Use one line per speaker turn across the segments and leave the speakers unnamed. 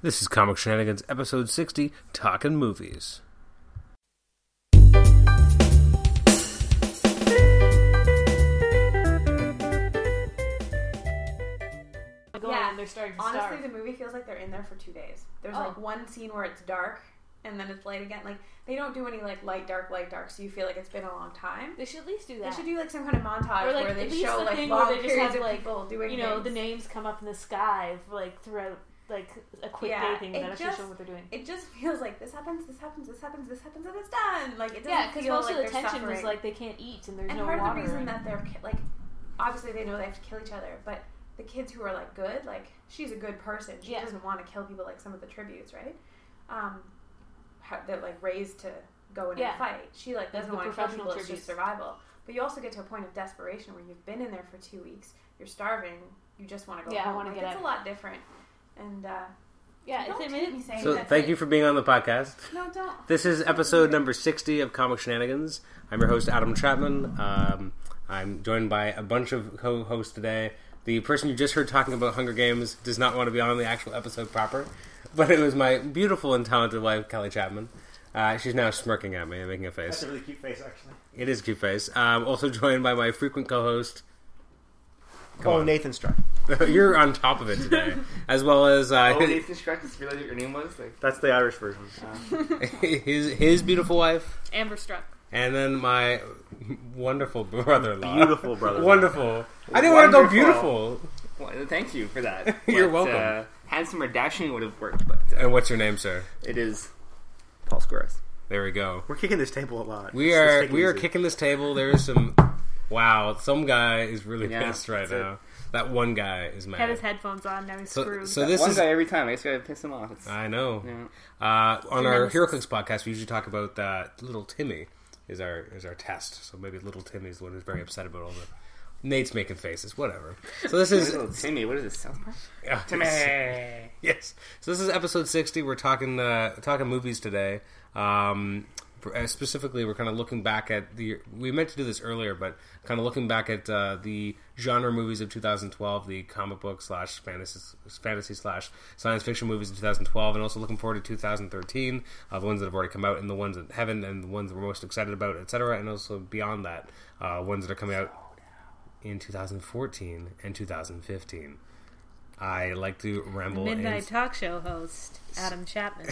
This is Comic Shenanigans, episode 60, Talking Movies.
going
Yeah.
oh, and they're starting to
Honestly,
starve.
the movie feels like they're in there for two days. There's
Oh.
like one scene where it's dark and then it's light again. Like they don't do any like light, dark, light, dark, so you feel like it's been a long time.
They should at least do that.
They should do like some kind of montage
Or, like,
where they
at least
show
the
like
thing where
long
they just
periods
have,
of
like,
people doing
you know, the
things.
names come up in the sky, like throughout, like a quick
Yeah,
day thing
it
without actually
just-
showing what they're doing.
It just feels like this happens, this happens, this happens, this happens, and it's done. Like it doesn't
Yeah, because
feel
most
like
of the
they're
tension
suffering.
was like they can't eat and there's
and
no
part of
water.
the reason
and-
that they're ki- like, obviously they know they have to kill each other, but the kids who are like good, like she's a good person. She
Yeah.
doesn't want to kill people like some of the tributes, right? Um, how, they're like raised to go in
Yeah.
and fight. She like
The-
doesn't
the
want to kill
professional
people. It's just
tributes.
survival. But you also get to a point of desperation where you've been in there for two weeks. You're starving. You just want to go.
Yeah, I
home.
wanna
Like,
get
It's
out.
a lot different. And uh,
yeah, it's,
don't
I mean,
take me
it's-
saying
So,
that,
thank
but-
you for being on the podcast.
No, don't.
This is episode number 60 of Comic Shenanigans. I'm your host, Adam Chapman. Um, I'm joined by a bunch of co hosts today. The person you just heard talking about Hunger Games does not want to be on the actual episode proper, but it was my beautiful and talented wife, Kelly Chapman. Uh, she's now smirking at me and making a
That's
face.
a really cute face, actually.
It is cute face. Um, also joined by my frequent co host,
oh, Nathan Struck.
You're on top of it today, as well as uh,
Oh, Nathan Scratch just realized what your name was. Like,
That's the Irish version.
his his beautiful wife,
Amber Struck.
and then my wonderful brother-in-law.
Beautiful brother-in-law.
wonderful. I didn't want to go beautiful.
Wonderful. well, thank you for that.
You're
But,
welcome.
Uh, handsome or dashing would have worked, but uh,
And what's your name, sir?
it is Paul Squares.
There we go.
We're kicking this table a lot.
We
Let's
are
take it
we are
easy.
kicking this table. There is some. Wow, some guy is really
Yeah,
pissed right
that's it.
now. That one guy is
Had his
mad.
headphones on, now he's
So,
screwed.
so this
One
is
guy every time. I just gotta piss him off. It's,
I know.
yeah.
Uh, on our
Tremendous.
HeroClix podcast, we usually talk about uh, little Timmy is our is our test. So maybe little Timmy is the one who's very upset about all the Nate's making faces, whatever. So this is uh,
Little Timmy. What is this? South Park?
Yeah.
Timmy.
Yes. So this is episode sixty. We're talking uh, talking movies today. Um, for- uh, specifically, we're kind of looking back at the. We meant to do this earlier, but kind of looking back at uh, the genre movies of 2012, the comic book slash fantasy fantasy slash science fiction movies of 2012, and also looking forward to 2013, uh, the ones that have already come out, and the ones that haven't, and the ones that we're most excited about, etc. And also beyond that, uh, ones that are coming out in 2014 and 2015. I like to ramble and,
Midnight talk show host Adam Chapman.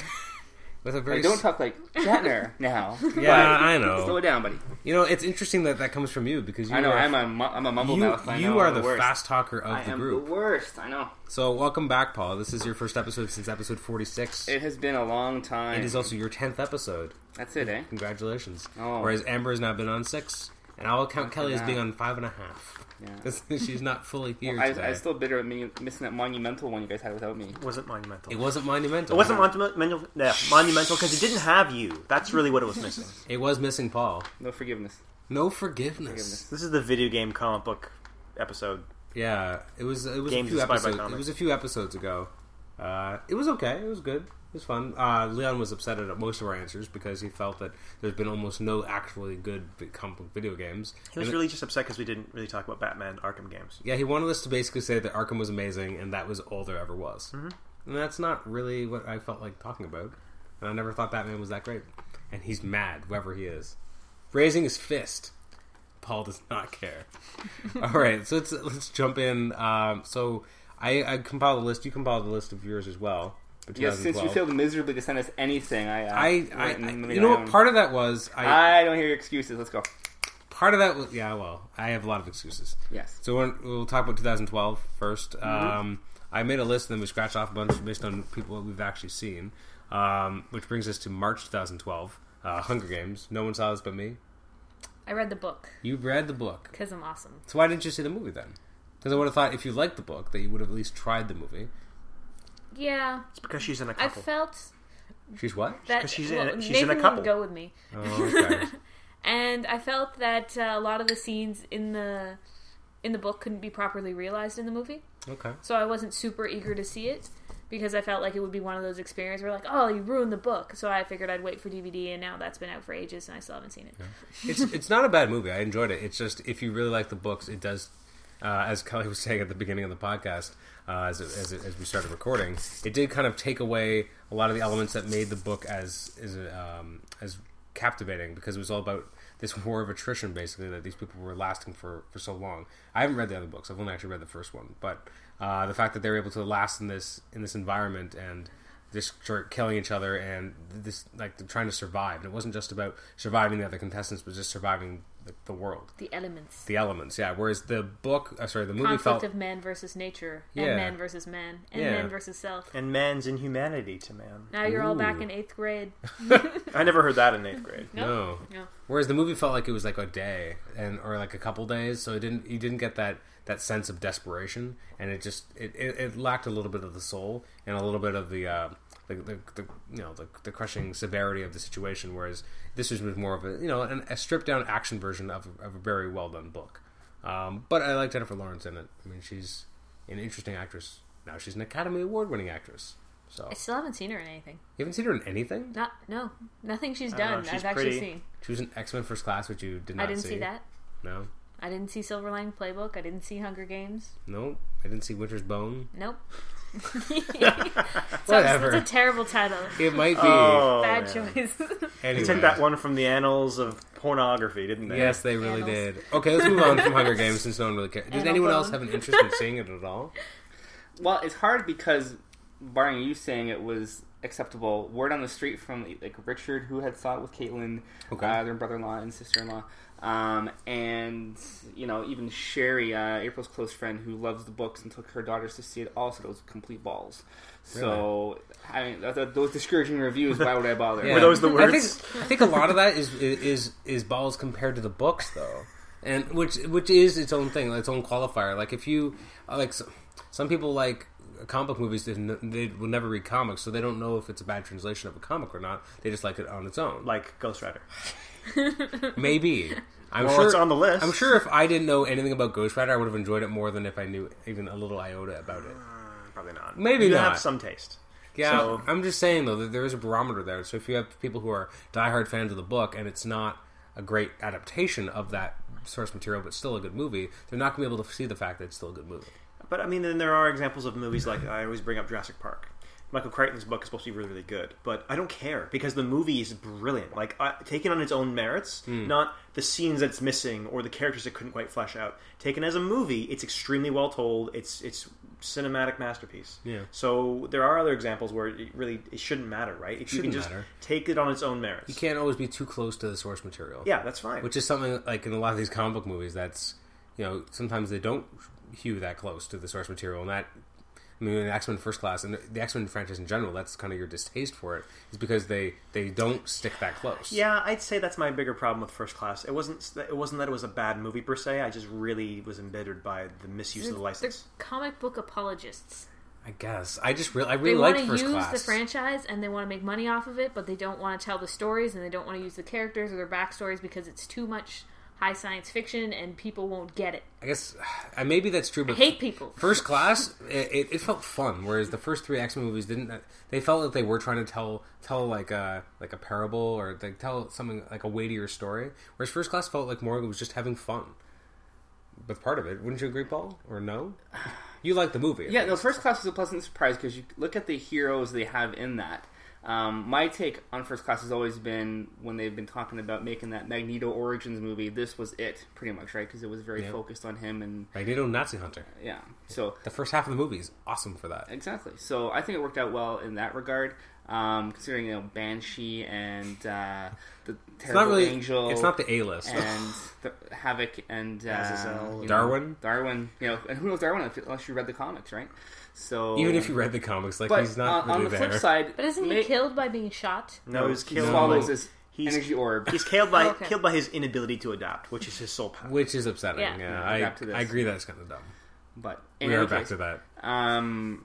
with a very
Like, don't talk like Shatner now.
Yeah,
But-
I
Slow
know.
down, buddy.
You know, it's interesting that that comes from you because you
I know.
are,
I'm a mu- I'm a mumble
you,
mouth. I
you
know,
are
I'm
the
worst.
fast talker of
I
the
am
group.
the worst. I know.
so welcome back, Paul. This is your first episode since episode 46.
It has been a long time.
it is also your 10th episode.
That's it, eh?
Congratulations.
Oh.
Whereas Amber has now been on six, and I'll count Kelly as
that.
being on five and a half.
Yeah.
'Cause She's not fully here
I,
today.
I'm still bitter at me missing that monumental one you guys had without me.
wasn't monumental.
it wasn't monumental.
It wasn't monumental. Yeah, monumental because it didn't have you. That's really what it was missing.
It was missing Paul.
No forgiveness.
No forgiveness.
Forgiveness.
This is the video game comic book episode.
Yeah, it was it was
Games
a few
inspired by
episodes. It
comics.
was a few episodes ago. Uh, it was okay. It was good. It was fun. Uh, Leon was upset at most of our answers because he felt that there's been almost no actually good vi- comic book video games.
He was
And-
really just upset because we didn't really talk about Batman Arkham games.
yeah, he wanted us to basically say that Arkham was amazing and that was all there ever was. Mm-hmm. And that's not really what I felt like talking about. And I never thought Batman was that great. And he's mad, whoever he is. Raising his fist. Paul does not care. all right, so let's, let's jump in. Um, so I, I compiled a list. You compiled a list of yours as well. for
Yes, since you
2012.
failed miserably to send us anything, I, uh,
I, I,
went and
I-
made
you know
my
what?
own.
Part of that was I,
I don't hear your excuses. Let's go.
part of that was yeah. Well, I have a lot of excuses.
Yes.
So we're, we'll talk about 2012 1st Um, I made a list, and then we scratched off a bunch based on people that we've actually seen, um, which brings us to March 2012. Uh, Hunger Games. No one saw this but me.
I read the book
You read the book,
because I'm awesome.
so why didn't you see the movie then? Because I would have thought if you liked the book that you would have at least tried the movie.
Yeah,
It's because she's in a
I
couple.
felt
She's what?
that
'Cause she's in
well,
a- she's in a
Nathan
couple.
would go with me,
Oh, okay.
and I felt that uh, a lot of the scenes in the in the book couldn't be properly realized in the movie,
okay.
so I wasn't super eager to see it because I felt like it would be one of those experiences where like, oh, you ruined the book. So I figured I'd wait for DVD, and now that's been out for ages, and I still haven't seen it.
it's it's not a bad movie. I enjoyed it. It's just if you really like the books, it does uh, as Kelly was saying at the beginning of the podcast, uh, as, it, as, it, as we started recording, it did kind of take away a lot of the elements that made the book as as um, as captivating because it was all about this war of attrition, basically, that these people were lasting for, for so long. I haven't read the other books; I've only actually read the first one. But uh, the fact that they were able to last in this in this environment and just start killing each other and this like they're trying to survive. And it wasn't just about surviving the other contestants, but just surviving the, the world,
The elements.
the elements. Yeah. Whereas the book, uh, sorry, the movie
Conflict
felt
of man versus nature,
Yeah.
and man versus man, and
Yeah.
man versus self.
And man's inhumanity to man.
Now you're all back
Ooh.
in eighth grade.
I never heard that in eighth grade.
no.
No.
Whereas the movie felt like it was like a day and or like a couple days, so it didn't you didn't get that that sense of desperation, and it just it, it, it lacked a little bit of the soul and a little bit of the. Uh, the, the, the you know the, the crushing severity of the situation, whereas this was more of a you know an, a stripped down action version of, a- of a very well done book. Um, but I like Jennifer Lawrence in it. I mean, she's an interesting actress. Now she's an Academy Award winning actress. So
I
you
still haven't seen her in anything.
haven't seen her in anything.
Not no, nothing she's
I don't know,
done.
she's
I've actually
pretty.
seen.
She was in X Men First Class, which you did not
I didn't see that.
No,
I didn't see Silver Lining Playbook. I didn't see Hunger Games.
Nope. I didn't see Winter's Bone.
Nope. It's a
Whatever.
terrible title.
It might be.
Oh,
Bad
man.
choice.
anyway.
They took that one from the annals of pornography, didn't they?
Yes, they really
Annals.
did. Okay, let's move on from Hunger Games since no one really cares. Does
Annal
anyone else
bone.
have an interest in seeing it at all?
Well, it's hard because, barring you saying it was acceptable, word on the street from like Richard, who had saw it with Caitlin,
Okay.
uh, their brother-in-law and sister-in-law, um, and you know even Sherry, uh, April's close friend, who loves the books and took her daughters to see it, also those complete balls. So I mean, th- th- those discouraging reviews. why would I bother?
Yeah.
Were those the
I
words?
think, I think a lot of that is is is balls compared to the books though, and which which is its own thing, its own qualifier. Like if you like s- some people like comic book movies, they, they will never read comics, so they don't know if it's a bad translation of a comic or not. They just like it on its own.
Like Ghost Rider.
Maybe. I'm
Well,
sure
it's on the list.
I'm sure if I didn't know anything about Ghost Rider, I would have enjoyed it more than if I knew even a little iota about it.
Probably not.
Maybe
you
not.
have some taste.
Yeah,
So-
I'm just saying though that there is a barometer there. So if you have people who are diehard fans of the book and it's not a great adaptation of that source material, but still a good movie, they're not going to be able to see the fact that it's still a good movie.
But I mean, then there are examples of movies like I always bring up Jurassic Park. Michael Crichton's book is supposed to be really, really good, but I don't care because the movie is brilliant. Like I, taken on its own merits,
Hmm.
not the scenes that's missing or the characters that couldn't quite flesh out. Taken as a movie, it's extremely well told. It's it's cinematic masterpiece.
Yeah.
So there are other examples where it really it shouldn't matter, right? If you
Shouldn't
can just
matter.
take it on its own merits.
You can't always be too close to the source material.
Yeah, that's fine.
which is something like in a lot of these comic book movies that's you know sometimes they don't hew that close to the source material and that I mean, in X Men First Class and the X Men franchise in general, that's kind of your distaste for it, is because they they don't stick that close.
Yeah, I'd say that's my bigger problem with First Class. It wasn't it wasn't that it was a bad movie per se. I just really was embittered by the misuse of the
They're
license.
comic book apologists.
I guess I just really I
They
really
want
like
to
First
use
Class.
the franchise and they want to make money off of it, but they don't want to tell the stories and they don't want to use the characters or their backstories because it's too much high science fiction and people won't get it.
I guess uh, maybe that's true,
I
but
hate people.
First Class, it, it, it felt fun, whereas the first three X Men movies didn't. They felt like they were trying to tell tell like a like a parable or like tell something like a weightier story. Whereas First Class felt like Morgan was just having fun with part of it. Wouldn't you agree, Paul? Or no? You like the movie?
Yeah, no, First Class was a pleasant surprise because you look at the heroes they have in that. Um, my take on First Class has always been when they've been talking about making that Magneto Origins movie, this was it, pretty much, right? Because it was very
Yeah.
focused on him and,
Magneto Nazi Hunter.
yeah. So,
The first half of the movie is awesome for that.
exactly. So, I think it worked out well in that regard, um, considering, you know, Banshee and uh, the
It's not
Terrible
really.
Angel.
It's not the A list.
and the, Havoc and uh,
Azazel.
you know,
Darwin?
Darwin, you know, and who knows Darwin if- unless you read the comics, right? So
Even if you read the comics, like
but uh,
he's not
on, on
really
the
there.
flip side,
But isn't
ma-
he killed by being shot?
No, he's
he
killed.
swallows his
He's-
energy orb.
He's killed by
Oh, Okay.
killed by his inability to adapt, which is his sole power.
which is upsetting. Yeah,
Yeah.
Yeah,
I,
back to this.
I agree that it's kind of dumb.
But in
We
any
are back
case,
to that.
Um,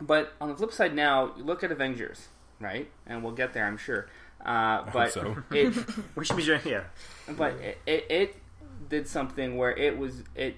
but on the flip side, now you look at Avengers, right? And we'll get there, I'm sure. Uh, but
so.
it,
We should be doing yeah.
but it, it, it did something where it was it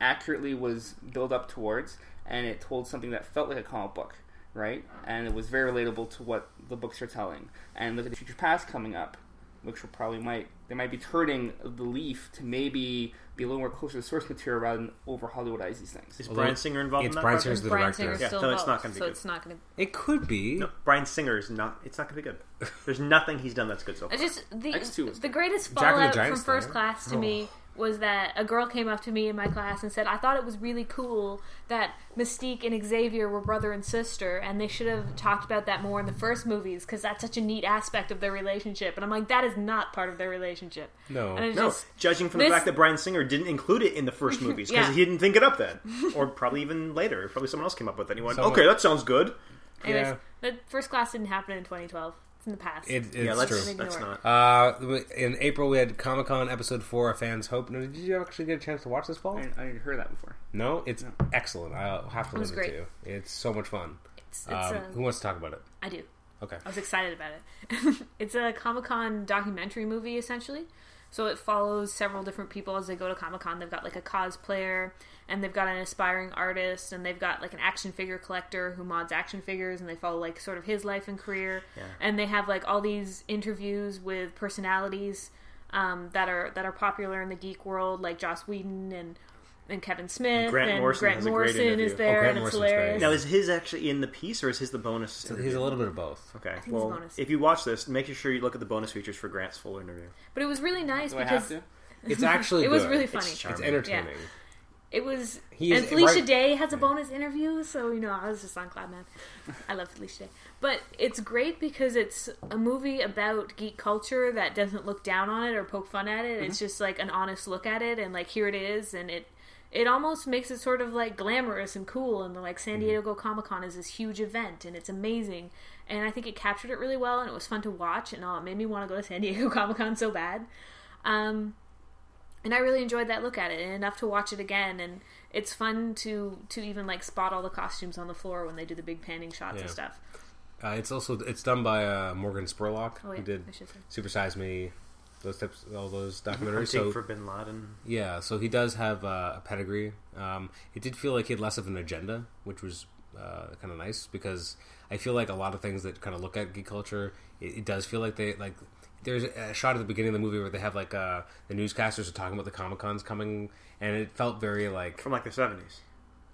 accurately was built up towards, and it told something that felt like a comic book, right? And it was very relatable to what the books are telling. And look at the future past coming up, which will probably might they might be turning the leaf to maybe be a little more closer to source material rather than over Hollywoodize these things.
Is
Although
Brian Singer involved
it's
in that?
Brian
project?
Singer's the
Brian
director.
Singer's
Yeah,
still
so it's
votes,
not gonna be
so
good.
it's not going to.
It could be.
No, Brian Singer is not. It's not going to be good. There's nothing he's done that's good so far.
I just the
X2 was
the greatest
Jack and the
fallout
Giant
from first
Slayer.
class to me was that a girl came up to me in my class and said, "I thought it was really cool that Mystique and Xavier were brother and sister, and they should have talked about that more in the first movies because that's such a neat aspect of their relationship." And I'm like, "That is not part of their relationship."
No.
and it's
No,
just
judging from the
this-
fact that Brian Singer didn't include it in the first movies because
Yeah.
he didn't think it up then, or probably even later, probably someone else came up with it. And he went,
Someone-
"Okay, that sounds good."
anyways,
Yeah.
the first class didn't happen in 2012. It's in the past.
It, it's
yeah, let's,
true.
let's
Ignore
not.
Uh, in April, we had Comic Con episode four, A Fan's Hope. Now, did you actually get a chance to watch this, Paul?
I didn't, I didn't hear that before.
No, it's excellent. I'll have to
It was
listen
great.
to. It's so much fun.
it's, uh, it's
Um,
a-
who wants to talk about it?
I do.
Okay.
I was excited about it. it's a Comic Con documentary movie, essentially. So it follows several different people as they go to Comic Con. They've got like a cosplayer, and they've got an aspiring artist, and they've got like an action figure collector who mods action figures, and they follow like sort of his life and career. And they have like all these interviews with personalities um, that are that are popular in the geek world, like Joss Whedon and and Kevin Smith.
Grant
and
Morrison
Grant
has a great
Morrison is
interview. Oh,
there,
Grant
and it's
Morrison's great.
hilarious.
Now, is his actually in the piece, or is his the bonus?
He's
interview?
a little bit of both.
Okay.
it's
Well,
bonus.
if you watch this, make sure you look at the bonus features for Grant's full interview.
But it was really nice
Do I
because
have to?
It's actually
it was
good.
really
It's,
funny.
it's
charming.
entertaining.
Yeah. It was,
He is-
and Felicia
right-
Day has a bonus interview, so you know I was just on cloud nine. I love Felicia Day, but it's great because it's a movie about geek culture that doesn't look down on it or poke fun at it.
Mm-hmm.
It's just like an honest look at it, and like here it is, and it it almost makes it sort of like glamorous and cool, and like
Mm-hmm.
San Diego Comic Con is this huge event, and it's amazing, and I think it captured it really well, and it was fun to watch, and all it made me want to go to San Diego Comic Con so bad. Um, and I really enjoyed that look at it and enough to watch it again and it's fun to to even like spot all the costumes on the floor when they do the big panning shots
Yeah.
and stuff.
Uh, it's also it's done by uh, Morgan Spurlock,
Oh, yeah,
who did
I should say.
Super Size Me, those types, all those documentaries. so
Hunting for Bin Laden.
yeah, so he does have uh, a pedigree. Um, it did feel like he had less of an agenda, which was uh, kind of nice because I feel like a lot of things that kind of look at geek culture, it, it does feel like they like. There's a shot at the beginning of the movie where they have like uh, the newscasters are talking about the comic cons coming, and it felt very like
from like the seventies.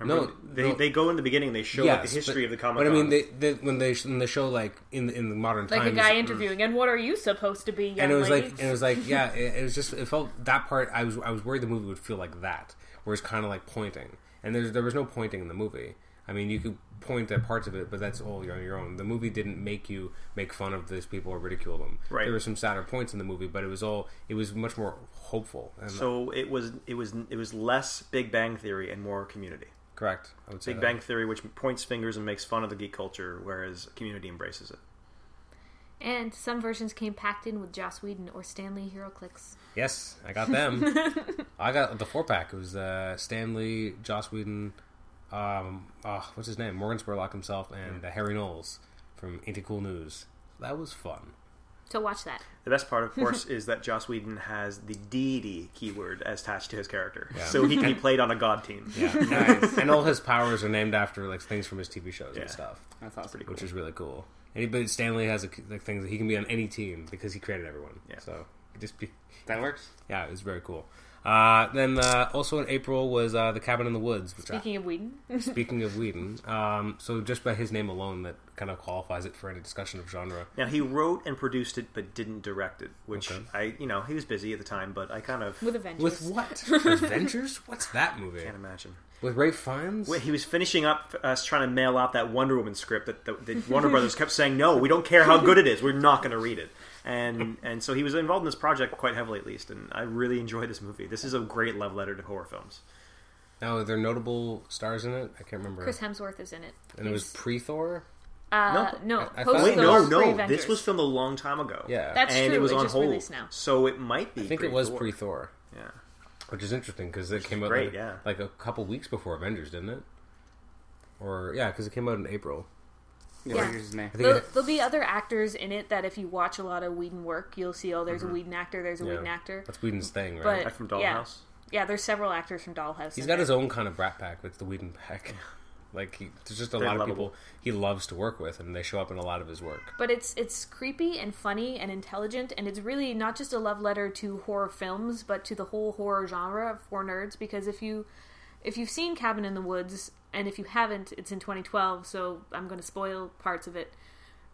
No,
they
no.
they go in the beginning. They show like
Yes,
the history
but-
of the comic.
But I mean, they, they, when they when they show like in the, in the modern
Like
times,
a guy interviewing, and what are you supposed to be, young
and it was
lady?
like and it was like yeah, it, it was just it felt that part. I was I was worried the movie would feel like that, where it's kind of like pointing, and there there was no pointing in the movie. I mean, you could point at parts of it, but that's all you're on your own. The movie didn't make you make fun of these people or ridicule them.
Right.
There were some sadder points in the movie, but it was all it was much more hopeful. And
so it was it was it was less Big Bang Theory and more Community.
correct. I would say
Big
that.
Bang Theory, which points fingers and makes fun of the geek culture, whereas Community embraces it.
and some versions came packed in with Joss Whedon or Stanley Hero Clicks.
Yes, I got them. I got the four pack. It was uh, Stanley, Joss Whedon, um, uh, what's his name, Morgan Spurlock himself, and uh, Harry Knowles from Ain't It Cool News. That was fun.
So watch that.
The best part, of course, is that Joss Whedon has the deity keyword as attached to his character, so he can be played on a god team.
Yeah, nice. And all his powers are named after like things from his TV shows
Yeah.
and stuff,
That's awesome. Pretty
which is really cool. And but Stanley has a, like things that he can be on any team because he created everyone.
Yeah.
So it just be
That works.
yeah, it was very cool. Uh, then uh, also in April was uh, the Cabin in the Woods, which I,
Speaking of Whedon,
Speaking of Whedon, um, so just by his name alone, that kind of qualifies it for any discussion of genre.
Now he wrote and produced it, but didn't direct it, which
Okay.
I, you know, he was busy at the time, but I kind of
with Avengers,
With what? Avengers? What's that movie?
can't imagine.
With Ray Fiennes?
Wait, he was finishing up us trying to mail out that Wonder Woman script that the, the Warner Brothers kept saying, "No, we don't care how good it is. We're not going to read it." And and so he was involved in this project quite heavily, at least. And I really enjoyed this movie. This is a great love letter to horror films.
No, Oh, there are notable stars in it. I can't remember.
Chris Hemsworth is in it.
and it was
He's-
pre Thor.
uh, no,
I- I thought-
post
Wait,
those
no,
were
no, this was filmed a long time ago.
Yeah,
That's-
and it
true,
was
it
on
just
hold
released now.
so it might be.
I think it was
pre-Thor.
pre Thor,
Yeah,
which is interesting because it came out
great,
like,
yeah.
like a couple weeks before Avengers, didn't it? Or yeah, because it came out in April.
Yeah.
Yeah.
Here's his name.
I think
There'll,
it-
there'll be other actors in it that if you watch a lot of Whedon work, you'll see. Oh, there's a Whedon actor. There's a
Mm-hmm. Yeah.
Whedon actor.
that's Whedon's thing, right?
But-
back from
yeah.
Dollhouse.
Yeah, there's several actors from Dollhouse.
He's
in
got
there.
his own kind of brat pack. It's the Whedon pack. Like he, there's just a
Very
lot of
lovable.
people he loves to work with, and they show up in a lot of his work.
But it's it's creepy and funny and intelligent, and it's really not just a love letter to horror films, but to the whole horror genre for nerds. Because if you if you've seen Cabin in the Woods, and if you haven't, it's in 2012, so I'm going to spoil parts of it.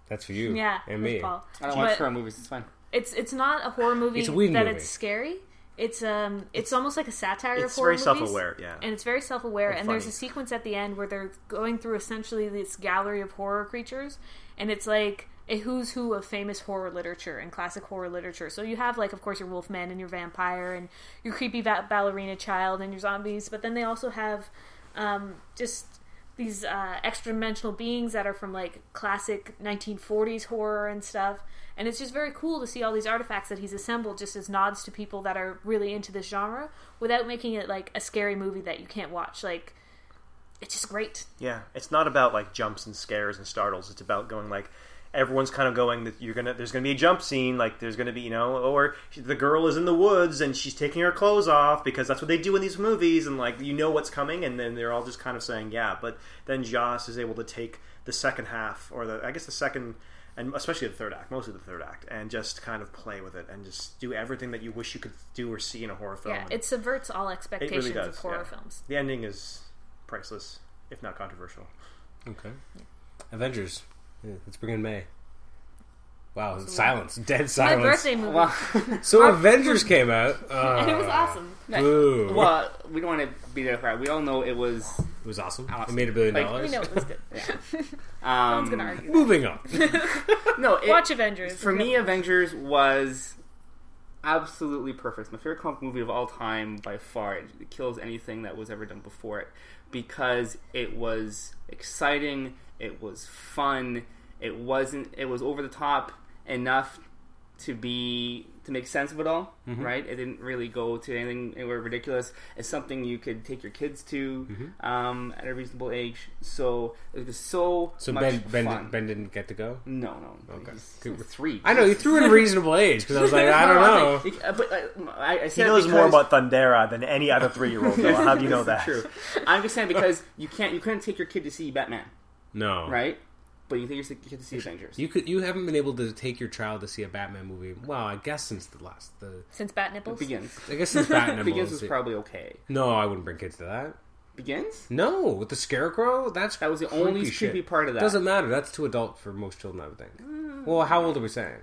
That's for you,
Yeah,
and
with
me.
Paul.
I don't watch
But-
horror movies. It's fine.
It's it's not a horror movie
It's a weird
that
movie.
it's scary. It's um it's almost like a satire of
It's
horror
very
movies.
self-aware, yeah.
And it's very self-aware and,
And
there's
funny.
a sequence at the end where they're going through essentially this gallery of horror creatures and it's like a who's who of famous horror literature and classic horror literature. So you have like of course your wolfman and your vampire and your creepy va- ballerina child and your zombies, but then they also have um, just these uh, extra-dimensional beings that are from like classic 1940s horror and stuff and it's just very cool to see all these artifacts that he's assembled just as nods to people that are really into this genre without making it like a scary movie that you can't watch like it's just great
Yeah, it's not about like jumps and scares and startles. It's about going like everyone's kind of going that you're gonna there's gonna be a jump scene like there's gonna be you know or she- the girl is in the woods and she's taking her clothes off because that's what they do in these movies and like you know what's coming and then they're all just kind of saying yeah but then Joss is able to take the second half or the I guess the second and especially the third act mostly the third act and just kind of play with it and just do everything that you wish you could do or see in a
Oh
horror film
yeah
And
it subverts all expectations of
does,
horror
yeah.
films
the ending is priceless if not controversial
Okay. Avengers. Yeah, let's bring in May. Wow, silence, dead
my
silence.
birthday movie
Well,
So Avengers came out. Uh,
and it was awesome.
Boo.
well, we don't want to be that far. We all know it was.
It was awesome.
Awesome.
It made a billion
Like-
dollars.
we know it was good no one's
Um,
gonna argue
Moving on.
no, it,
watch avengers
for
It's
me,
good.
Avengers was absolutely perfect. My favorite comic movie of all time by far. It, it kills anything that was ever done before it because it was exciting. It was fun. It wasn't. It was over the top enough to be to make sense of it all,
Mm-hmm.
right? It didn't really go to anything anywhere ridiculous. It's something you could take your kids to
Mm-hmm.
um, at a reasonable age. So it was so
So
much
ben, ben,
fun.
didn't, ben didn't get to go.
no, no,
Okay.
he's- he's three.
I know you threw in a reasonable age because I was like, I don't know.
Like, uh, but uh, I, I
He
said it
knows more
because-
about Thundera than any other three-year-old. Noah. How do you know
This
that?
is True. I'm just saying because you can't, you couldn't take your kid to see Batman,
No,
right? But you think your kid to see Avengers.
You could. You haven't been able to take your child to see a Batman movie. Well, I guess since the last the.
since bat nipples
Begins.
I guess since Batman
Begins was
was-
probably okay.
No, I wouldn't bring kids to that.
Begins.
No, with the Scarecrow, that's
That was the only
shit.
creepy part of that. Mm.
Doesn't matter. That's too adult for most children, I would think. Well, how old are we saying?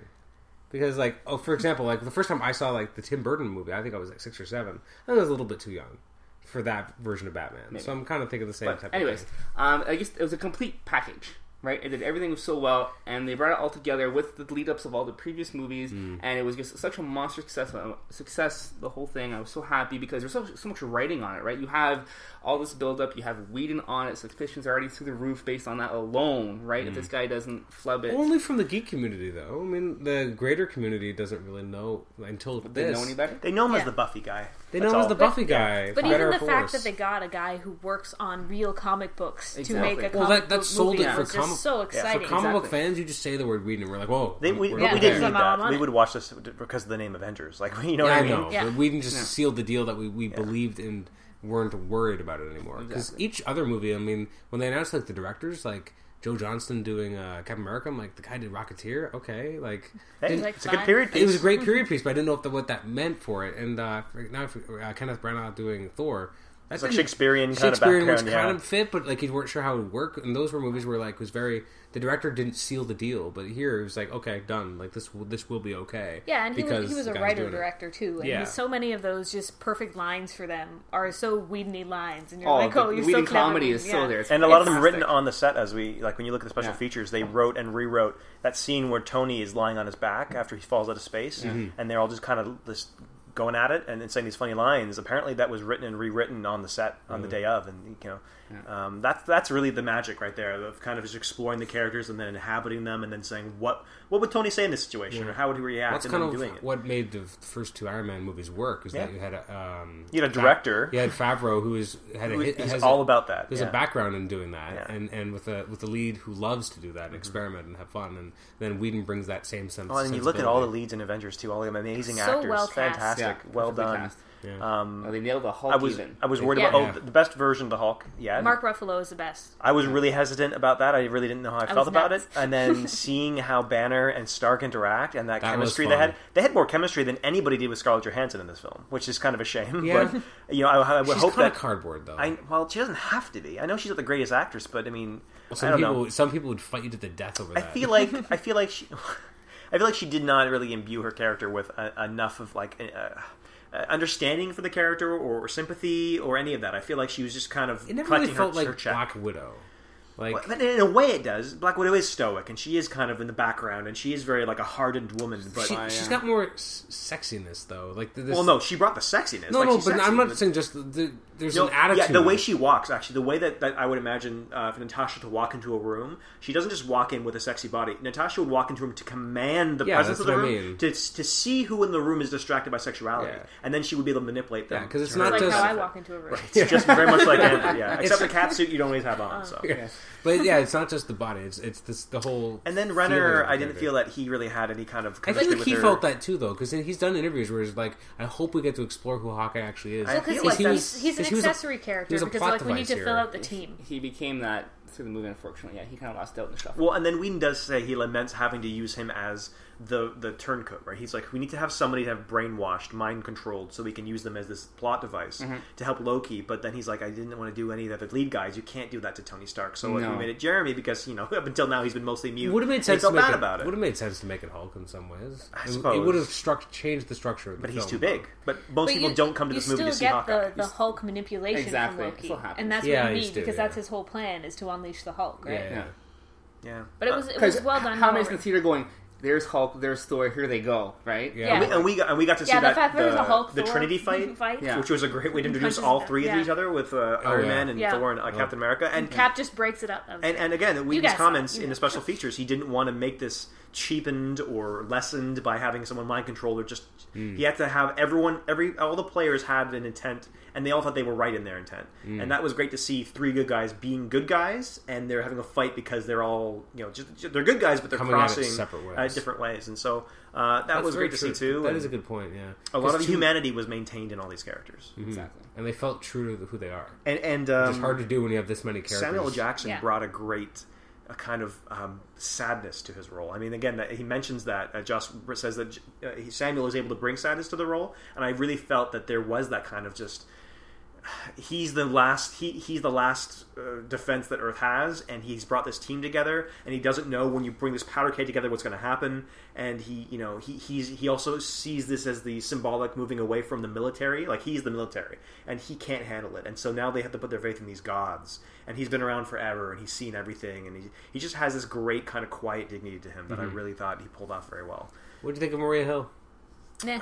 Because, like, oh, for example, like the first time I saw like the Tim Burton movie, I think I was like six or seven. I was a little bit too young for that version of Batman. So I'm kind of thinking the same type.
But anyways,
of
um, I guess it was a complete package, right? It did everything so well, and they brought it all together with the lead ups of all the previous movies, and it was just such a monster success. uh, Success, the whole thing. I was so happy because there's so, so much writing on it, right? You have all this build up, you have Whedon on it, suspicions are already through the roof based on that alone, right? If this guy doesn't flub it,
thing. only from the geek community, though. I mean, the greater community doesn't really know until
they
this.
know any better.
They know him
Yeah.
as the Buffy guy.
They
That's
know him as
all.
the Buffy guy. for
but
better
even
or
the fact
worse.
that they got a guy who works on real comic books
Exactly.
to make a
Well,
comic
that- that
book
sold
movie
it for
was
comic-
just so
for
exciting.
comic book
Exactly.
fans, you just say the word Whedon, and we're like, whoa.
They, we,
we're
but we
over
did
there.
didn't
Some
need that.
amount
We
of
would watch this because of the name Avengers. Like you know
Yeah,
what
I
I mean?
know.
Yeah.
but We didn't just
Yeah.
sealed the deal that we, we believed and weren't worried about it anymore. Because
Exactly.
each other movie, I mean, when they announced like the directors, like Joe Johnston doing uh, Captain America, I'm like the guy did Rocketeer. Okay, like
Hey,
Like
it's a good
five-
period piece.
it was a great period piece, but I didn't know if the, what that meant for it. And uh, now if, uh, Kenneth Branagh doing Thor. That's
It's like Shakespearean kind
Shakespearean
of
was
background.
kind
yeah.
of fit, but like you weren't sure how it would work. And those were movies where like was very the director didn't seal the deal, but here it was like okay, done. Like this will this will be okay.
Yeah, and he was, he
because
was
the
a
guy's
writer
doing it.
director too, and
Yeah.
he's- so many of those just perfect lines for them are so Whedon-y lines, and you're
Oh,
like,
the
oh, you're
Whedon
so clever,
comedy is
Whedon.
still
Yeah.
there. It's
and a lot of them
fantastic.
written on the set as we like when you look at the special
Yeah.
features they wrote and rewrote that scene where tony is lying on his back after he falls out of space and they're all just kind of just going at it and, then saying these funny lines apparently that was written and rewritten on the set on the day of and you know um, that's that's really the magic right there of kind of just exploring the characters and then inhabiting them and then saying what what would tony say in this situation or how would he react
That's
and
kind
then
of
doing it
what made the first two Iron Man movies work is that
Yeah.
you had a, um,
you had a director
you had Favreau who is had a
who
hit,
is
has
all
a,
about that
there's
yeah.
a background in doing that
Yeah.
and and with a with a lead who loves to do that and experiment and have fun and then Whedon brings that same sense.
Oh, and you look at all the
sensibility.
lead in Avengers too, all the amazing
So
actors,
well cast.
fantastic,
Yeah,
well
perfectly
done.
cast.
Yeah.
Um,
Well, they nailed the Hulk
I was
even.
I was worried
Yeah.
about
Yeah.
oh the- the best version of the Hulk. Yeah,
Mark Ruffalo is the best.
I was really hesitant about that. I really didn't know how I, felt
was
about
nuts.
it. And then seeing how Banner and Stark interact and that,
That was
chemistry they had,
fun.
they had more chemistry than anybody did with Scarlett Johansson in this film, which is kind of a shame.
Yeah.
But you know, I, I would
She's
hope
kind
that
of cardboard though.
I well, she doesn't have to be. I know she's not the greatest actress, but I mean, I
some
don't
people,
know.
some people would fight you to the death over
I
that.
feel like I feel like she, I feel like she did not really imbue her character with uh enough of like uh, uh, understanding for the character or, sympathy or any of that. I feel like she was just kind of
it never
collecting
really felt
her, her
like
check.
Black Widow. Like
But in a way, it does. Black Widow is stoic, and she is kind of in the background, and she is very like a hardened woman. But
she,
I,
has
uh,
got more s- sexiness though. Like this,
well, no, she brought the sexiness.
no,
like,
no.
she's
But
sexy,
I'm not saying just the, the, there's
No,
an attitude.
Yeah, the way she walks, actually, the way that, that I would imagine uh, for Natasha to walk into a room, she doesn't just walk in with a sexy body. Natasha would walk into a room to command the
Yeah,
presence of
that's
the
what I
room,
mean.
to, to see who in the room is distracted by sexuality,
Yeah.
and then she would be able to manipulate them.
Yeah, 'cause it's
to
not
her
Like
just-
how I
benefit.
walk into a room.
It's just very much like Anna, yeah. Except the cat suit you don't always have on. So.
but yeah, it's not just the body. It's it's this, the whole.
And then
feeling
Renner,
of
I
it.
didn't feel that he really had any kind of.
I feel
connection
like
with
he
her.
felt that too, though, because he's done interviews where he's like, "I hope we get to explore who Hawkeye actually is."
I
Well, because
feel
he's,
like
he's,
that's-
he's an
'cause he was a-
accessory
he
character
was a
because
plot
like we need to
device
fill
here.
out the team.
He became that through the movie, unfortunately. Yeah, he kind of lost out in the shuffle.
Well, and then Whedon does say he laments having to use him as the the turncoat, right? He's like, we need to have somebody to have brainwashed, mind controlled, so we can use them as this plot device
Mm-hmm.
to help Loki. But then he's like, I didn't want to do any of the other lead guys. You can't do that to Tony Stark. So
No.
we made it Jeremy because you know up until now he's been mostly mute.
It would have
and
made
he
sense. to
felt
make
bad
it,
about it,
Would have made sense to make it Hulk in some ways.
I
It- It
suppose.
would have struck changed the structure. Of the
but he's
film.
too big. But most
But
people
you-
don't come to this
you
movie to see
still get
Hawkeye.
the, the Hulk manipulation
Exactly. It
from
still
Loki,
happens.
and that's
Yeah,
what you
you
need
still-
because that's
yeah.
his whole plan is to unleash the Hulk, right?
Yeah.
Yeah.
yeah,
But it
Uh,
was it
Because
was well done.
How
Howard.
many's in the theater going? There's Hulk. There's Thor. Here they go. Right.
Yeah.
Yeah.
we- and we got, and we got to see
yeah, the
that
fact that
the,
there's a Hulk
the
Thor
Trinity fight.
Yeah.
Which was a great way to introduce
Punches
all
them.
three
Yeah.
of each other with uh, Iron
Oh, yeah.
Man and
Yeah.
Thor and uh, Captain America, and
Cap just breaks it up. That was
And,
it.
and again,
You
Whedon's
guys saw it.
comments
You
in the
guys
special features, he didn't want to make this cheapened or lessened by having someone mind controlled or just.
Hmm.
He had to have everyone, every all the players had an intent, and they all thought they were right in their intent,
Hmm.
and that was great to see three good guys being good guys, and they're having a fight because they're all you know just, just- they're good guys, but they're
Coming at it
crossing
separate ways.
Uh, different ways, and so uh, that
That's
was
very
great to
true.
see too.
That
and
is a good point. Yeah,
a lot of
It's too-
humanity was maintained in all these characters,
Exactly.
and they felt true to who they are.
and and
It's
um,
just Mm-hmm. hard to do when you have this many characters.
Samuel Jackson
Yeah.
brought a great a kind of um, sadness to his role. I mean, again, that he mentions that uh, Joss says that uh, he- Samuel is able to bring sadness to the role, and I really felt that there was that kind of just he's the last he, he's the last uh, defense that earth has and he's brought this team together and he doesn't know when you bring this powder keg together what's going to happen and he you know he he's he also sees this as the symbolic moving away from the military like he's the military and he can't handle it and so now they have to put their faith in these gods and he's been around forever and he's seen everything and he, he just has this great kind of quiet dignity to him that i really thought he pulled off very well
What do you think of Maria Hill?
Nah,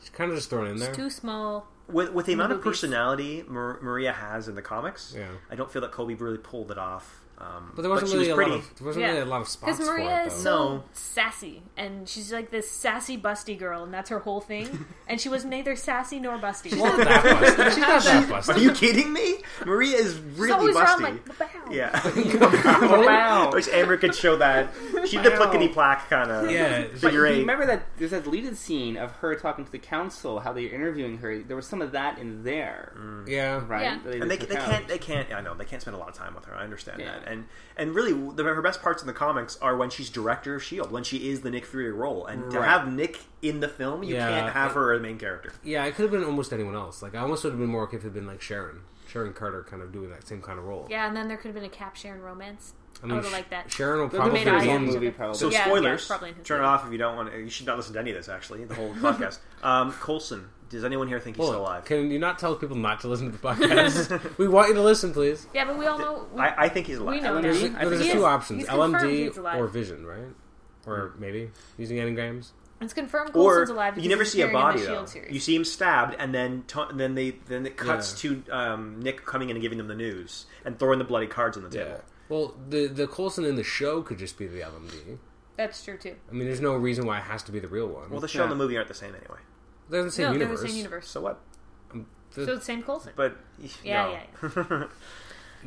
She's kind of just thrown in there.
it's too small.
with, with the
In the
amount of
movies.
personality Mar- Maria has in the comics,
Yeah.
I don't feel that Kobe really pulled it off. Um,
But there wasn't
she
really
was
a
pretty.
lot of there wasn't
Yeah.
really a lot of spots
Because
for
Maria
it.
is
Though.
so
No.
sassy, and she's like this sassy, busty girl, and that's her whole thing. and she was neither sassy nor busty. She's
Not that busted. She's not that busted.
Are you kidding me? Maria is really
always
busty.
around like, "Bow."
yeah,
Wow.
I wish Amber could show that. She's the plickety plack kind of
Yeah, she-
figure eight.
Remember that there's that deleted scene of her talking to the council, how they're interviewing her. There was some of that in there,
Mm. Yeah,
right?
Yeah.
That
and they,
took
they
out.
can't they can't I know they can't spend a lot of time with her. I understand
Yeah.
that. And and really the, her best parts in the comics are when she's director of Shield, E when she is the Nick Fury role. And to
Right.
have Nick in the film, you
Yeah.
can't have her a main character.
yeah. It could have been almost anyone else. Like I almost would have been more okay if it had been like Sharon, Sharon Carter, kind of doing that same kind of role.
Yeah, and then there could have been a Cap Sharon romance.
I
I,
mean,
would have
Sh-
liked that.
Sharon will
They'll do
probably
made
maybe
be
eyes
one
one
at each
movie.
movie
other.
probably.
So
Yeah, yeah,
spoilers.
probably in his
Turn it
movie.
off if you don't want. to. You should not listen to any of this. Actually, the whole podcast. Um, Colson. Does anyone here think he's still alive?
Can you not tell people not to listen to the podcast? we want you to listen, please.
Yeah, but we all know. We,
I, I think he's alive.
we know
LMD?
now.
I
There's,
think
there's
he
two
is.
options:
He's confirmed he's
LMD
alive.
or Vision, right? Or maybe using engrams.
It's confirmed
Or
Coulson's alive.
you never
because
see a
he's appearing in
body
the
though.
Shield series.
You see him stabbed, and then t- and then they then it cuts to um, Nick coming in and giving them the news and throwing the bloody cards on the table.
Yeah. Well, the the Colson in the show could just be the LMD.
That's true too.
I mean, there's no reason why it has to be the real one.
Well, the show and the movie aren't the same anyway.
they're in the same
no,
universe.
they're the same universe.
So what?
The-
so it's Sam Coulson.
But
Yeah,
no.
yeah,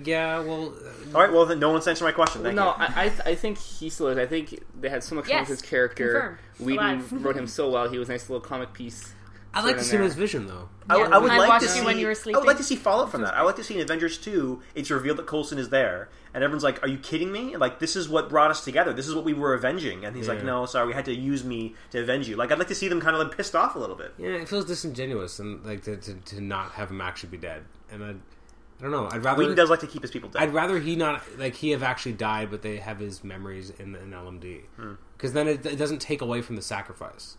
yeah. Well, uh,
All right. Well, then no one's answering my question. Thank
No,
you.
I, I I think he still is. I think they had so much fun
Yes,
with his character.
confirmed.
Whedon
Alive.
wrote him so well. He was a nice little comic piece.
I'd like to see him as Vision though.
I,
Yeah,
I would
I
like
watched
to
you
see
when you were
I would like
sleeping.
to see follow up from that. I would like to see in Avengers two, it's revealed that Coulson is there, and everyone's like, "Are you kidding me? Like this is what brought us together. This is what we were avenging." And he's like,
Yeah.
"No, sorry, we had to use me to avenge you." Like I'd like to see them kind of like pissed off a little bit.
Yeah, it feels disingenuous and like to, to, to not have him actually be dead. And I, I don't know. I'd rather
Whedon does like to keep his people dead.
I'd rather he not like he have actually died, but they have his memories in the, in LMD
Hmm.
because then it, it doesn't take away from the sacrifice,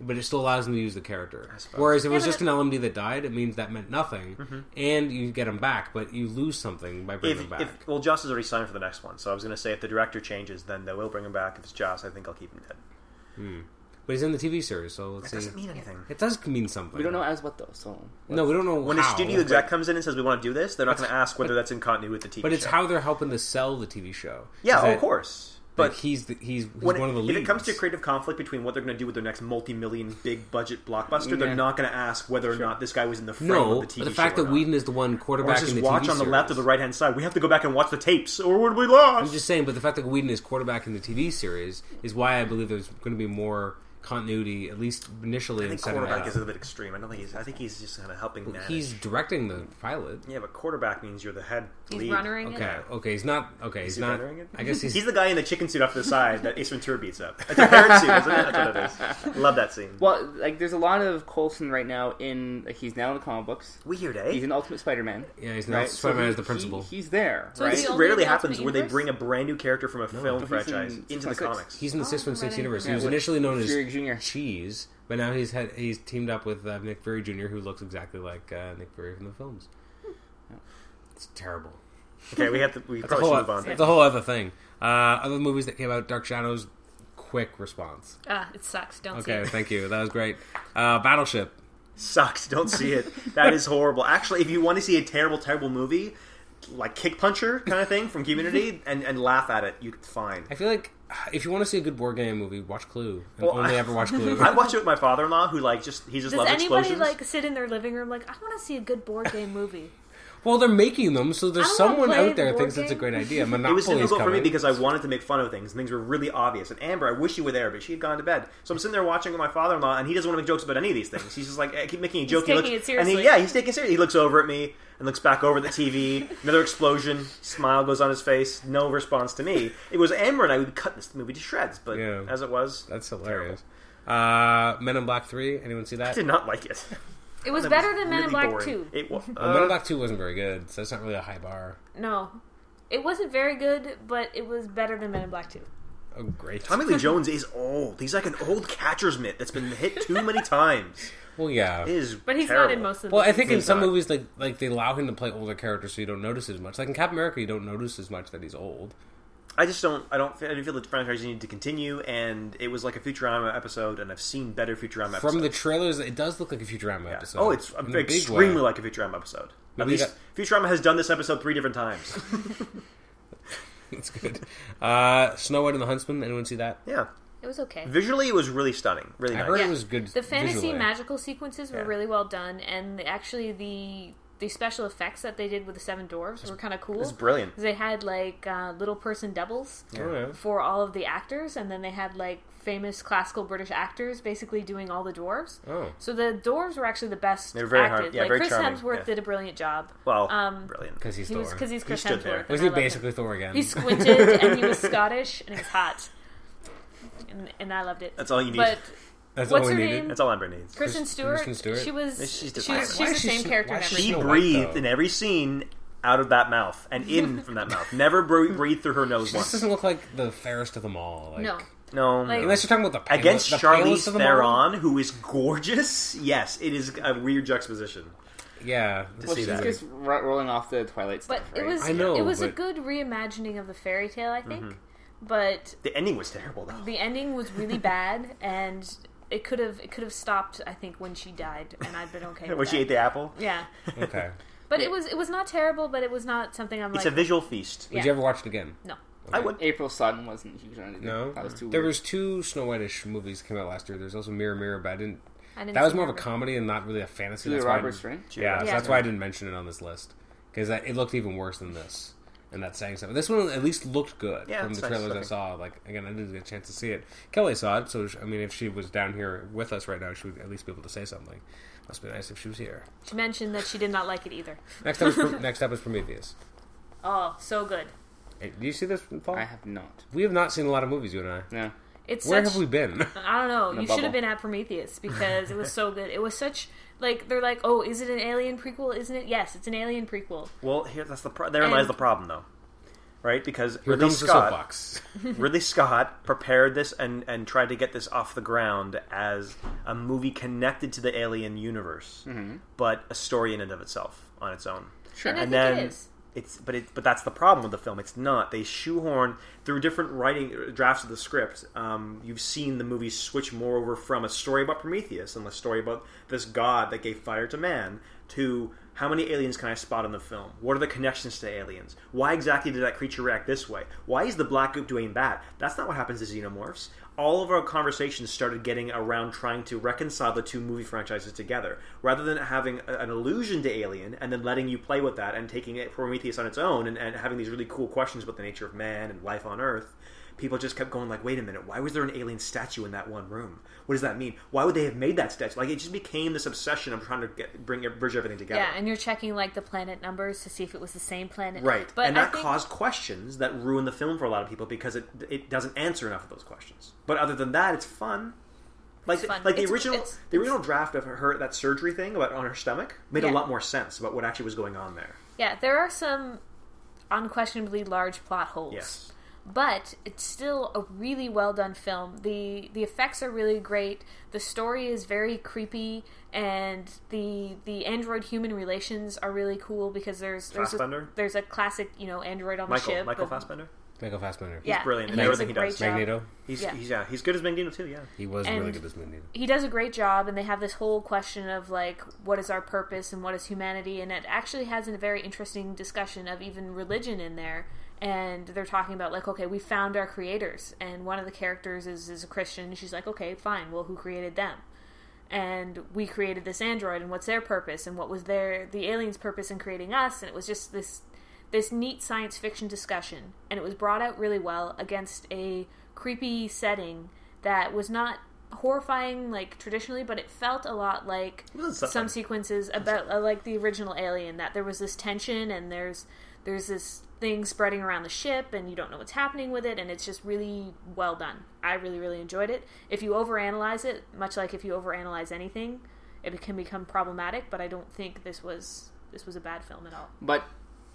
but it still allows him to use the character.
suppose. Mm-hmm.
Whereas if it was
but
just an LMD that died, it means that meant nothing, and you get him back, but you lose something by bringing
if,
him back.
if well, Joss is already signed for the next one, so I was going to say if the director changes, then they will bring him back. If it's Joss, I think I'll keep him dead.
but he's in the TV series, so let's
That
see.
doesn't mean anything.
it does mean something.
We don't know as what though, so
No, we don't know
When
how,
a studio exec comes in and says we want to do this, they're not going to ask whether that's in continuity with the TV.
But it's
show.
how they're helping to sell the TV show.
yeah,
Is
of
that-
course.
But
But
he's the, he's, he's
when it-
one of the
if
leads.
it comes to creative conflict between what they're going to do with their next multi-million big budget blockbuster,
Yeah.
they're not going to ask whether or not this guy was in the frame
no,
of the TV
but the
show
fact
or
that
not.
Whedon is the one
or
quarterback in
it's just
the
watch
TV
on the
series.
left or the right hand side. We have to go back and watch the tapes, or would we lost?
I'm just saying, but the fact that Whedon is quarterback in the TV series is why I believe there's going to be more continuity, at least initially.
I
in
think
setting
quarterback
that
is a
up.
little bit extreme. I don't think he's. I think he's just kind of helping manage.
He's directing the pilot.
yeah, but quarterback means you're the head
He's
lead.
runnering
Okay,
it.
okay, he's not. Okay, he's
he
not.
rendering it?
I guess he's.
He's the guy in the chicken suit off to the side that Ace Ventura beats up. It's a parrot suit, isn't it? That's what it is. Love that scene.
Well, like there's a lot of Colson right now in like he's now in the comic books.
Weird,
He's
eh?
in Ultimate Spider-Man.
yeah, he's
Right,
not. Spider-Man
he-
is the principal.
he- he's there.
So
right?
is
This
he only in
rarely
the
happens
Ultimate
where they
Universe?
bring a brand new character from a film
He's in
franchise
Six
into the
by Six.
comics.
he's in the
Oh,
Six One Six
right.
universe.
Yeah,
he was
with
initially known as
Fury Jr..
Cheese, but now he's had, he's teamed up with uh, Nick Fury Jr., who looks exactly like uh, Nick Fury from the films.
Hmm.
It's terrible.
Okay, we have to. We
That's a
probably
whole.
should move on.
Oth- that's a whole other thing. Uh, other movies that came out: Dark Shadows. Quick response.
Ah, it sucks. Don't see
Okay,
it.
thank you. That was great. Uh, Battleship.
sucks. Don't see it. That is horrible. Actually, if you want to see a terrible, terrible movie, like Kick Puncher kind of thing from Community, and, and laugh at it, you it's fine.
I feel like if you want to see a good board game movie, watch Clue. And
Well,
only
I-
ever watch Clue.
I watched it with my father-in-law, who like just he just
Does
loves
anybody
explosions.
like sit in their living room like I want to see a good board game movie?
well, they're making them, so
I
there's
don't wanna
someone
play
out there
the
thinks
board
it's a
game.
great idea.
it was
Monopoly is
difficult for me
coming.
because I wanted to make fun of things, and things were really obvious. And Amber, I wish you were there, but she had gone to bed. So I'm sitting there watching with my father-in-law, and he doesn't want to make jokes about any of these things. He's just like, I keep making a joke. he
taking
looks,
it
And he,
seriously.
yeah, he's taking it seriously. He looks over at me and looks back over at the TV. Another explosion. Smile goes on his face. No response to me. It was Amber and I would cut this movie to shreds, but
Yeah.
as it was,
That's hilarious. Uh, Men in Black Three. Anyone see
I
that? Uh,
did not like it.
It was better than Men
Really
in Black
boring.
Two.
It uh, was.
Well, Men in Black Two wasn't very good, so it's not really a high bar.
No, it wasn't very good, but it was better than Men in Black Two.
Oh, great.
Tommy Lee Jones is old. He's like an old catcher's mitt that's been hit too many times.
Well, yeah.
It is
But he's
terrible.
not in most of. The
Well, I think in
He's
some
not.
movies, like like they allow him to play older characters, so you don't notice as much. Like in Captain America, you don't notice as much that he's old.
I just don't. I don't. feel- I didn't feel the franchise needed to continue, and it was like a Futurama episode, and I've seen better Futurama episodes.
From the trailers, it does look like a Futurama
Yeah.
episode.
oh, it's
In a big way.
extremely like a Futurama episode. At
Maybe
least Futurama has done this episode three different times.
That's good. Uh, Snow White and the Huntsman. Anyone see that?
yeah,
it was okay.
visually it was really stunning, really
I
nice.
heard
Yeah.
it was good.
The fantasy
visually.
magical sequences were
Yeah.
really well done, and actually the the special effects that they did with the Seven Dwarves were kind of
It was
cool.
brilliant.
They had like uh, little person doubles
Oh, yeah.
for all of the actors, and then they had like famous classical British actors basically doing all the dwarves.
Oh.
So the dwarves were actually the best
They were very
acted.
hard- yeah,
like
very
Chris
charming,
Hemsworth
yeah.
did a brilliant job.
Well,
Um,
brilliant.
because he's
He was
Thor.
because he's Chris
stood there.
Hemsworth. and
Wasn't
I
he
loved him.
basically Thor again?
He squinted and he was Scottish and he was hot, and, and I loved it.
That's all you need.
But
That's
what's
all we
her
needed.
name?
That's all Amber needs.
Kristen
Kristen
Stewart,
Stewart?
she was
She's
she's,
just
she's,
like-
Why
the
is she
same
so-
character
why
in
is
every
She
Snow White,
breathed
though.
in every scene out of that mouth and in from that mouth. Never bre- breathed through her nose
This
once.
doesn't look like the fairest of them all. Like,
No.
No,
Like-
no.
Unless you're talking about the palest,
against
the palest
Charlize
of them all?
Theron, who is gorgeous. Yes, it is a weird juxtaposition.
Yeah,
To
well,
see
she's
that.
just ro- rolling off the Twilight
But
stuff.
it
right?
was
I know,
it was a
but-
good reimagining of the fairy tale, I
Mm-hmm.
think. But
The ending was terrible, though.
the ending was really bad, and it could have it could have stopped. I think when she died, and I'd been okay.
When
with
she ate
that.
the apple,
yeah,
Okay.
but it was it was not terrible, but it was not something I'm
it's
like
a visual feast.
Yeah.
Would you ever watch it again?
no.
I would.
April Sutton wasn't huge on it.
No.
that was too.
There
weird.
was two Snow White-ish movies that came out last year. There's also Mirror Mirror, but I didn't.
I didn't
That was
see
more of a
her.
comedy and not really a fantasy.
Julia
that's why I
Roberts,
didn't-
right?
Yeah, so
Yeah.
that's why I didn't mention it on this list because it looked even worse than this. and that's saying something. This one at least looked good
Yeah,
from
it's
the
nice
trailers I
looking.
saw. Like again, I didn't get a chance to see it. Kelly saw it, so sh I mean, if she was down here with us right now, she would at least be able to say something. Must be nice if she was here.
She mentioned that she did not like it either.
Next up is Pr- next up is Prometheus.
Oh, so good.
Hey, do you see this, Paul?
I have not.
We have not seen a lot of movies, you and I.
No.
It's
Where
such,
have we been?
I don't know.
the
You should
bubble.
have been at Prometheus because it was so good. It was such like they're like, oh, is it an alien prequel? Isn't it? Yes, it's an alien prequel.
Well, here that's the pro- therein lies
And-
the problem, though, right? Because
Here
Ridley
comes the
Scott,
soapbox.
Ridley Scott prepared this and and tried to get this off the ground as a movie connected to the Alien universe,
Mm-hmm.
but a story in and of itself on its own.
Sure.
And I
and
think it
then
is.
it's but it but that's the problem with the film. It's not they shoehorn through different writing uh, drafts of the script. Um, you've seen the movie switch more over from a story about Prometheus and a story about this god that gave fire to man to how many aliens can I spot in the film? What are the connections to aliens? Why exactly did that creature react this way? Why is the black goop doing that? That's not what happens to xenomorphs all of our conversations started getting around trying to reconcile the two movie franchises together rather than having a, an allusion to alien and then letting you play with that and taking it prometheus on its own and, and having these really cool questions about the nature of man and life on earth people just kept going like wait a minute why was there an alien statue in that one room what does that mean why would they have made that statue like it just became this obsession of trying to get, bring bridge everything together
Yeah, and you're checking like the planet numbers to see if it was the same planet.
right
But
and
I
that
think,
caused questions that ruin the film for a lot of people because it it doesn't answer enough of those questions but other than that it's fun like,
It's fun.
The, like the
It's-
original,
it's-
the original draft of her that surgery thing about on her stomach made a
Yeah.
lot more sense about what actually was going on there.
yeah, there are some unquestionably large plot holes.
Yes,
but it's still a really well done film. the The effects are really great. The story is very creepy, and the the android human relations are really cool because there's there's a,
Fassbender?
there's a classic you know android on
Michael
the ship.
Michael
but-
Fassbender,
Michael Fassbender.
yeah,
brilliant
and
in
he does a
everything he
great
does.
job.
Magneto.
he's
Yeah.
he's yeah he's good as Magneto too. Yeah,
He was
And-
really good as Magneto.
he does a great job and they have this whole question of like what is our purpose and what is humanity and it actually has a very interesting discussion of even religion in there and they're talking about like okay we found our creators and one of the characters is, is a christian and she's like okay fine well who created them and we created this android and what's their purpose and what was their the aliens purpose in creating us and it was just this this neat science fiction discussion and it was brought out really well against a creepy setting that was not horrifying like traditionally but it felt a lot like
wasn't something.
some sequences about uh, like the original alien that there was this tension and there's there's this thing spreading around the ship and you don't know what's happening with it and it's just really well done i really really enjoyed it if you overanalyze it much like if you overanalyze anything it can become problematic but i don't think this was this was a bad film at all
But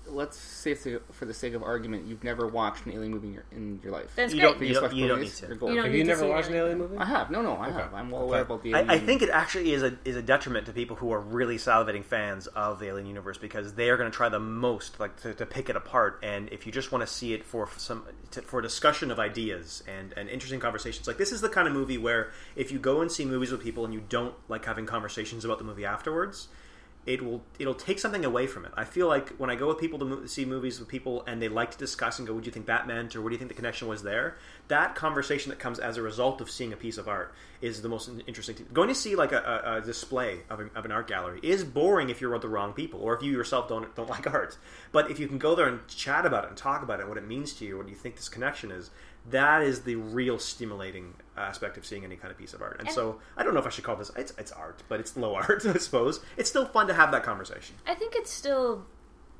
let's say for for the sake of argument, you've never watched an alien movie in your, in your life.
that's
You
great
don't-
But you just watch
you don't
movies,
need to.
you're gold.
You don't
Have
need
you
to
never
see
watched an
that.
alien movie?
I have. No, no, I
Okay.
have. I'm well
Okay.
aware about the alien.
I, I think it actually is a is a detriment to people who are really salivating fans of the Alien universe because they are going to try the most like to, to pick it apart. And if you just want to see it for some to, for discussion of ideas and and interesting conversations, like this is the kind of movie where if you go and see movies with people and you don't like having conversations about the movie afterwards, it will it'll take something away from it. I feel like when I go with people to mo- see movies with people and they like to discuss and go, "What do you think that meant?" or "What do you think the connection was there?" That conversation that comes as a result of seeing a piece of art is the most in- interesting. thing. Going to see like a, a, a display of, an of an art gallery is boring if you're with the wrong people or if you yourself don't don't like art. But if you can go there and chat about it and talk about it, what it means to you, what you think this connection is, that is the real stimulating aspect of seeing any kind of piece of art. And, so I don't know if I should call this it's, it's art, but it's low art, I suppose. It's still fun to have that conversation.
I think it's still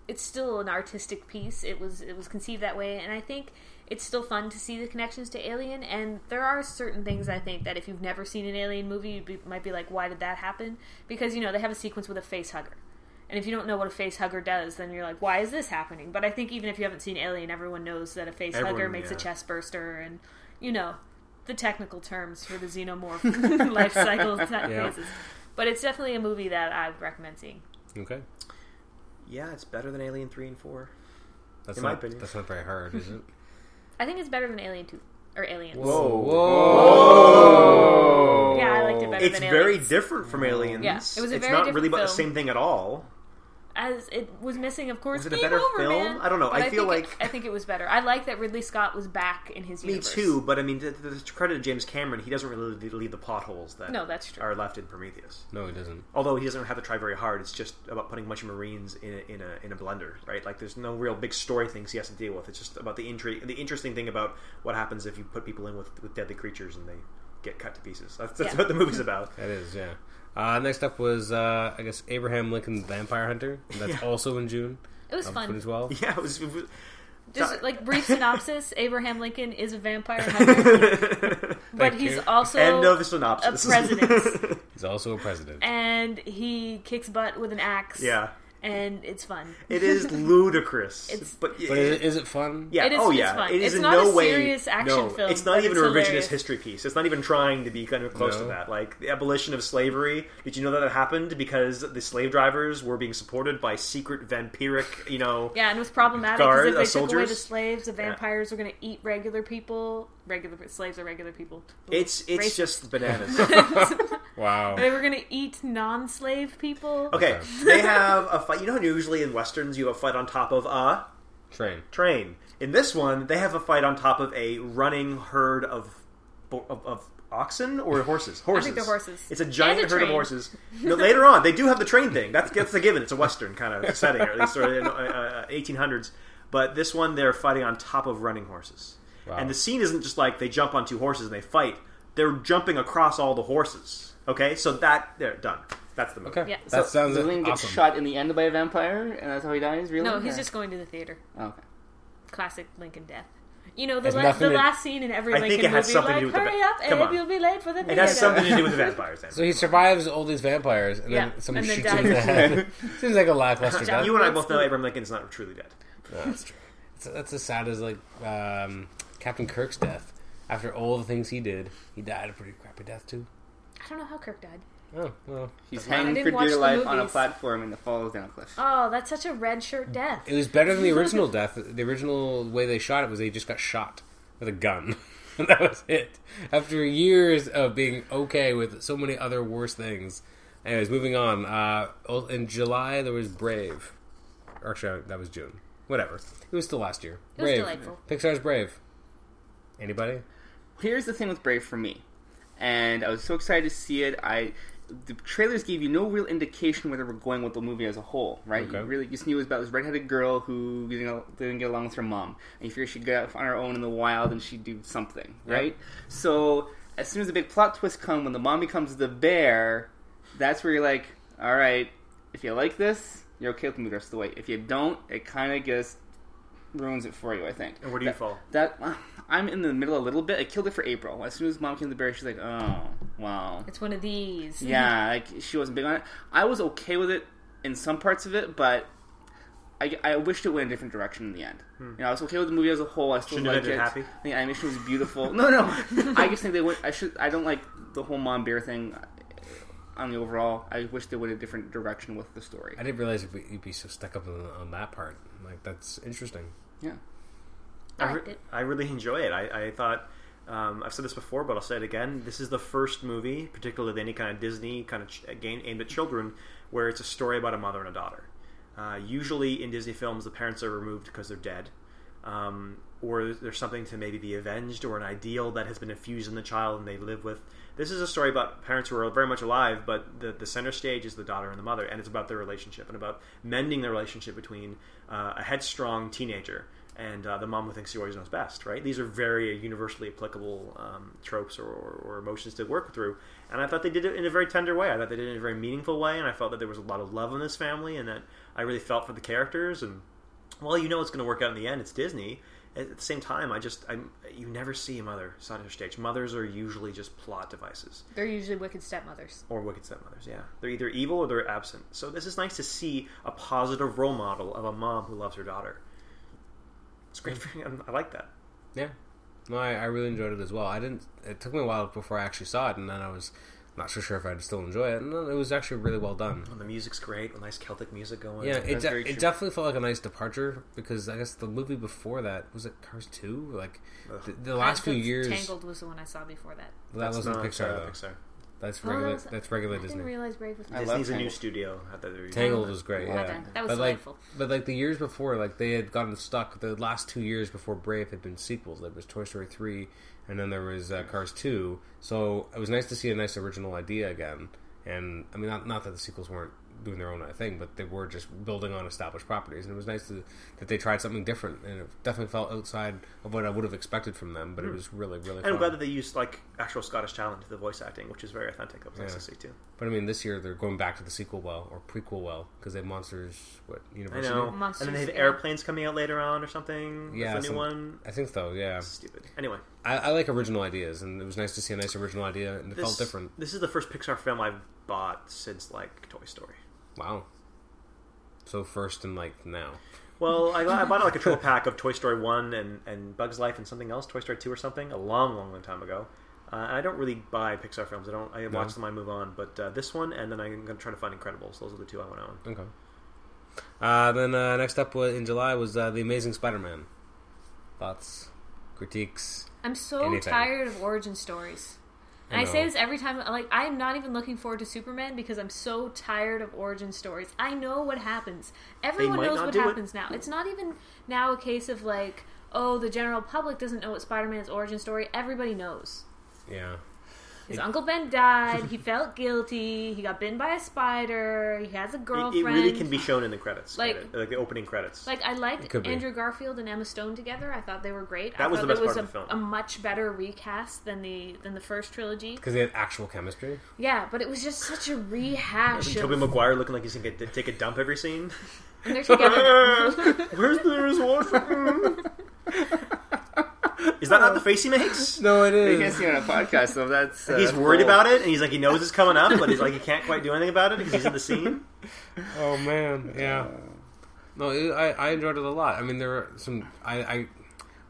it's still an artistic piece. It was it was conceived that way, and I think it's still fun to see the connections to Alien. And there are certain things I think that if you've never seen an Alien movie, you be, might be like, why did that happen? Because you know they have a sequence with a face hugger. And if you don't know what a face hugger does, then you're like, why is this happening? But I think even if you haven't seen Alien, everyone knows that a face hugger
Everyone,
makes a
yeah.
chest burster and, you know, the technical terms for the xenomorph life cycle t- phases. But it's definitely a movie that I would recommend seeing.
Okay.
Yeah, it's better than Alien 3 and 4.
That's
In my
not,
opinion.
that's not very hard, is it?
I think it's better than Alien 2 or Aliens.
Whoa.
Yeah, I liked it better
It's
than
very
Aliens.
different from Aliens.
Yeah, it was a
it's
very
not really
different
about the
film.
same thing at all.
as it was missing, of course.
Was it a
Game
better
over,
film?
man.
I don't know.
But
I feel
think it-
like-
I think it was better. I like that Ridley Scott was back in his
Me
universe.
too, but I mean, to, to the credit of James Cameron, he doesn't really leave the potholes that
No, that's true.
are left in Prometheus.
No, it doesn't.
Although he doesn't have to try very hard, it's just about putting a bunch of Marines in a, in a in a blender, right? Like, there's no real big story things he has to deal with. It's just about the intrigue, the interesting thing about what happens if you put people in with, with deadly creatures and they get cut to pieces. That's, that's
Yeah.
what the movie's about.
That is, yeah. Uh, next up was, uh, I guess, Abraham Lincoln's Vampire Hunter. That's also in June. Um,
It was
of
fun.
2012.
Yeah, it was, it was-
Just like brief synopsis: Abraham Lincoln is a vampire hunter, but
Thank
he's
you.
also
end of
a
synopsis.
president,
He's also a president.
and he kicks butt with an axe.
yeah,
and it's fun.
it is ludicrous,
It's-
but,
But is, it- is it fun?
Yeah.
It is-
oh,
it's
yeah.
fun.
It is
It's
in
not
no
a
way
serious action
no,
film,
It's not
but
even
it's
a revisionist
hilarious.
history piece. It's not even trying to be kind of close
No.
to that. Like the abolition of slavery. Did you know that that happened because the slave drivers were being supported by secret vampiric, you know,
Yeah, and it was problematic
Guard,
because if they
uh,
took away the
soldiers.
slaves, the vampires were going to eat regular people. Regular slaves are regular people.
it's it's
Racist.
just bananas.
Wow.
They were going to eat non-slave people.
okay, they have a fight. You know how usually in westerns you have a fight on top of uh, a
Train.
train. In this one, they have a fight on top of a running herd of bo- of, of oxen or horses. Horses.
they're horses.
It's a giant
And a
herd of
train.
horses. No, later on, they do have the train thing. That's that's a given. It's a western kind of setting, or at least sort of eighteen hundreds. But this one, they're fighting on top of running horses.
Wow.
And the scene isn't just like they jump on two horses and they fight. They're jumping across all the horses. Okay, so that they're done. That's the movie.
Okay.
Yeah.
That
So,
sounds
Lillian gets
awesome.
shot in the end by a vampire, and that's how he dies. Really?
No, he's
Or-
just going to the theater.
Oh, okay.
Classic Lincoln death. You know the,
Has
la-
nothing to-
the last scene in every
I think
Lincoln
it has
movie,
something
like
to do with the
hurry
va-
up,
Come
Abe,
on.
you'll be late for the theater.
It has something to do with the vampires. Andrew.
So he survives all these vampires, and
Yeah,
then someone
and then
shoots him in the head. Seems like a lackluster
John-
death.
you and I
What's
both know
the-
Abraham Lincoln's not truly dead.
Yeah, that's true. That's, that's as sad as like um, Captain Kirk's death. After all the things he did, he died a pretty crappy death too.
I don't know how Kirk died.
Oh well,
He's
I
hanging
didn't
for
watch
dear
the
life on a
movies.
platform and it falls down a cliff.
Oh, that's such a red shirt death.
it was better than the original death. The original way they shot it was they just got shot with a gun. And that was it. After years of being okay with so many other worse things. Anyways, moving on. Uh, oh, in July there was Brave. Or Actually, that was June. Whatever. It was still last year.
It was
Brave.
delightful.
Pixar's Brave. Anybody?
Here's the thing with Brave for me, and I was so excited to see it. I the trailers gave you no real indication where they were going with the movie as a whole, right?
Okay.
You really just knew it was about this redheaded girl who you know, didn't get along with her mom, and you figured she'd go out on her own in the wild and she'd do something, right? So as soon as the big plot twist come, when the mom becomes the bear, that's where you're like, all right, if you like this, you're okay with me the rest of the way. If you don't, it kind of just ruins it for you, I think.
And where do you
That-
fall?
that I'm in the middle a little bit. I killed it for April. As soon as mom came to the bear, she's like, "Oh, wow,
It's one of these.
yeah." Like she wasn't big on it. I was okay with it in some parts of it, but I, I wished it went a different direction in the end. You know, I was okay with the movie as a whole. I still
Hmm. Shouldn't have
liked it.
ended happy?
The animation was beautiful. no, no. I just think they went. I should. I don't like the whole mom bear thing. On the overall, I wish they went a different direction with the story.
I didn't realize you'd be- you'd be so stuck up on, on that part. Like that's interesting.
Yeah.
I,
liked it.
I really enjoy it. I, I thought um, I've said this before, but I'll say it again. This is the first movie, particularly with any kind of Disney kind of ch- game aimed at children, where it's a story about a mother and a daughter. Uh, usually in Disney films, the parents are removed because they're dead, um, or there's something to maybe be avenged, or an ideal that has been infused in the child and they live with. This is a story about parents who are very much alive, but the, the center stage is the daughter and the mother, and it's about their relationship and about mending the relationship between uh, a headstrong teenager and uh, the mom who thinks she always knows best, right? These are very universally applicable um, tropes or, or, or emotions to work through. And I thought they did it in a very tender way. I thought they did it in a very meaningful way, and I felt that there was a lot of love in this family, and that I really felt for the characters. And well, you know it's going to work out in the end. It's Disney. At at the same time, I just I'm, you never see a mother on stage. Mothers are usually just plot devices
They're usually wicked stepmothers.
or wicked stepmothers. Yeah, they're either evil or they're absent. So this is nice to see a positive role model of a mom who loves her daughter. It's great. For, I like that.
Yeah. No, I, I really enjoyed it as well. I didn't. It took me a while before I actually saw it, and then I was not so sure if I'd still enjoy it. And then it was actually really well done.
And Oh, the music's great. With nice Celtic music going.
Yeah, it,
That's
de-
very
it
true.
definitely felt like a nice departure because I guess the movie before that was it Cars Two. Like the, the last few
Because
years,
Tangled was the one I saw before that.
that wasn't
not,
Pixar
uh,
though.
Pixar.
That's
Oh, that
regular.
was-
that's regular
I didn't
Disney.
realize Brave was.
I love
Disney's a new
Tangled.
studio. out there that we-
Tangled was great.
Well
yeah.
done. That was
but like,
delightful.
but like the years before, like they had gotten stuck. The last two years before Brave had been sequels. There was Toy Story three, and then there was uh, Cars two. So it was nice to see a nice original idea again. And I mean, not not that the sequels weren't doing their own uh, thing, but they were just building on established properties. And it was nice to, that they tried something different. And it definitely felt outside of what I would have expected from them. But it was really, really.
And Hmm. I'm
fun.
glad that they used like actual Scottish talent to the voice acting, which is very authentic. That was nice
Yeah.
to see too.
But I mean, this year they're going back to the sequel well or prequel well because they have monsters. What
I
university?
know.
Monsters,
and then they have
yeah.
airplanes coming out later on or something. That's
Yeah,
the new
some-
one.
I think so. Yeah,
Stupid. Anyway,
I, I like original ideas, and it was nice to see a nice original idea, and it
this,
felt different.
This is the first Pixar film I've bought since like Toy Story.
Wow. So first and like now,
Well, I, I bought like a triple pack of Toy Story One and, and Bugs Life and something else, Toy Story Two or something, a long, long, long time ago. Uh, and I don't really buy Pixar films. I don't. I watch them. I move on. But uh, this one, and then I'm going to try to find Incredibles. Those are the two I want to own.
okay. Uh, then uh, next up wa- in July was uh, the Amazing Spider-Man. Thoughts, critiques.
I'm so
Anything.
tired of origin stories. And I,
know.
say this every time. Like I'm not even looking forward to Superman because I'm so tired of origin stories. I know what happens. Everyone
might
knows
not
what
do it.
happens now. It's not even now a case of like, oh, the general public doesn't know what Spider-Man's origin story. Everybody knows.
Yeah,
His
It-
uncle Ben died. he felt guilty. He got bitten by a spider. He has a
It,
girlfriend.
it really can be shown in the credits,
Like-
credit- like the opening credits.
Like I
It
liked
could be.
Andrew Garfield and Emma Stone together. I thought they were great. I
That was
thought
the best
it was
part
a,
of the
a
film.
much better recast than the than the first trilogy.
because they had actual chemistry.
Yeah, but it was just such a rehash.
Toby
of,
Maguire looking like he's going to take a dump every scene.
and they're together. now.
Where's there's water? Is that not the face he makes?
No, it
You can't see it on a podcast, so that's uh,
He's
that's
worried
bold.
about it, and he's like, he knows it's coming up, but he's like, he can't quite do anything about it because he's in the scene.
Oh man, yeah. No, it, I I enjoyed it a lot. I mean, there were some I. I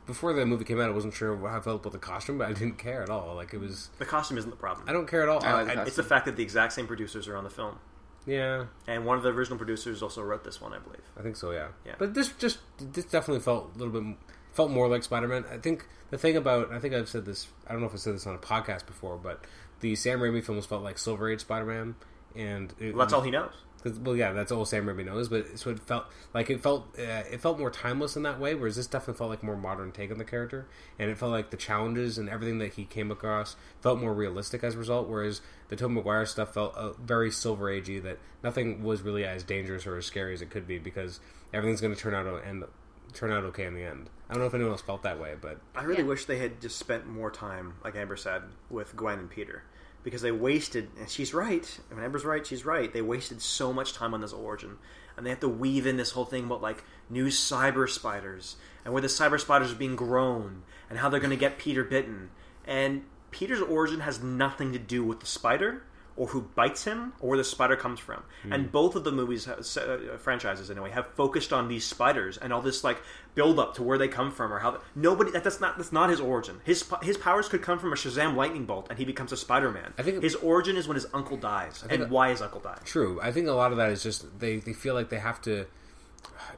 before the movie came out, I wasn't sure how I felt about the costume, but I didn't care at all. Like it was,
The costume isn't the problem.
I don't care at all.
I like the
I- I-
costume.
It's the fact that the exact same producers are on the film,
yeah,
and one of the original producers also wrote this one, I believe.
I think so. Yeah.
Yeah.
But this just this definitely felt a little bit felt more like Spider Man. I think the thing about I think I've said this. I don't know if I said this on a podcast before, but the Sam Raimi films felt like Silver Age Spider Man, and it,
Well, that's all he knows.
'cause- well, yeah, that's all Sam Raimi knows. But so it felt like it felt uh, it felt more timeless in that way. Whereas this definitely felt like more modern take on the character, and it felt like the challenges and everything that he came across felt more realistic as a result. Whereas the Tobey Maguire stuff felt uh, very Silver Agey, that nothing was really as dangerous or as scary as it could be because everything's going to turn out o- and turn out okay in the end. I don't know if anyone else felt that way, but
I really
Yeah.
wish they had just spent more time, like Amber said, with Gwen and Peter. Because they wasted, and she's right. I mean, Amber's right. She's right. They wasted so much time on this origin, and they have to weave in this whole thing about like new cyber spiders and where the cyber spiders are being grown and how they're going to get Peter bitten. And Peter's origin has nothing to do with the spider or who bites him or where the spider comes from.
Hmm.
And both of the movies, have, se- uh, franchises anyway, have focused on these spiders and all this like build up to where they come from or how nobody that, that's not that's not his origin. His sp- his powers could come from a Shazam lightning bolt and he becomes a Spider Man.
I think-
his origin is when his uncle dies and
that-
why his uncle died.
true. I think a lot of that is just they, they feel like they have to.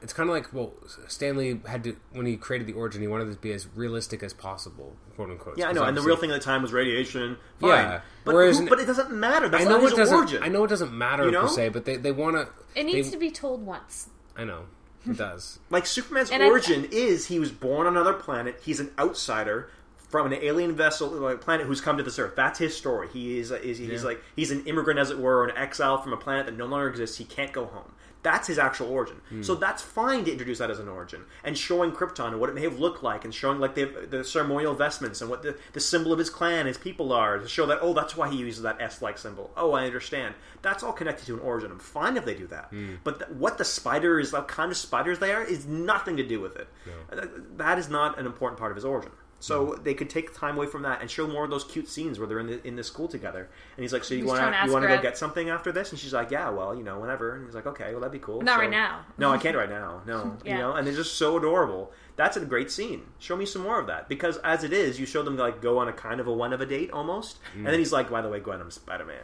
It's kind of like well, Stanley had to when he created the origin, he wanted it to be as realistic as possible, quote unquote.
Yeah, I know.
Because
And the
obviously-
real thing at the time was radiation. Fine.
Yeah.
But,
Whereas
who-
in-
but it doesn't matter. That's
I know
not his
it doesn't.
origin.
I know it doesn't matter
You know?
per se, but they they want to.
it needs to be told once.
I know it does.
Like Superman's
And I-
origin is he was born on another planet. He's an outsider from an alien vessel, like planet who's come to this Earth. That's his story. He is, uh, is he's
Yeah.
like he's an immigrant, as it were, or an exile from a planet that no longer exists. He can't go home. That's his actual origin. So that's fine to introduce that as an origin and showing Krypton and what it may have looked like, and showing like the, the ceremonial vestments and what the, the symbol of his clan, his people are, to show that oh, that's why he uses that S-like symbol. Oh, I understand. That's all connected to an origin. I'm fine if they do that. But th- what the spider is, what kind of spiders they are, is nothing to do with it. Th- That is not an important part of his origin. So they could take time away from that and show more of those cute scenes where they're in the in the school together. And he's like, "So you
He's
want
trying to
to
ask
you want to
her
go
out.
get something after this?" And she's like, "Yeah, well, you know, whenever." And he's like, "Okay, well, that'd be cool."
Not
So-
right now.
No, I can't right now. No, you
Yeah.
know, and they're just so adorable. That's a great scene. Show me some more of that because as it is, you show them like go on a kind of a one of a date almost, and then he's like, "By the way, Gwen, I'm Spider Man."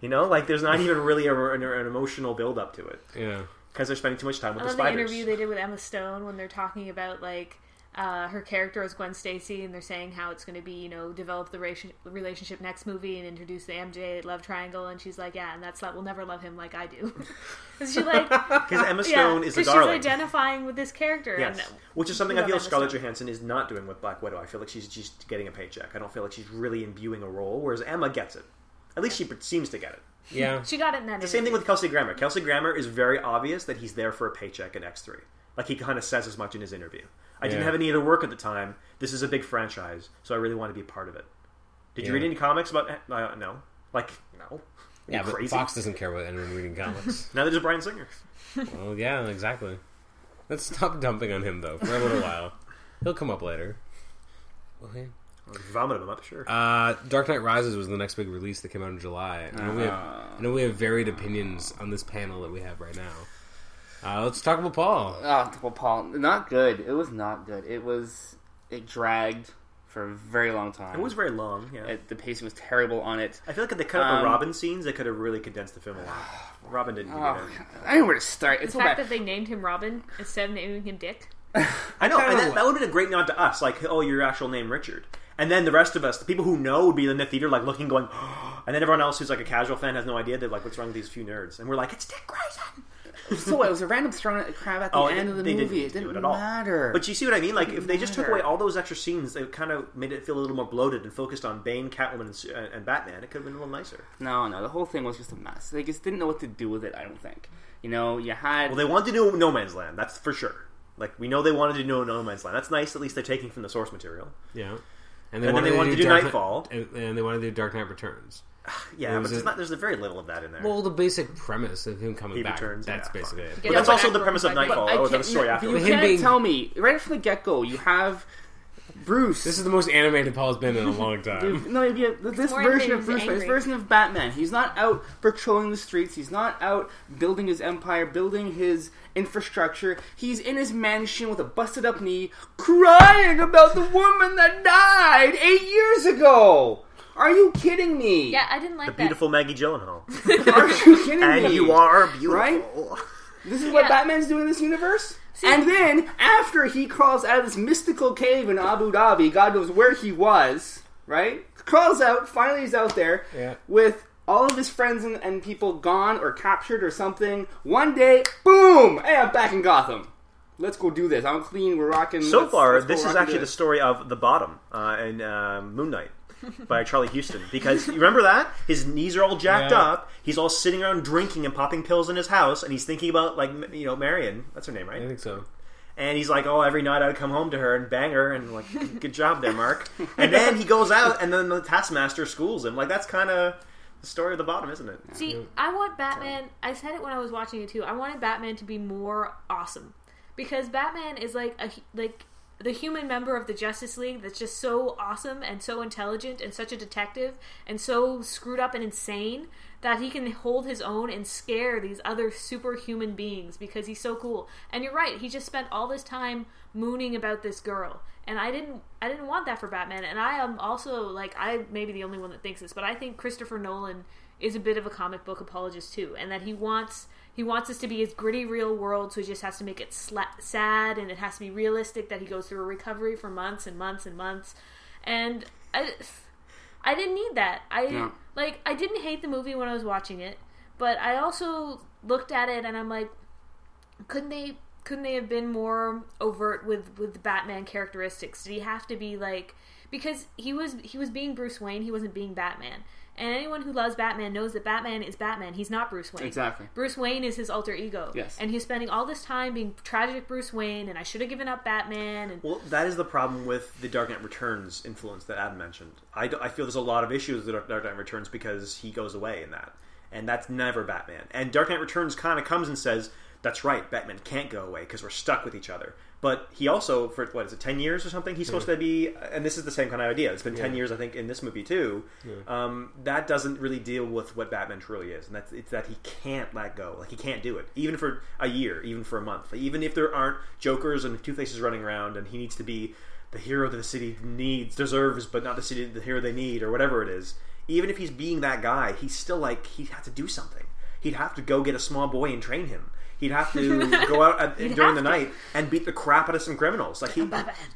You know, like there's not even really a, an, an emotional build up to it
Yeah,
because they're spending too much time with
I
the
love the
spiders.
interview they did with Emma Stone when they're talking about like uh, her character is Gwen Stacy, and they're saying how it's going to be, you know, develop the raci- relationship next movie and introduce the MJ love triangle. And she's like, yeah, and that's that will never love him like I do. Is she like,
Because Emma
yeah,
Stone is a
because
darling.
she's identifying with this character.
Yes,
And
which is something
we
I
love
feel
Emma
Scarlett
Stone.
Johansson is not doing with Black Widow. I feel like she's just getting a paycheck. I don't feel like she's really imbuing a role, whereas Emma gets it. At least she pre- seems to get it.
Yeah.
she got it in that.
The same thing
interview.
with Kelsey Grammer. Kelsey Grammer is very obvious that he's there for a paycheck in X three. Like he kind of says as much in his interview. I didn't
Yeah.
have any other work at the time. This is a big franchise, so I really want to be part of it. Did you
Yeah.
read any comics about? Uh, no, like no. Are
Yeah,
you
but
crazy.
Fox doesn't care about anyone reading comics.
Neither does Brian Singer.
well, yeah, exactly. Let's stop dumping on him though for a little while. He'll come up later. Okay.
Vomit him up, sure.
Uh, Dark Knight Rises was the next big release that came out in July. I know, we have,
Ah.
I know we have varied opinions on this panel that we have right now. Uh, let's talk about Paul.
Uh,
Oh, well, Paul, not good. It was not good. It was it dragged for a very long time.
it was very long. Yeah.
It- the pacing was terrible on it.
I feel like if they cut out
Um,
the Robin scenes, they could have really condensed the film a lot. Robin didn't do
Oh,
that.
I don't know where to start. It's
The
so
fact
bad.
that they named him Robin instead of naming him Dick.
I know,
Kinda
and
what-
that, that would have been a great nod to us, like, oh, your actual name, Richard. And then the rest of us, the people who know, would be in the theater, like, looking, going, and then everyone else who's, like, a casual fan has no idea. They're like, what's wrong with these few nerds? And we're like, it's Dick Grayson!
so what? It was a random thrown crap at the
Oh, it-
end of the
they didn't
movie.
do
it didn't
it at all.
matter.
But you see what I mean? Like, if they just took
Matter.
away all those extra scenes, they kind of made it feel a little more bloated and focused on Bane, Catwoman, and, Su- and Batman. It could have been a little nicer.
no, no, the whole thing was just a mess. They just didn't know what to do with it. I don't think. You know, you had
Well, they wanted to do No Man's Land, that's for sure. Like, we know they wanted to do No Man's Land. That's nice, at least they're taking from the source material.
Yeah. And, they
And then they wanted to do
Dark Kni-
Nightfall.
and, and they wanted to do Dark Knight Returns.
Yeah,
It
but
was
there's,
a-
not, there's very little of that in there.
Well, the basic premise of him coming
He
back.
returns,
that's
yeah.
basically it.
Get
But that's
him
also
back
the
from
premise of
Black Widow.
Nightfall.
I
Oh,
can't-
the story
you
afterwards.
can't
being-
tell me right from the get go. You have Bruce.
This is the most animated Paul's been in a long time.
No, it'd be a, this
more
version
than
of Bruce,
he's
Wayne, this
angry.
version of Batman. He's not out patrolling the streets. He's not out building his empire, building his infrastructure. He's in his mansion with a busted up knee, crying about the woman that died eight years ago. Are you kidding me?
Yeah, I didn't like
The
that.
beautiful Maggie Gyllenhaal.
Are you kidding
and
me?
you are beautiful.
This is what
Yeah.
Batman's doing in this universe. and then after he crawls out of this mystical cave in Abu Dhabi, God knows where he was, right? Crawls out, finally he's out there
Yeah.
with all of his friends and, and people gone or captured or something. One day, boom! Hey, I'm back in Gotham. Let's go do this. I'm clean. We're rocking.
So
let's-
far,
let's go
this
rock
is
and
actually
do
the
it.
story of The Bottom uh, and uh, Moon Knight by Charlie Houston. Because you remember that his knees are all jacked
Yeah.
up. He's all sitting around drinking and popping pills in his house, and he's thinking about like m- you know Marion. That's her name,
I
right?
think so.
And he's like, oh, every night I'd come home to her and bang her, and like, "Good- good job there, Mark. And then he goes out, and then the Taskmaster schools him. Like that's kind of the story of The Bottom, isn't it?
See, I want Batman. I said it when I was watching it too. I wanted Batman to be more awesome because Batman is like a hu- like the human member of the Justice League that's just so awesome and so intelligent and such a detective and so screwed up and insane that he can hold his own and scare these other superhuman beings because he's so cool. And you're right, he just spent all this time mooning about this girl. And I didn't I didn't want that for Batman. And I am also like I may be the only one that thinks this, but I think Christopher Nolan is a bit of a comic book apologist too, and that he wants he wants us to be his gritty real world, so he just has to make it sla- sad and it has to be realistic that he goes through a recovery for months and months and months. And I, I didn't need that. I
No.
like I didn't hate the movie when I was watching it, but I also looked at it and I'm like, couldn't they couldn't they have been more overt with with the Batman characteristics? Did he have to be like because he was he was being Bruce Wayne, he wasn't being Batman. And anyone who loves Batman knows that Batman is Batman. He's not Bruce Wayne.
Exactly.
Bruce Wayne is his alter ego.
Yes.
And he's spending all this time being tragic Bruce Wayne and I should have given up Batman and
Well, that is the problem with the Dark Knight Returns influence that Adam mentioned. I, d- I feel there's a lot of issues with the Dark Knight Returns because he goes away in that, and that's never Batman. And Dark Knight Returns kind of comes and says, "That's right, Batman can't go away because we're stuck with each other." But he also, for what is it, ten years or something? He's supposed to be, and this is the same kind of idea. It's been ten years, I think, in this movie too. Um, that doesn't really deal with what Batman truly is, and that's it's that he can't let go, like he can't do it, even for a year, even for a month, Like, even if there aren't Jokers and Two Faces running around, and he needs to be the hero that the city needs, deserves, but not the city the hero they need, or whatever it is. Even if he's being that guy, he's still like he had to do something. He'd have to go get a small boy and train him. He'd have to go out at, during
have to.
the night and beat the crap out of some criminals. Like he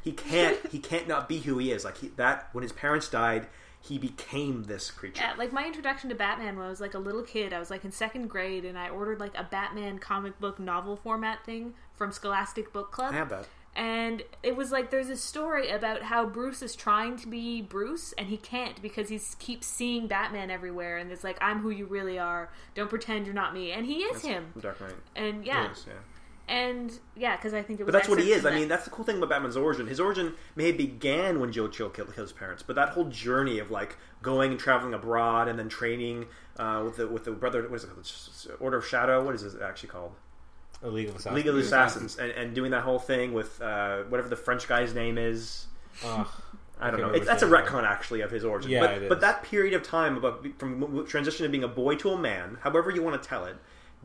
he can't he can't not be who he is. Like he, that when his parents died, he became this creature.
Yeah, like my introduction to Batman when I was like a little kid, I was like in second grade and I ordered like a Batman comic book novel format thing from Scholastic Book Club.
I have that.
And it was like there's a story about how Bruce is trying to be Bruce and he can't because he keeps seeing Batman everywhere and it's like I'm who you really are. Don't pretend you're not me. And he is him.
The Dark Knight.
And yeah,
Yes, yeah.
and yeah, because I think it was.
But that's what he
excellent
is. I mean,
that-
that's the cool thing about Batman's origin. His origin may have began when Joe Chill killed his parents, but that whole journey of like going and traveling abroad and then training uh, with the with the brother, what is it called? It's- it's Order of Shadow. What is it actually called?
A League of Assassins.
League of Assassins, and, and doing that whole thing with uh, whatever the French guy's name is.
Ugh.
I don't
Okay,
know.
what
It's, that's a
we're saying.
retcon, actually, of his origin.
Yeah,
but,
it
but
is.
that period of time, about, from w- transition to being a boy to a man, however you want to tell it,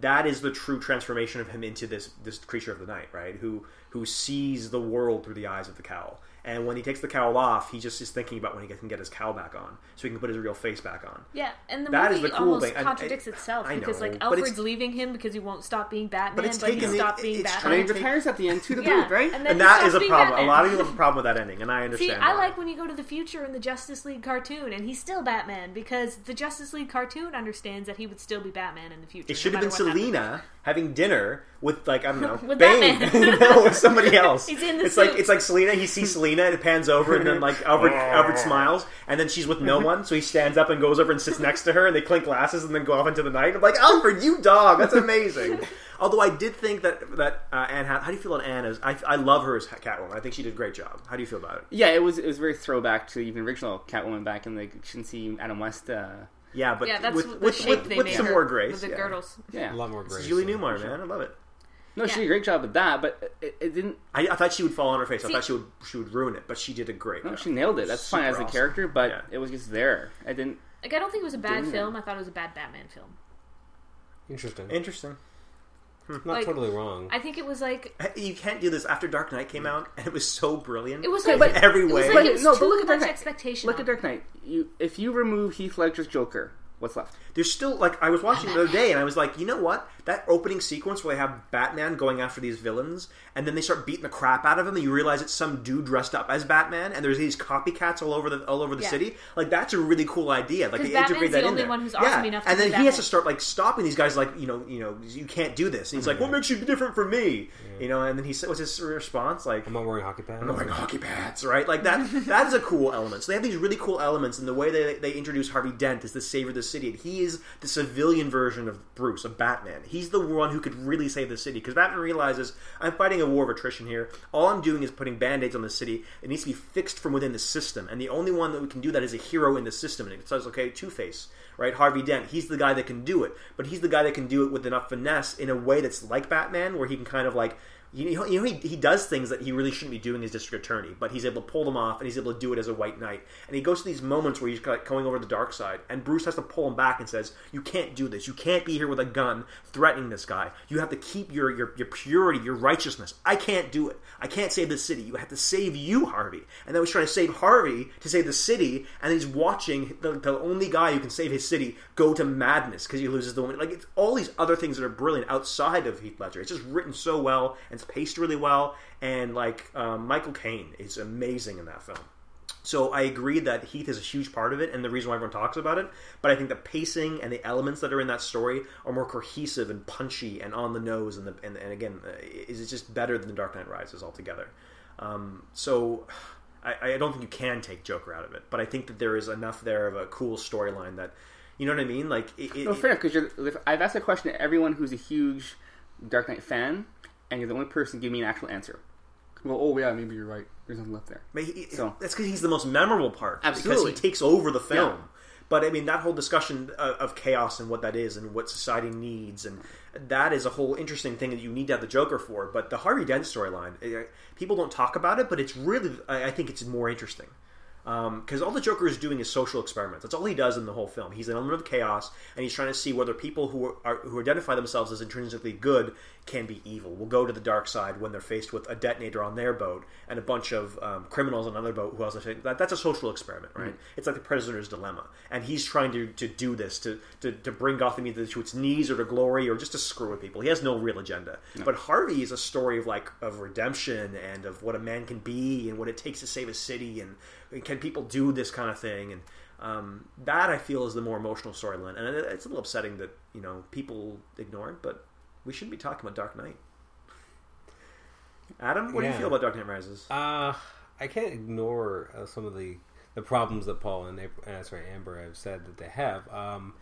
that is the true transformation of him into this this creature of the night, right? Who who sees the world through the eyes of the cowl. And when he takes the cowl off, he just is thinking about when he can get his cowl back on, so he can put his real face back on.
Yeah, and the
That is
movie
the cool
almost
thing. I-
contradicts itself
I
because
know,
like
but it's-
Alfred's leaving him because he won't stop being Batman,
it's
but,
taken-
he stopped
it-
being
it's
And
Batman.
he
trying to-
retires at the end to the
yeah,
boot, right?
and then
And
he
that
stops
is a
being
problem.
Batman.
A lot of people have a problem with that ending, and I understand.
See, I
why.
like when you go to the future in the Justice League cartoon, and he's still Batman because the Justice League cartoon understands that he would still be Batman in the future.
It should
no
have been
matter what happens.
Selena having dinner with like I don't know
With
Bane.
Batman.
no, with somebody else.
He's in the
it's like
suit.
it's like Selena. He sees Selena, and it pans over, and then like Albert Albert smiles, and then she's with no one, so he stands up and goes over and sits next to her, and they clink glasses, and then go off into the night. I'm like Alfred, you dog, that's amazing. Although I did think that that uh, Anne, how, how do you feel on Anne? As I, I love her as Catwoman. I think she did a great job. How do you feel about it?
Yeah, it was it was very throwback to even original Catwoman back in the Shinsi Adam West. Uh,
Yeah, but
Yeah, that's
with
the
with,
shape
with,
they
with
made
some
her,
more grace.
with the
yeah.
girdles.
A
yeah,
lot more grace.
Julie
than-
Newmar, man, I love it.
no, she did a great job at that, but it, it didn't.
I, I thought she would fall on her face. I
See-
thought she would she would ruin it, but she did a great.
No,
job.
Oh, she nailed it. That's fine
Super
as a
awesome.
character, but
Yeah.
it was just there. I didn't.
Like I don't think it was a bad
Damn.
film. I thought it was a bad Batman film.
Interesting.
Interesting.
Not
like-
totally wrong.
I think it was like
You can't do this after Dark Knight came out, and it was so brilliant.
it was
Okay,
like
but
every
it was
way.
like
But-
it was
no,
too
but look at Dark
much
Knight.
expectation.
Look at
on it.
Dark Knight. You, if you remove Heath Ledger's Joker, what's left?
There's still like I was watching the other day, and I was like, you know what? That opening sequence where they have Batman going after these villains, and then they start beating the crap out of him, and you realize it's some dude dressed up as Batman, and there's these copycats all over the all over the
Yeah.
city. Like that's a really cool idea. Like
'Cause
they
Batman's
integrate
the
that in
only
there.
one who's
yeah.
awesome enough to
and
be
then he has to
Batman.
start like stopping these guys. Like you know, you know, you can't do this. And he's like, what makes you different from me? You know, and then he said, what's his response? Like,
I'm not wearing hockey pads.
I'm not wearing hockey pads, right? Like that. that is a cool element. So they have these really cool elements, and the way they, they introduce Harvey Dent as the savior of the city, and he is the civilian version of Bruce, of Batman. He's the one who could really save the city because Batman realizes I'm fighting a war of attrition here. All I'm doing is putting band-aids on the city. It needs to be fixed from within the system, and the only one that we can do that is a hero in the system. And it says, okay, Two Face, right? Harvey Dent. He's the guy that can do it, but he's the guy that can do it with enough finesse in a way that's like Batman, where he can kind of like you know, you know he, he does things that he really shouldn't be doing as district attorney, but he's able to pull them off, and he's able to do it as a white knight. And he goes to these moments where he's like going over the dark side, and Bruce has to pull him back and says, "You can't do this. You can't be here with a gun threatening this guy. You have to keep your your, your purity, your righteousness. I can't do it. I can't save the city. You have to save you, Harvey." And then he's trying to save Harvey to save the city, and he's watching the, the only guy who can save his city go to madness because he loses the woman. Like it's all these other things that are brilliant outside of Heath Ledger. It's just written so well and it's paced really well. And like um, Michael Caine is amazing in that film. So I agree that Heath is a huge part of it and the reason why everyone talks about it. But I think the pacing and the elements that are in that story are more cohesive and punchy and on the nose. And the and, and again, uh, is it's just better than The Dark Knight Rises altogether. Um, so I, I don't think you can take Joker out of it, but I think that there is enough there of a cool storyline that you know what I mean. Like, it, it,
No, fair enough. Because I've asked that question to everyone who's a huge Dark Knight fan, and you're the only person giving me an actual answer. Well, oh yeah, maybe you're right. There's nothing left there.
But he,
So-
That's because he's the most memorable part.
Absolutely.
Because he takes over the film.
Yeah.
But I mean, that whole discussion of, of chaos and what that is and what society needs, and that is a whole interesting thing that you need to have the Joker for. But eh, the Harvey Dent storyline, eh, people don't talk about it, but it's really, I I think it's more interesting. Because all the Joker is doing is social experiments. That's all he does in the whole film. He's an element of chaos, and he's trying to see whether people who are who identify themselves as intrinsically good can be evil. Will go to the dark side when they're faced with a detonator on their boat and a bunch of um, criminals on another boat. Who else? That, that's a social experiment, right? It's like the prisoner's dilemma, and he's trying to, to do this to, to to bring Gotham either to its knees or to glory or just to screw with people. He has no real agenda. But Harvey is a story of like of redemption and of what a man can be and what it takes to save a city and, and can people do this kind of thing and um, that I feel is the more emotional storyline. And it- it's a little upsetting that you know people ignore it, but we shouldn't be talking about Dark Knight. Adam, what do
Yeah.
you feel about Dark Knight Rises?
Uh, I can't ignore uh, some of the the problems that Paul and April, uh, sorry Amber have said that they have. Um,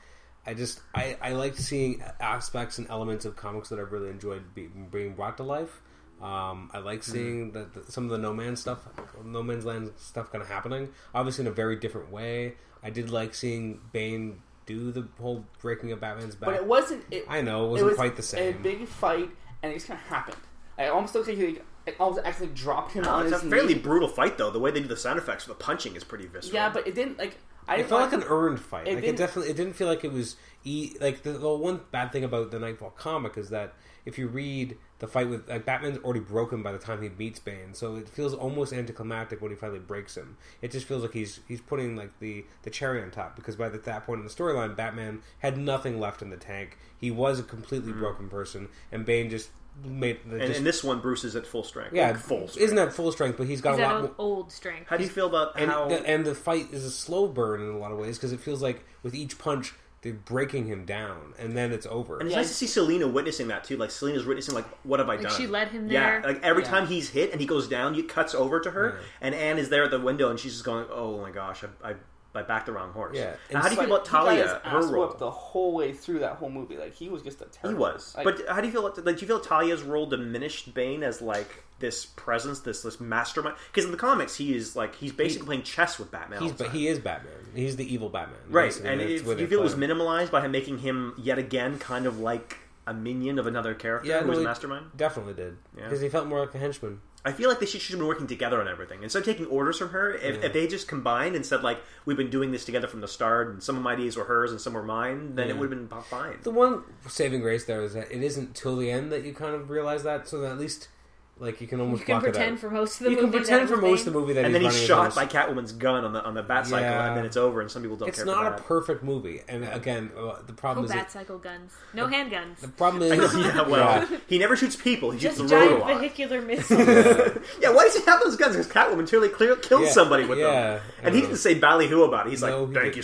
I just I, I like seeing aspects and elements of comics that I've really enjoyed be, being brought to life. Um, I
Mm-hmm.
like seeing that the, some of the no man's stuff, no man's land stuff, kind of happening. Obviously, in a very different way. I did like seeing Bane do the whole breaking of Batman's back.
But it wasn't. It,
I know it
it
wasn't
was
quite the same.
A big fight, and it just kind of happened. I almost looked like he, I almost actually dropped him
Oh,
on
it's a
his
fairly
knee.
brutal fight, though. The way they do the sound effects for the punching is pretty visceral.
Yeah, but it didn't like. I
It
didn't
felt
like,
like an earned fight.
It
like
didn't-
it definitely, it didn't feel like it was. E- like the, the one bad thing about the Nightfall comic is that if you read the fight with like Batman's already broken by the time he beats Bane, so it feels almost anticlimactic when he finally breaks him. It just feels like he's he's putting like the the cherry on top because by the, that point in the storyline, Batman had nothing left in the tank. He was a completely broken person, and Bane just made the,
Hmm. and
just,
in this one, Bruce is at full strength.
yeah,
Like, full. Strength.
isn't at full strength, but he's got
He's
a lot.
at
more,
old, old strength.
How do you feel about
and
how?
the, and the fight is a slow burn in a lot of ways because it feels like with each punch they're breaking him down and then it's over.
And it's nice to see Selena witnessing that too. Like Selena's witnessing, like, what have I done?
she led him
Yeah,
there.
like every
Yeah.
time he's hit and he goes down, it cuts over to her, and Anne is there at the window, and she's just going, "Oh my gosh, I, I, I backed the wrong horse."
Yeah.
Now,
And
how do you feel about
He got his
Talia? Her
ass
role.
whooped the whole way through that whole movie. Like he was just a
he
terrible.
was,
Like,
but how do you feel? Like, do you feel Talia's role diminished Bane as like this presence, this this mastermind? Because in the comics, he is like he's basically playing chess with Batman. all
He's
the
but
time.
he is Batman. He's the evil Batman,
right,
basically,
and
that's
if
where
you
they
feel it was
play.
minimalized by him making him yet again kind of like a minion of another character
Yeah,
who's
no,
a
he-
mastermind.
definitely did
Yeah.
because he felt more like a henchman.
I feel like they should, should have been working together on everything. Instead of taking orders from her, if, if they just combined and said, like, we've been doing this together from the start, and some of my ideas were hers and some were mine, then it
Yeah.
would have been p- fine.
The one saving grace there is that it isn't till the end that you kind of realize that, so that at least like you can almost
You can
block it
pretend
out.
for most of the
you
movie.
can pretend
that
for
was
most of
Bane.
the movie that he's
and then he's
running
shot
into
by
this-
Catwoman's gun on the on the Bat Cycle,
Yeah.
and then it's over, and some people don't
It's
care
not a
for
perfect movie, and again, uh, the problem
Cool
is
bat
that,
cycle guns. No handguns.
the problem is
that. yeah, well, he never shoots people, he shoots
Just
the road a
giant
lot.
vehicular missiles.
Yeah, why does he have those guns? Because Catwoman clearly clear, killed
Yeah,
somebody with
yeah,
them.
I
And he
know.
didn't say ballyhoo about it. He's
No, he
like, thank
didn't.
you,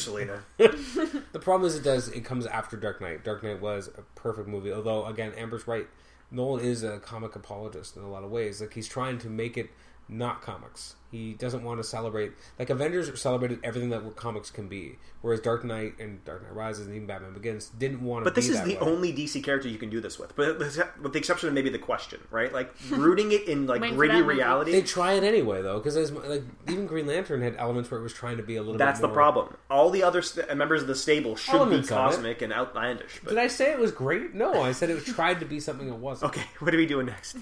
Selena.
The problem is it does it comes after Dark Knight. Dark Knight was a perfect movie, although again Amber's right. Nolan is a comic apologist in a lot of ways. Like he's trying to make it not comics. He doesn't want to celebrate like Avengers celebrated everything that comics can be, whereas Dark Knight and Dark Knight Rises and even Batman Begins didn't want to.
But this
be
is
that
the
way.
only DC character you can do this with, but with the exception of maybe the question, right? Like rooting it in like
Waiting for
gritty
that movie.
reality.
They try it anyway though, because like even Green Lantern had elements where it was trying to be a little.
That's
bit
the
more-
problem. All the other st- members of the stable should
Elements
be
of it.
cosmic and outlandish. But
Did I say it was great? No, I said it tried to be something it wasn't.
okay, what are we doing next?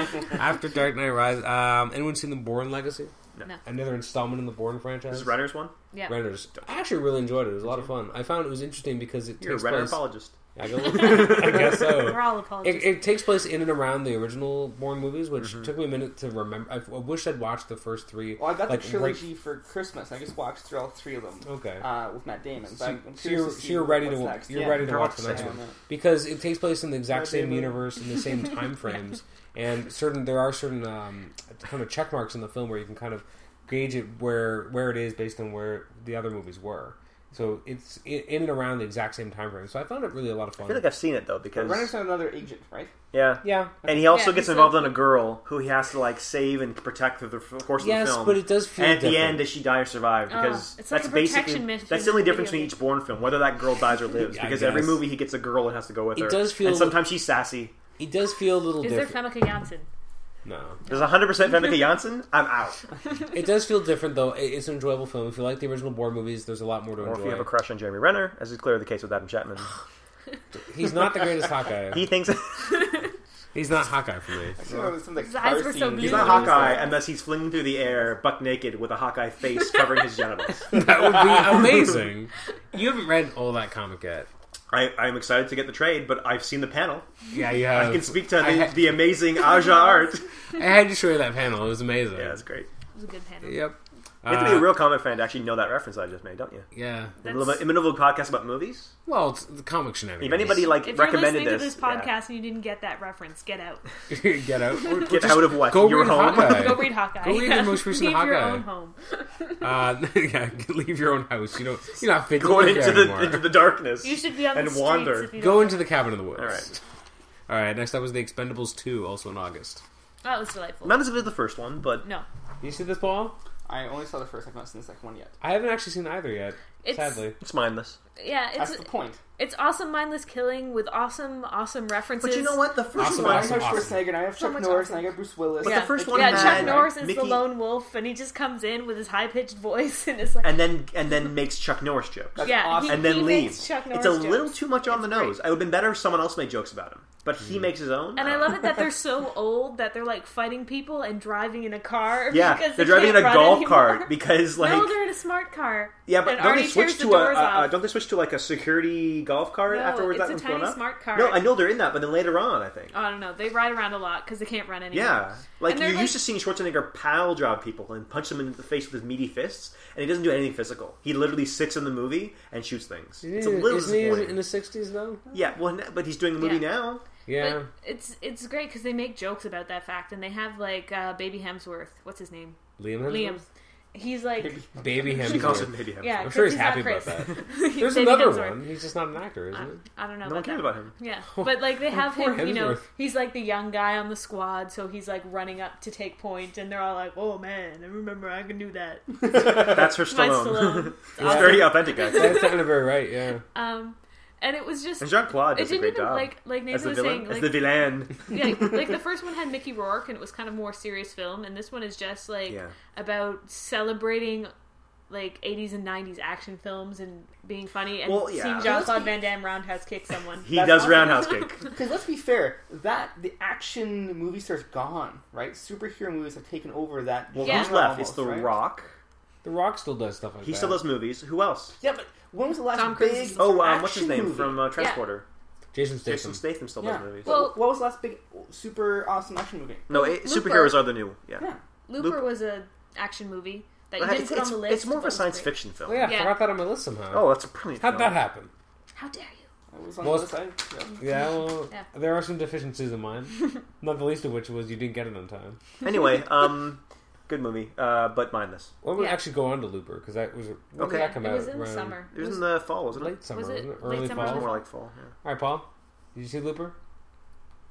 After Dark Knight Rises, um, anyone seen the Bourne Legacy?
No.
Another installment in the Bourne franchise.
this is Renner's one.
yeah.
Renters. I actually really enjoyed it. It was a lot of fun. I found it was interesting because it
You're a
takes
Renner
place.
apologist.
I, go- I guess
We're
so.
all
It,
apologists.
it takes place in and around the original Bourne movies, which took me a minute to remember. I, I wish I'd watched the first three.
well, Oh, I got
like,
the
right-
trilogy for Christmas. I just watched through all three of them.
Okay.
Uh, with Matt Damon. But I'm, I'm
so
curious
you're,
to
so
see
you're ready to
what's next.
you're
Yeah.
ready to
They're
watch
all
the
the
next
same.
one
Yeah.
because it takes place in the exact
Gotta be
same
able to-
universe in the same time frames, and certain there are certain um, kind of check marks in the film where you can kind of gauge it where where it is based on where the other movies were. So it's in, in and around the exact same time frame. So I found it really a lot of fun.
I feel like I've seen it though
But Renner's
because
not another agent, right?
yeah,
yeah,
and he also
Yeah,
gets
he's
involved
so-
on a girl who he has to like save and protect through the f- course
Yes,
of the film.
but it does feel
And at the
different.
end, does she die or survive?
Oh,
Because
it's like
that's
a protection
basically
mission
that's the only
in a
difference
video
between each Bourne film, whether that girl dies or lives.
Yeah, I
because every
guess.
movie, he gets a girl and has to go with
It
her.
does feel-
and sometimes she's sassy.
it does feel a little
Is there
different.
Femke Janssen?
no,
There's 100 percent Femke Janssen. I'm out.
it does feel different though. It- It's an enjoyable film. If you like the original Bourne movies, there's a lot more to
Or if you
enjoy.
have a crush on Jeremy Renner, as is clearly the case with Adam Chapman,
He's not the greatest Hawkeye.
he thinks
He's not Hawkeye for me.
His eyes were so blue.
He's not Hawkeye unless he's flinging through the air, buck naked, with a Hawkeye face covering his genitals.
That would be amazing. You haven't read all that comic yet.
I, I'm excited to get the trade, but I've seen the panel.
Yeah, you have.
I can speak to
I
the,
ha-
the amazing Aja art.
I had to show you that panel. It was amazing.
Yeah, it's great.
It was a good panel.
Yep.
You have to be
Uh,
a real comic fan to actually know that reference I just made, don't you?
Yeah.
In a little- in a little podcast about movies.
Well, it's the comic shenanigans.
If anybody like
If you're
recommended
listening
this,
to this
yeah.
podcast and you didn't get that reference, get out.
get out, or- or
get
just
out of what
Go
your
read
home.
Hawkeye.
Go read Hawkeye.
Go read the most recent
Leave your
Hawkeye.
own home.
Uh, yeah, leave your own house. You don't. You're not fit to
Go
live there
into the
anymore.
into the darkness.
You should be on
And
the streets
wander.
if you
Go
don't-
into the cabin in the woods.
All right.
All right. Next up was The Expendables Two, also in August.
That Oh, was delightful.
Not as good as the first one, but
No,
You see this, Paul?
I only saw the first. I've not seen the second one yet.
I haven't actually seen either yet.
It's-
Sadly,
it's mindless.
yeah,
That's
it's
the point.
it's awesome, mindless killing with awesome, awesome references.
But you know what? The first
Awesome,
one,
I
awesome.
have Schwarzenegger, and I have Chuck
much
Norris, and I got Bruce Willis.
But
yeah.
the first one
yeah,
had
Chuck Norris is the
Mickey-
lone wolf, and he just comes in with his high pitched voice and is like,
and then and then makes Chuck Norris jokes,
That's
yeah,
awesome.
he,
and then
he makes
leaves.
Chuck
it's a
Norris
little
jokes.
too much on the
great.
nose. It would have been better if someone else made jokes about him, but
Hmm.
he makes his own.
And I love it that they're so old that they're like fighting people and driving in a car.
Yeah,
because
they're
they
driving in
can't
a
run
golf
anymore.
cart because like
no, they're in a smart car.
Yeah, but
and
don't
Arnie
they switch
tears
to
the
a,
doors
uh,
off.
uh, don't they switch to like a security golf cart
No, it's
afterwards? that
a
one's going
tiny
up?
smart car.
No, I know they're in that, but then later on, I think.
I don't know. They ride around a lot because they can't run anymore.
yeah, like
And
you're
they're
used to
like-
seeing Schwarzenegger pile drive people and punch them in the face with his meaty fists, and he doesn't do anything physical. He literally sits in the movie and shoots things. It's a little
Isn't he
disappointing.
in the '60s though?
yeah, well, n- but he's doing the movie
Yeah.
now.
Yeah.
But it's it's great because they make jokes about that fact, and they have like uh, Baby Hemsworth. What's his name?
Liam.
Liam.
Hemsworth?
He's like
Baby
She calls him
Hemsworth.
maybe. Hemsworth.
yeah.
I'm
'cause
sure he's
not
happy about
Chris.
that.
He's
There's
Baby
another
Hemsworth.
one. He's just not an actor, isn't
I,
it?
I don't know.
No one
about
cared
that.
about him. Oh,
Yeah, but like they have
Poor
him, you know,
Hemsworth.
he's like the young guy on the squad, so he's like running up to take point, and they're all like, "Oh man, I remember I can do that."
That's her
My
Stallone.
Stallone.
it's very authentic, actually.
That sounded very right. Yeah.
Um, and it was just
And Jean Claude
it
does
didn't
a great
even
job
like like
as
Nathan
the
was
villain.
saying
as
like
the villain.
yeah, like the first one had Mickey Rourke and it was kind of more serious film, and this one is just like
Yeah.
about celebrating like 80s and 90s action films and being funny and
Well, yeah.
seeing Jean Claude Van Damme roundhouse kick someone.
He
That's
does
awesome.
roundhouse kick.
Because let's be fair, that the action movie star's gone, right? Superhero movies have taken over that.
Well,
Yeah.
who's left? It's
almost,
The
right?
Rock.
The Rock still does stuff like
He
that.
still does movies. Who else?
Yeah, but when was the last
Tom Cruise
big?
is-
Oh, um, what's his
action
name
movie?
from uh, Transporter?
Jason Statham.
Jason Statham still
Yeah.
does movies.
Well-
what was the last big super awesome action movie?
no, it,
Looper.
superheroes are the new. Yeah,
Yeah.
Looper
Looper.
was a action movie that you didn't
Uh, it's,
put on
it's-
the list.
it's more of
but
a
was
science
great.
fiction film.
Oh yeah, I
Yeah.
forgot that on my list somehow.
Oh, that's a brilliant.
How'd
film.
that happen?
How dare you?
It was on
Well,
the list. I, yeah.
Yeah, well,
Yeah.
there are some deficiencies in mine. Not the least of which was you didn't get it on time.
Anyway, um, good movie, uh, but mindless.
What would
Yeah.
actually go on to Looper? Because that was when
Okay.
did that come
It
out?
was in the
Around
summer.
It was in the fall, wasn't it?
Late summer,
Was it
wasn't it?
late
Early
summer or
fall.
It was
All
more like fall. Yeah.
right, Paul. Did you see Looper?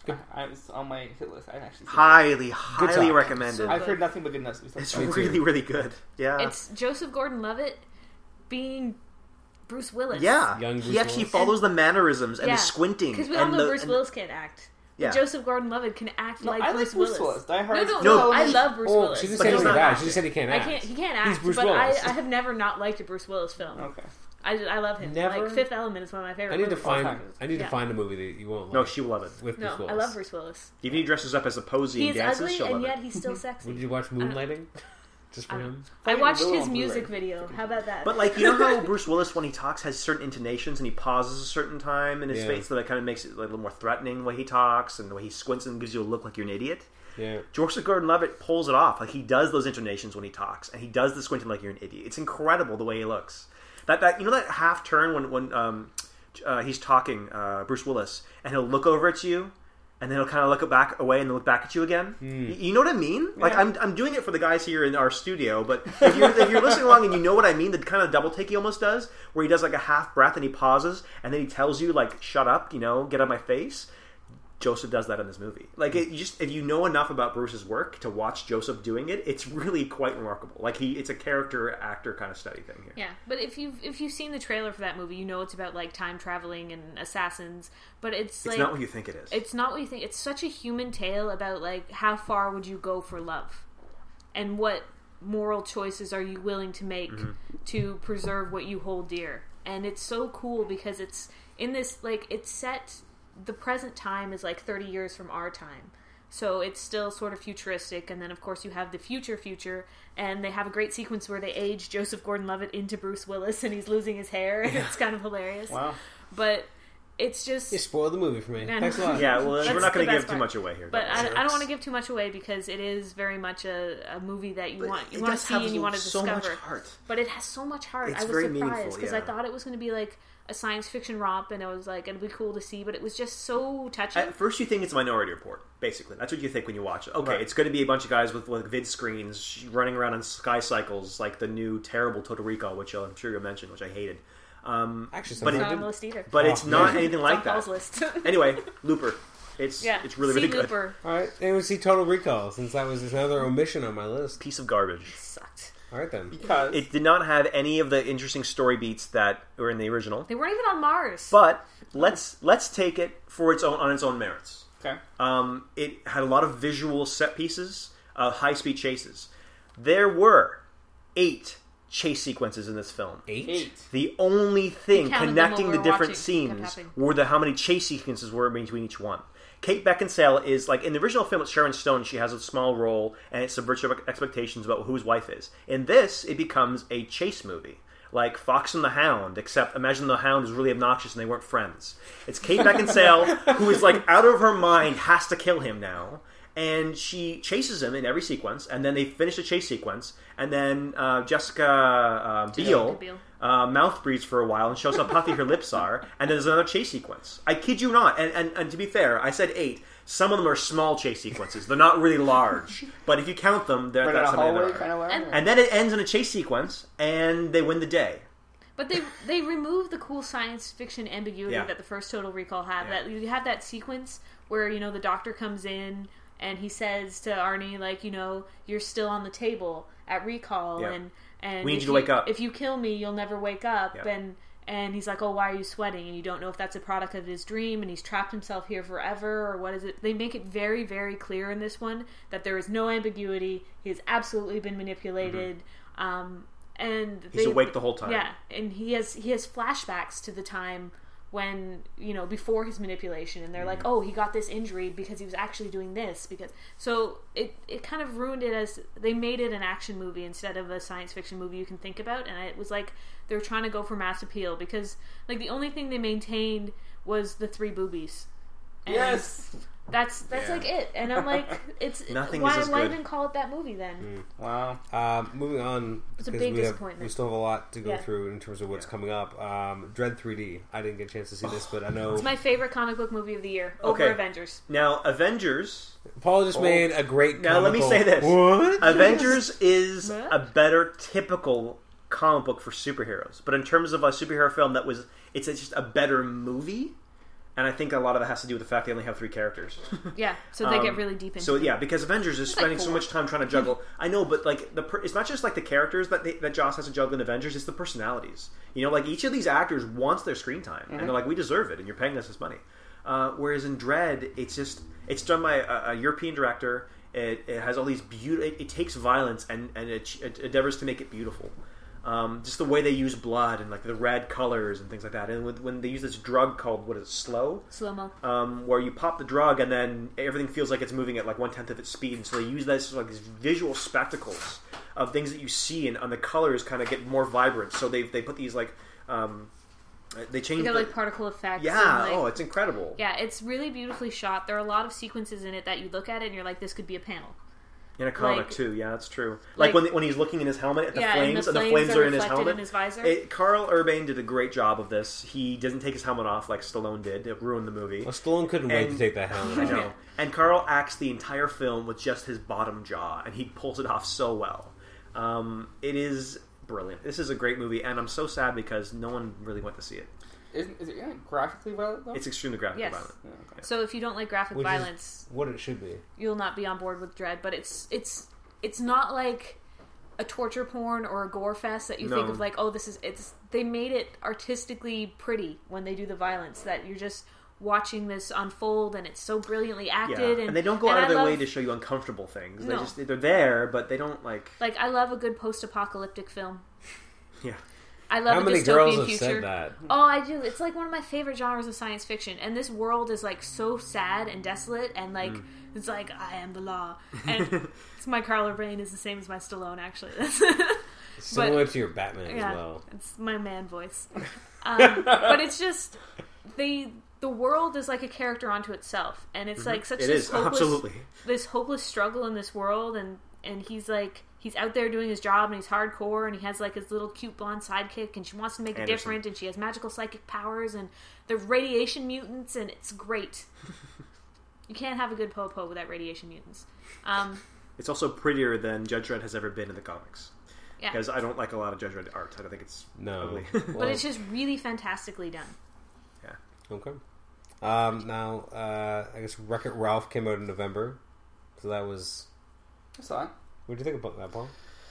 Good.
I, I was on my hit list. I didn't actually. See it.
Highly, highly
talk.
recommended.
So-
I've heard nothing but goodness.
it's
Me too.
really, really good. Yeah.
It's Joseph Gordon-Levitt being Bruce Willis.
yeah,
Young Bruce
he actually
Willis.
follows the mannerisms and
Yeah.
the squinting.
because we all
and
know
the,
Bruce
and-
Willis can't act.
Yeah.
Joseph Gordon-Levitt can act
No,
like,
I
Bruce
like Bruce Willis. Die
No,
Hard.
no,
No,
no. I
Element.
love Bruce
Oh,
Willis.
she didn't
But
say
he's
he
not
can act. She
acting.
just said he can't
I
act.
can't. He can't
He's
act.
Bruce
but
Willis.
I, I have never not liked a Bruce Willis film.
Okay.
I, just, I love him.
Never?
Like Fifth Element is one of my favorite.
I need to
movies.
find.
Contact.
I need to
Yeah.
find a movie that you won't.
No,
Like
she will love it.
with
No,
Bruce Willis.
I love Bruce Willis.
Even if he dresses up as a posy
He's
and dances,
ugly
she'll
and
love
yet
it.
he's still
Did
sexy.
you watch Moonlighting? Just for
I don't-
him.
I watched
Willow
his
on Blu-ray.
music video. How about that?
But like you know how Bruce Willis, when he talks, has certain intonations and he pauses a certain time in his
Yeah.
face, so that kind of makes it like, a little more threatening the way he talks and the way he squints and gives you a look like you're an idiot.
Yeah.
Joseph Gordon-Levitt pulls it off. Like he does those intonations when he talks, and he does the squinting like you're an idiot. It's incredible the way he looks. That that you know that half turn when when um, uh, he's talking uh, Bruce Willis, and he'll look over at you. And then he'll kind of look back away and then look back at you again. Y- You know what I mean? Like I'm, I'm doing it for the guys here in our studio, but if you're, if you're listening along and you know what I mean, the kind of double take he almost does, where he does like a half breath and he pauses, and then he tells you like, "Shut up," you know, "Get out of my face." Joseph does that in this movie. Like, it, you just if you know enough about Bruce's work to watch Joseph doing it, it's really quite remarkable. Like, he it's a character actor kind of study thing here.
yeah, but if you've if you've seen the trailer for that movie, you know it's about like time traveling and assassins. But it's
It's
like
not what you think it is.
it's not what you think. It's such a human tale about like how far would you go for love, and what moral choices are you willing to make to preserve what you hold dear. And it's so cool because it's in this like it's set the present time is like 30 years from our time. So it's still sort of futuristic, and then of course you have the future future, and they have a great sequence where they age Joseph Gordon-Levitt into Bruce Willis, and he's losing his hair, and it's kind of hilarious.
Wow.
But it's just
You spoiled the movie for me.
Yeah, I
Thanks a
know.
lot.
Yeah, well,
That's
we're not
the
going to
best
give too
part.
much away here.
But I, I don't
jerks.
want to give too much away because it is very much a, a movie that you
But
want you
it
want to
does
see
have
and you want to
so
discover.
much heart.
But it has so much heart.
It's
I was
very
surprised
meaningful,
because I
yeah.
thought it was going to be like a science fiction romp, and I was like, it'd be cool to see. But it was just so touching.
At first, you think it's Minority Report. Basically, that's what you think when you watch it. Okay,
Right.
it's going to be a bunch of guys with like vid screens sh- running around on sky cycles, like the new terrible Total Recall, which I'm sure you'll mention, which I hated. Um,
Actually,
But
something-
not on
it-
the list either.
but
Oh,
it's not
man.
anything
It's on
like
Paul's
that.
list.
Anyway, Looper. It's
yeah,
it's really
see
really good.
Looper.
All right, it was see Total Recall since that was another omission on my list.
Piece of garbage.
Sucked.
All right then.
Because
It did not have any of the interesting story beats that were in the original.
They weren't even on Mars.
But let's let's take it for its own on its own merits.
okay,
Um, it had a lot of visual set pieces, uh, high speed chases. There were eight chase sequences in this film.
Eight.
eight.
The only thing
We counted them
connecting
while
the
we were
different
watching. It kept
scenes
happening.
were the how many chase sequences were between each one. Kate Beckinsale is like in the original film with Sharon Stone, she has a small role and it subverts your expectations about whose wife is. In this, it becomes a chase movie. Like Fox and the Hound, except imagine the Hound is really obnoxious and they weren't friends. It's Kate Beckinsale who is like out of her mind, has to kill him now, and she chases him in every sequence. And then they finish the chase sequence, and then uh, Jessica uh, Biel,
Biel.
uh, mouth breathes for a while and shows how puffy her lips are, and then there's another chase sequence. I kid you not. And, and, and to be fair, I said eight. Some of them are small chase sequences. They're not really large, but if you count them, they're
But in a
that's how many
hallway
there
kind
are.
of way.
And-
And then it ends in a chase sequence, and they win the day.
But they they removed the cool science fiction ambiguity
Yeah.
that the first Total Recall had.
Yeah.
That you have that sequence where you know the doctor comes in and he says to Arnie like you know you're still on the table at recall
Yeah.
and and
We need
if
you to wake up."
If you kill me, you'll never wake up.
Yeah.
And and he's like, oh, why are you sweating? And you don't know if that's a product of his dream and he's trapped himself here forever or what is it? They make it very very clear in this one that there is no ambiguity. He has absolutely been manipulated. Um, and
Mm-hmm. He's
they-
awake the whole time.
Yeah, and he has he has flashbacks to the time when you know before his manipulation, and they're like,
Mm-hmm.
oh, he got this injury because he was actually doing this because. So it it kind of ruined it as they made it an action movie instead of a science fiction movie you can think about, and it was like they were trying to go for mass appeal because like the only thing they maintained was the three boobies. And
Yes.
that's that's
Yeah.
like it, and I'm like, it's
Nothing
why
is as
why
good. Mm.
even call it that movie then?
Wow.
Um, moving on,
It's a
because
big
we, have,
disappointment.
we still have a lot to go
Yeah.
through in terms of what's
Yeah.
coming up. Um, Dread 3D. I didn't get a chance to see this, but I know
It's my favorite comic book movie of the year over
Okay.
Avengers.
Now, Avengers.
Paul just
Oh.
made a great.
Now, let me
comical-
say this.
What?
Avengers is
Matt?
a better typical comic book for superheroes, but in terms of a superhero film, that was it's just a better movie, and I think a lot of that has to do with the fact they only have three characters.
Yeah, so they
Um,
get really deep into.
so
it.
yeah, because Avengers is
like
spending so
four.
much time trying to juggle. I know, but like the per- it's not just like the characters that they, that Joss has to juggle in Avengers; it's the personalities. You know, like each of these actors wants their screen time, and they're like, "We deserve it, and you're paying us this money." Uh, whereas in Dread, it's just it's done by a, a European director. It, it has all these beautiful. It, it takes violence and and it, it endeavors to make it beautiful. Um, just the way they use blood and like the red colors and things like that. And with, when they use this drug called what is it, slow?
Slow mo.
um, where you pop the drug and then everything feels like it's moving at like one tenth of its speed. And so they use this like these visual spectacles of things that you see, and, and the colors kind of get more vibrant. So they they put these like um, uh, they change.
You got
the-
like particle effects.
yeah,
and, like-
oh, it's incredible.
yeah, it's really beautifully shot. There are a lot of sequences in it that you look at it and you're like, this could be a panel.
In a comic
like-
too, yeah, that's true. Like,
like-
when when he's looking in his helmet at the
yeah,
flames,
and the flames,
flames are, in his
reflected
helmet.
in his visor.
It, Carl Urban did a great job of this. He doesn't take his helmet off like Stallone did. It ruined the movie.
Well, Stallone couldn't wait to
And-
take that helmet.
I
off.
know. And Carl acts the entire film with just his bottom jaw, and he pulls it off so well. Um, it is brilliant. This is a great movie, and I'm so sad because no one really went to see it.
Isn't is it yeah, graphically violent though?
It's extremely graphic
Oh. Yes.
violent.
Yeah, okay.
so if you don't like graphic
Which is-
violence,
What it should be.
you'll not be on board with Dread. But it's it's it's not like a torture porn or a gore fest that you think
No.
of like, oh, this is it's. They made it artistically pretty when they do the violence that you're just watching this unfold and it's so brilliantly
Yeah,
acted.
and, they don't go
and
out
I
of their way
love-
to show you uncomfortable things. They
No.
just they're there, but they don't like.
Like I love a good post-apocalyptic film.
Yeah.
I love
How
a
many
dystopian
girls have
future.
said that?
Oh, I do. It's like one of my favorite genres of science fiction, and this world is like so sad and desolate, and like
Mm.
it's like I am the law, and it's my Carla Brain is the same as my Stallone actually.
Similar to your Batman
yeah,
as well.
it's my man voice. Um, but it's just the the world is like a character unto itself, and it's like such
Mm-hmm. It
this
is
hopeless
absolutely.
this hopeless struggle in this world and and he's like he's out there doing his job and he's hardcore and he has like his little cute blonde sidekick and she wants to make
Anderson.
it different and she has magical psychic powers and the radiation mutants and it's great you can't have a good po po without radiation mutants um
It's also prettier than Judge Dredd has ever been in the comics.
Yeah.
Because I don't like a lot of Judge Dredd art. I don't think it's
No.
ugly.
but it's just really fantastically done
Okay. Um, now, uh, I guess Wreck It Ralph came out in November. So that was.
I saw it.
What do you think about that, Paul?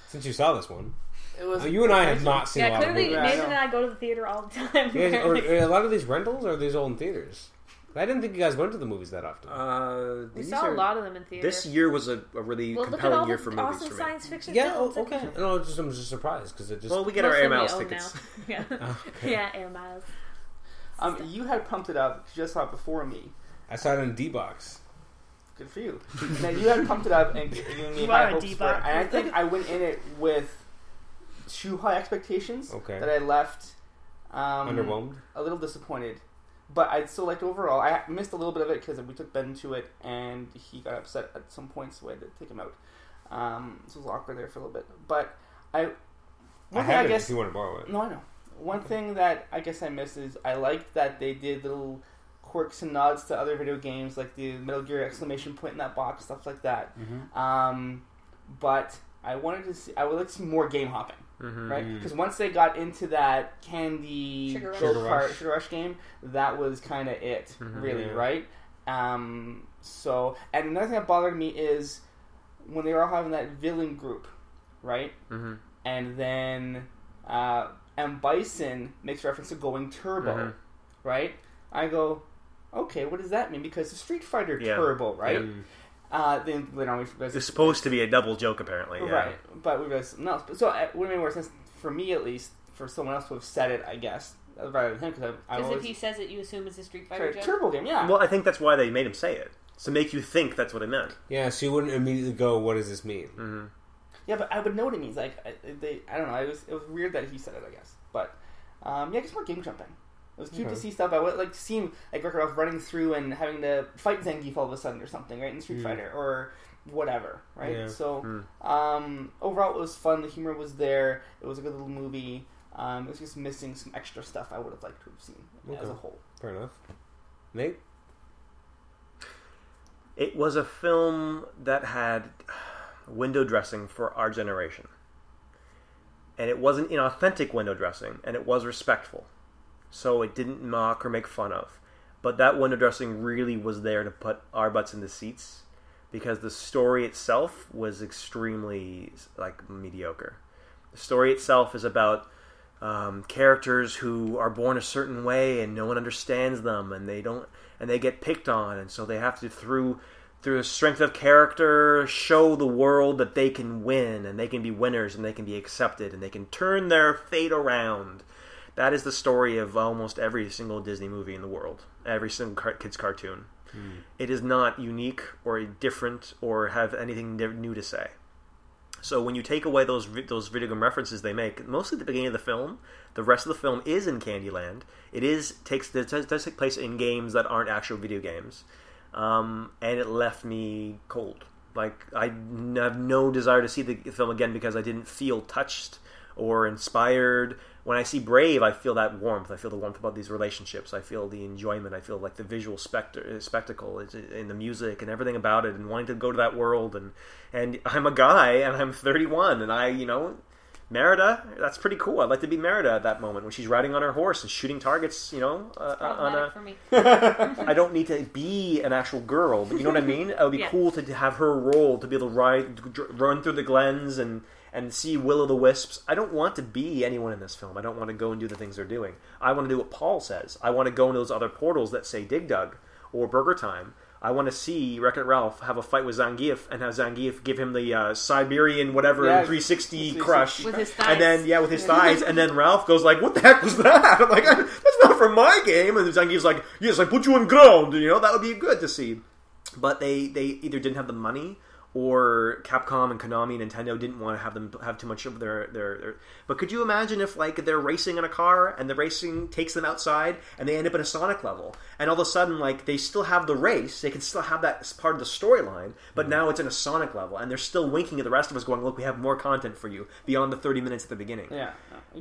Since you saw this one,
It was.
Uh, you and I have not seen a
yeah
lot
clearly
of
Yeah,
movies.
I
nathan
know.
and i go to the theater all the time
You guys- or,
apparently.
uh,
are a lot of these rentals or are these all in theaters? I didn't think you guys went to the movies that often.
uh,
we
these
saw
are-
a lot of them in theater
This year was a, a really
well look at all
compelling
the
year for movies
awesome
for me.
science fiction
yeah, oh,
films.
okay. No, just, I'm just surprised because it just.
Well, we get our
Mostly
air
we
miles
own
tickets.
now. yeah
Okay.
yeah air miles
Oh, Um, you had pumped it up. 'cause You just saw it before me.
I saw it in D box.
Good for you. now you had pumped it up and given me
You
high
are a
hopes for it.
diva.
And I think I went in it with too high expectations.
Okay.
That I left um,
Underwhelmed.
a little disappointed. But I still liked overall. I missed a little bit of it because we took Ben to it, and he got upset at some points, so I had to take him out. Um, so it was awkward there for a little bit. But I,
I
one thing
had
I
it if
guess
you want to borrow it.
no, I know. One thing that I guess I miss is I liked that they did little quirks and nods to other video games, like the Metal Gear exclamation point in that box, stuff like that. Um, but I wanted to see, I would like to see more game hopping,
Mm-hmm.
right?
Mm.
Because once they got into that candy
Sugar Rush.
go-kart-
Sugar Rush. Mm-hmm.
Sugar Rush game, that was kind of it, really,
Yeah.
right? Um, so, and another thing that bothered me is when they were all having that villain group, right?
Mm-hmm.
Mhm.
And then uh, and Bison makes reference to going turbo,
Mhm.
Mm-hmm.
right? I go, okay, what does that mean? Because the Street Fighter
Yeah.
Turbo, right?
Mm.
Uh, then later on we realized
It's supposed to be a double joke, apparently. Yeah.
right, but we realized something else. But so it would have made more sense for me, at least, for someone else to have said it, I guess, rather than him, because I, I
Because
always
if he says it, you assume it's a Street Fighter
Sorry,
joke.
Turbo game, yeah.
Well, I think that's why they made him say it. To make you think that's what it meant.
Yeah, so you wouldn't immediately go, what does this mean?
Mm. Yeah, but I would know what it means. Like I, they, I don't know. It was it was weird that he said it. I guess, but um, yeah, I guess more game jumping. It was cute
Okay.
to see stuff. I would like to see him like Wreck-It Ralph running through and having to fight Zangief all of a sudden or something, right? In Street
Mm.
Fighter or whatever, right?
Yeah.
So um, overall, it was fun. The humor was there. It was a good little movie. Um, it was just missing some extra stuff I would have liked to have seen as
Okay.
a whole.
Fair enough. Nate?
It was a film that had window dressing for our generation. And it wasn't inauthentic window dressing, and it was respectful. So it didn't mock or make fun of. But that window dressing really was there to put our butts in the seats because the story itself was extremely like mediocre. The story itself is about um, characters who are born a certain way and no one understands them and they don't and they get picked on and so they have to through through the strength of character show the world that they can win and they can be winners and they can be accepted and they can turn their fate around that is the story of almost every single disney movie in the world every single car- kids cartoon it is not unique or different or have anything di- new to say so when you take away those vi- those video game references they make, mostly at the beginning of the film, the rest of the film is in Candyland. It is takes it does, does take place in games that aren't actual video games, um, and it left me cold. Like I n- have no desire to see the film again because I didn't feel touched or inspired. When I see Brave, I feel that warmth. I feel the warmth about these relationships. I feel the enjoyment. I feel like the visual specter- uh, spectacle it's- and the music and everything about it, and wanting to go to that world. And and I'm a guy, and I'm 31, and I, you know, Merida. That's pretty cool. I'd like to be Merida at that moment when she's riding on her horse and shooting targets. You know, uh,
Problematic
on a
for me.
I don't need to be an actual girl, but you know what I mean. It would be
Yeah.
cool to have her role to be able to ride, dr- run through the glens and and see will o' the wisps. I don't want to be anyone in this film. I don't want to go and do the things they're doing. I want to do what Paul says. I want to go into those other portals that say Dig Dug or Burger Time. I want to see Wreck It Ralph have a fight with Zangief and have Zangief give him the uh, Siberian whatever
Yeah,
360
360
crush.
with his thighs.
And then yeah, with his thighs, and then Ralph goes like, "What the heck was that?" I'm like, "That's not from my game." And Zangief's like, "Yes, I put you on ground." You know, that would be good to see. But they they either didn't have the money, or Capcom and Konami, and Nintendo didn't want to have them have too much of their, their their. But could you imagine if like they're racing in a car and the racing takes them outside and they end up in a Sonic level, and all of a sudden like they still have the race, they can still have that as part of the storyline, but now it's in a Sonic level, and they're still winking at the rest of us, going, "Look, we have more content for you beyond the thirty minutes at the beginning."
Yeah.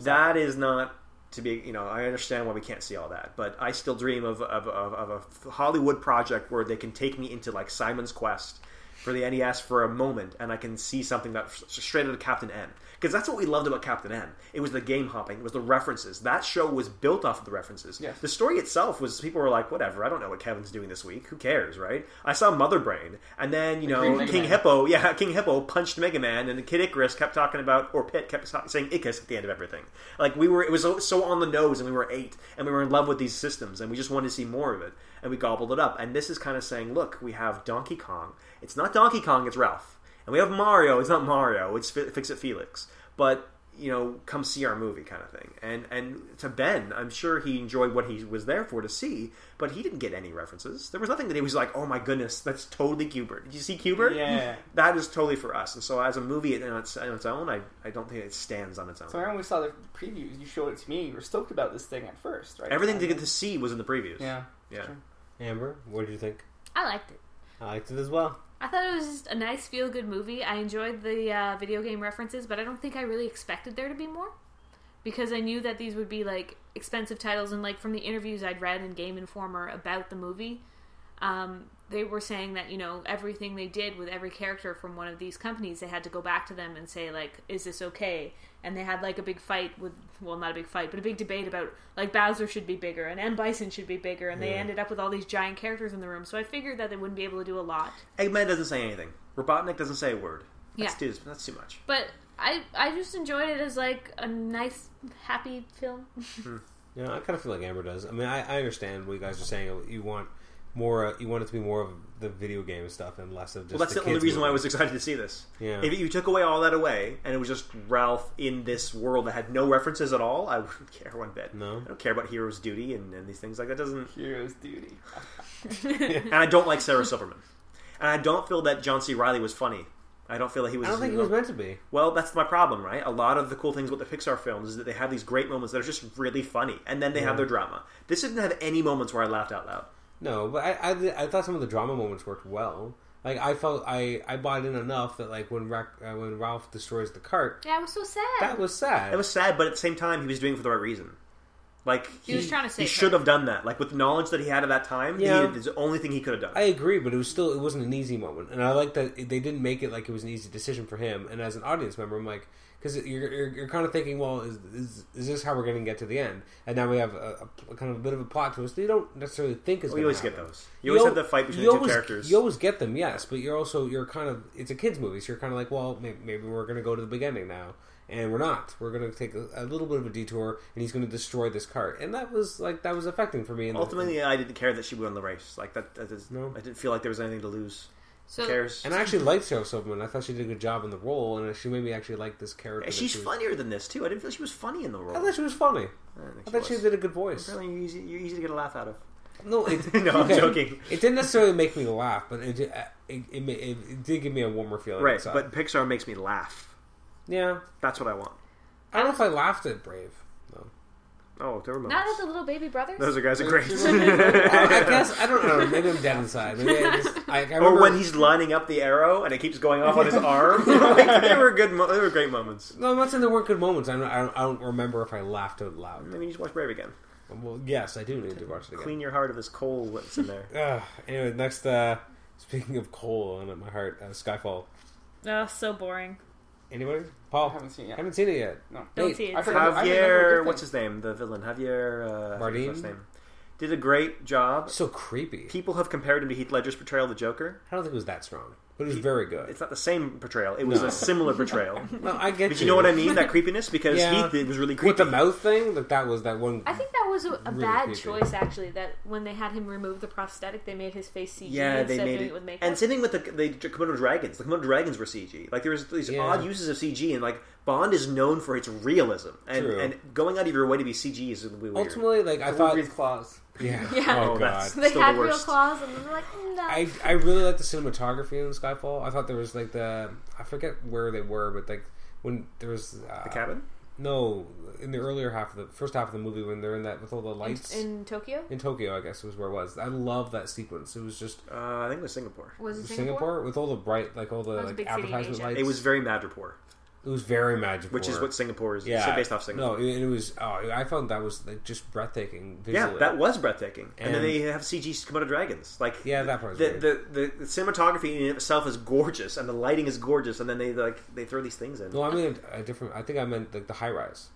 that is not to be you know i understand why we can't see all that but i still dream of, of, of, of a hollywood project where they can take me into like simon's quest for the nes for a moment and i can see something that straight out of captain n because that's what we loved about captain n it was the game hopping it was the references that show was built off of the references
Yes.
the story itself was people were like whatever i don't know what kevin's doing this week who cares right i saw mother brain and then you
Green
know
Mega
king
Man.
hippo yeah king hippo punched mega man and kid icarus kept talking about or pit kept so- saying icarus at the end of everything like we were it was so, so on the nose and we were eight and we were in love with these systems and we just wanted to see more of it and we gobbled it up and this is kind of saying look we have donkey kong it's not donkey kong it's ralph and we have mario it's not mario it's Fi- fix it felix but you know, come see our movie kind of thing. And and to Ben, I'm sure he enjoyed what he was there for to see, but he didn't get any references. There was nothing that he was like, oh my goodness, that's totally Cubert. Did you see Cubert?
Yeah.
That is totally for us. And so as a movie on its, on its own, I, I don't think it stands on its own.
So I remember when we saw the previews. You showed it to me. You were stoked about this thing at first, right?
Everything to get to see was in the previews.
Yeah.
Yeah.
Amber, what did you think?
I liked it.
I liked it as well.
I thought it was just a nice feel good movie. I enjoyed the uh, video game references, but I don't think I really expected there to be more because I knew that these would be like expensive titles. And like from the interviews I'd read in Game Informer about the movie, um, they were saying that you know everything they did with every character from one of these companies, they had to go back to them and say like, "Is this okay?" And they had like a big fight with well, not a big fight, but a big debate about like Bowser should be bigger and M Bison should be bigger, and they
Yeah.
ended up with all these giant characters in the room. So I figured that they wouldn't be able to do a lot.
Eggman doesn't say anything. Robotnik doesn't say a word. That's,
Yeah.
too, that's too much.
But I I just enjoyed it as like a nice happy film.
You know, I kind of feel like Amber does. I mean, I, I understand what you guys are saying. You want more. Uh, you want it to be more of the video game stuff and less of just.
Well, that's the, only
kids
reason why I
movie.
was excited to see this.
Yeah.
If you took away all that away and it was just Ralph in this world that had no references at all, I wouldn't care one bit.
No.
I don't care about Hero's Duty and, and these things like that. Doesn't
Heroes duty.
and I don't like Sarah Silverman, and I don't feel that John C. Riley was funny. I don't feel that he was.
I don't think it was meant to be.
Well, that's my problem, right? A lot of the cool things about the Pixar films is that they have these great moments that are just really funny, and then they have their drama. This didn't have any moments where I laughed out loud.
No, but I, I, I thought some of the drama moments worked well. Like I felt I, I bought in enough that like when Rack, uh, when Ralph destroys the cart,
Yeah, it was so sad.
that was sad.
It was sad, but at the same time, he was doing it for the right reason. Like he,
was trying to
he
save
should
her.
have done that. Like with the knowledge that he had at that time,
Yeah.
he, it's the only thing he could have done.
I agree, but it was still it wasn't an easy moment, and I like that they didn't make it like it was an easy decision for him. And as an audience member, I'm like, because you're, you're you're kind of thinking, well, is is, is this how we're going to get to the end? And now we have a, a- a kind of a bit of a plot twist. That you don't necessarily think is.
Well, you
gonna
always get
happen.
those. You always
al-
have the fight between
you
the two
always-
characters.
You always get them, yes, but you're also you're kind of it's a kids movie, so you're kind of like, well, maybe, maybe we're going to go to the beginning now. And we're not. We're going to take a, a little bit of a detour, and he's going to destroy this cart. And that was like that was affecting for me. in the-
Ultimately, I didn't care that she won the race. Like that, that is,
No.
I didn't feel like there was anything to lose.
so
Who cares?
And I actually liked Sarah Silverman. I thought she did a good job in the role, and she made me actually like this character.
And
that
she's
she was-
funnier than this too. I didn't feel she was funny in the role.
I thought she was funny.
I didn't think
I thought she
was.
did a good voice.
Apparently, you're easy, you're easy to get a laugh out of.
No, it,
No, I'm
okay.
joking.
It didn't necessarily make me laugh, but it did, it, it, ma- it, it did give me a warmer feeling.
Right,
inside.
but Pixar makes me laugh.
yeah,
That's what I want.
I don't know if I laughed at Brave. No,
Oh, there were moments.
not as the little baby brothers.
Those are guys are great.
I, I guess I don't know. Maybe I'm dead inside. Maybe I just, I, I remember,
or when he's lining up the arrow and it keeps going off on his arm. like, they were good. Mo- they were great moments.
No, I'm not saying there weren't good moments. I'm not, I, don't, I don't remember if I laughed out loud.
Maybe you just watch Brave again.
Well, yes, I do need to watch it again.
Clean your heart of this coal that's in there.
Ugh, anyway, next. Uh, speaking of coal and at my heart, uh, Skyfall.
oh, so boring.
Anybody? Paul?
I haven't seen it yet.
Haven't seen it yet.
No.
Don't
Nate.
see it.
I forgot- I remember a
Javier,
good
what's
thing.
his name? The villain. Javier. Uh, I forget his
Bardem?
last name. Did a great job.
So creepy.
People have compared him to Heath Ledger's portrayal of the Joker.
I don't think it was that strong, but it was very good.
It's not the same portrayal. It was
No.
a similar portrayal.
No, I get
But you know what I mean? That creepiness because
Yeah.
Heath it was really creepy.
With the mouth thing, like that was that one.
I think that was a, a
Really
bad
creepy.
choice, actually. That when they had him remove the prosthetic, they made his face CG
Yeah,
instead
they
of
made
doing
it.
it, with makeup.
and same thing with the, the Komodo dragons. The Komodo dragons were CG. Like there was these
Yeah.
odd uses of CG, and like Bond is known for its realism, and
True.
and going out of your way to be CG is really weird.
Ultimately, like I
I
thought,
claws.
yeah.
Yeah.
Oh
Oh,
god.
that's-
they
still the
had real
worst.
claws, and they were like, "Mm, no.
I, I really like the cinematography in Skyfall. I thought there was like the I forget where they were, but like when there was uh,
the cabin.
No, in the earlier half of the first half of the movie when they're in that with all the lights in,
in Tokyo?
Tokyo, I guess was where it was. I love that sequence. It was just
Uh, I think it was Singapore.
Was it
Singapore,
Singapore?
with all the bright, like all the
That was a
like
big city in
advertisement
Asia.
lights.
It was very Madripoor,
it was very magical,
which is what Singapore is.
yeah
it's based off
No,
Singapore.
it, it was. Oh, I found that was like, just breathtaking. Visually.
Yeah, that was breathtaking. And, then
And-
they have CG Komodo dragons. Like
Yeah, that part's
the,
weird.
the, the the cinematography in itself is gorgeous, and the lighting is gorgeous, and then they like they throw these things in.
No, I mean a, a different. I think I meant like the high rise.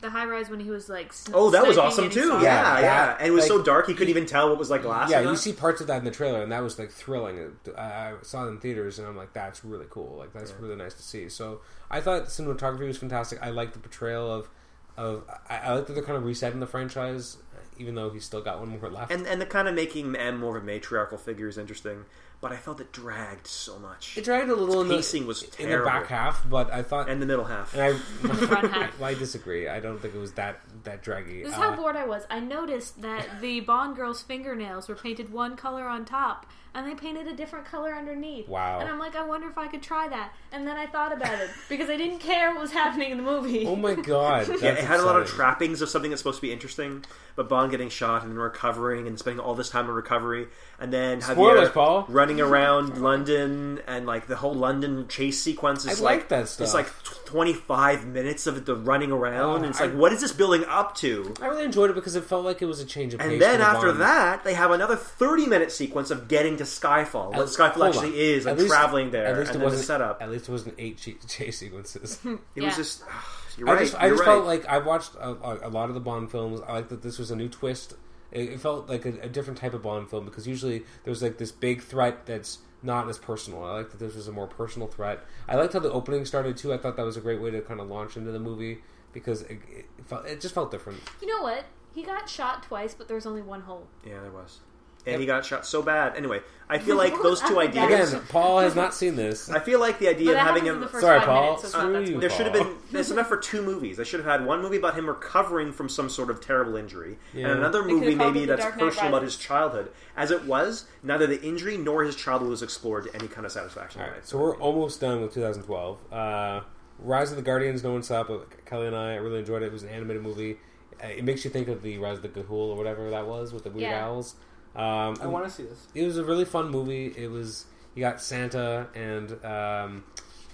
The high rise when he was like. sn-
Oh, that was
sniping
awesome
and he
too!
saw
Yeah,
it.
yeah,
that-
and it was so
like,
dark you couldn't even tell what was like glass. or
yeah,
not.
you see parts of that in the trailer, and that was like thrilling. I, I saw it in theaters, and I'm like, that's really cool. Like that's really nice to see. So I thought the cinematography was fantastic. I like the portrayal of of I, I like that they're kind of resetting the franchise, even though he's still got one more left.
and and the kind of making M more of a matriarchal figure is interesting, but I felt it dragged so much.
it dragged a little in
pacing
the,
was
in the
terrible,
back half, but I thought
and the middle half.
and I
front half.
I disagree. I don't think it was that that draggy.
This is
Uh,
how bored I was. I noticed that the Bond girl's fingernails were painted one color on top, and they painted a different color underneath.
Wow.
And I'm like, I wonder if I could try that. And then I thought about it because I didn't care what was happening in the movie.
oh my god! That's
yeah, it had a lot of
upsetting.
trappings of something that's supposed to be interesting, but Bond getting shot and recovering and spending all this time in recovery, and then Javier
Spoilers, Paul.
running around London and like the whole London chase sequence is
I
like
like that
It's
stuff. Oh,
like twenty five minutes of the running around, and it's
I-
like what is this building up to?
I really enjoyed it because it felt like it was a change of pace.
And then
for the
after
Bond.
that, they have another thirty-minute sequence of getting to Skyfall, what
At-
Skyfall
hold
actually
on.
is,
At
and
least-
traveling there, and then the
wasn't
setup.
At least it wasn't eight chase, chase sequences.
It
Yeah.
was just, you're
I
right.
just, I
you're
just
right.
felt like I watched a, a- a lot of the Bond films. I like that this was a new twist. It, it felt like a, a different type of Bond film because usually there's like this big threat that's not as personal. I like that this was a more personal threat. I liked how the opening started too. I thought that was a great way to kind of launch into the movie because it, it, felt, it just felt different.
You know what? He got shot twice, but there was only one hole.
Yeah, there was. And he got shot so bad. Anyway, I feel like those two
Again.
ideas.
Again, Paul has not seen this.
I feel like the idea
But
of
that
having
happens in
him.
the first
Sorry,
five
Paul.
minutes, so it's not
Screw
that
you.
spoiler.
there should have been. There's enough for two movies. They should have had one movie about him recovering from some sort of terrible injury,
Yeah.
and another
could've
movie
called it
maybe
The
that's
Dark Knight
personal about
Rises.
his childhood. As it was, neither the injury nor his childhood was explored to any kind of satisfaction.
All right, so we're almost done with 2012. Uh, Rise of the Guardians, no one saw it, but Kelly and I, I really enjoyed it. It was an animated movie. Uh, It makes you think of the Rise of the Gahul or whatever that was with the weird
Yeah.
owls. Um,
I want to see this.
it was a really fun movie. It was you got Santa and um,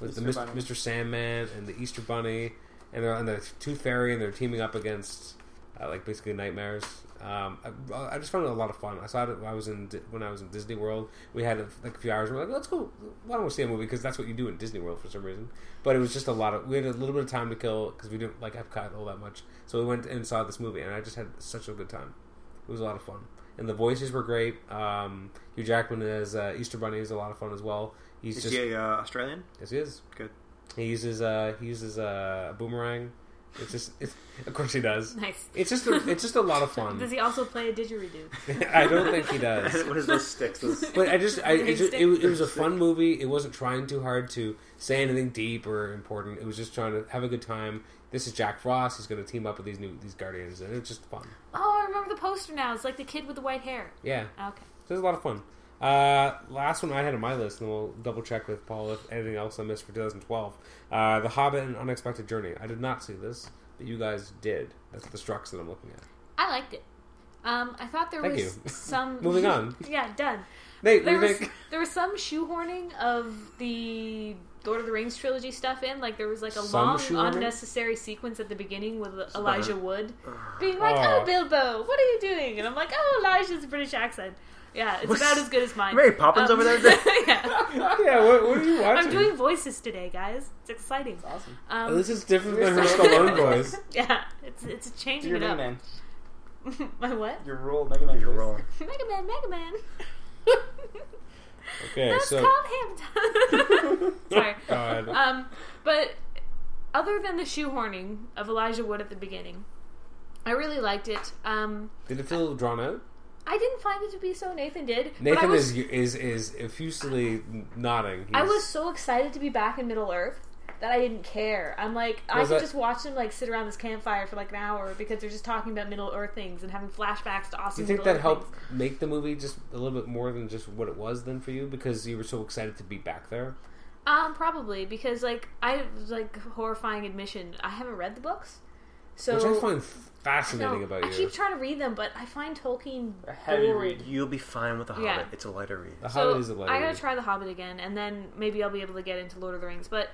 with the
Mr.
Mr.
Bunny.
Mr. Sandman and the Easter Bunny and they're and the Tooth Fairy and they're teaming up against uh, like basically nightmares. Um, I, I just found it a lot of fun. I saw it when I was in Di- when I was in Disney World. We had like a few hours. And we're like, let's go. Why don't we see a movie? Because that's what you do in Disney World for some reason. But it was just a lot of. We had a little bit of time to kill because we didn't like Epcot all that much. So we went and saw this movie, and I just had such a good time. It was a lot of fun, and the voices were great. Um, Hugh Jackman as uh, Easter Bunny is a lot of fun as well. He's
Is
just
he uh, Australian?
yes, he is
Good.
He uses uh, he uses uh, a boomerang. It's just, it's, of course, he does.
Nice.
It's just, a, it's just a lot of
Does
fun.
he also play a didgeridoo?
I don't think he does.
what is those sticks? Those-
But I just, I, it, just it, was- it was a
Stick.
fun movie. It wasn't trying too hard to say anything deep or important. It was just trying to have a good time. This is Jack Frost. He's going to team up with these new these guardians, and it's just fun.
Oh, I remember the poster now. It's like the kid with the white hair.
Yeah,
Okay.
so it was a lot of fun. Uh, last one I had on my list, and we'll double check with Paul if anything else I missed for 2012. Uh, the Hobbit and Unexpected Journey. I did not see this, but you guys did. That's the structs that I'm looking at.
I liked it. Um, I thought there
Thank
was
you.
some.
Moving on.
yeah, done.
Nate,
there
what do you
was
think?
there was some shoehorning of the Lord of the Rings trilogy stuff in. Like there was like a
Some
long
shoehorning?
unnecessary sequence at the beginning with
bummer.
Elijah Wood being like,
Aw.
"Oh Bilbo, what are you doing?" And I'm like, "Oh Elijah's a British accent." Yeah, it's
What's-
about as good as mine.
Mary Poppins
Um,
over there?
yeah.
yeah, what, what are you watching?
I'm doing voices today, guys. It's exciting.
Awesome.
At
Um,
least it's different than her
You're so-
Stallone voice.
yeah, it's it's changing
Your
it
Mega
up.
Man.
My what?
Your role, Mega Man.
You're
voice.
wrong.
Mega Man, Mega Man.
Okay,
That's
so
called him. Sorry. Uh,
God.
Um, but other than the shoehorning of Elijah Wood at the beginning, I really liked it. Um,
Did it feel drawn out?
I didn't find it to be so. Nathan did. but I
Nathan
was,
is is is effusively nodding.
I
He's-
was so excited to be back in Middle Earth that I didn't care. I'm like, I
Was
could
that-
just watch them like sit around this campfire for like an hour because they're just talking about Middle Earth things and having flashbacks to
Do
awesome.
you think
Middle
that
Earth
helped
things.
make the movie just a little bit more than just what it was then for you because you were so excited to be back there?
Um, probably because like I was like horrifying admission. I haven't read the books, so
Which I find
I
fascinating
know,
about
I
you.
keep trying to read them, but I find Tolkien
A heavy
boring.
read.
You'll be fine with the Hobbit.
Yeah.
It's a lighter read.
the
So
Hobbit is a letter.
I gotta try The Hobbit again, and then maybe I'll be able to get into Lord of the Rings. But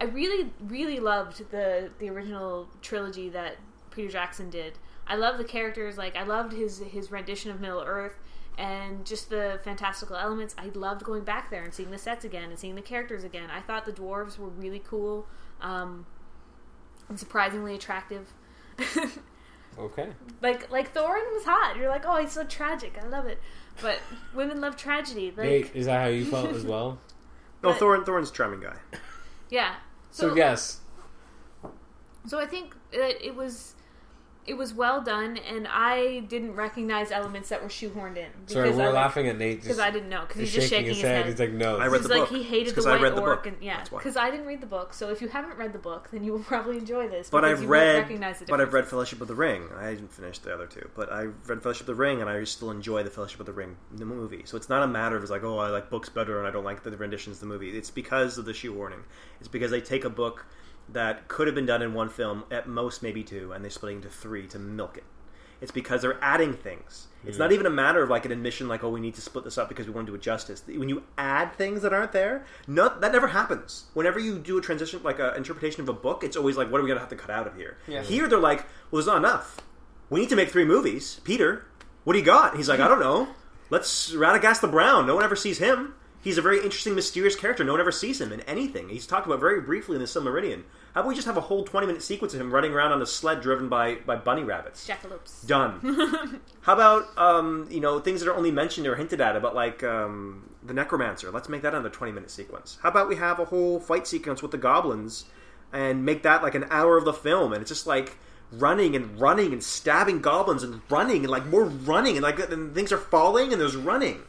I really, really loved the the original trilogy that Peter Jackson did. I love the characters. Like I loved his his rendition of Middle Earth, and just the fantastical elements. I loved going back there and seeing the sets again and seeing the characters again. I thought the dwarves were really cool, um, and surprisingly attractive.
Okay.
like like Thorin was hot. You're like, oh, he's so tragic. I love it. But women love tragedy. Like
Nate, is that how you felt as well?
No,
But-
Oh, Thorin. Thorin's a charming guy.
yeah.
So, yes.
So I think that it was it was well done, and I didn't recognize elements that were shoehorned in.
Sorry, we
I,
were
like-
laughing at Nate
because
just,
I didn't know because
just
he's just shaking his head.
He's like, no. this
I read
is-
He's
the
like
book.
he hated
It's 'cause
the
I
white
read the
orc,
book.
and yeah,
That's why.
because I didn't read the book. So if you haven't read the book, then you will probably enjoy this.
But
because
I've
you won't
read,
recognize the
but I've read
differences.
Fellowship of the Ring. I didn't finish the other two, but I read Fellowship of the Ring, and I still enjoy the Fellowship of the Ring the movie. So it's not a matter of it's like, oh, I like books better, and I don't like the renditions of the movie. It's because of the shoehorning. It's because they take a book that could have been done in one film, at most maybe two, and they split it into three to milk it. It's because they're adding things. It's not even a matter of like an admission, like, oh, we need to split this up because we want to do it justice. When you add things that aren't there, no, that never happens. Whenever you do a transition, like an interpretation of a book, it's always like, what are we going to have to cut out of here?
Yeah.
Here, they're like, well, there's not enough. We need to make three movies. Peter, what do you got? And He's like, I don't know. Let's Radagast the Brown. No one ever sees him. He's a very interesting, mysterious character. No one ever sees him in anything. He's talked about very briefly in the Silmarillion. How about we just have a whole 20 minute sequence of him running around on a sled driven by, by bunny rabbits?
Jackalopes.
Done. How about um, you know things that are only mentioned or hinted at about like um, the necromancer? Let's make that another twenty minute sequence. How about we have a whole fight sequence with the goblins and make that like an hour of the film? And it's just like running and running and stabbing goblins and running and like more running and like and things are falling and there's running.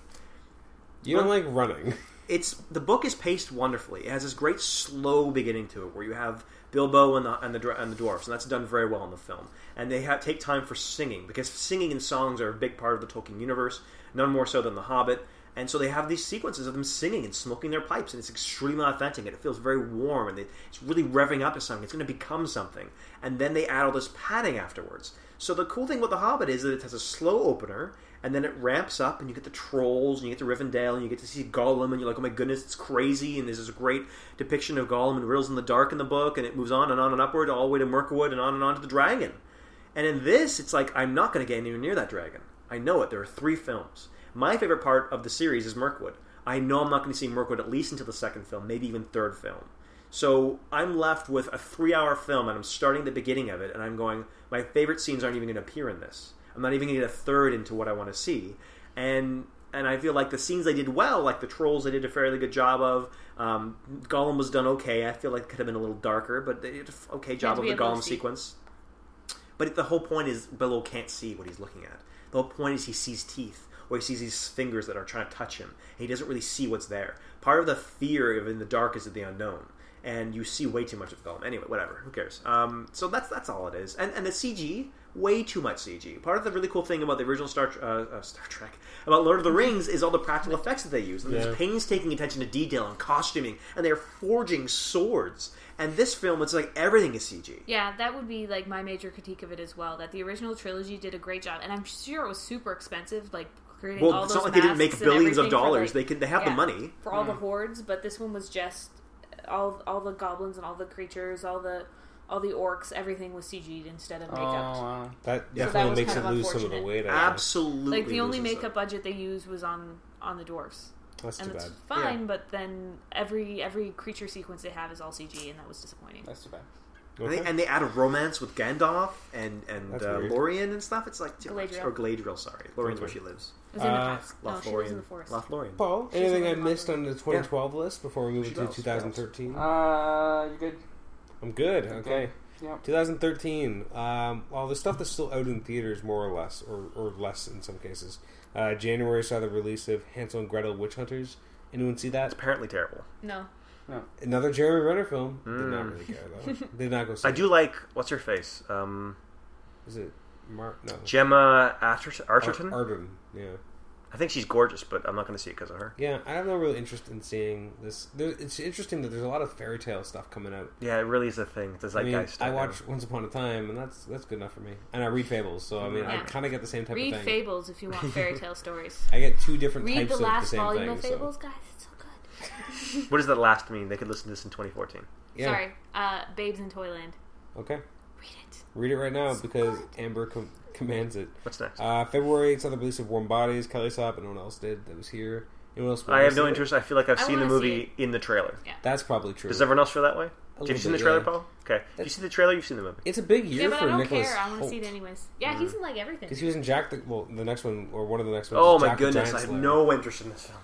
you don't like running.
It's the book is paced wonderfully. It has this great slow beginning to it where you have Bilbo and the and the, dwar- and the dwarfs, and that's done very well in the film. And they have, take time for singing because singing and songs are a big part of the Tolkien universe, none more so than The Hobbit. And so they have these sequences of them singing and smoking their pipes, and it's extremely authentic, and it feels very warm, and they, it's really revving up to something. It's going to become something, and then they add all this padding afterwards. So the cool thing with The Hobbit is that it has a slow opener, and then it ramps up, and you get the trolls, and you get to Rivendell, and you get to see Gollum, and you're like, oh my goodness, it's crazy, and there's this great depiction of Gollum and Riddles in the Dark in the book, and it moves on and on and upward, all the way to Mirkwood, and on and on to the dragon. And in this, it's like, I'm not going to get anywhere near that dragon. I know it. There are three films. My favorite part of the series is Mirkwood. I know I'm not going to see Mirkwood at least until the second film, maybe even third film. So I'm left with a three hour film, and I'm starting the beginning of it, and I'm going, my favorite scenes aren't even going to appear in this. I'm not even going to get a third into what I want to see. And and I feel like the scenes they did well, like the trolls, they did a fairly good job of. Um, Gollum was done okay. I feel like it could have been a little darker, but they did an okay job of
be
the
able to
Gollum
see.
sequence. But the whole point is Bilbo can't see what he's looking at. The whole point is he sees teeth or he sees these fingers that are trying to touch him. He doesn't really see what's there. Part of the fear of in the dark is of the unknown. And you see way too much of Gollum. Anyway, whatever. Who cares? Um, so that's that's all it is. And and the CG, way too much CG. Part of the really cool thing about the original Star uh, uh, Star Trek about Lord of the Rings is all the practical effects that they use. And
Yeah.
there's painstaking attention to detail and costuming, and they're forging swords. And this film, it's like everything is CG.
Yeah, that would be like my major critique of it as well. That the original trilogy did a great job, and I'm sure it was super expensive. Like creating all
Well, it's
those
not like they didn't make
masks and
billions of
everything for,
dollars.
like-
they could, they have the
yeah,
money.
for all the
Mm.
hordes, but this one was just all all the goblins and all the creatures, all the all the orcs. Everything was CG'd instead of
Oh,
makeup.
wow.
That
that
definitely
was
makes it
kind of
lose some of the
unfortunate.
weight. I guess.
Absolutely.
like the only
loses
makeup budget they used was on on the dwarfs,
That's too
and it's
bad.
fine. But then every every creature sequence they have is all CG, and that was disappointing.
That's too bad.
And
Okay.
they, and they add a romance with Gandalf and and
That's
uh,
weird.
Lorien and stuff. It's like too much.
Galadriel.
or Galadriel. Sorry, Lorien's where
Galadriel.
she lives.
It was in the
Uh,
past. No, she lives in
Lothlorien.
the forest.
Lothlorien.
Paul,
She's
anything I
really
missed on the 2012 list before we move
She Uh,
into
does, she does.
2013?
Uh, you good?
I'm good. Okay.
Yeah.
2013. Um, well, the stuff that's still out in theaters, more or less, or, or less in some cases. Uh, January saw the release of Hansel and Gretel: Witch Hunters. Anyone see that?
Apparently terrible.
No.
Another Jeremy Renner film. Did not
Mm.
really care though. Did not go. See
I
it.
do like what's her face, um,
Is it Mark? No.
Gemma Oh, Arterton. Arterton?
Ar- Arden. Yeah.
I think she's gorgeous, but I'm not going to see it because of her.
Yeah. I have no real interest in seeing this. There, it's interesting that there's a lot of fairy tale stuff coming out.
Yeah, it really is a thing. It's
I
like
mean,
guys.
I watch Once Upon a Time, and that's that's good enough for me. And I read fables, so I mean, I
Yeah.
kind of get the same type
Read
of thing.
fables if you want fairy tale stories.
I get two different
Read
types
the
of the
last
same
volume
thing.
of
so-
fables, guys. It's so good.
What does that last mean? They could listen to this in 2014.
Yeah.
Sorry, uh, Babes in Toyland.
Okay.
Read it.
Read it right now because Amber com- commands it.
What's next?
Uh, February, it's on the release of Warm Bodies. Kelly saw it, but no one else did. That was here. Anyone else?
I have
see
no
it?
interest. I feel like I've
I
seen the
wanna
movie in the trailer.
That's probably true.
Does everyone else feel that way?
A
Did you
little
see the
bit,
trailer,
yeah.
Paul? Okay. If you
That's-
see the trailer, you've seen the movie.
It's a big year
Yeah, but
for
I don't
Nicholas
care. I want to see it
Holt.
anyways. Yeah, he's in like everything.
Because he was in Jack the well, the next one or one of the next ones.
Oh
is
my
Jack the
goodness! I
Giant
have
Slayer.
no interest in this film.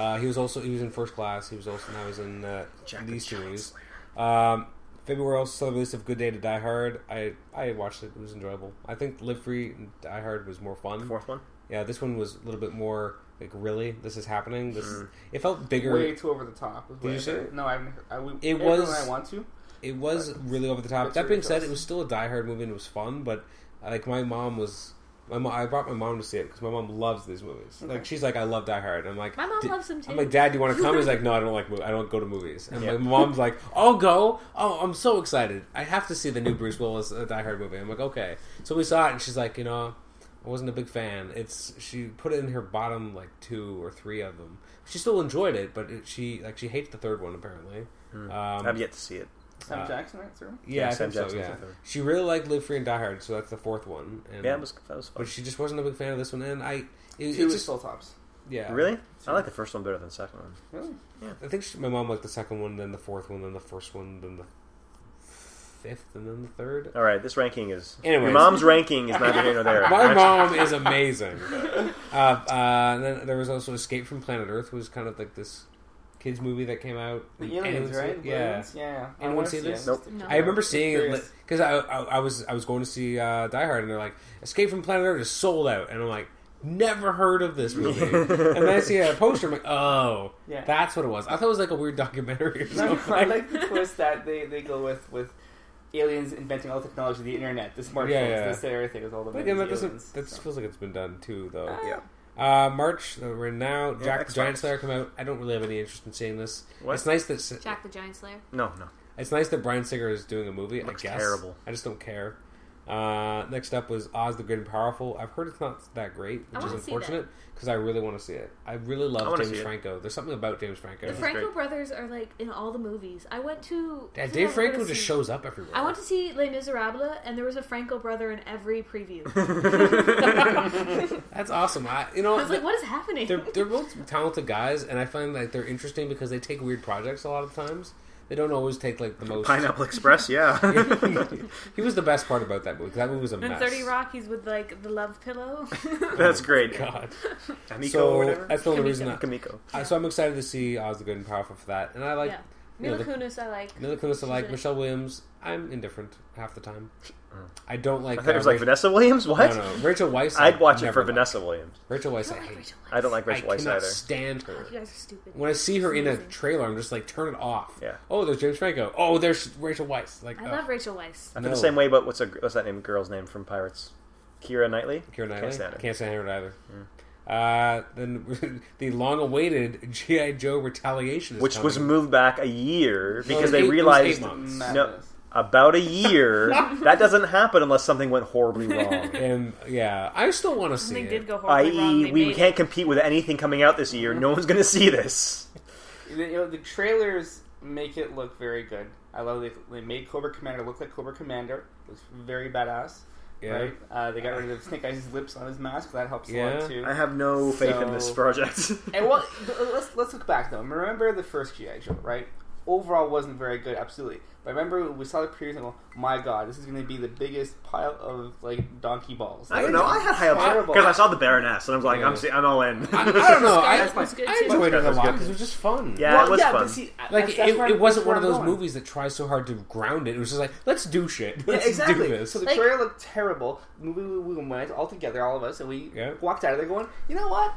Uh, he was also he was in First Class. He was also now he's in uh,
Jack
these
the
two
Giant
movies.
Slayer.
Um, February also saw the release of Good Day to Die Hard. I I watched it. It was enjoyable. I think Live Free and Die Hard was more fun.
The fourth one.
Yeah, this one was a little bit more like really this is happening. This is, it felt bigger.
Way too over the top. is
Did
what
you
I
see
heard.
it?
No, I haven't. heard- I, we,
It
everyone
was-
I want to.
It was really over the top.
That's
That
really
being said,
close.
it was still a Die Hard movie and it was fun, but like my mom was. My mom, I brought my mom to see it because my mom loves these movies. Like she's like, I love Die Hard. I'm like,
My mom
"Di-
loves them, too."
I'm like, Dad, do you want to come? He's like, No, I don't like. Mo- I don't go to movies. And
Yeah.
my mom's like, I'll go. Oh, I'm so excited. I have to see the new Bruce Willis uh, Die Hard movie. I'm like, okay. So we saw it, and she's like, you know, I wasn't a big fan. It's she put it in her bottom like two or three of them. She still enjoyed it, but it, she like she hates the third one apparently. Um,
I've yet to see it.
Sam
Uh,
Jackson, right? Sir?
yeah,
Hmm. Yeah,
I
Sam
think so,
Jackson's
yeah.
the third.
She really liked Live Free and Die Hard, so that's the fourth one. And,
Yeah, it was, that was fun.
but she just wasn't a big fan of this one, and I, it,
Two
it
is
just,
still tops.
yeah,
Really? I like the first one better than the second one.
Really?
I think she, my mom liked the second one, then the fourth one, then the first one, then the fifth, and then the third.
All right, this ranking is.
Anyways.
Your mom's ranking is neither here nor there.
My
Next-
mom is amazing. Uh, uh, and then there was also Escape from Planet Earth, was kind of like this kids movie that came out.
The
And
aliens,
anyone see
right?
it?
The
Yeah.
aliens? Yeah. I
Anyone
wanna
see this?
it.
Nope.
No.
I remember seeing it
Curious.
because I, I, I was I was going to see uh, Die Hard and they're like Escape from Planet Earth is sold out and I'm like never heard of this movie and then I see a poster I'm like oh
Yeah.
that's what it was I thought it was like a weird documentary or
No,
something
no, I like the twist that they, they go with with aliens inventing all the technology, the internet, the smartphones,
Yeah, yeah.
this, that, everything is all the
but again that
aliens,
doesn't that
so.
feels like it's been done too though
Yeah.
uh, March uh, we're now Jack the
Xbox.
Giant Slayer come out I don't really have any interest in seeing this
What?
it's nice that
Jack the Giant Slayer.
No, no.
It's nice that Brian Singer is doing a movie.
Looks
I guess
terrible.
I just don't care. Uh, next up was Oz the Great and Powerful. I've heard it's not that great,
I
which is
wanna see
unfortunate because I really want to see it. I really
I
love
wanna
James
see it.
Franco. There's something about James Franco.
The
is
Franco
great.
brothers are like in all the movies. I went to
Yeah,
I think I
Dave
went
Franco
to
just
see-
shows up everywhere.
I went to see Les Miserables, and there was a Franco brother in every preview.
That's awesome. I, you know,
I was like, "What is happening?"
they're they're both talented guys, and I find that they're interesting because they take weird projects a lot of times. They don't always take like the most. Oh
Pineapple Express, yeah.
he was the best part about that movie. 'cause That movie was a
and
mess.
in Thirty Rock, he's with like the love pillow.
That's great.
God.
Amico or
so
whatever?
that's the only reason. I,
Kamiko.
Kamiko.
I- so I'm excited to see Oz the Good and Powerful for that, and I like
yeah,
you know,
Mila
the-
Kunis, I like.
Mila Kunis I
in
like
it.
Michelle Williams. I'm indifferent half the time. I don't like.
I thought it
uh,
was like
Rach-
Vanessa Williams? What?
No, no, Rachel Weisz.
I'd watch it
never
for
liked.
Vanessa Williams.
Rachel
I
Weisz,
don't
I
like
hate.
Rachel Weisz. Oh,
I don't like
I
Rachel Weisz
cannot
either.
stand her.
You guys are stupid.
When I see her in a
Amazing.
trailer, I'm just like, turn it off.
Yeah.
Oh, there's James Franco. Oh, there's Rachel Weisz. Like, oh,
I
ugh.
love Rachel Weisz.
I feel
No.
the same way, but what's a, what's that name? Girl's name from Pirates, Kira Knightley.
Keira Knightley.
Can't stand it. Hmm.
Can't stand her either. Uh, then the long-awaited GI Joe Retaliation, is
Which was
coming.
moved back a
No,
year
it
because
was eight-
they
it was
realized
eight months.
no,
Madness.
about a year that doesn't happen unless something went horribly wrong.
and yeah, I still want to see
Something
it.
did go horribly wrong.
I.e.,
They
we
made
can't compete with anything coming out this year. No one's going to see this.
The, you know, the trailers make it look very good. I love they, they made Cobra Commander look like Cobra Commander. It was very badass.
Yeah.
Right? Uh, they got rid of Snake Eyes' lips on his mask. That helps a
Yeah.
lot too.
I have no faith in
So-
this project.
uh, And well, let's let's look back though. Remember the first GI Joe, right? overall wasn't very good, absolutely. But I remember we saw the previews and go, my god, this is going to be the biggest pile of like donkey balls.
I don't know. I had high hopes
Terrible.
because I saw the Baroness and I was like,
Yeah.
I'm, see- I'm all in.
I, I don't know. I,
Skynet was good
I
too.
enjoyed it a
Skynet was
lot
good.
because it was just fun.
Yeah, it was fun.
Like it, it wasn't one of those movies that tries so hard to ground it. It was just like let's do shit. Let's
exactly.
do this.
So the
Like-
trailer looked terrible. The movie we we went all together, all of us, and we
Yeah.
walked out of there going, you know what?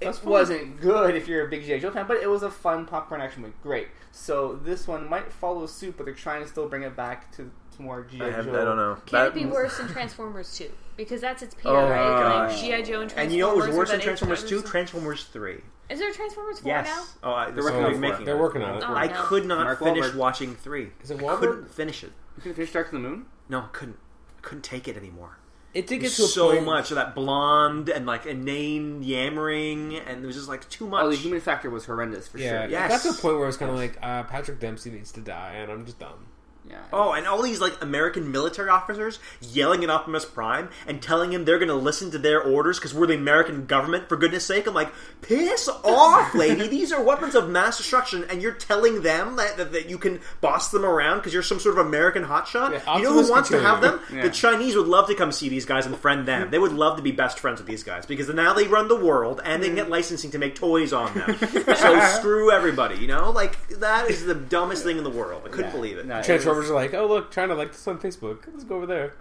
It
That's fun.
wasn't good if you're a big G.I. Joe fan, but it was a fun popcorn action movie. Great. So this one might follow suit, but they're trying to still bring it back to, to more G.I.
I, have,
Joe.
I don't know.
Can
That-
it be worse than Transformers 2? Because that's its peer,
Oh,
right?
uh,
Like G.I. Joe and Transformers.
And you know what was
are
worse
about
than Transformers
eight
2?
times-
Transformers 3.
Is there Transformers 4 now?
Yes. Oh, I,
working
they're working
on it.
making.
They're working on it.
Oh,
I
no.
could not
Mark
finish
Wahlberg.
watching 3.
Is it
I
Wahlberg?
couldn't finish it.
You can finish Dark of the Moon?
No, I couldn't. I couldn't take it anymore.
It did get to a
so
point-
much of that blonde and like inane yammering, and it was just like too much.
Oh, the human factor was horrendous, for
Yeah,
sure.
it got
Yes.
to a point where I was kind of like, uh, Patrick Dempsey needs to die, and I'm just done.
Yeah.
Oh, and all these like American military officers yelling at Optimus Prime and telling him they're going to listen to their orders because we're the American government. For goodness sake, I'm like, piss off, lady. These are weapons of mass destruction, and you're telling them that, that, that you can boss them around because you're some sort of American hotshot.
Yeah,
you know
Optimus
who wants to
Cotillion.
have them?
Yeah.
The Chinese would love to come see these guys and friend them. They would love to be best friends with these guys because now they run the world and they can get licensing to make toys on them. so screw everybody. You know, like that is the dumbest thing in the world. I couldn't
Yeah.
believe it.
No, it
Transformers
was-
are like, oh look, China liked this on Facebook. Let's go over there.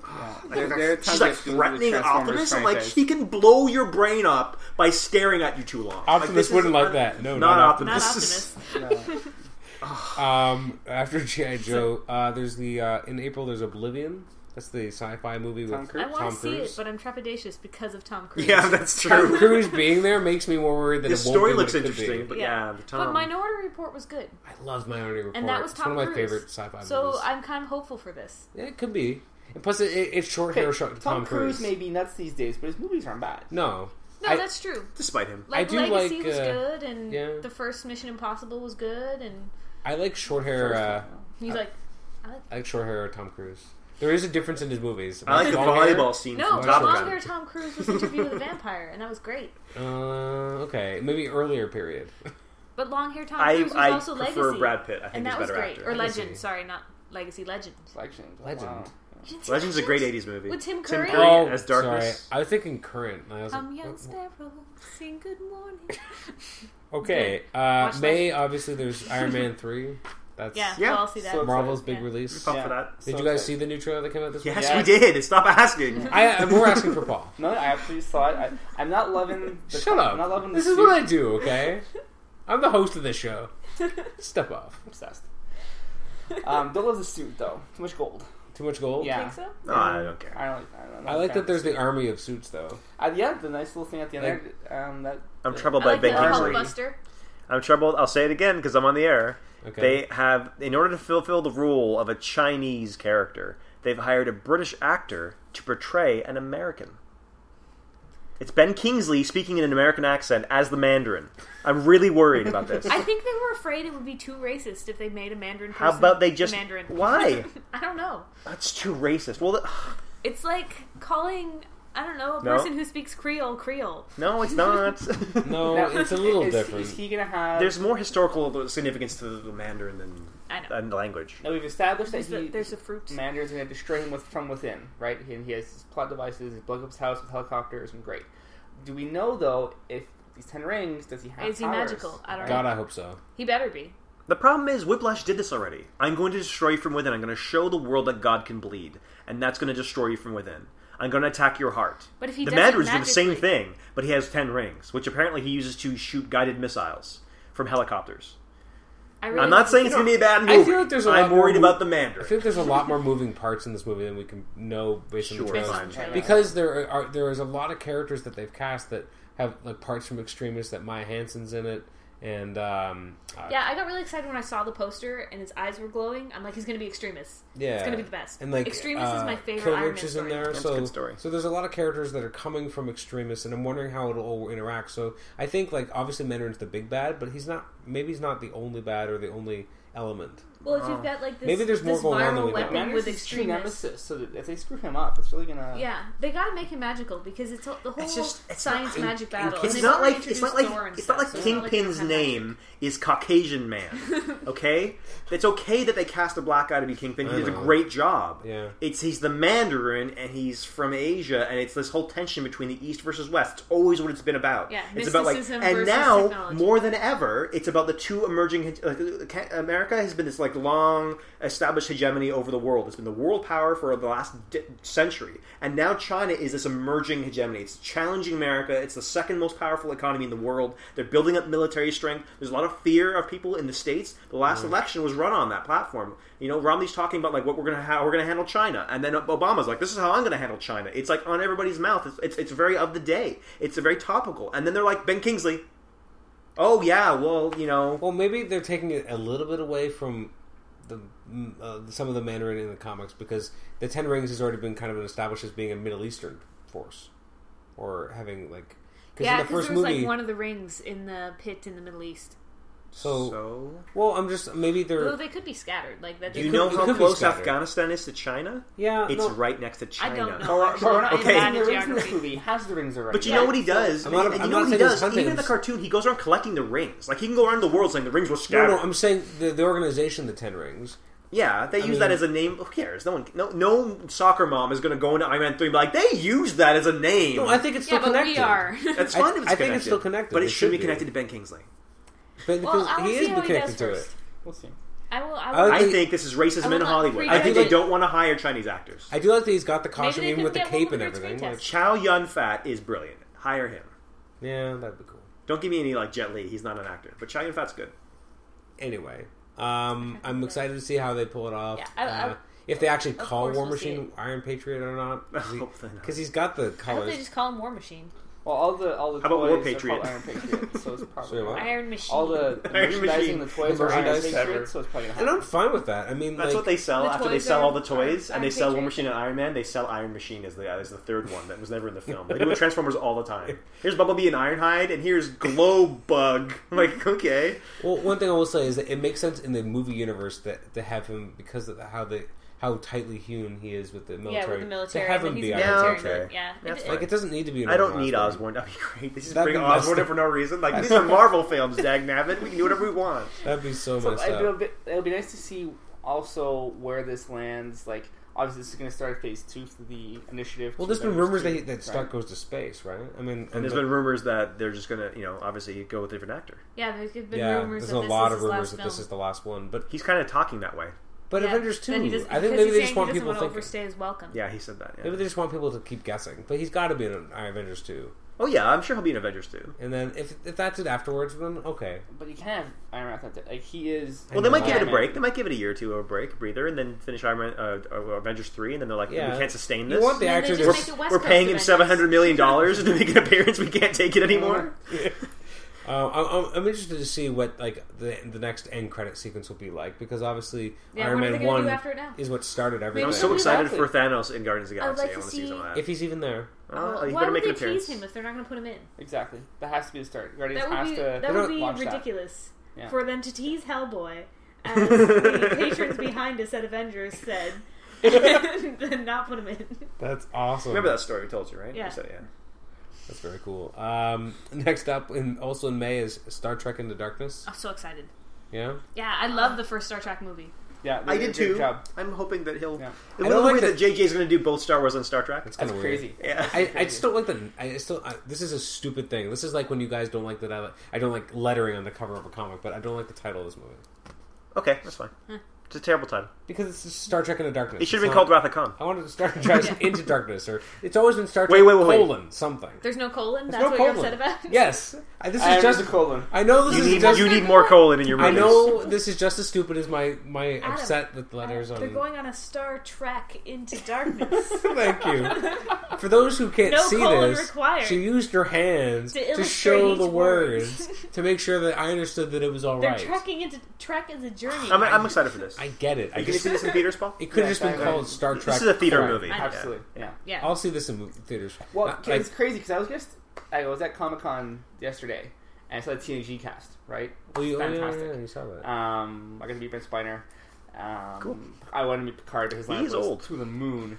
there, there are times
She's
I
like
feel the
threatening
Transformers
Optimus. I'm like,
franchise-
he can blow your brain up by staring at you too long. like,
Optimus
this is
wouldn't
un-
like that. No,
not,
not
Optimus.
Not Optimus.
Um, after GI Joe, uh, there's the uh, in April there's Oblivion. That's the sci-fi movie with
Tom Cruise?
I want
Tom
to see it,
Cruise.
but I'm trepidatious because of Tom Cruise.
Yeah, that's
Tom
true.
Cruise being there makes me more worried that
the
it won't
story
be what
looks
it could be.
interesting, but yeah,
Yeah.
the Tom.
But Minority Report was good,
I love Minority Report.
and that was
it's
Tom
one of my
Cruise.
favorite sci-fi
so
movies.
I'm kind of hopeful for this.
Yeah, it could be. And plus, it, it, it's short
Okay,
hair shot. Tom,
Tom Cruise
Cruise
may be nuts these days, but his movies aren't bad.
no.
No,
I-
that's true.
despite him,
Like
do
Legacy
like,
was
uh,
good, and
yeah.
the first Mission Impossible was good, and
I like short hair. Uh,
he's like,
I like short hair. Tom Cruise. There is a difference in his movies.
I like the
Long hair-
volleyball scene
no,
from
Top
Top
Gun.
longer Tom Cruise was interviewed with a vampire, and that was great.
Uh, okay, maybe earlier period.
But long hair Tom
I,
Cruise was
I
also
prefer
Legacy,
Brad Pitt. I think
and
he's
that
a
was
better
great.
actor.
Or
Legacy.
Legend, sorry, not Legacy. Legend.
Legend.
Legend.
Wow.
You didn't see
Legends a great
Legend?
'80s movie.
with Tim
Tim
Curry.
Curry. Oh, as darkness.
sorry. I was thinking current. and I was
I'm
like,
young
what-
sparrow, sing good morning.
okay, uh,
Watch
May obviously there's Iron Man three. That's
Yeah,
Yeah.
well, I'll see that.
So-
Marvel's big
Yeah.
release.
Pop
Did
Yeah.
for that.
So
you guys
excited.
see the new trailer that came out this week?
Yes,
Yeah.
we did. Stop asking.
I, I- we're asking for Paul.
No, I absolutely saw it. I, I'm not loving. The,
Shut
I'm
up.
not loving. The
this is
suit.
what I do. Okay, I'm the host of this show. Step off.
obsessed. Um, don't love the suit though. Too much gold.
Too much gold.
Yeah.
Think so?
No, I don't care.
I don't. I, don't, I'm not
I
a
like
fan
that
of
there's
suit.
the army of suits though.
Uh, yeah, the nice little thing at the end.
Like-
there, um, that
I'm troubled
I
by
like uh,
Big
that
Bang
Hulk
Theory.
Buster.
I'm troubled. I'll say it again because I'm on the air.
Okay.
They have, in order to fulfill the role of a Chinese character, they've hired a British actor to portray an American. It's Ben Kingsley speaking in an American accent as the Mandarin. I'm really worried about this.
I think they were afraid it would be too racist if they made a Mandarin person.
How about they just
a Mandarin?
why?
I don't know.
That's too racist. Well, th-
It's like calling I don't know a
No.
person who speaks Creole Creole.
no, it's not.
no,
Now,
oh, it's a little
is,
different.
Is he gonna have?
There's more historical significance to the Mandarin than,
I know.
than language.
No, we've established that
There's,
he.
the, there's the fruit.
Mandarin's gonna destroy him with, from within, right? He, he has his plot devices. He blows up his house with helicopters, and great. Do we know though if these ten rings? Does he have?
Is he
powers?
magical? I don't
God,
know.
I hope so.
He better be.
The problem is, Whiplash did this already. I'm going to destroy you from within. I'm going to show the world that God can bleed, and that's going to destroy you from within. I'm going to attack your heart.
But if he
the
does it
Mandarin's do the same
magically-
thing, but he has ten rings, which apparently he uses to shoot guided missiles from helicopters.
I really
I'm not
hope-
saying it's going to be a bad
I
movie.
feel like there's a lot
I'm
more
worried
mo-
about the
I
Mandarin.
feel like there's a lot more moving parts in this movie than we can know based on the
Sure,
trailer.
fine.
Yeah.
because there are there is a lot of characters that they've cast that have like parts from extremists that Maya Hansen's in it and um uh,
Yeah, I got really excited when I saw the poster and his eyes were glowing. I'm like, he's gonna be extremist.
yeah
It's gonna be the best.
and like
extremist
uh,
is my favorite.
Kill
Iron
Rich
Man
is in
story.
there
That's a
so
good story.
so there's a lot of characters that are coming from extremists and I'm wondering how it'll all interact so I think like obviously Mandarin's the big bad but he's not maybe he's not the only bad or the only element
Well, if
Oh.
you've got like this,
Maybe there's more
this
going on than
viral
we know.
weapon
Magnus
with
is true
extremists.
nemesis, so that if they screw him up, it's really gonna.
Yeah, they gotta make him magical because it's all- the whole
just- it's
science
not-
magic battle.
It's
and they've
not
already
like it's not
introduced Thor
like
and
it's not like
stuff, so it's they
Kingpin's
don't have
name is Caucasian man. Okay, it's okay that they cast a black guy to be Kingpin. He
I
did a
know.
great job.
Yeah.
it's he's the Mandarin and he's from Asia, and it's this whole tension between the East versus West. It's always what it's been about.
Yeah,
it's about like
mysticism
and
versus
now
technology.
more than ever, it's about the two emerging. Like, uh, Ca- America has been this like long established hegemony over the world. It's been the world power for the last di- century, and now China is this emerging hegemony. It's challenging America. It's the second most powerful economy in the world. They're building up military strength. There's a lot of fear of people in the states. The last election was run on that platform. You know, Romney's talking about like what we're gonna how we're gonna handle China, and then Obama's like, "This is how I'm gonna handle China." It's like on everybody's mouth. It's it's, it's very of the day. It's very topical, and then they're like, "Ben Kingsley." Oh yeah, well you know,
Well, maybe they're taking it a little bit away from the mm, uh, some of the Mandarin in the comics because the Ten Rings has already been kind of established as being a Middle Eastern force or having like because
Yeah,
in the
because
first
there was
movie,
like one of the rings in the pit in the Middle East.
so, well, I'm just maybe
Though
they're
they could be scattered. Like that.
do
they
you
could
know
it
be-
how
could be
close
scattered.
Afghanistan is to China?
yeah,
It's
no,
right next to China.
I don't know.
Well, we're,
actually,
we're not
Okay.
in the original
Geography.
movie. He has the rings already.
But you know what he does?
I'm not-
and you
I'm
know
not
what he
saying it's
does?
hunting,
Even in
I'm
the
just-
cartoon, he goes around collecting the rings. Like he can go around the world saying the rings were
no,
scattered.
no. I'm saying the, the organization, the Ten Rings.
yeah, they use
mean-
that as a name. Who cares? No one, no, no soccer mom is going to go into Iron Man three and be like, they use that as a name.
No, I think it's still
Yeah, but
connected.
we are.
that's
I-
fine. if it's
I
connected.
think it's still connected.
but
It
it should be
should be.
connected to Ben Kingsley.
But
Well,
because
I wanna
he
see
is
how he
connected
does
to it.
first.
We'll see.
I will. I
I
will.
would
I
think-
think this is
I
racism
would
in
not
Hollywood. I
prejudge
think they
it.
don't want to hire Chinese actors.
I do like that he's got the
Maybe
costume,
they
even
could
with the
get
cape and
one with a
everything.
screen
Like,
test.
Chow Yun Fat is brilliant. Hire him.
yeah, that'd be cool.
Don't give me any like Jet Li. He's not an actor, but Chow Yun Fat's good.
anyway, um, I'm excited to see how they pull it off.
Yeah, I- I-
uh, if they actually
of
call
course
War
we'll see
Machine Iron Patriot or not,
Hopefully not.
because he, has got the
I hope they
colors.
just call him War Machine,
Well, all the all the
How about
toys
War
are
Patriot?
called Iron Patriot, so it's probably
Say what?
Iron Machine.
all the the
Iron
merchandising
Machine.
and the toys
The
are Iron
merchandise.
Patriot, so it's probably
And
gonna
I'm fine with that. I mean,
That's
like,
what they sell
The
after they
toys
sell
are
all the toys,
Iron
and they sell War
Patriot.
Machine and Iron Man. They sell Iron Machine as the as the third one that was never in the film. They do it with Transformers all the time. Here's Bumblebee and Ironhide, and here's Glowbug. I'm like, okay,
well, one thing I will say is that it makes sense in the movie universe that to have him because of how the how tightly hewn he is with the military.
yeah, with the military.
to have him
and
be
he's a
Iron
military.
Patriot.
Yeah,
okay. Yeah,
That's
It-
Like it doesn't need to be. An
I don't
Orson
need
Welles
Osborne. That'd be great. They just
That'd
bring
be
Osborne
messed
in
up.
for no reason. Like these are Marvel films, dag nabbit. We can do whatever we want.
movie. That'd be so,
So
messed
it'd be, a
up.
bit, it'll be nice to see also where this lands. Like, obviously, this is going to start phase two for the initiative.
Well,
to
there's been rumors
Avengers
that, he,
2,
that Stark goes to space, right? I mean,
And
and
there's
the-
been rumors that they're just gonna, you know, obviously go with a different actor.
yeah, there's been
yeah,
rumors.
there's
that
a
this
lot
is
of
his
rumors
last
that this
film.
is the last one. But
He's kind of talking that way.
but
Yeah,
Avengers
that he
two,
doesn't-
I think
because
maybe
he's
they just
saying he
want
doesn't
people
want to
thinking.
overstay his welcome.
Yeah, he said that. Yeah.
Maybe they just want people to keep guessing, but he's got to be in Avengers two.
Oh yeah, I'm sure he'll be in Avengers too.
And then if if that's it afterwards, then okay.
But you can't have Iron Man. without that. Like, he is.
I
Well, they might
know.
give it a
Iron
break. They
Man.
might give it a year or two of a break, breather, and then finish Iron Man, uh, uh, Avengers three, and then they're like,
Yeah.
we can't sustain
You
this.
want the
And then they
actor
just
to
we're,
make it West
we're
Coast
paying him
Avengers.
seven hundred million dollars to make an appearance. We can't take it anymore.
Um, I'm- I'm, I'm interested to see what like the the next end credit sequence will be like because obviously
Yeah,
Iron
what are they
Man
gonna
one
do after it now?
is what started everything.
I'm
Maybe
so
Yeah,
excited
exactly.
for Thanos in Guardians of the
I would like
Galaxy. I
to
want to see some of that.
if he's even there,
oh, he's
Why
better
would
make
they
an appearance.
tease him if they're not going to put him in?
Exactly. That has to be the start. Guardians
That would
has
be
to.
They
that would
don't
be
launch that.
ridiculous
Yeah.
for them to tease Hellboy as the patrons behind us at Avengers said, and then not put him in.
that's awesome.
Remember that story we told you, right?
Yeah.
You said, yeah.
That's very cool. Um, next up, in also in May is Star Trek Into Darkness.
I'm so excited.
Yeah,
Yeah, I love the first Star Trek movie.
Yeah, they
I
a
did
great
too.
Job.
I'm hoping that he'll.
Yeah.
The
I don't
little
like
way
that-
that JJ's going to do both Star Wars and Star Trek.
it's kind
That's
of weird.
crazy.
Yeah.
I, I
crazy.
just don't like the. I still. I, this is a stupid thing. This is like when you guys don't like that. I, I don't like lettering on the cover of a comic, but I don't like the title of this movie
Okay, that's fine. It's a terrible time.
because it's just Star Trek Into Darkness.
It should have
It's
been
not-
called Wrath of Khan.
I wanted to Star Trek Into Darkness, or it's always been Star Trek
Wait, wait, wait, wait.
colon something.
There's no colon.
There's
that's
no
what
colon.
you're upset about.
Yes, I, this is
I am
just.
the colon.
I know this
Um, You
is
need,
just.
you need more colon in your
I
movies.
know this is just as stupid as my my
Adam,
upset with letters
They're
on.
going on a Star Trek into darkness.
Thank you. For those who can't
No
see
colon
this,
required.
she used her hands
To
to,
illustrate
show the
each word.
words to make sure that I understood that it was all
they're
right.
trekking into Trek is a journey.
I'm, I'm excited for this.
I get it.
Are
I
you going to
just,
see this in theaters, Paul?
it could
Yeah,
have just been
sorry.
called Star Trek.
This is a theater
colon.
movie.
Absolutely. Yeah.
yeah.
I'll see this in movie theaters.
Well,
Not-
it's
like-
crazy because I was just I was at Comic Con yesterday and I saw the TNG cast, right?
well, you, oh, yeah,
fantastic.
Uh,
yeah, you saw that.
Um, I got to meet Brent Spiner. Um,
Cool.
I want to meet Picard because
He's
was
old.
to the moon.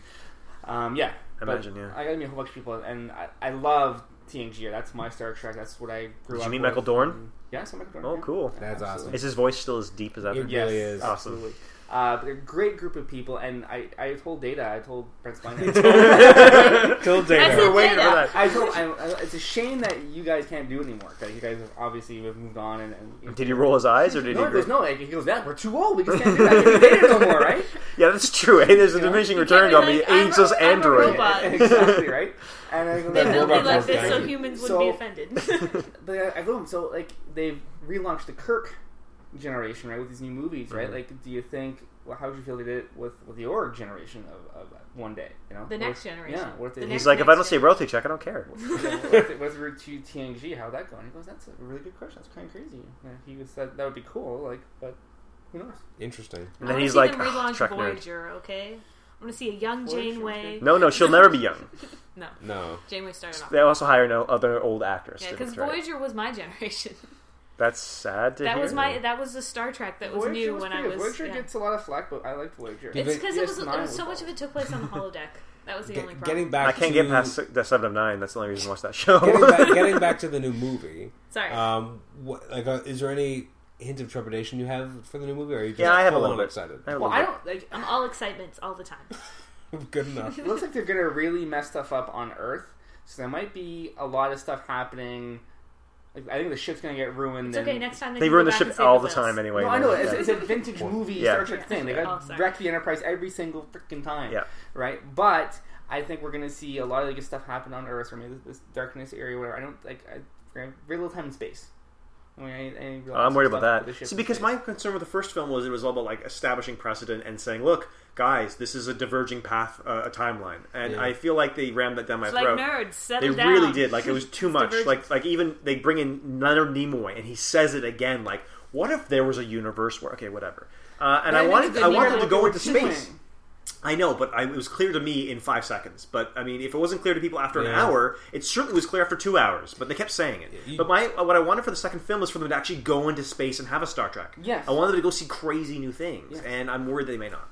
Um, yeah,
I
but
imagine, yeah.
I got to meet a whole bunch of people, and I, I love TNG. That's my Star Trek. That's what I grew
Did
up.
you meet
with.
Michael Dorn?
And- Yeah, I saw Michael Dorn.
Oh,
yeah.
cool.
That's
Absolutely.
Is his voice still as deep as ever?
Yeah. really is.
Awesome.
Absolutely. Uh, but they're a great group of people, and I, I told Data, I told Brent Spiner, I told-
Till
That's
We're
it,
waiting for
Data.
that.
I told, I, I- it's a shame that you guys can't do it anymore. That you guys have obviously have moved on, and, and
Did he roll his eyes or did
no,
he?
there's no like he goes, yeah, we're too old. We just can't do that. We Data no more, right?
Yeah, that's true. Hey, there's a
You know?
diminishing
You
return
can't
on
be
the
like, I'm a-
ageless
I'm a
android.
robot.
exactly right. And I go,
They
Yeah,
built
robot
it like this so
programming.
humans
So-
wouldn't be offended.
but I, I go, so like they've relaunched the Kirk generation, right, with these new movies, right?
Mhm.
Like, do you think? Well, how would you feel they did it with, with the org generation of, of one day? You know,
The
What
next
if-
generation.
Yeah, what if they
The
did
He's
next-
like, if I don't see a royalty check, I don't care.
was route to TNG. How'd that go? And he goes, "That's a really good question. That's kind of crazy." And he was that that would be cool, like, but who knows?
Interesting.
And
I
then
wanna
he's
see
like,
them
"Ah,
relaunch
Trek nerd.
Voyager, okay? I want to see a young
Voyager,
Janeway.
okay.
No, no, she'll never be young.
No,
No.
Janeway started off.
They also hire no other old actors.
Yeah,
to
because
portray.
Voyager was my generation.
That's sad to
That
hear.
was my that was the Star Trek that was
Voyager
new when I
pretty good.
was.
Voyager
yeah.
gets a lot of flack, but I liked Voyager.
Did
It's because it was, it
PS9
was so
was
much of it took place on the holodeck. That was the
Get-
only problem.
getting back.
I can't
to,
get past si- the seven of nine. That's the only reason I watched that show.
getting, back, getting back to the new movie.
Sorry.
Um, what, like, uh, is there any hint of trepidation you have for the new movie? Or are you just
Yeah, I have a
full
little
on
bit.
excited?
I have a
Well,
little
I
bit.
don't
I'm
like.
all excitements all the time.
Good enough.
It looks like they're gonna really mess stuff up on Earth, so there might be a lot of stuff happening. Like, I think the ship's gonna get ruined.
It's okay.
and-
Next time they,
They
can go
ruin the
back and
ship
save
all the
whales.
time anyway.
No, I know it's,
Yeah.
it's a vintage movie
Yeah.
Star Trek thing. They got
Oh, sorry.
wreck the Enterprise every single freaking time.
Yeah.
Right, but I think we're gonna see a lot of good stuff happen on Earth, or maybe this, this darkness area, whatever. I don't like. I we're gonna have very little time in space. I mean, I, I realize
I'm worried
some
about
stuff with
that.
the ship
See,
in
because
space.
my concern with the first film was it was all about like establishing precedent and saying, "Look, guys, this is a diverging path, uh, a timeline," and
Yeah.
I feel like they rammed that down my
It's like
throat.
nerds, settle
they
down.
really did. Like it was too much.
divergent.
Like like even they bring in Leonard Nimoy and he says it again. Like, what if there was a universe where? Okay, whatever. Uh, and
But
I
think
wanted
it's a
I
good
wanted
idea
to
what
go
they
into
were doing.
space. I know, but I, it was clear to me in five seconds. But I mean, if it wasn't clear to people after an
Yeah.
hour, it certainly was clear after two hours. But they kept saying it.
you-
but my what I wanted for the second film was for them to actually go into space and have a Star Trek.
Yes.
I wanted them to go see crazy new things,
Yeah.
and I'm worried they may not.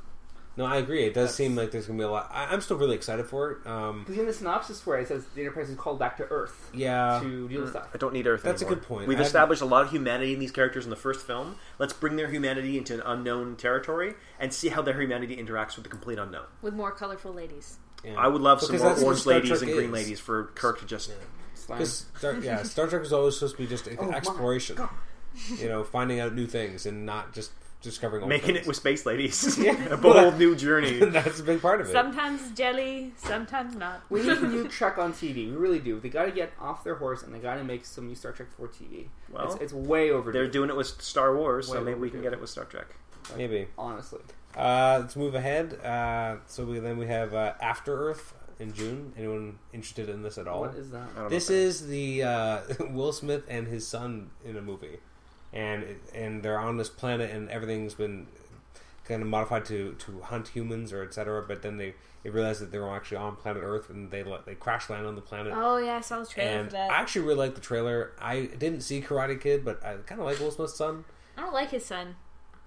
No, I agree. It does seem like there's gonna be a lot. I, I'm still really excited for it. Um,
Because in the synopsis for it, it says the Enterprise is called back to Earth
Uh,
yeah.
to deal with stuff.
I don't need Earth.
That's a
anymore.
good point.
We've
I haven't-
established a lot of humanity in these characters in the first film. Let's bring their humanity into an unknown territory and see how their humanity interacts with the complete unknown.
with more colorful ladies.
yeah.
I would love some
Because
more
that's what
orange
Star
ladies
Trek
and green
is.
ladies for Kirk to just.
Slime.
Because Star, yeah, Star Trek was always supposed to be just
Oh my
exploration. You know, finding out new things and not just discovering old
Making it
things.
with space ladies,
Yeah.
a bold new journey.
that's a big part of it.
Sometimes jelly, sometimes not.
we need a new Trek on TV. We really do. They got to get off their horse and they got to make some new Star Trek for TV.
Well,
it's, it's way overdue.
They're doing it with Star Wars, so
Way
maybe we can
overdue.
get it with Star Trek.
Maybe.
honestly.
Uh, let's move ahead. Uh, so we, then we have uh, After Earth in June. Anyone interested in this at all?
What is that?
I don't know
this
if I-
is the uh, Will Smith and his son in a movie, and and they're on this planet, and everything's been kind of modified to, to hunt humans or etc. But then they, they realize that they're actually on planet Earth, and they let- they crash land on the planet.
Oh yeah, I saw the trailer for
and
that.
I
I,
actually really like the trailer. I didn't see Karate Kid, but I kind of like Will Smith's son.
don't like his son.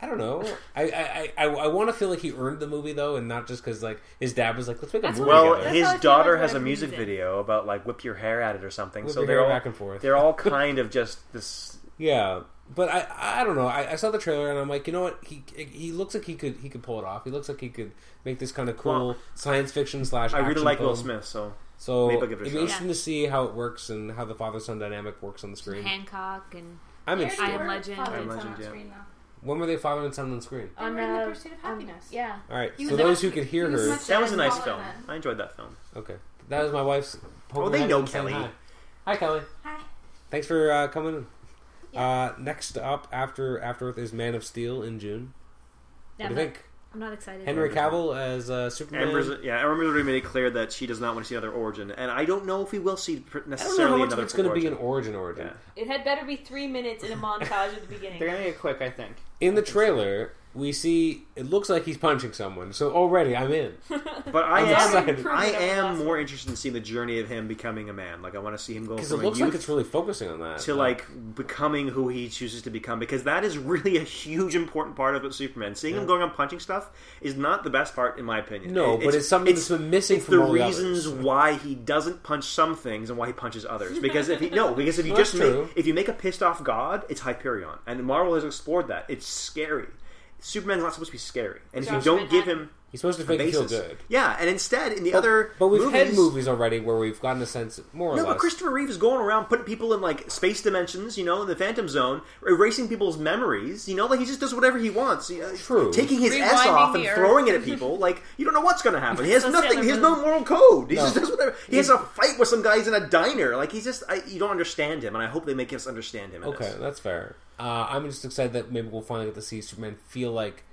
I don't know. I I, I, I, want to feel like he earned the movie though, and not just because like his dad was like, let's make a
That's
movie.
what I-
Well,
together.
that's
his
how I feel
daughter
like
has a
when I
music
read it.
video about like whip your hair at it or something.
Whip
so
your
they're
hair
all
back and forth.
They're all kind of just this.
Yeah, but I I don't know. I, I saw the trailer and I'm like, you know what? He he looks like he could he could pull it off. He looks like he could make this kind of cool
Well,
science fiction slash.
I really
action
like Will
film.
Smith, so
so
Maybe I'll
it'd
give it a
be
shot.
interesting to see how it works and how the father son dynamic works on the screen.
Hancock and
I'm
They
interested.
already
I Am
were
Legend.
Father
I Am
and Son
Legend,
on
yeah.
screen, though.
When were they father and son on screen?
They
on
were in the
uh,
pursuit of
on-
happiness.
yeah,
All right,
He
for
was
those
much-
who could hear
he was
her,
much-
that was a nice
Smaller
film.
than-
I enjoyed that film.
okay, that was my wife's.
Oh, they
poking my
know
head and saying
Kelly.
Hi. Hi, Kelly.
Hi.
Thanks for uh, coming. in. Uh, next up after After Earth is Man of Steel in June.
yeah
what
I'm,
do you
not,
think?
I'm not excited.
Henry Cavill as uh, Superman.
Amber's, yeah, Amber already made it clear that she does not want to see another origin, and I don't know if we will see pr-
I don't know how
necessarily
much of
another.
it's going to be
origin.
an origin origin.
Yeah.
It had better be three minutes in a montage at the beginning.
They're gonna make it quick, I think.
in the trailer, we see it looks like he's punching someone. So already, I'm in.
But I
I'm
am,
excited.
I am more interested in seeing the journey of him becoming a man. Like I want to see him go
Because it
from a
looks
youth
like it's really focusing on that.
to like becoming who he chooses to become because that is really a huge important part of Superman. Seeing him going on punching stuff is not the best part in my opinion.
No, but it's something that's been missing
it's
from
the
all the
reasons
others.
why he doesn't punch some things and why he punches others. Because if he no, because if you
Well,
just
that's
make,
true.
if you make a pissed off god, it's Hyperion, and Marvel has explored that. It's scary. Superman's not supposed to be scary, and if you
Josh
don't give
Manhattan.
him
he's supposed to
a
make you feel
basis-
good.
yeah, and instead in the other
But we've had movies already where we've gotten a sense more or
no,
less.
but Christopher Reeve is going around putting people in like space dimensions, you know, in the Phantom Zone, erasing people's memories. You know, like he just does whatever he wants. He, uh,
True.
Taking his S
Rewinding
off and
the Earth.
throwing it at people, like you don't know what's going to happen. He has
That's the
nothing.
other
He has no moral code. He
No.
just does whatever. He has a fight with some guys in a diner. Like he's just, I, you don't understand him, and I hope they make us understand him. in
Okay,
this.
that's fair. Uh, I'm just excited that maybe we'll finally get to see Superman feel like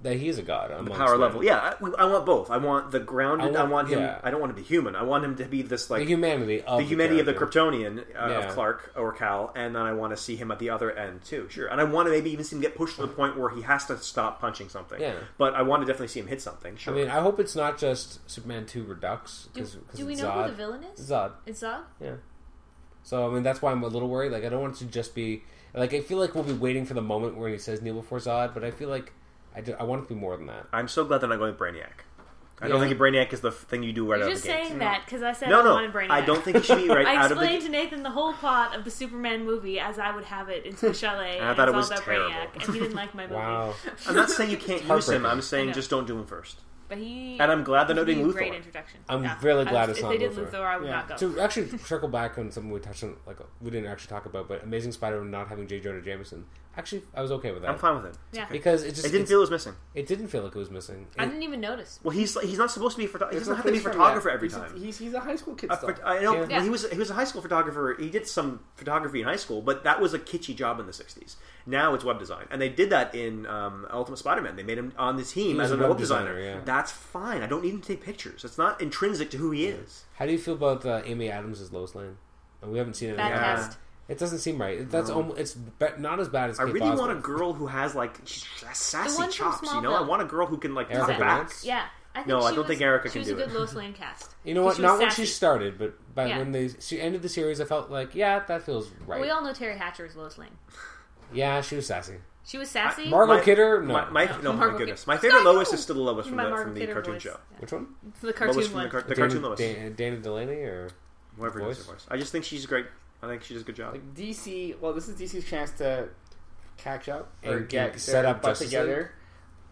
that he is a god. On
Power level, yeah. I, I want both. I want the grounded.
I
I want,
want-
him.
yeah.
I don't want him to be human. I want him to be this like
the humanity of
the humanity of the
character.
Kryptonian uh,
Yeah.
of Clark or Cal, and then I want to see him at the other end too. Sure, and I want to maybe even see him get pushed to the point where he has to stop punching something.
Yeah.
but I want to definitely see him hit something. Sure,
I mean, I hope it's not just Superman 2 Redux.
Do,
'cause- 'cause
do we
it's
know
Zod.
who the villain is?
Zod.
It's Zod.
Yeah. So I mean that's why I'm a little worried. Like I don't want it to just be like I feel like we'll be waiting for the moment where he says kneel before Zod, but I feel like I, do- I want it to be more than that.
I'm so glad they're not going with Brainiac. I don't
Yeah.
think Brainiac is the f- thing you do right
You're
out
just
of the gate.
saying that because I said
no,
I
no,
wanted Brainiac.
I don't think he should be right
I
out of the
explained
gate.
to Nathan the whole plot of the Superman movie as I would have it in the chalet.
And I thought
it's
it was
all about
terrible.
Brainiac, and he didn't like my movie.
Wow.
I'm not saying you can't use him.
Heartbreaking.
I'm
I
saying
know.
just don't do him first.
But he
And I'm glad they're not
he
doing
gave a Great
Luthor.
introduction.
I'm really glad
was-
it's
if
not
they did
Luthor.
Luthor, I would
Yeah.
not go.
to actually circle back on something we touched on, like we didn't actually talk about, but Amazing Spider-Man not having J. Jonah Jameson. Actually, I was okay with that
I'm fine with it.
yeah,
because it just
It didn't
it's-
feel it was missing.
it didn't feel like it was missing.
I
It-
didn't even notice.
Well, he's he's not supposed to be a photographer. He
There's
doesn't
no
have to be a
place for him
photographer
yet.
every
He's a-
time.
he's, he's a high school kid
A
still.
phot- I know
Yeah.
well, he was he was a high school photographer. He did some photography in high school, but that was a kitschy job in the '60s. Now it's web design, and they did that in um, Ultimate Spider-Man. They made him on the team
was
as
a
a
web
web, designer.
designer, yeah.
That's fine. I don't need him to take pictures. It's not intrinsic to who he is.
How do you feel about uh, Amy Adams as Lois Lane? And we haven't seen it.
Bad
yet.
Yeah.
cast.
It doesn't seem right. It- That's almost, it's be- not as bad as
I
Kate
really want a
Bosworth.
girl who has like she's a sassy
one from
chops. You know, I
Smallville.
want a girl who can like
Erica
talk back.
Balance?
Yeah, I think
No,
she
I don't
was,
think Erica
she
can
was
do
a good
it.
Lois Lane cast.
You know what?
She was
not when she
sassy.
started, but by
Yeah.
when they she ended the series, I felt like yeah, that feels right.
We all know Terry Hatcher is Lois Lane.
yeah, she was sassy.
She was sassy.
Margot
My-
Kidder, no.
My, my, no, my
Margot
goodness,
Kidder.
my favorite
Sky
Lois
Blue!
is still the Lois from
My
the,
Margot
from the
Kidder
cartoon
voice.
show.
Which one?
the
Lois
cartoon
from the,
one.
car- the
Dana-
cartoon Lois,
Dan- Dana Delaney, or
whoever does her
voice?
voice. I just think she's great. oh, I think she does a good job.
Like DC, well, this is DC's chance to catch up or
And
get
set
set
up
up butt
Justice
together.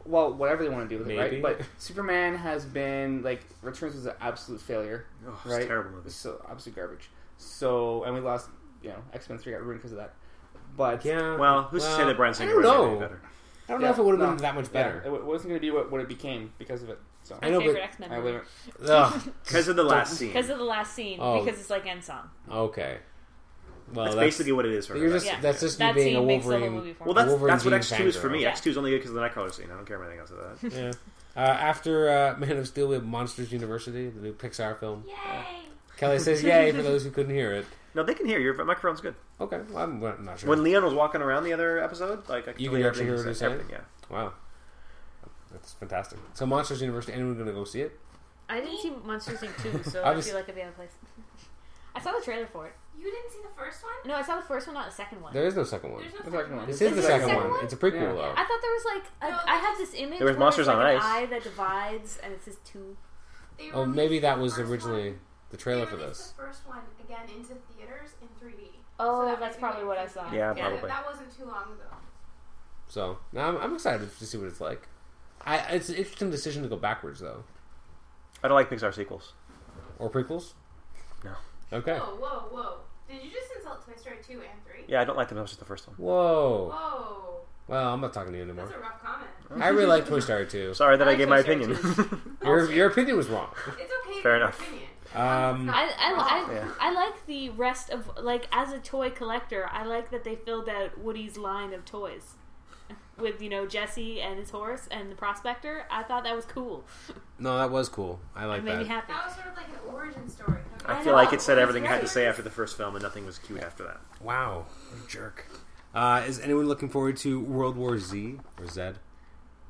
Well, whatever they want to do with
Maybe.
it, right? But Superman has been like Returns was an absolute failure,
Oh, it's a
right?
terrible movie.
So absolute garbage. So and we lost, you know, X Men three got ruined because of that. But
Yeah.
Well, who's to say that Brian
I
Singer
don't
wasn't any
know.
better?
I don't know if it would have been that much
yeah,
better.
it wa- wasn't going to be what, what it became because of it. So
I know,
favorite
but-
X
I
Men
live it.
Ugh.
Because of the last scene.
because of the last scene
Oh.
because it's like end song.
okay. Well,
That's,
that's,
basically what it is for her.
you're just
Yeah.
that's just you
That
being a
scene makes the whole
Wolverine.
movie for
well,
me.
that's,
Wolverine
that's what
Jean
X2 is for me.
fangirl.
X2 is only good because of the Nightcrawler scene. I don't care about anything else of that.
yeah. Uh, after uh, Man of Steel, we have Monsters University, the new Pixar film.
Yay!
Kelly says yay for those who couldn't hear it.
no, they can hear you. Your microphone's good.
Okay, well, I'm, well, I'm not sure.
When Leon was walking around the other episode, like I could
You
totally
can actually
everything
hear what
said,
he's saying?
everything, Yeah.
wow, that's fantastic. So Monsters University, anyone going to go see it?
I didn't see Monsters Inc. two, so
I
I,
was-
feel like I'd be out of place. I saw the trailer for it.
You didn't see the first one?
No, I saw the first one, not the second one.
There is no second one.
There's no
The
second
second one.
one.
This is the second one. It's a prequel
Yeah.
though.
I thought there was like a,
No,
I have this image.
There was
where
Monsters
it's like
on
an
Ice.
eye that divides, and it says two.
They
Oh,
released
maybe that
the
was
first
originally
one-
the trailer
they
for
released
this.
The first one again into theaters in 3D.
Oh,
that
that's
might be
probably what I
it
saw.
is.
Yeah,
Yeah,
probably.
that wasn't too long ago.
So no, I'm, I'm excited to see what it's like. I, it's an interesting decision to go backwards though,
I don't like Pixar sequels.
or prequels.
No.
Okay.
Whoa, whoa, whoa! Did you just insult Toy Story 2 and 3?
Yeah, I don't like them as much as the first one.
Whoa.
Whoa,
Well, I'm not talking to you
that's
anymore.
a rough comment.
I really like Toy Story 2.
Sorry that
I
I,
like
gave
Toy
my
Story
opinion.
Your your opinion was wrong.
It's okay.
Fair
for your
enough.
Opinion.
Um,
I I, I,
Yeah.
I like the rest of like as a toy collector, I like that they filled out Woody's line of toys with you know Jesse and his horse and the prospector. I thought that was cool.
no, that was cool. I
It
like
made me
that.
happy.
That was sort of like an origin story.
I
I
feel
know.
like it said
It's
everything it had to
great.
say after the first film, and nothing was cute after that.
Wow, what a jerk. Uh, is anyone looking forward to World War Z or Zed?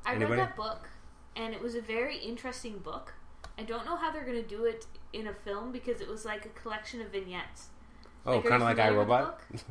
I
Anybody?
read that book, and it was a very interesting book. I don't know how they're going to do it in a film because it was like a collection of vignettes.
Oh,
are you
kind of like
familiar with the
iRobot.
book?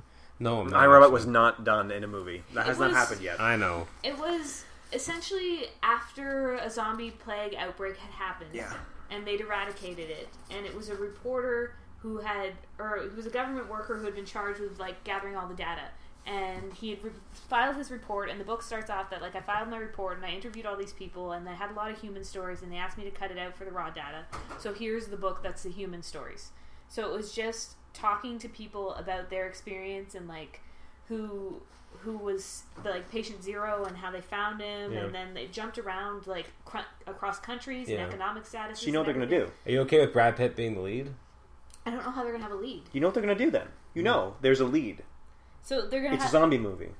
No, I'm not.
iRobot was not done in a movie. That has not
was-
happened yet.
I know.
It was essentially after a zombie plague outbreak had happened.
Yeah.
And they'd eradicated it. And it was a reporter who had, or he was a government worker who had been charged with, like, gathering all the data. And he had re- filed his report, and the book starts off that, like, I filed my report and I interviewed all these people, and I had a lot of human stories, and they asked me to cut it out for the raw data. So here's the book that's the human stories. So it was just talking to people about their experience and, like, who who was the, like patient zero and how they found him,
Yeah.
and then they jumped around like cr- across countries
Yeah.
and economic statuses.
So you know what they're going to do.
Are you okay with Brad Pitt being the lead?
I don't know how they're gonna have a lead.
You know what they're going to do then.
Hmm.
You know, there's a lead.
So they're gonna
It's a
have,
zombie movie.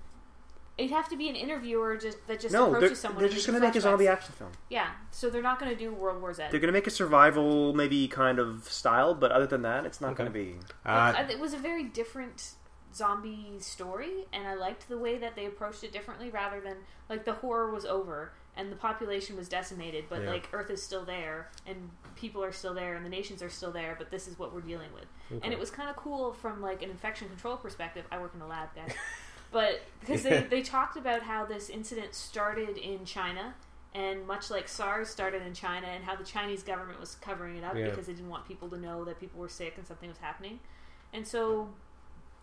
it'd have to be an interviewer just that just
No, they're,
approaches someone.
they're
and gives
just going
you
to make a
flashbacks.
zombie action film.
Yeah, so they're not gonna do World War Z.
They're going to make a survival, maybe kind of style, but other than that, it's not
Okay.
going to be.
Uh,
Like, it was a very different zombie story, and I liked the way that they approached it differently rather than like the horror was over and the population was decimated, but
Yeah.
like Earth is still there and people are still there and the nations are still there, but this is what we're dealing with. And it was kind of cool from like an infection control perspective. I work in a lab, guys. But because they, they talked about how this incident started in China, and much like SARS started in China, and how the Chinese government was covering it up
Yeah.
because they didn't want people to know that people were sick and something was happening. And so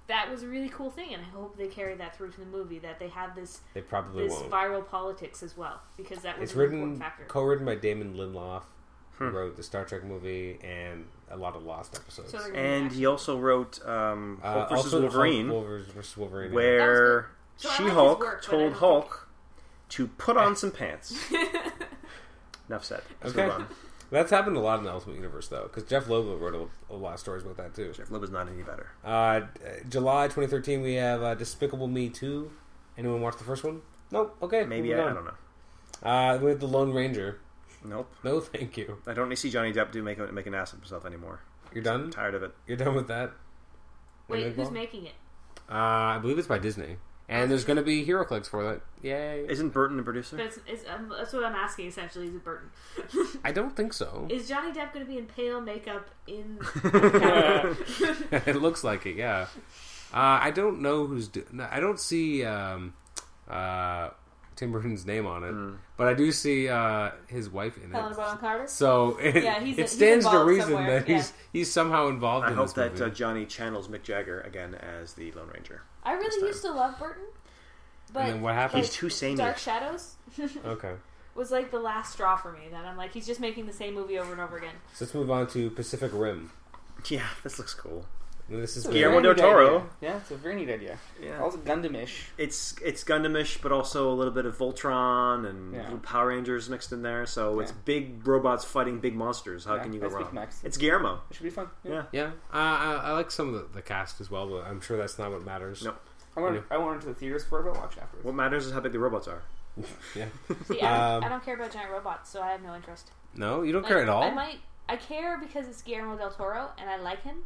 that was a really cool thing, and I hope they carry that through to the movie that they have this
they probably
this
won't.
viral politics as well because that was
It's
an important
written,
factor.
co-written by Damon Lindelof, who
Hmm.
wrote the Star Trek movie and a lot of Lost episodes.
So they're gonna
And
react.
he also wrote um,
Uh,
Hulk versus
also
Wolverine,
Hulk Wolvers versus Wolverine.
where
So I like his
She-Hulk
work, but I
told
don't
Hulk to put on some pants. Enough said. Let's
Okay.
move on.
That's happened a lot in the Ultimate Universe, though, because Jeff Lobo wrote a, a lot of stories about that too.
Jeff Loeb is not any better.
Uh, d- July 2013, we have uh, Despicable Me 2. Anyone watch the first one? Nope. Okay.
Maybe
moving
I, I
on.
don't know.
Uh, we have the Lone Ranger.
Nope.
No, thank you.
I don't see Johnny Depp do make a- make an ass of himself anymore.
You're done.
I'm tired of it.
You're done with that.
Wait,
Emmett
who's
Ball?
making it?
Uh, I believe it's by Disney, and there's going to be HeroClix for that. Yay!
Isn't Burton the producer?
That's, is, um, that's what I'm asking. Essentially, is it Burton?
I don't think so.
is Johnny Depp going to be in pale makeup in?
it looks like it. Yeah. Uh, I don't know who's. Do- no, I don't see um, uh, Tim Burton's name on it,
Hmm.
but I do see uh, his wife in
Helena
it.
Bonham Carter.
So it,
Yeah, he's-
it
he's
stands to
involved
reason
somewhere,
that he's he's somehow involved
I
in
hope
this
that
movie.
uh, Johnny channels Mick Jagger again as the Lone Ranger.
I
This
really
time.
used to love Burton, but
and then what happens?
He's too samey.
Dark Shadows
Okay,
was like the last straw for me. That I'm like, he's just making the same movie over and over again.
so let's move on to Pacific Rim.
Yeah, this looks cool.
This is
Guillermo
Very
del
neat
Toro.
idea. Yeah, it's a very neat idea.
Yeah.
Also Gundam-ish.
it's it's Gundamish, but also a little bit of Voltron and
Yeah.
little Power Rangers mixed in there. So it's
Yeah.
big robots fighting big monsters. How
Yeah,
can you go
that's Big
wrong?
Macs.
It's Guillermo.
It should be fun.
Yeah.
Yeah, uh, I, I like some of the, the cast as well, but I'm sure that's not what matters.
No.
I went, I went into the theaters for it, but watched afterwards.
What matters is how big the robots are.
Yeah.
See, I,
Um,
I don't care about giant robots, so I have no interest.
No, you don't care
Like,
at all.
I might. I care because it's Guillermo del Toro and I like him,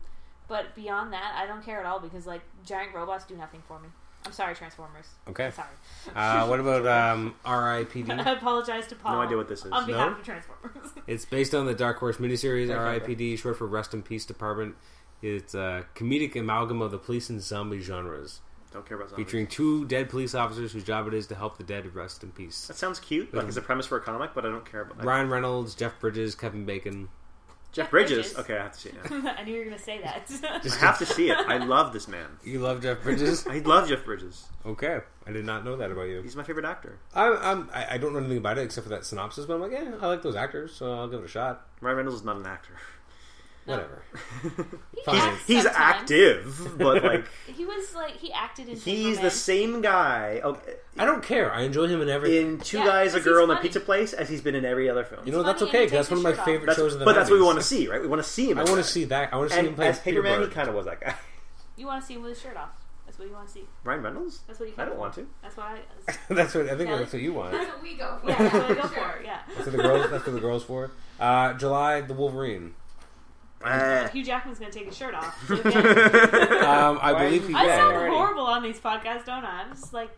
but beyond that, I don't care at all because like giant robots do nothing for me. I'm sorry, Transformers.
Okay.
Sorry.
Uh, what about um, R.I.P.D.?
I apologize to Paul.
No idea what this is.
On behalf
No?
of Transformers.
It's based on the Dark Horse miniseries
Okay.
R.I.P.D., short for Rest in Peace Department. It's a comedic amalgam of the police and zombie genres,
Don't care about zombies.
featuring two dead police officers whose job it is to help the dead rest in peace.
That sounds cute, like
Mhm.
it's a premise for a comic, but I don't care about that.
Ryan Reynolds, Jeff Bridges, Kevin Bacon.
Jeff
Jeff
Bridges.
Bridges.
Okay, I have to see it. Now.
I knew you were gonna say that.
I have to see it. I love this man.
You love Jeff Bridges?
I love Jeff Bridges.
okay, I did not know that about you.
He's my favorite actor.
I, I'm, I I don't know anything about it except for that synopsis, but I'm like, yeah, I like those actors, so I'll give it a shot.
Ryan Reynolds is not an actor.
Whatever.
Yeah,
Fine.
acts
He's
sometimes.
active, but like
He was like he acted in.
he's
Superman.
the same guy okay,
I don't care. I enjoy him in everything.
in Two
Yeah,
Guys, a
because
Girl,
he's
and a
funny.
Pizza Place as he's been in every other film.
you know,
It's
that's
funny
okay.
and he
'cause
takes
That's one of my
his shirt
favorite
off.
That's-
shows in the
but that's what we
90s.
want to see, right? We want to see him.
I
as
want to
that.
see that. I want to see him
And
play
as
Peter
Peter Man, he
Bird.
kind of was that guy.
You want to see him with his shirt off. That's what you want to see.
Ryan Reynolds?
That's what you.
I
go
don't
for.
want to.
That's what I.
that's what I think.
Kelly?
That's what you want.
That's what we go for.
Yeah, that's what I go for. Yeah.
That's what the girls. That's what the girls for. Uh, July, the Wolverine.
Eh.
Hugh Jackman's gonna take his shirt off. So again,
Um, I
Why
believe
you-
he
I
Yeah.
did.
sound
Already.
horrible on these podcasts, don't I? I'm just like,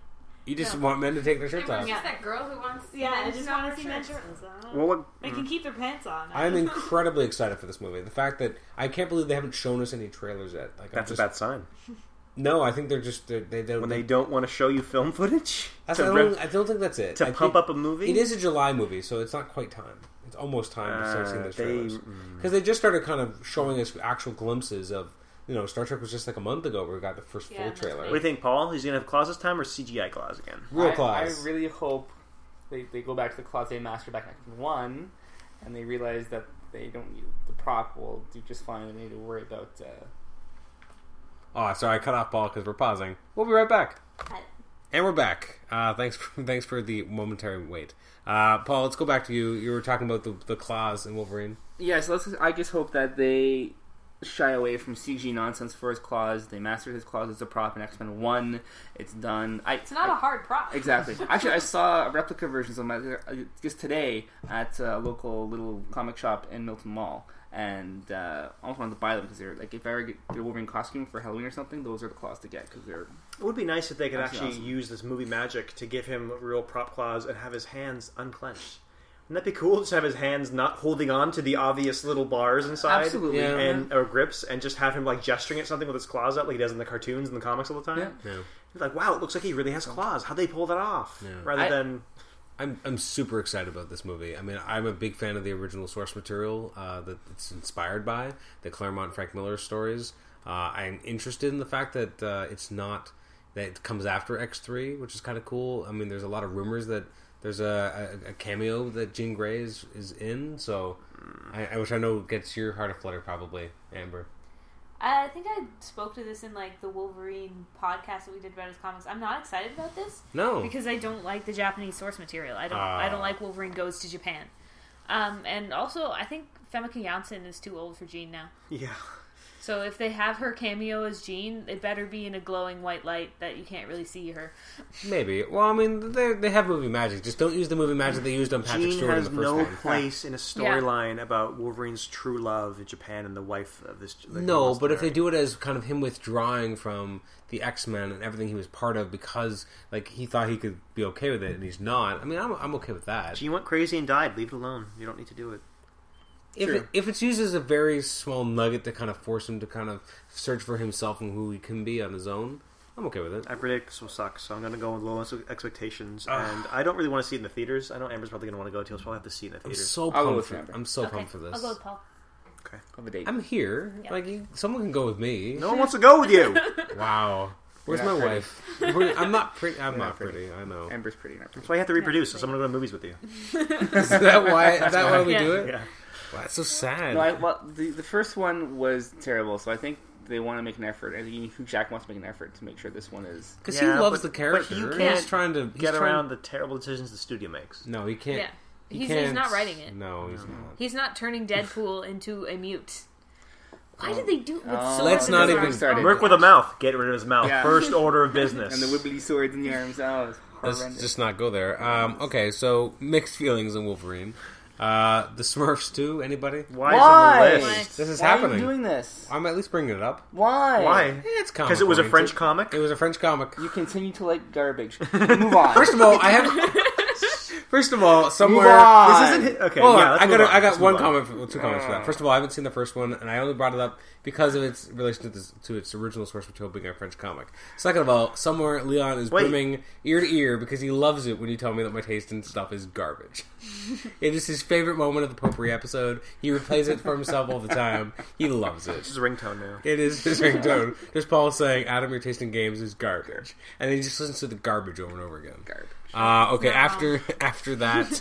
You just
No.
want men to take their shirts off.
Remember just that girl who wants to see
yeah,
men
I just
not
want
wear
to see men
shirts.
shirtless. I don't know.
Well, what, Mm,
They can keep their pants on.
I'm incredibly excited for this movie. The fact that I can't believe they haven't shown us any trailers yet. Like I'm
that's a
just,
bad sign.
No, I think they're just they're, they don't.
When they don't want to show you film footage
that's- I,
to,
don't,
rip-
I don't think that's it.
to
I
pump
think-
up a movie,
It is a July movie, so it's not quite time. It's almost time to start
Uh,
seeing those
they-
trailers because they just started kind of showing us actual glimpses of. You know, Star Trek was just like a month ago where we got the first
Yeah,
full
that's
trailer.
What do you think, Paul? He's gonna have claws this time or CGI claws again?
Real
I-
claws.
I, really hope they, they go back to the claws they mastered back in episode one, and they realize that they don't need the prop will do just fine. They need to worry about. Uh,
Oh, sorry, I cut off Paul because we're pausing. We'll be right back.
Cut.
And we're back. Uh, thanks, for, thanks for the momentary wait. Uh, Paul, let's go back to you. You were talking about the, the claws in Wolverine.
Yeah, so let's. I just hope that they shy away from CG nonsense for his claws. They mastered his claws as a prop in X Men One. It's done. I,
It's not a hard prop.
Exactly. Actually, I saw replica versions of my uh, just today at a local little comic shop in Milton Mall, and uh, I almost wanted to buy them because they're like if I ever get a Wolverine costume for Halloween or something, those are the claws to get because they're
It would be nice if they could
That's
actually
awesome.
use this movie magic to give him real prop claws and have his hands unclenched. Wouldn't that be cool? Just have his hands not holding on to the obvious little bars inside,
absolutely.
Yeah.
and or grips, and just have him like gesturing at something with his claws out, like he does in the cartoons and the comics all the time.
No.
Yeah.
You're like, wow, it looks like he really has claws. How'd they pull that off?
Yeah.
Rather
I-
than
I'm I'm super excited about this movie. I mean, I'm a big fan of the original source material uh, that it's inspired by the Claremont and Frank Miller stories. Uh, I'm interested in the fact that uh, it's not that it comes after X3, which is kind of cool. I mean, there's a lot of rumors that there's a, a, a cameo that Jean Grey is, is in, so I, I which I know gets your heart a flutter probably, Amber.
I think I spoke to this in like the Wolverine podcast that we did about his comics. I'm not excited about this
No,
because I don't like the Japanese source material. I don't. I
Ah.
don't like Wolverine goes to Japan. Um, and also, I think Femke Janssen is too old for Jean now.
yeah,
So if they have her cameo as Jean, it better be in a glowing white light that you can't really see her.
maybe. Well, I mean, they they have movie magic. Just don't use the movie magic they used on Patrick
Gene
Stewart in
has
the first
no
one.
place in a storyline about Wolverine's true love in Japan and the wife of this. that he
No,
lost
but if
there.
they do it as kind of him withdrawing from the X Men and everything he was part of because, like, he thought he could be okay with it and he's not. I mean, I'm, I'm okay with that.
Gene went crazy and died. Leave it alone. You don't need to do it.
If it,
True.
if it's used as a very small nugget to kind of force him to kind of search for himself and who he can be on his own, I'm okay with it.
I predict this will suck, so I'm going to go with low expectations. and I don't really want to see it in the theaters. I know Amber's probably going to want to go to, so I'll have to see it in the
I'm
theaters.
so
I'll go
pumped.
with
For,
Amber.
I'm so pumped for
I'll
this.
go with Paul.
of a date.
I'm here.
Yeah.
Like, you, someone can go with me.
no one wants to go with you.
Wow. Where's
You're
my
not pretty.
wife? We're- I'm not pretty. I'm
You're
not
not pretty.
pretty. I know.
Amber's pretty. Not pretty.
That's why you have to reproduce. So someone will go to movies with you.
Is that why? Is that why we
Yeah.
do it?
Yeah.
Wow, that's so sad.
No, I, well, the, the first one was terrible, so I think they want to make an effort. I think even Hugh Jack wants to make an effort to make sure this one is.
Because
Yeah,
he loves
but-
the character.
but you
he's
can't
trying to he's
Get
trying-
around the terrible decisions the studio makes.
No, he can't.
Yeah,
he
he's,
can't-
he's not writing it.
No, he's not.
He's not turning Deadpool into a mute. Why did they do? With
Oh.
so
Let's
much
not
of
even-
this
Start it.
wrong?
Work with a mouth. Get rid of his mouth.
Yeah.
First order of business.
And the wibbly swords in the arms. Oh, it's
Let's
horrendous.
just not go there. Um, okay, so mixed feelings on Wolverine. Uh, the Smurfs too. Anybody?
Why, is on the
Why?
list?
This is
why
happening.
are you doing this?
I'm at least bringing it up.
Why?
Why?
Eh, it's comic
Because it was a
oriented.
French comic.
It was a French comic.
You continue to like garbage. Move on.
First of all, I have. First of all, somewhere.
on.
This isn't hi- okay.
Hold
yeah,
on,
let's
I got
move on.
I
Let's
got
move
one
on.
comment, for, two comments for that. First of all, I haven't seen the first one, and I only brought it up because of its relation to, this, to its original source material being a French comic. Second of all, somewhere Leon is
Wait.
brimming ear to ear because he loves it when you tell me that my taste in stuff is garbage. it is his favorite moment of the potpourri episode. He replays it for himself all the time. He loves it.
This is ringtone now.
It is his ringtone. There's Paul saying, "Adam, your taste in games is garbage," and then he just listens to the garbage over and over again.
Garbage.
Uh, okay, after after that,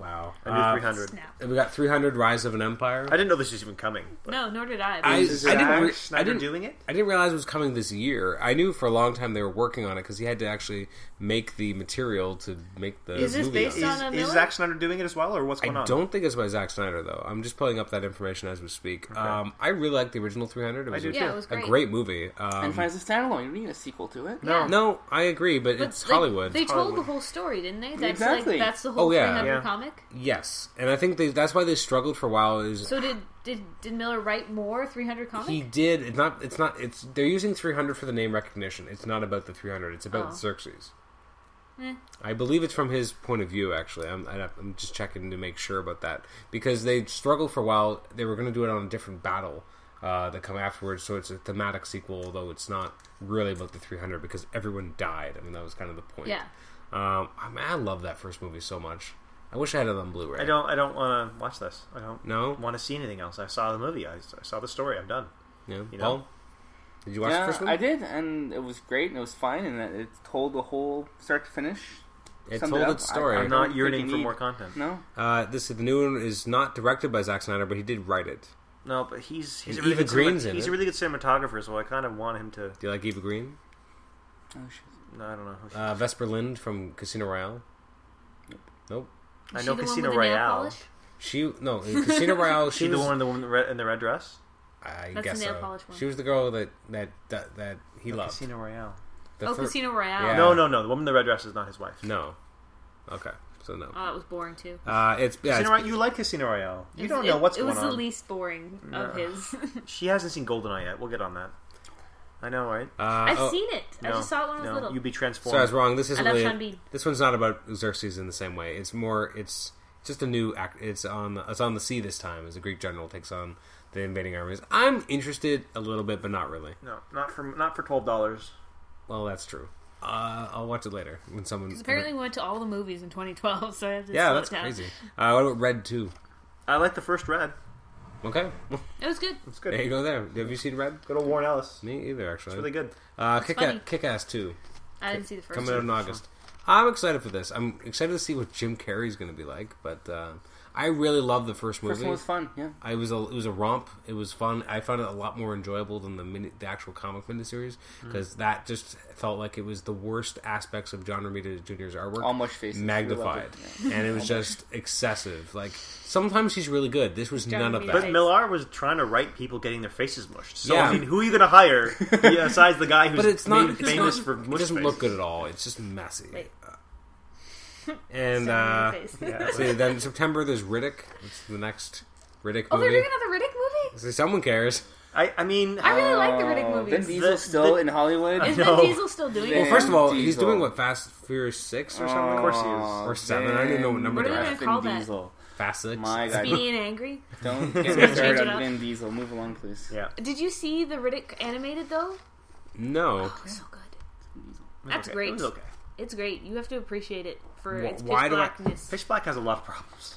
wow,
I knew
Uh,
300.
No,
and we got 300 Rise of an Empire.
I didn't know this was even coming. but-
no, nor did I.
I, I,
Is it
didn't,
Zack
re- I,
Snyder
didn't,
doing it?
I didn't realize it was coming this year. I knew for a long time they were working on it because he had to actually make the material to make the
Is this
movie. on
based
it.
on
on
a
is, is
Miller?
Zack Snyder doing it as well, or what's going
I
on?
don't think it's by Zack Snyder though. I'm just pulling up that information as we speak. Um, I really like the original 300. It was
do
a,
too.
yeah, it was
a
great.
great movie. Um,
and finds a standalone. You don't need a sequel to it.
No.
no, I agree, but,
But
it's
they-
Hollywood.
They told
Hollywood.
the whole story, didn't they? That's
Exactly.
like that's the whole
Oh, yeah.
300
Yeah.
comic. comic.
Yes, and I think they, that's why they struggled for a while. Is
So did did did Miller write more 300 comic?
He did. It's not. It's not. It's. They're using 300 for the name recognition. It's not about the 300. It's about
Oh.
Xerxes.
Eh.
I believe it's from his point of view. Actually, I'm. I'd have- I'm just checking to make sure about that because they struggled for a while. They were going to do it on a different battle uh, that come afterwards. So it's a thematic sequel, although it's not really about the 300 because everyone died. I mean, that was kind of the point.
yeah.
Um. I, mean, I love that first movie so much. I wish I had it on Blu-ray.
I don't. I don't want to watch this. I don't
No.
want to see anything else. I saw the movie. I, I saw the story. I'm done.
Yeah.
You know.
Paul, did you watch
yeah,
the first one?
I did, and it was great, and it was fine, and it, it told the whole start to finish.
It
Summed
told
up.
its story.
I
I'm not
don't think
yearning
you
for
need-
more content.
No,
Uh, this the new one is not directed by Zack Snyder, but he did write it.
No, but he's he's
And
a really
Eva
good
Green's
cinema-
in
he's
it.
a really good cinematographer, so I kind of want him to.
Do you like Eva Green?
oh shit.
No, I don't know.
Uh, Vesper Lind from Casino Royale.
I
Is
know
she the one
Casino
with the nail
Royale.
polish?
She no in Casino Royale.
Is
She
she the
was,
one in the woman in the red, in the red dress?
I
That's
guess
the nail
so.
polish one.
She was the girl that that that, that he
The
loved.
Casino Royale.
The
oh,
fir-
Casino Royale.
Yeah.
No, no, no. The woman in the red dress is not his wife.
No. Okay, so no.
Oh, that was boring too.
Uh, it's yeah.
Casino
It's,
Royale. You like Casino Royale. You
It was-
don't know
it-
what's
It
going
was the
on.
least boring of
Yeah.
his.
She hasn't seen Goldeneye yet. We'll get on that. I know, right?
uh,
I've
oh,
seen it. I
No,
just saw it when I was
no,
little.
You'd be
Sorry, I was
transformed.
wrong. This
I
isn't
love
really.
Sean Bean.
This one's not about Xerxes in the same way. It's more. It's just a new act. It's on. It's on the sea this time as a Greek general takes on the invading armies. I'm interested a little bit, but not really.
No, not for not for twelve dollars.
Well, that's true. Uh, I'll watch it later when someone.
Apparently, we went to all the movies in 2012, so I have to
yeah,
slow
that's
it down.
crazy. Uh, what about Red Two?
I like the first Red.
Okay,
It was good.
It's good.
there you go. There. Have you seen Red?
Good old Warren Ellis.
Me either,
It's
actually.
really good.
uh, Kick
funny.
Kick Ass Two
I didn't see the first
coming out
one.
in August. I'm excited for this. I'm excited to see what Jim Carrey's going to be like. But uh, I really love the first movie.
First one was fun. Yeah,
I was a, it was a romp. It was fun. I found it a lot more enjoyable than the mini, the actual comic miniseries because that just felt like it was the worst aspects of John Romita Jr.'s artwork
all mush faces. We loved it.
magnified,
Yeah.
and it was just excessive. Like sometimes he's really good. This was
John
none of
Romita.
that.
But Millar was trying to write people getting their faces mushed. So
Yeah.
I mean, who are you going to hire besides the guy who's
But it's not
made
it's
famous
not-
for
It
mush
doesn't
faces?
look good at all. It's just messy.
Wait.
And
Sorry,
uh,
my face.
Yeah,
see, then in September there's Riddick. It's the next Riddick
Oh, they're
movie.
doing another Riddick movie.
See, someone cares.
I, I mean, uh,
I really like the Riddick
Oh,
movies.
Vin Diesel's
The-
still
the-
in Hollywood.
Is
I
Vin
know.
Diesel still doing
Well,
Well,
it?
first of all, he's
Diesel.
doing what Fast Furious Six or something.
of
course he is.
Or seven, I don't even know what number
What are they
Vin
gonna call that?
Diesel.
Fast Six.
My God,
Speedy and angry.
don't get
gonna
me
change it
started
up.
on Vin Diesel. Move along, please.
Yeah,
Did you see the Riddick animated though?
No.
Oh, so good.
It was
That's
okay.
great.
It was okay.
It's great. You have to appreciate it for
Wh-
its pitch
why do I-
blackness.
Pitch Black has a lot of problems.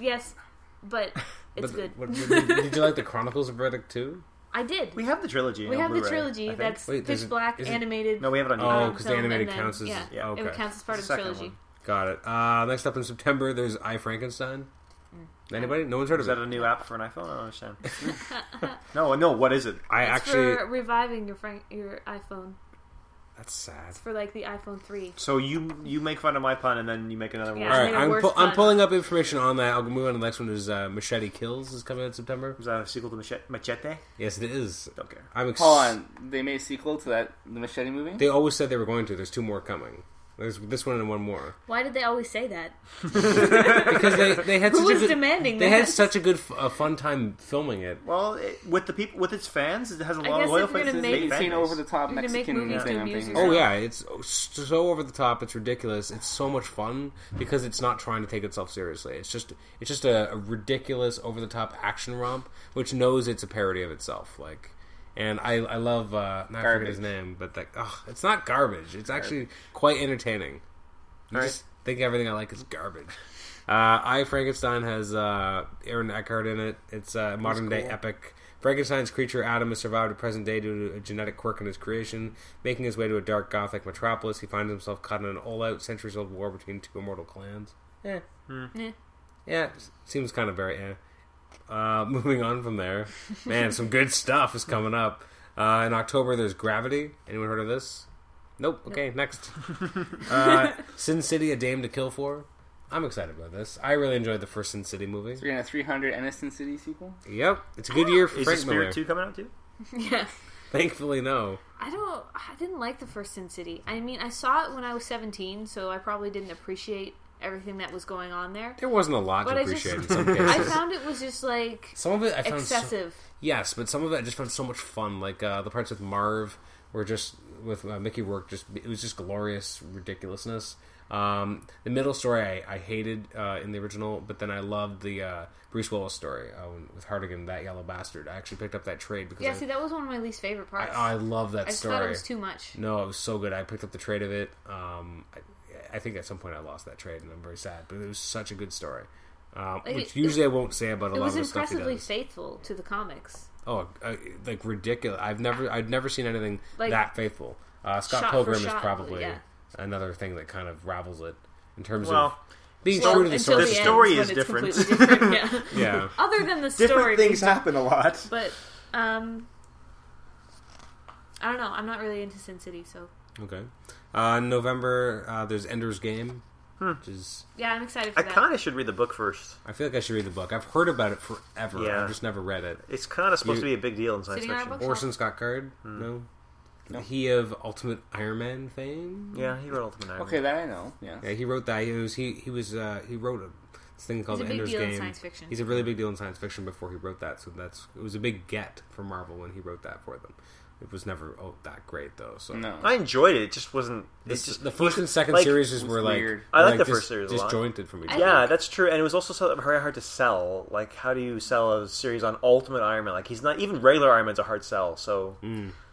Yes, but it's
But-
good.
what- did, did you like the Chronicles of Riddick too?
I did.
We have the trilogy.
We
on
have the
Blu-ray, I
trilogy
think.
that's
Wait, there's
pitch
a-
black
is it-
animated.
no, we have it on.
Oh,
um,
because the
film, and
animated
then-
counts as
yeah.
yeah, okay.
It counts as part
It's
of the
the second
trilogy.
one.
Got it. Uh, next up in September, there's I Frankenstein.
Mm.
Anybody? No one's heard
Is
of
that
it.
a new app for an iPhone? I don't understand. no, no. What is it?
I
It's
actually.
for reviving your frank, your iPhone.
That's sad.
It's for like the iPhone three.
So you you make fun of my pun and then you make another
Yeah.
one.
All
I
right,
think
I'm,
worse
pu- I'm
fun.
pulling up information on that. I'll move on to the next one. Is uh, Machete Kills is coming out in September?
Is that a sequel to Machete? Machete?
Yes, it is.
Don't care.
I'm. Ex-
Hold on. They made a sequel to that the Machete movie.
They always said they were going to. There's two more coming. There's this one and one more
Why did they always say that?
because they they had
Who
such a
was
good,
demanding
they
that?
had such a good f- uh, fun time filming it.
Well, it, with the people, with its fans, it has a lot
guess
of loyal
if you're
fans.
gonna
It's a
make-
big fan
Insane
base.
over the top
You're gonna make
Mexican
movies
thing.
to
I'm
abuse
thinking.
Oh
yourself.
yeah, it's so over the top. It's ridiculous. It's so much fun because it's not trying to take itself seriously. It's just it's just a, a ridiculous over the top action romp, which knows it's a parody of itself. Like, and I I love uh, not forget his
Garbage.
name, but that oh, it's not garbage. It's actually quite entertaining. I
Alright.
just think everything I like is garbage. Uh, I Frankenstein has uh, Aaron Eckhart in it. It's a modern day
cool.
epic. Frankenstein's creature Adam has survived to present day due to a genetic quirk in his creation. Making his way to a dark gothic metropolis, he finds himself caught in an all-out centuries-old war between two immortal clans. Yeah,
Hmm.
Eh.
yeah, s- seems kind of very. Eh. Uh, moving on from there, man, some good stuff is coming up. Uh, in October, there's Gravity. Anyone heard of this? Nope. Okay, next. uh, Sin City: A Dame to Kill For. I'm excited about this. I really enjoyed the first Sin City movie.
So you're in a 300 Aniston City sequel.
Yep, it's a good year for
Is the
Frank
Spirit
Miller.
Two coming out too?
yeah.
Thankfully, no.
I don't. I didn't like the first Sin City. I mean, I saw it when I was 17, so I probably didn't appreciate everything that was going on there.
There wasn't a lot
But
to
I just-
appreciate in some cases.
I found it was just like
some of it I found so-
excessive.
yes, but some of it I just found so much fun. Like uh, the parts with Marv were just with uh, Mickey Rourke. Just it was just glorious ridiculousness. Um, the middle story I, I hated uh, in the original, but then I loved the uh, Bruce Willis story uh, with Hardigan, that yellow bastard. I actually picked up that trade because
yeah,
I,
see, that was one of my least favorite
I,
parts.
I love that
I just
story.
thought it was too much.
No, it was so good. I picked up the trade of it. Um, I, I think at some point I lost that trade, and I'm very sad. But it was such a good story, um,
Like,
which
it-
usually I won't say about a
It
lot of
was
the stuff he
impressively
does.
faithful to the comics.
Oh, uh, like ridiculous! I've never, I've never seen anything
Like,
that faithful. Uh, Scott
shot for
Pilgrim
shot,
is probably
yeah.
another thing that kind of ravels it in terms of
Well,
being
Well,
true to the
until
story.
the
end,
story
when
is
it's
different.
completely different, yeah.
yeah,
Other than the
different
story,
things happen a lot.
but um, I don't know. I'm not really into Sin City, so
okay. Uh, in November, uh, there's Ender's Game,
Hmm.
which is.
yeah, I'm excited for
I
that.
kind of should read the book first.
I feel like I should read the book. I've heard about it forever.
Yeah.
I've just never read it.
It's kind of supposed
You-
to be a big deal in science
Sitting on a
fiction.
book-
Orson Scott Card,
Hmm.
no. He of Ultimate Iron Man fame.
Yeah, he wrote Ultimate Iron
Okay,
Man.
that I know. Yeah.
Yeah, he wrote that. He was he he was uh, he wrote a this thing called
a
the
big
Ender's
deal in
Game.
science fiction.
He's a really big deal in science fiction before he wrote that. So that's it was a big get for Marvel when he wrote that for them. It was never oh that great though. So
No.
I enjoyed it. It just wasn't.
This,
It's just
the first and second
like-
series
was
were like
weird.
were
I like the
dis-
first series a lot.
disjointed from each
I-
other.
Yeah, that's true, and it was also so very hard to sell. Like, how do you sell a series on Ultimate Iron Man? Like, he's not even regular Iron Man's a hard sell. So,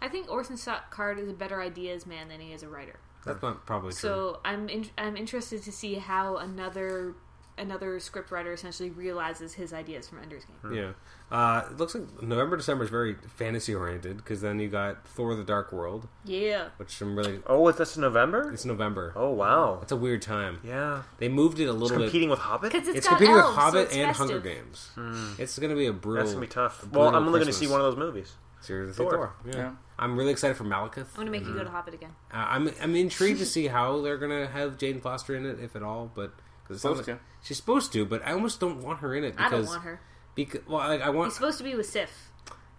I think Orson Scott Card is a better ideas man than he is a writer.
That's not probably true.
So I'm in, I'm interested to see how another another script writer essentially realizes his ideas from Ender's Game.
Hmm.
Yeah. Uh, it looks like November December is very fantasy oriented because then you got Thor: The Dark World,
Yeah,
which I'm really
oh, is this in November?
it's November.
Oh wow,
It's a weird time.
yeah,
They moved it a
it's
little bit.
competing with Hobbit.
because
It's
got
competing
elves,
with Hobbit
so it's
and
festive.
Hunger Games. It's going to be a brutal.
Hmm. That's gonna be tough.
a
Well,
brutal
I'm only gonna see
Christmas.
one of those movies.
So you're gonna see
Thor.
Thor. Yeah.
Yeah.
I'm really excited for Malekith.
I'm gonna make
Mm-hmm.
you go to Hobbit again.
Uh, I'm I'm intrigued to see how they're gonna have Jane Foster in it, if at all. But cause it's not
Supposed
like-
to.
she's supposed to, but I almost don't want her in it.
I
Because,
don't want her.
Because well, like, I want
He's supposed to be with Sif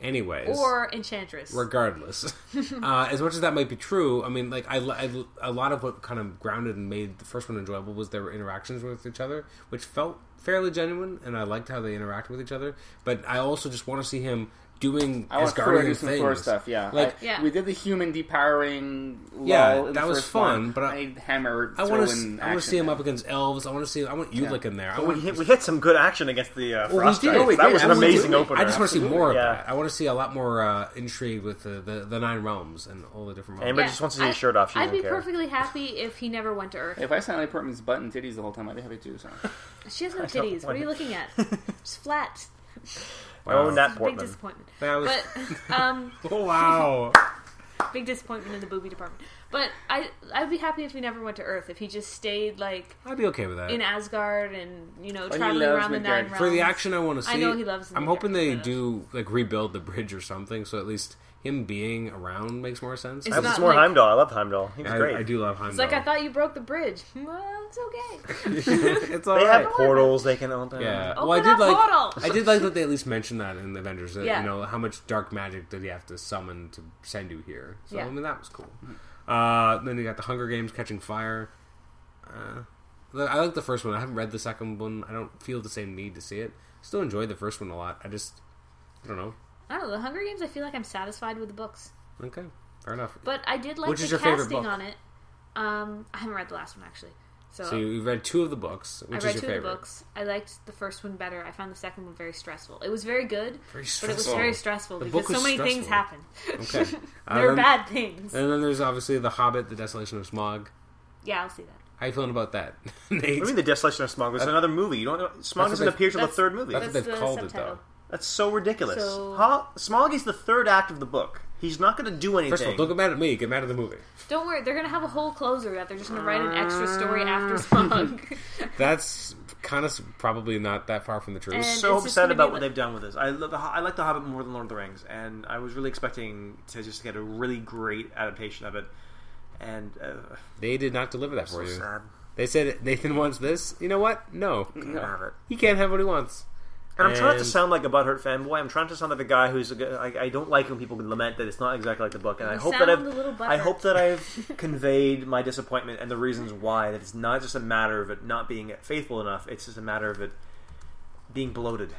anyways.
or Enchantress.
regardless, uh, as much as that might be true, I mean, like I, li- I li- a lot of what kind of grounded and made the first one enjoyable was their interactions with each other, which felt fairly genuine, and I liked how they interacted with each other. But I also just want to see him doing
I want Thor to do
Asgardian
some
things.
Thor stuff. Yeah,
Like-
I-
Yeah.
we did the human depowering. lull
Yeah,
in the
that was
first
fun,
one.
but I-
need hammer.
I want
throw
to.
in
I want to
action
see him
now.
up against elves. I want to see. I want Ulick in there. I
But
want.
we hit, we hit some good action against the uh,
we
Frost
did.
Giants.
No, we
that
did,
was an
absolutely.
amazing opener.
I just want to see more of
Yeah.
that. I want to see a lot more uh, intrigue with the, the, the nine realms and all the different.
Amber
Realms.
Yeah,
just wants to see
I-
his shirt off. She
I'd
doesn't
be
care.
perfectly happy if he never went to Earth.
If I sound like Portman's butt and titties the whole time, I'd be happy too. So
She has no titties. What are you looking at? It's flat.
Oh, Nat
Big
Portman.
disappointment.
That was.
But um,
oh wow.
big disappointment in the booby department. But I I'd be happy if he never went to Earth. If he just stayed like
I'd be okay with that.
in Asgard and you know
he
traveling
loves
around the
Midgard.
nine realms
for the action I want to see.
Um, I know he loves
I'm
Midgard,
hoping they
but-
do like rebuild the bridge or something, so at least him being around makes more sense.
It's
I
I,
not-
want some more
like-
Heimdall. I love Heimdall. He was great.
I, do love Heimdall.
It's like I thought you broke the bridge. Well, it's okay.
it's all
They
right.
have portals. They can open.
Yeah.
Open
well, I
up
did like.
portal!
I did like that they at least mentioned that in the Avengers. That,
Yeah.
You know how much dark magic did he have to summon to send you here? So
Yeah.
I mean that was cool. Uh, then you got the Hunger Games catching fire. Uh, the- I like the first one. I haven't read the second one. I don't feel the same need to see it. Still enjoyed the first one a lot. I just I don't know.
I don't know. The Hunger Games. I feel like I'm satisfied with the books,
Okay, fair enough.
but I did like
Which
the
is your favorite
casting
book?
on it. Um, I haven't read the last one actually. So,
So you you read two of the books,
I
which
read
is
two
your favorite.
of the books. I liked the first one better. I found the second one very stressful. It was very good,
Very
but it was
stressful.
very stressful
The
because
book was
so many things
stressful.
happened.
Okay, Uh,
They're
then-
bad things.
And then there's obviously the Hobbit, the Desolation of Smog.
yeah, I'll see that.
How you feeling about that, Nate?
I mean, the Desolation of Smog was another movie. You don't know, Smog
That's
doesn't
what they-
appear till the
that's-
third movie.
That's
That's,
what they've
the
called
subtitle.
it
so ridiculous.
So-
Ho- Smog is the third act of the book. He's not going to do anything.
though. First of all, don't get mad at me. Get mad at the movie.
Don't worry, they're gonna have a whole closer that they're just gonna write an extra story
Ah.
after Smog.
That's kind of probably not that far from the truth.
And-
so
it's just
upset
gonna
about
be like-
what they've done with this. I love the, Ho- I like the Hobbit more than Lord of the Rings, and I was really expecting to just get a really great adaptation of it. And uh,
they did not deliver that for
so
you.
sad.
They said Nathan wants this. You know what? No,
Can't have it.
he can't have what he wants.
And I'm trying not to
And-
sound like a butthurt fanboy. I'm trying to sound like the guy who's. a g- I, I don't like when people lament that it's not exactly like the book, and I
You
hope that
sound a little
I've. I
butthurt.
hope that I've conveyed my disappointment and the reasons why. That it's not just a matter of it not being faithful enough. It's just a matter of it being bloated,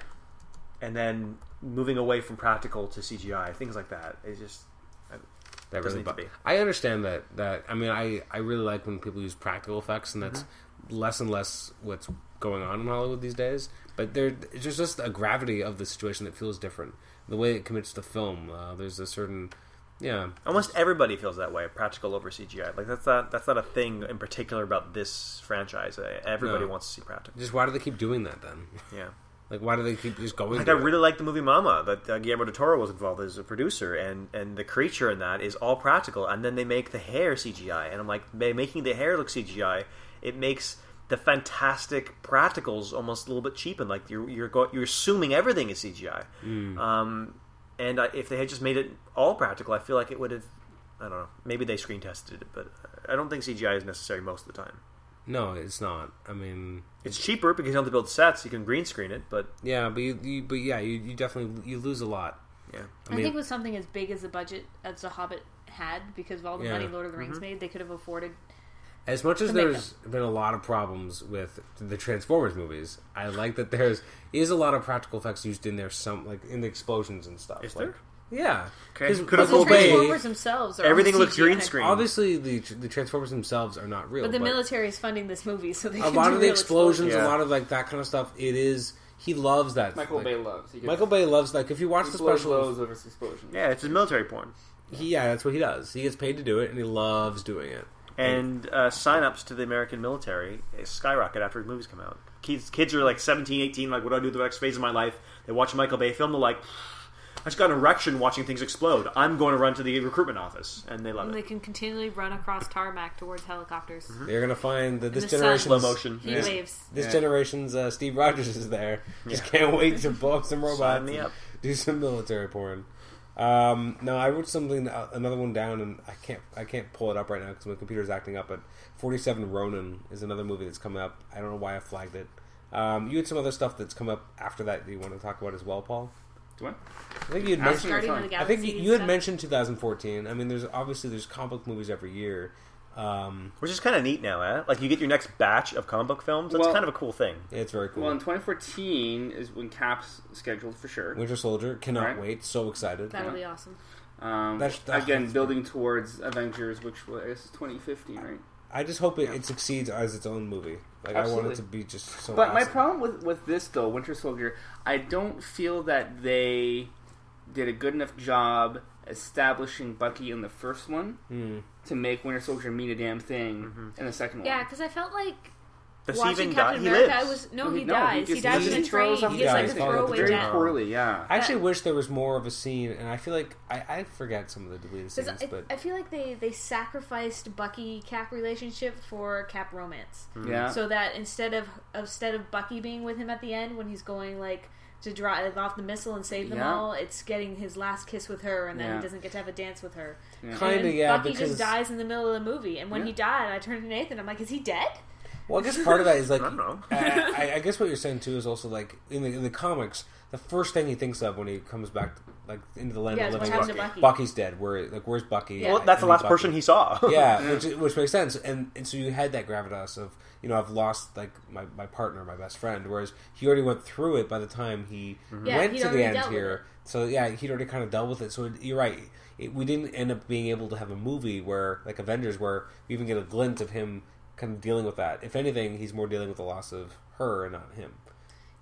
and then moving away from practical to CGI, things like that. It's just
that
Doesn't
really
need to
bu-
be.
I understand that that I mean I I really like when people use practical effects and that's less and less what's going on in Hollywood these days but there there's just a gravity of the situation that feels different the way it commits to film uh, there's a certain yeah
Almost everybody feels that way, practical over CGI. Like that's not that's not a thing in particular about this franchise. Uh, Everybody
No.
wants to see practical.
just why do they keep doing that then
Yeah.
like why do they keep just going
Like I
to it?
really like the movie Mama that uh, Guillermo del Toro was involved as a producer, and and the creature in that is all practical, and then they make the hair CGI, and I'm like, by making the hair look CGI, it makes the fantastic practicals almost a little bit cheap, and like you're you're go- you're assuming everything is CGI. Um, and I, if they had just made it all practical, I feel like it would have. I don't know. Maybe they screen tested it, but I don't think CGI is necessary most of the time.
no it's not I mean
It's cheaper because you don't have to build sets; you can green screen it. But
yeah but you, you but yeah you, you definitely you lose a lot
yeah,
I
I,
mean-
think with something as big as the budget as the Hobbit had, because of all the
Yeah. Mm-hmm.
money Lord of the Rings made, they could have afforded.
As much as
To make
there's been a lot of problems with the Transformers movies, I like that there's is a lot of practical effects used in there. Some like in the explosions and stuff.
Is
like,
there?
Yeah.
Okay.
'Cause
Could
Because the
Uncle Bay-
Transformers themselves are all
everything looks
CGI.
green screen.
Obviously, the the Transformers themselves are not real.
But the
Oh, but
military is funding this movie, so they
a
can
lot
do
of the
real
explosions, a
Yeah.
lot of like that kind of stuff. It is he loves that.
Michael
like,
Bay loves. He gets-
Michael Bay loves like if you watch
he
the
blows
special,
loads over his explosion.
yeah, it's a military porn.
he, yeah, that's what he does. He gets paid to do it, and he loves doing it.
and uh, sign-ups to the American military skyrocket after his movies come out. Kids, kids are like 17, 18, like, what do I do with the next phase of my life? They watch a Michael Bay film, they're like, I just got an erection watching things explode. I'm going to run to the recruitment office. And they love
And
it.
they can continually run across tarmac towards helicopters.
They're gonna find that this
the sun.
generation
Slow motion.
He
Yeah.
waves.
This
Yeah.
generation's uh, Steve Rogers is there. Just can't wait to blow up some robots.
Sign me
and
up.
Do some military porn. Um, no, I wrote something, uh, another one down, and I can't, I can't pull it up right now because my computer's acting up. But Forty Seven Ronin is another movie that's coming up. I don't know why I flagged it. Um, you had some other stuff that's come up after that that you want to talk about as well, Paul.
Do I?
I think you had mentioned.
Ask me.
Guardian of the
I
Galaxy.
think you,
and
you had
stuff.
mentioned 2014. I mean, there's obviously there's comic book movies every year. Um,
Which is kind of neat now, eh? Like, you get your next batch of comic book films. That's
Well-
kind of a cool thing.
it's very cool.
Well, in 2014 is when Cap's scheduled for sure.
Winter Soldier cannot
Right.
wait. So excited.
That'll be awesome.
Um,
That's- that's-
again, building towards Avengers, which was I guess, is 2015, right?
I just hope it, it succeeds as its own movie. Like I want
Absolutely.
it to be just so.
But my
awesome.
problem with with this though, Winter Soldier, I don't feel that they did a good enough job establishing Bucky in the first one to make Winter Soldier mean a damn thing in the second
Yeah,
one.
because I felt like
Does he
watching
even die?
Captain
He
America. I
lives.
was no,
No,
he dies. He,
just-
dies in a
just
train.
throws off
He
the
gets like a
dice thing.
throwaway
very
down.
death.
poorly. Yeah,
I actually wish there was more of a scene, and I feel like I, I forget some of the deleted scenes,
Because
but
I, I feel like they, they sacrificed Bucky Cap relationship for Cap romance,
yeah.
so that instead of instead of Bucky being with him at the end when he's going like to drive off the missile and save them
Yeah.
all, it's getting his last kiss with her, and then
Yeah.
he doesn't get to have a dance with her.
Yeah.
And
kind of
then
yeah,
Bucky
because
just dies in the middle of the movie, and when
Yeah.
he died, I turned to Nathan. I'm like, is he dead?
well, I guess part of that is like
I don't know.
I, I- I guess what you're saying too is also like in the in the comics, the first thing he thinks of when he comes back like into the land
Yeah,
of
it's what
living,
happened
is
to Bucky.
Bucky's dead. Where like where's Bucky?
Yeah.
Well,
I-
that's the
I need
last
Bucky.
person he saw.
yeah, which which makes sense, and and so you had that gravitas of you know I've lost like my, my partner, my best friend, whereas he already went through it by the time he
Mm-hmm.
Yeah,
went
he'd
to the
already
end
dealt with
here. So yeah, he'd already kind of dealt with it. So it, you're right, it, we didn't end up being able to have a movie where like Avengers, where we even get a glint of him kind of dealing with that. If anything, he's more dealing with the loss of her and not him.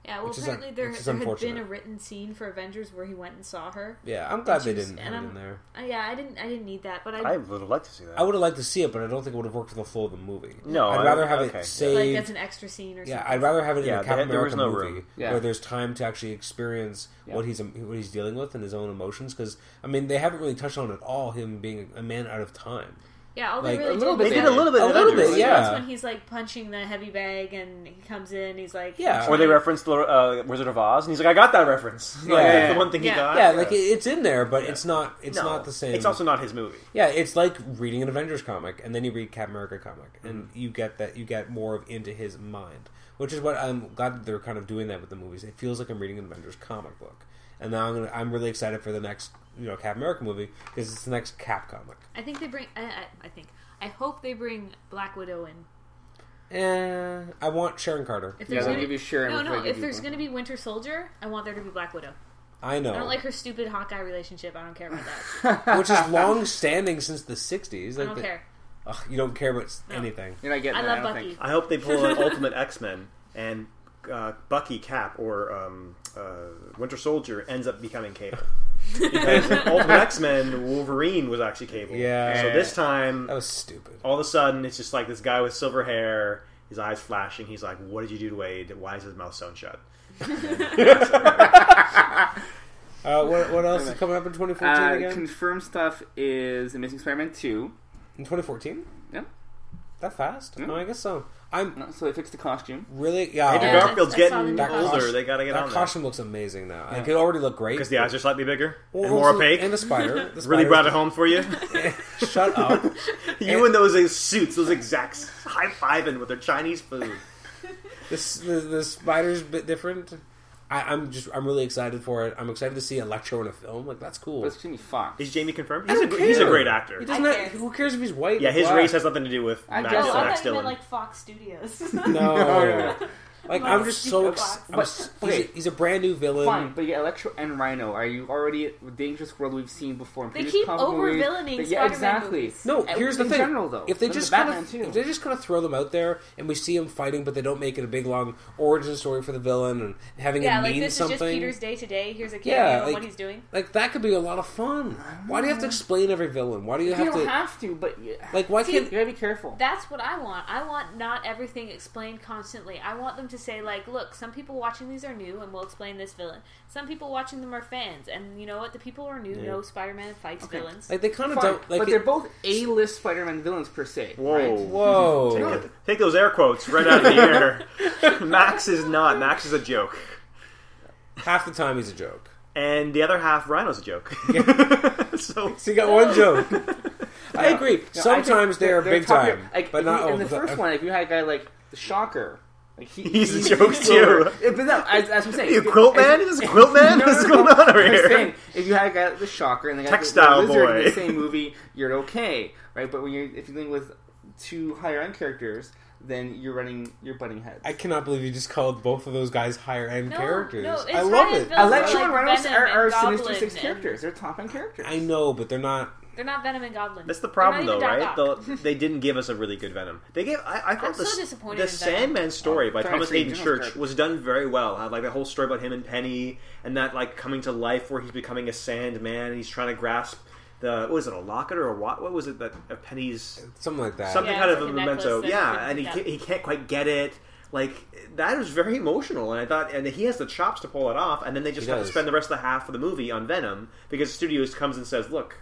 Yeah, well,
Which is un-
apparently there,
which is
there had been
unfortunate.
a written scene for Avengers where he went and saw her.
Yeah, I'm glad
Which
they
is-
didn't
and
have it
I'm-
in there.
Uh, yeah, I didn't. I didn't need that, but I,
I would have liked to see that.
I would have liked to see it, but I don't think it would have worked for the flow of the movie.
No,
I'd
Oh, I-
rather have
okay, yeah.
it
like
saved.
that's an extra scene or
Yeah,
something.
I'd rather have it in
Yeah,
a
they-
Captain
there
America
was no
movie
room.
Yeah.
where there's time to actually experience
Yeah.
what he's what he's dealing with and his own emotions. Because I mean, they haven't really touched on at all him being a man out of time.
Yeah, all they
Like,
really
a
did
little bit
was
They did
Yeah.
a little bit.
A
of
little
Avengers.
bit, yeah.
That's when he's like punching the heavy bag, and he comes in. He's like,
Yeah.
Or they referenced the uh, Wizard of Oz, and he's like, "I got that reference." Like,
Yeah.
that's the one thing
Yeah.
he got.
yeah, like it, it's in there, but it's not. It's
Uh, No.
not the same.
It's also not his movie.
yeah, it's like reading an Avengers comic, and then you read Captain America comic, and you get that you get more of into his mind, which is what I'm glad that they're kind of doing that with the movies. It feels like I'm reading an Avengers comic book, and now I'm gonna, I'm really excited for the next you know Captain America movie because it's the next Cap comic.
I think they bring. I, I, I think. I hope they bring Black Widow in.
Eh, I want Sharon Carter.
If
Yeah,
there's
they'll
gonna,
give you Sharon.
no,
before
no.
they
If
do
there's
Black-
going to be Winter Soldier, I want there to be Black Widow.
I know,
I
Oh.
don't like her stupid Hawkeye relationship. I don't care about that.
which is long standing since the '60s.
I
Like
don't
the-
care.
Ugh, you don't care about s-
No.
anything.
You're not getting
I
that,
love
don't
Bucky.
think.
I hope they pull an Ultimate X Men and uh, Bucky Cap or um, uh, Winter Soldier ends up becoming Cable. Because in Ultimate X Men Wolverine was actually Cable.
Yeah.
So this time,
That was stupid.
all of a sudden, it's just like this guy with silver hair, his eyes flashing. He's like, "What did you do to Wade? Why is his mouth sewn shut?"
Uh, what, what else is coming up in 2014
Uh,
again?
confirmed stuff is Amazing Spider-Man two.
in 2014?
Yeah.
That fast?
Yeah.
No, I guess so. I'm
No, so they fixed the costume.
really Oh. yeah.
Andrew
I'll-
Yeah,
Garfield's
I saw the
getting
new
older.
costume.
They gotta get
that
on that
costume looks amazing now. It could already look great
because the eyes are slightly bigger
Well,
and more
also-
opaque.
And the spider. The spider's-
really
eh,
brought it home for you.
Shut up.
you and those uh, suits, those exacts, high fiving with their Chinese food.
This the, the spider's a bit different. I, I'm just I'm really excited for it. I'm excited to see Electro in a film. Like that's cool.
But it's Jimmy Fox.
Is Jamie confirmed?
I
He's a,
don't
he's a
care.
great actor.
He doesn't
I
have-
care.
who cares if he's white?
Yeah,
or
his
black?
race has nothing to do with
I
Max,
guess.
Oh,
Just
I
Max
thought you meant
Dillon.
like Fox Studios.
No.
no,
Like
Like,
I'm just so
Steve
ex-
Fox.
I'm s- he's,
Okay.
a, he's a brand new villain.
Fine, but yeah, Electro and Rhino. Are you already at the dangerous world we've seen before? In
They
previous
keep
comic movies?
over-villaining
But Yeah,
Spider-Man
exactly.
movies.
No,
Uh,
here's the
in
thing.
general, though.
if they
Then the
just kind
Batman,
of
too.
if they just kind of throw them out there and we see them fighting, but they don't make it a big long origin story for the villain and having
Yeah,
it
like
mean
this
something.
is just Peter's day today. Here's a cameo
Yeah,
on
like-
what he's doing.
Like that could be a lot of fun. Why do you have to explain every villain? Why do you
You
have
don't
to
have to, but yeah.
like? Why
you
can't?
gotta be careful.
That's what I want. I want not everything explained constantly. I want them to say like, look, some people watching these are new and we'll explain this villain. Some people watching them are fans and you know what? The people who are new know Spider-Man fights
Okay.
villains.
Like they kind of
Fine,
don't. Like
but they're
it-
both A-list Spider-Man villains per se.
Whoa.
Right?
whoa.
Take, take those air quotes right out of the air. Max is not. Max is a joke.
Half the time he's a joke.
And the other half, Rhino's a joke. so
So you got one joke. I
No,
agree.
no, I
Sometimes
think
they are
they're
big
top tier.
time,
Like,
but
if
not
you,
all
in the
the
first
time.
one. If you had a guy like the Shocker, like he,
He's a
he's
joke,
silver.
too.
Yeah, But no, as, as I'm saying,
you quilt
as-
man? Is this quilt man?
No, no,
What's
no.
going on over
I'm
here?
saying, if you had a guy like the Shocker and the guy like
Textile
the Lizard in the
boy.
same movie, you're okay, right? But when you're if you're dealing with two higher end characters, then you're running you're butting heads.
I cannot believe you just called both of those guys higher end
No,
characters.
no, it's
I love
high-end
it.
villains.
Electro
like
and Rhinos
Venom
are,
and
are Sinister
Goblin
Six
and-
characters. They're top end characters.
I know, but they're not.
They're not Venom and Goblin.
That's the
They're
problem,
not
though,
even
right?
Doc
The,
Ock.
they didn't give us a really good Venom. They gave. I, I thought
I'm
the,
so
s-
disappointed
the
in Venom.
Sandman story by
Sorry,
Thomas
Steve,
Hayden
you know
Church
Kirk.
was done very well. I like the whole story about him and Penny, and that like coming to life where he's becoming a Sandman. And he's trying to grasp the what was it a locket or a what? What was it that a Penny's
Something like that.
something
Yeah,
kind
it's
of a
like a
memento?
necklace that
Yeah,
he
and he
picked
ca-
up.
he can't quite get it. Like that is very emotional, and I thought, and he has the chops to pull it off. And then they just
He
have to
does.
spend the rest of the half of the movie on Venom because Studios comes and says, "Look,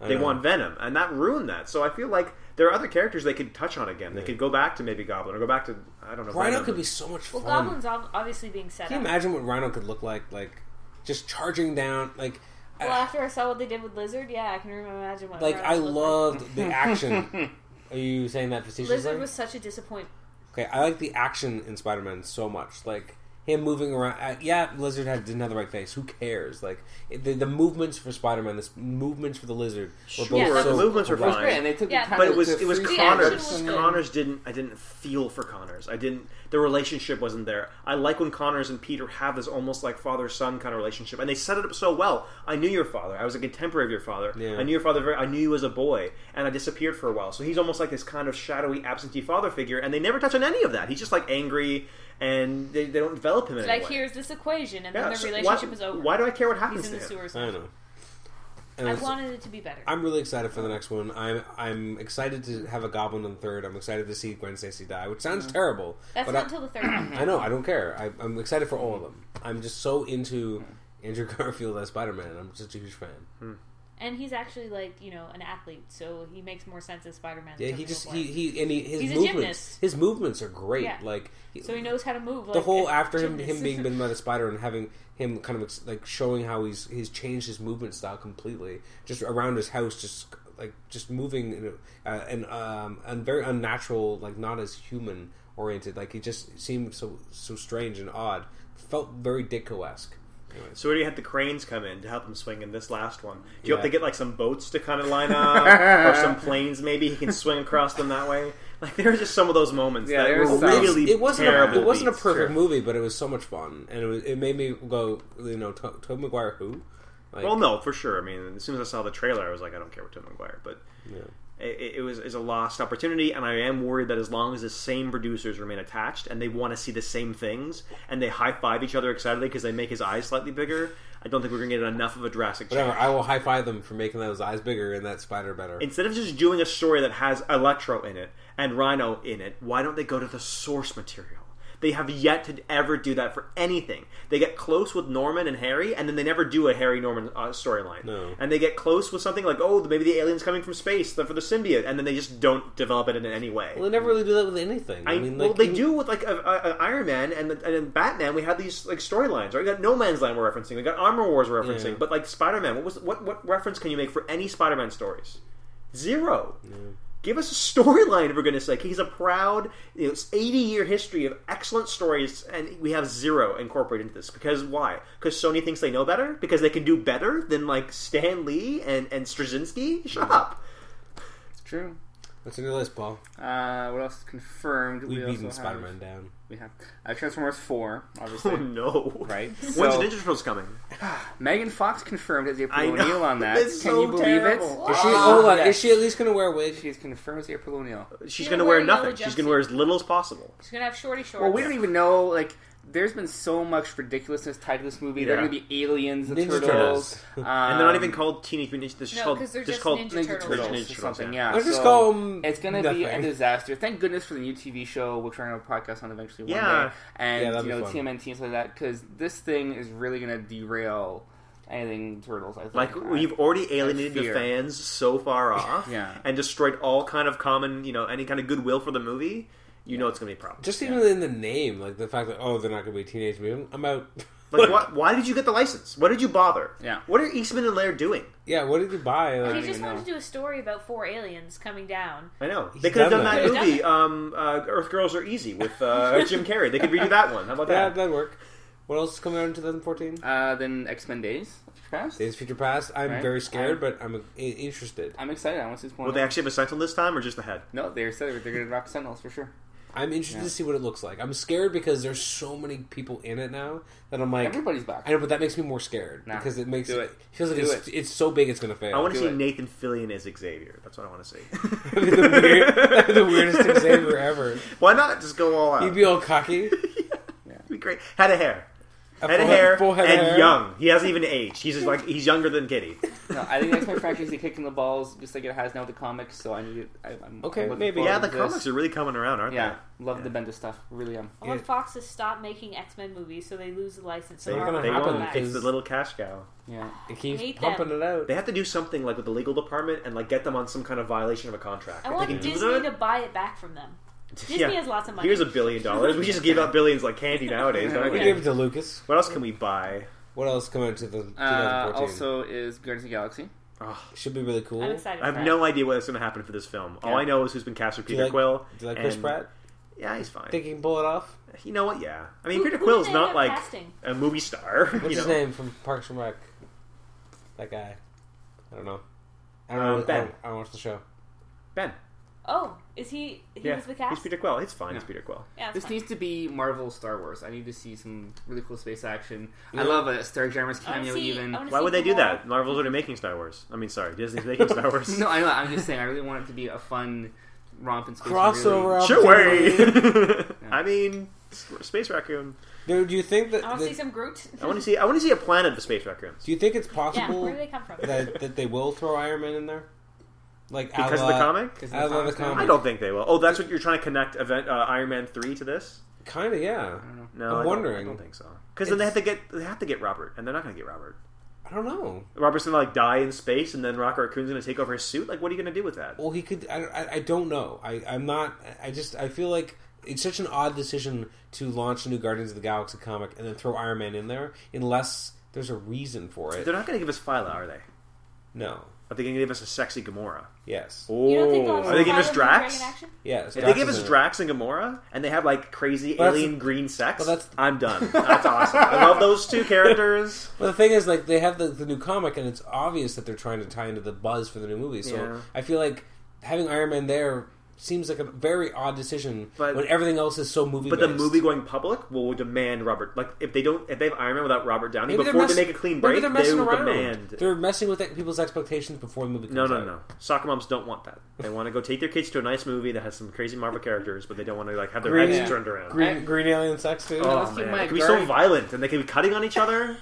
I
they
know.
want Venom, and that ruined that. So I feel like there are other characters they could touch on again. They could go back to maybe Goblin or go back to I don't know.
Rhino
Venom.
could be so much
Well,
fun.
Goblin's ob- obviously being set
Can you
up.
imagine what Rhino could look like? Like just charging down. Like,
Well,
I,
after I saw what they did with Lizard, yeah, I can imagine what.
like
Venom
I
looked
loved the action. Are you saying that facetiously?
Lizard was such a disappointment.
Okay, I like the action in Spider-Man so much. Like him moving around. Uh, yeah, Lizard had didn't have the right face. Who cares? Like it- the, the movements for Spider-Man, the s- movements for the Lizard. Were
Sure,
both
Yeah,
so
the movements were
abrupt.
It's great,
fine,
and they took
Yeah,
the time
but it
to-
was
to
it was
freeze
The
them.
action
Connors.
was good.
Connors didn't. I didn't feel for Connors. I didn't. The relationship wasn't there. I like when Connors and Peter have this almost like father son kind of relationship, and they set it up so well. I knew your father. I was a contemporary of your father.
Yeah.
I knew your father. Very, I knew you as a boy, and I disappeared for a while. So he's almost like this kind of shadowy absentee father figure, and they never touch on any of that. He's just like angry, and they, they don't develop him. In any
Like
way.
here's this equation, and
Yeah,
then the
so
relationship
why,
is over.
Why do I care what happens
He's in
to
the
him?
sewers.
I don't know. And
I
it's-
wanted it to be better.
I'm really excited for the next one. I'm I'm excited to have a Goblin in the third. I'm excited to see Gwen Stacy die, which sounds terrible.
That's
but
not
I-
until the third one.
I know. I don't care. I, I'm excited for
Mm.
all of them. I'm just so into Andrew Garfield as Spider Man. I'm such a huge fan.
and he's actually like you know an athlete, so he makes more sense as Spider-Man.
Yeah,
than
he just
Superboy.
he, he and he, his
He's a
movements
gymnast.
his movements are great.
Yeah.
Like he-
so he knows how to move.
the
like,
whole
a
after him
gymnast.
him being bitten by the spider and having him kind of ex- like showing how he's he's changed his movement style completely just around his house just like just moving in a, uh, and um and very unnatural like not as human oriented like he just seemed so so strange and odd felt very Ditko esque.
So we already had the cranes come in to help him swing in this last one. Do you
Yeah.
hope they get like some boats to kind of line up, or some planes? Maybe he can swing across them that way. Like there are just some of those moments
Yeah,
that
there
were
is some.
really
it wasn't a,
terrible.
it wasn't a
beats.
perfect
sure.
movie, but it was so much fun, and it was, it made me go you know To- Tobey Maguire who like
Well, no, for sure. I mean, as soon as I saw the trailer, I was like, I don't care what Tom McGuire, but it- it, it was is a lost opportunity, and I am worried that as long as the same producers remain attached and they want to see the same things and they high five each other excitedly because they make his eyes slightly bigger, I don't think we're going to get enough of a drastic change.
whatever I will high five them for making those eyes bigger and that spider better.
Instead of just doing a story that has Electro in it and Rhino in it, why don't they go to the source material? They have yet to ever do that for anything. They get close with Norman and Harry, and then they never do a Harry Norman uh, storyline.
No.
And they get close with something like, oh, maybe the alien's coming from space they're for the symbiote, and then they just don't develop it in any way.
Well, they never really do that with anything. I,
I,
mean, like,
well, they
even-
do with like a, a, a Iron Man and and in Batman. We had these like storylines. Right, we got No Man's Land we're referencing. We got Armor Wars we're referencing.
Yeah.
But like Spider Man, what was what what reference can you make for any Spider Man stories? Zero. Give us a storyline for goodness sake. He's a proud, you know, eighty year history of excellent stories, and we have zero incorporated into this. Because why? Because Sony thinks they know better. Because they can do better than like Stan Lee and and Straczynski. Shut up.
It's true.
What's in your list, Paul?
Uh, what else is confirmed?
We've
also
beaten
have-
Spider Man down.
We have uh, Transformers Four,
Oh
obviously.
no.
Right.
When's
So-
the Ninja Turtles coming?
Megan Fox confirmed as
I
April
know.
O'Neil on that.
It's
Can
so
you believe
terrible.
it?
Is she,
Ah,
hold on,
yes.
is she at least going to wear a wig?
She's confirmed as April O'Neil.
She's
gonna
going to
wear
wear
a yellow
nothing. She's going to wear as little as possible.
He's gonna have shorty shorts.
Well, we don't even know. Like, there's been so much ridiculousness tied to this movie. There
Yeah.
are going to be aliens, the
Ninja
turtles,
Turtles.
um,
And they're not even called Teenage Mutant Ninja. They're just
No,
called,
'cause they're
just
just
called
Ninja
Ninja
Turtles.
Turtles,
Ninja
or
Turtles,
something.
yeah.
Yeah,
Let's just
so
call 'em
It's going to be a
nothing.
disaster. Thank goodness for the new TV show, which we're going to podcast on eventually one
Yeah.
day, and
Yeah, that'd
you
be
know
fun.
TMNT and stuff like that, because this thing is really going to derail anything turtles. I think.
Like
I-
we've already alienated the
fear.
fans so far off,
Yeah.
and destroyed all kind of common, you know, any kind of goodwill for the movie. You know, it's going to be a problem.
Just even in the name, like the fact that oh, they're not going to be teenage mutant. I'm out.
Like, why, why did you get the license? Why did you bother?
Yeah.
What are Eastman and Laird doing?
Yeah, what did you buy?
He
Like,
just
even
wanted
know.
to do a story about four aliens coming down.
I know
He's
they could have
done
done
that.
that,
He's done
movie, um, uh, Earth Girls Are Easy with uh, Jim Carrey. They could redo that one. How about
yeah,
that?
that'd work. What else is coming out in 2014?
uh, then X Men Days. Past.
Days of Future Past. I'm
Right.
very scared, but I'm uh, i- interested.
I'm excited. I want to see what's going
Will they
on.
actually have a sentinel this time, or just the head?
No, they're excited. They're going to rock Sentinels for sure.
I'm interested
Yeah.
to see what it looks like. I'm scared because there's so many people in it now that I'm like,
Everybody's back.
I know, but that makes me more scared
Nah,
because it makes
do
it,
it.
feels like
Do
it's, it's so big it's going to fail.
I want to
Do
see
it.
Nathan Fillion as Xavier. That's what I want to see.
That'd be the, weird, that'd be the weirdest Xavier ever.
Why not just go all out?
He'd be all cocky.
Be great. Had a hair.
A
Had a
full-
hair
full head of
and
hair.
young. He hasn't even aged. He's just like he's younger than Kitty.
No, I think X Men franchise is kicking the balls just like it has now with the comics. So I need it. I, I'm
Okay,
I'm looking
maybe.
forward
yeah,
to
the
this.
comics are really coming around, aren't
Yeah, love
Yeah.
the Bender stuff. Really am.
I want
Yeah.
Fox to stop making X Men movies, so they lose the license.
It's
they?
So
not gonna
They
Marvel
happen
will
won't.
come back.
because-
It's the little cash cow.
Yeah,
It keeps
Hate
pumping
them.
it out.
They have to do something like with the legal department and like get them on some kind of violation of a contract.
I
If
want
they can do
Disney
that-
to buy it back from them. Disney
Yeah.
has lots of money.
Here's a billion dollars. We just give out billions like candy nowadays. don't
We
we?
gave it to Lucas.
What else can we buy?
What else coming into the
Uh,
2014?
also is Guardians of the Galaxy.
Oh,
should be really cool.
I'm excited.
I have
for that.
no idea what's going to happen for this film. All
Yeah.
I know is who's been cast for
Do you
Peter
like-
Quill.
Do you like Chris
and-
Pratt?
Yeah, he's fine.
Think he can pull it off?
You know what? Yeah. I mean,
Who-
Peter
who
Quill's
did they end up
not like
casting?
a movie star.
What's
you
his
know?
name from Parks and Rec? That guy. I don't know. I don't
Um,
know. I
Ben.
don't, I don't watch the show.
Ben.
Oh, is he? He
yeah,
was the cast.
he's Peter Quill. It's fine.
Yeah.
It's Peter Quill.
Yeah, that's
This
fine.
needs to be Marvel Star Wars. I need to see some really cool space action.
Yeah.
I love a Star Jarmus
I wanna
cameo.
Oh, see-
even
I wanna
Why
see
would they do
more.
that? Marvel's already making Star Wars. I mean, sorry, Disney's making Star Wars.
no, I know. I'm just saying. I really want it to be a fun romp in space. and
Crossover
Really,
sure way.
opportunity.
I mean, s- Space Raccoon.
Dude, do you think that?
I want
that-
to see some Groot.
I want to see. I want to see a planet of Space Raccoons
do you think it's
yeah,
possible
where do they come from?
that that they will throw Iron Man in there? Like
because
a la-
of the comic.
because
I love uh, the comic.
I don't think they will. Oh, that's what you're trying to connect event uh, Iron Man three to this.
Kinda, yeah.
I don't know.
No,
I'm
I don't-
wondering.
I don't think so. Because then they
It's-
have to get they have to get Robert, and they're not going to get Robert.
I I don't know.
Robert's gonna like die in space, and then Rocket Raccoon's gonna take over his suit. Like, what are you gonna do with that?
Well, he could. I, I, I don't know. I, I'm not. I just. I feel like it's such an odd decision to launch a new Guardians of the Galaxy comic and then throw Iron Man in there, unless there's a reason for it.
They're not gonna give us Phyla, are they?
No.
Are they gonna give us a sexy Gamora?
Yes.
Oh,
You don't think they'll have
are they
Scarlet
giving us
and
Drax?
Dragon action?
Yes.
If they give
is
us
in it.
Drax and Gamora, and they have like crazy
Well, that's-
alien green sex,
well, that's-
I'm done. That's awesome. I love those two characters.
Well, the thing is, like, they have the, the new comic, and it's obvious that they're trying to tie into the buzz for the new movie. So
Yeah.
I feel like having Iron Man there seems like a very odd decision
But-
when everything else is so movie.
But the movie going public will demand Robert. Like if they don't, if they have Iron Man without Robert Downey
Maybe they're
before
mess-
they make a clean
maybe
break,
they're
they
messing
will
around.
demand.
They're messing with that- people's expectations before the movie. Comes
No, no,
out.
no. Soccer moms don't want that. They want to go take their kids to a nice movie that has some crazy Marvel characters, but they don't want to like have their
Green-
heads turned around.
Green, green alien sex too.
Oh,
let's keep
man.
my
It could be so
guard-
violent, and they could be cutting on each other.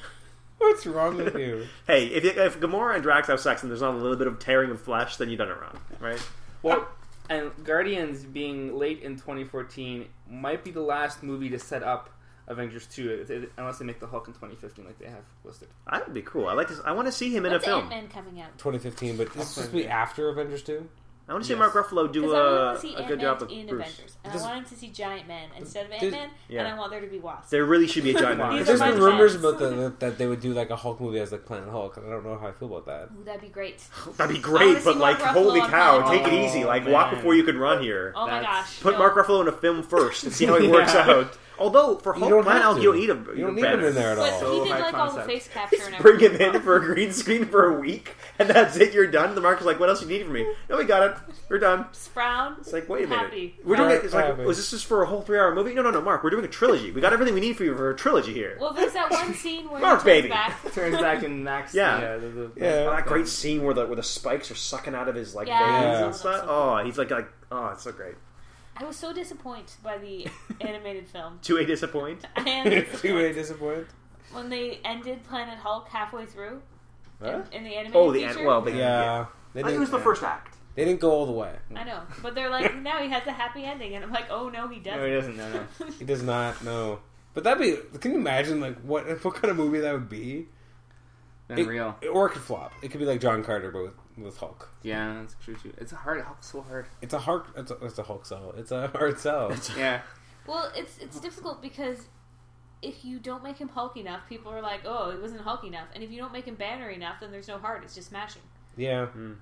What's wrong with you?
hey, if, if Gamora and Drax have sex and there's not a little bit of tearing of flesh, then you've done it wrong, right?
Well, Oh, and Guardians being late in 2014 might be the last movie to set up Avengers 2, it- it- unless they make the Hulk in 2015, like they have listed.
That would be cool. I like this. I want to see him in
When's
a film.
Ant-Man coming out?
2015, but this is supposed to be after Avengers 2.
I want to see
Yes.
Mark Ruffalo do
Because I
a,
want to see
a good
Ant-Man
job of
in
Bruce.
Avengers, and
This-
I wanted to see Giant Man instead of
This-
Ant-Man,
yeah.
and I want there to be Wasp.
There really should be a giant
Come on.
monster.
There's
are
been
my
rumors
thoughts.
about the, that- that they would do like a Hulk movie as like Planet Hulk, and I don't know how I feel about that.
Ooh, that'd be great.
That'd be
I
great,
wanna see
but like,
Mark Ruffalo
holy
on
cow,
Planet
take it
Hulk.
easy.
Oh,
Like, walk
man.
before you could run here.
Oh my
That's-
gosh!
Put
no.
Mark Ruffalo in a film first and see how he works
Yeah.
out. Although for
You
Hulk,
don't
Planet
have
Hulk,
to.
you don't need him.
You don't need him in there at
But
all.
So
he did
high
like all the
concept.
face capture and
Bring
everything.
him in for a green screen for a week, and that's it. You're done. The Mark's like, "What else you need from me?" No, we got it. We're done.
Just frown.
It's like, wait a minute.
Happy.
We're doing
Alright,
it. It's like,
happy.
was this just for a whole three-hour movie? No, no, no, Mark. We're doing a trilogy. We got everything we need for you for a trilogy here.
Well, there's that one scene where
Mark,
he turns
baby.
back.
Turns back and Max.
Yeah.
the, the-
Yeah.
Oh, that great scene where the where the spikes are sucking out of his like
Yeah.
veins
Yeah.
and stuff. Oh, he's like like oh, it's so great.
I was so disappointed by the animated film.
Two a disappoint.
I am
Too
disappointed.
many disappointed.
when they ended Planet Hulk halfway through
Huh?
in the animated
Oh, the
feature.
end. Well, the
Yeah,
end, yeah.
They,
I think it
didn't,
was the
yeah.
first act.
they didn't go all the way.
I know, but they're like, now he has a happy ending, and I'm like, oh no, he
No, he
doesn't.
doesn't. No, no.
He does not know. But that'd be. Can you imagine like what what kind of movie that would be? It-
Unreal.
or it could flop. It could be like John Carter, but with, with Hulk.
Yeah, that's true too. It's hard. Hulk's so hard.
It's a hard. It's a, it's a Hulk sell. It's a hard sell.
Yeah.
well, it's it's difficult because if you don't make him Hulk enough, people are like, oh, it wasn't Hulk enough, and if you don't make him Banner enough, then there's no heart. It's just mashing.
yeah.
Mm.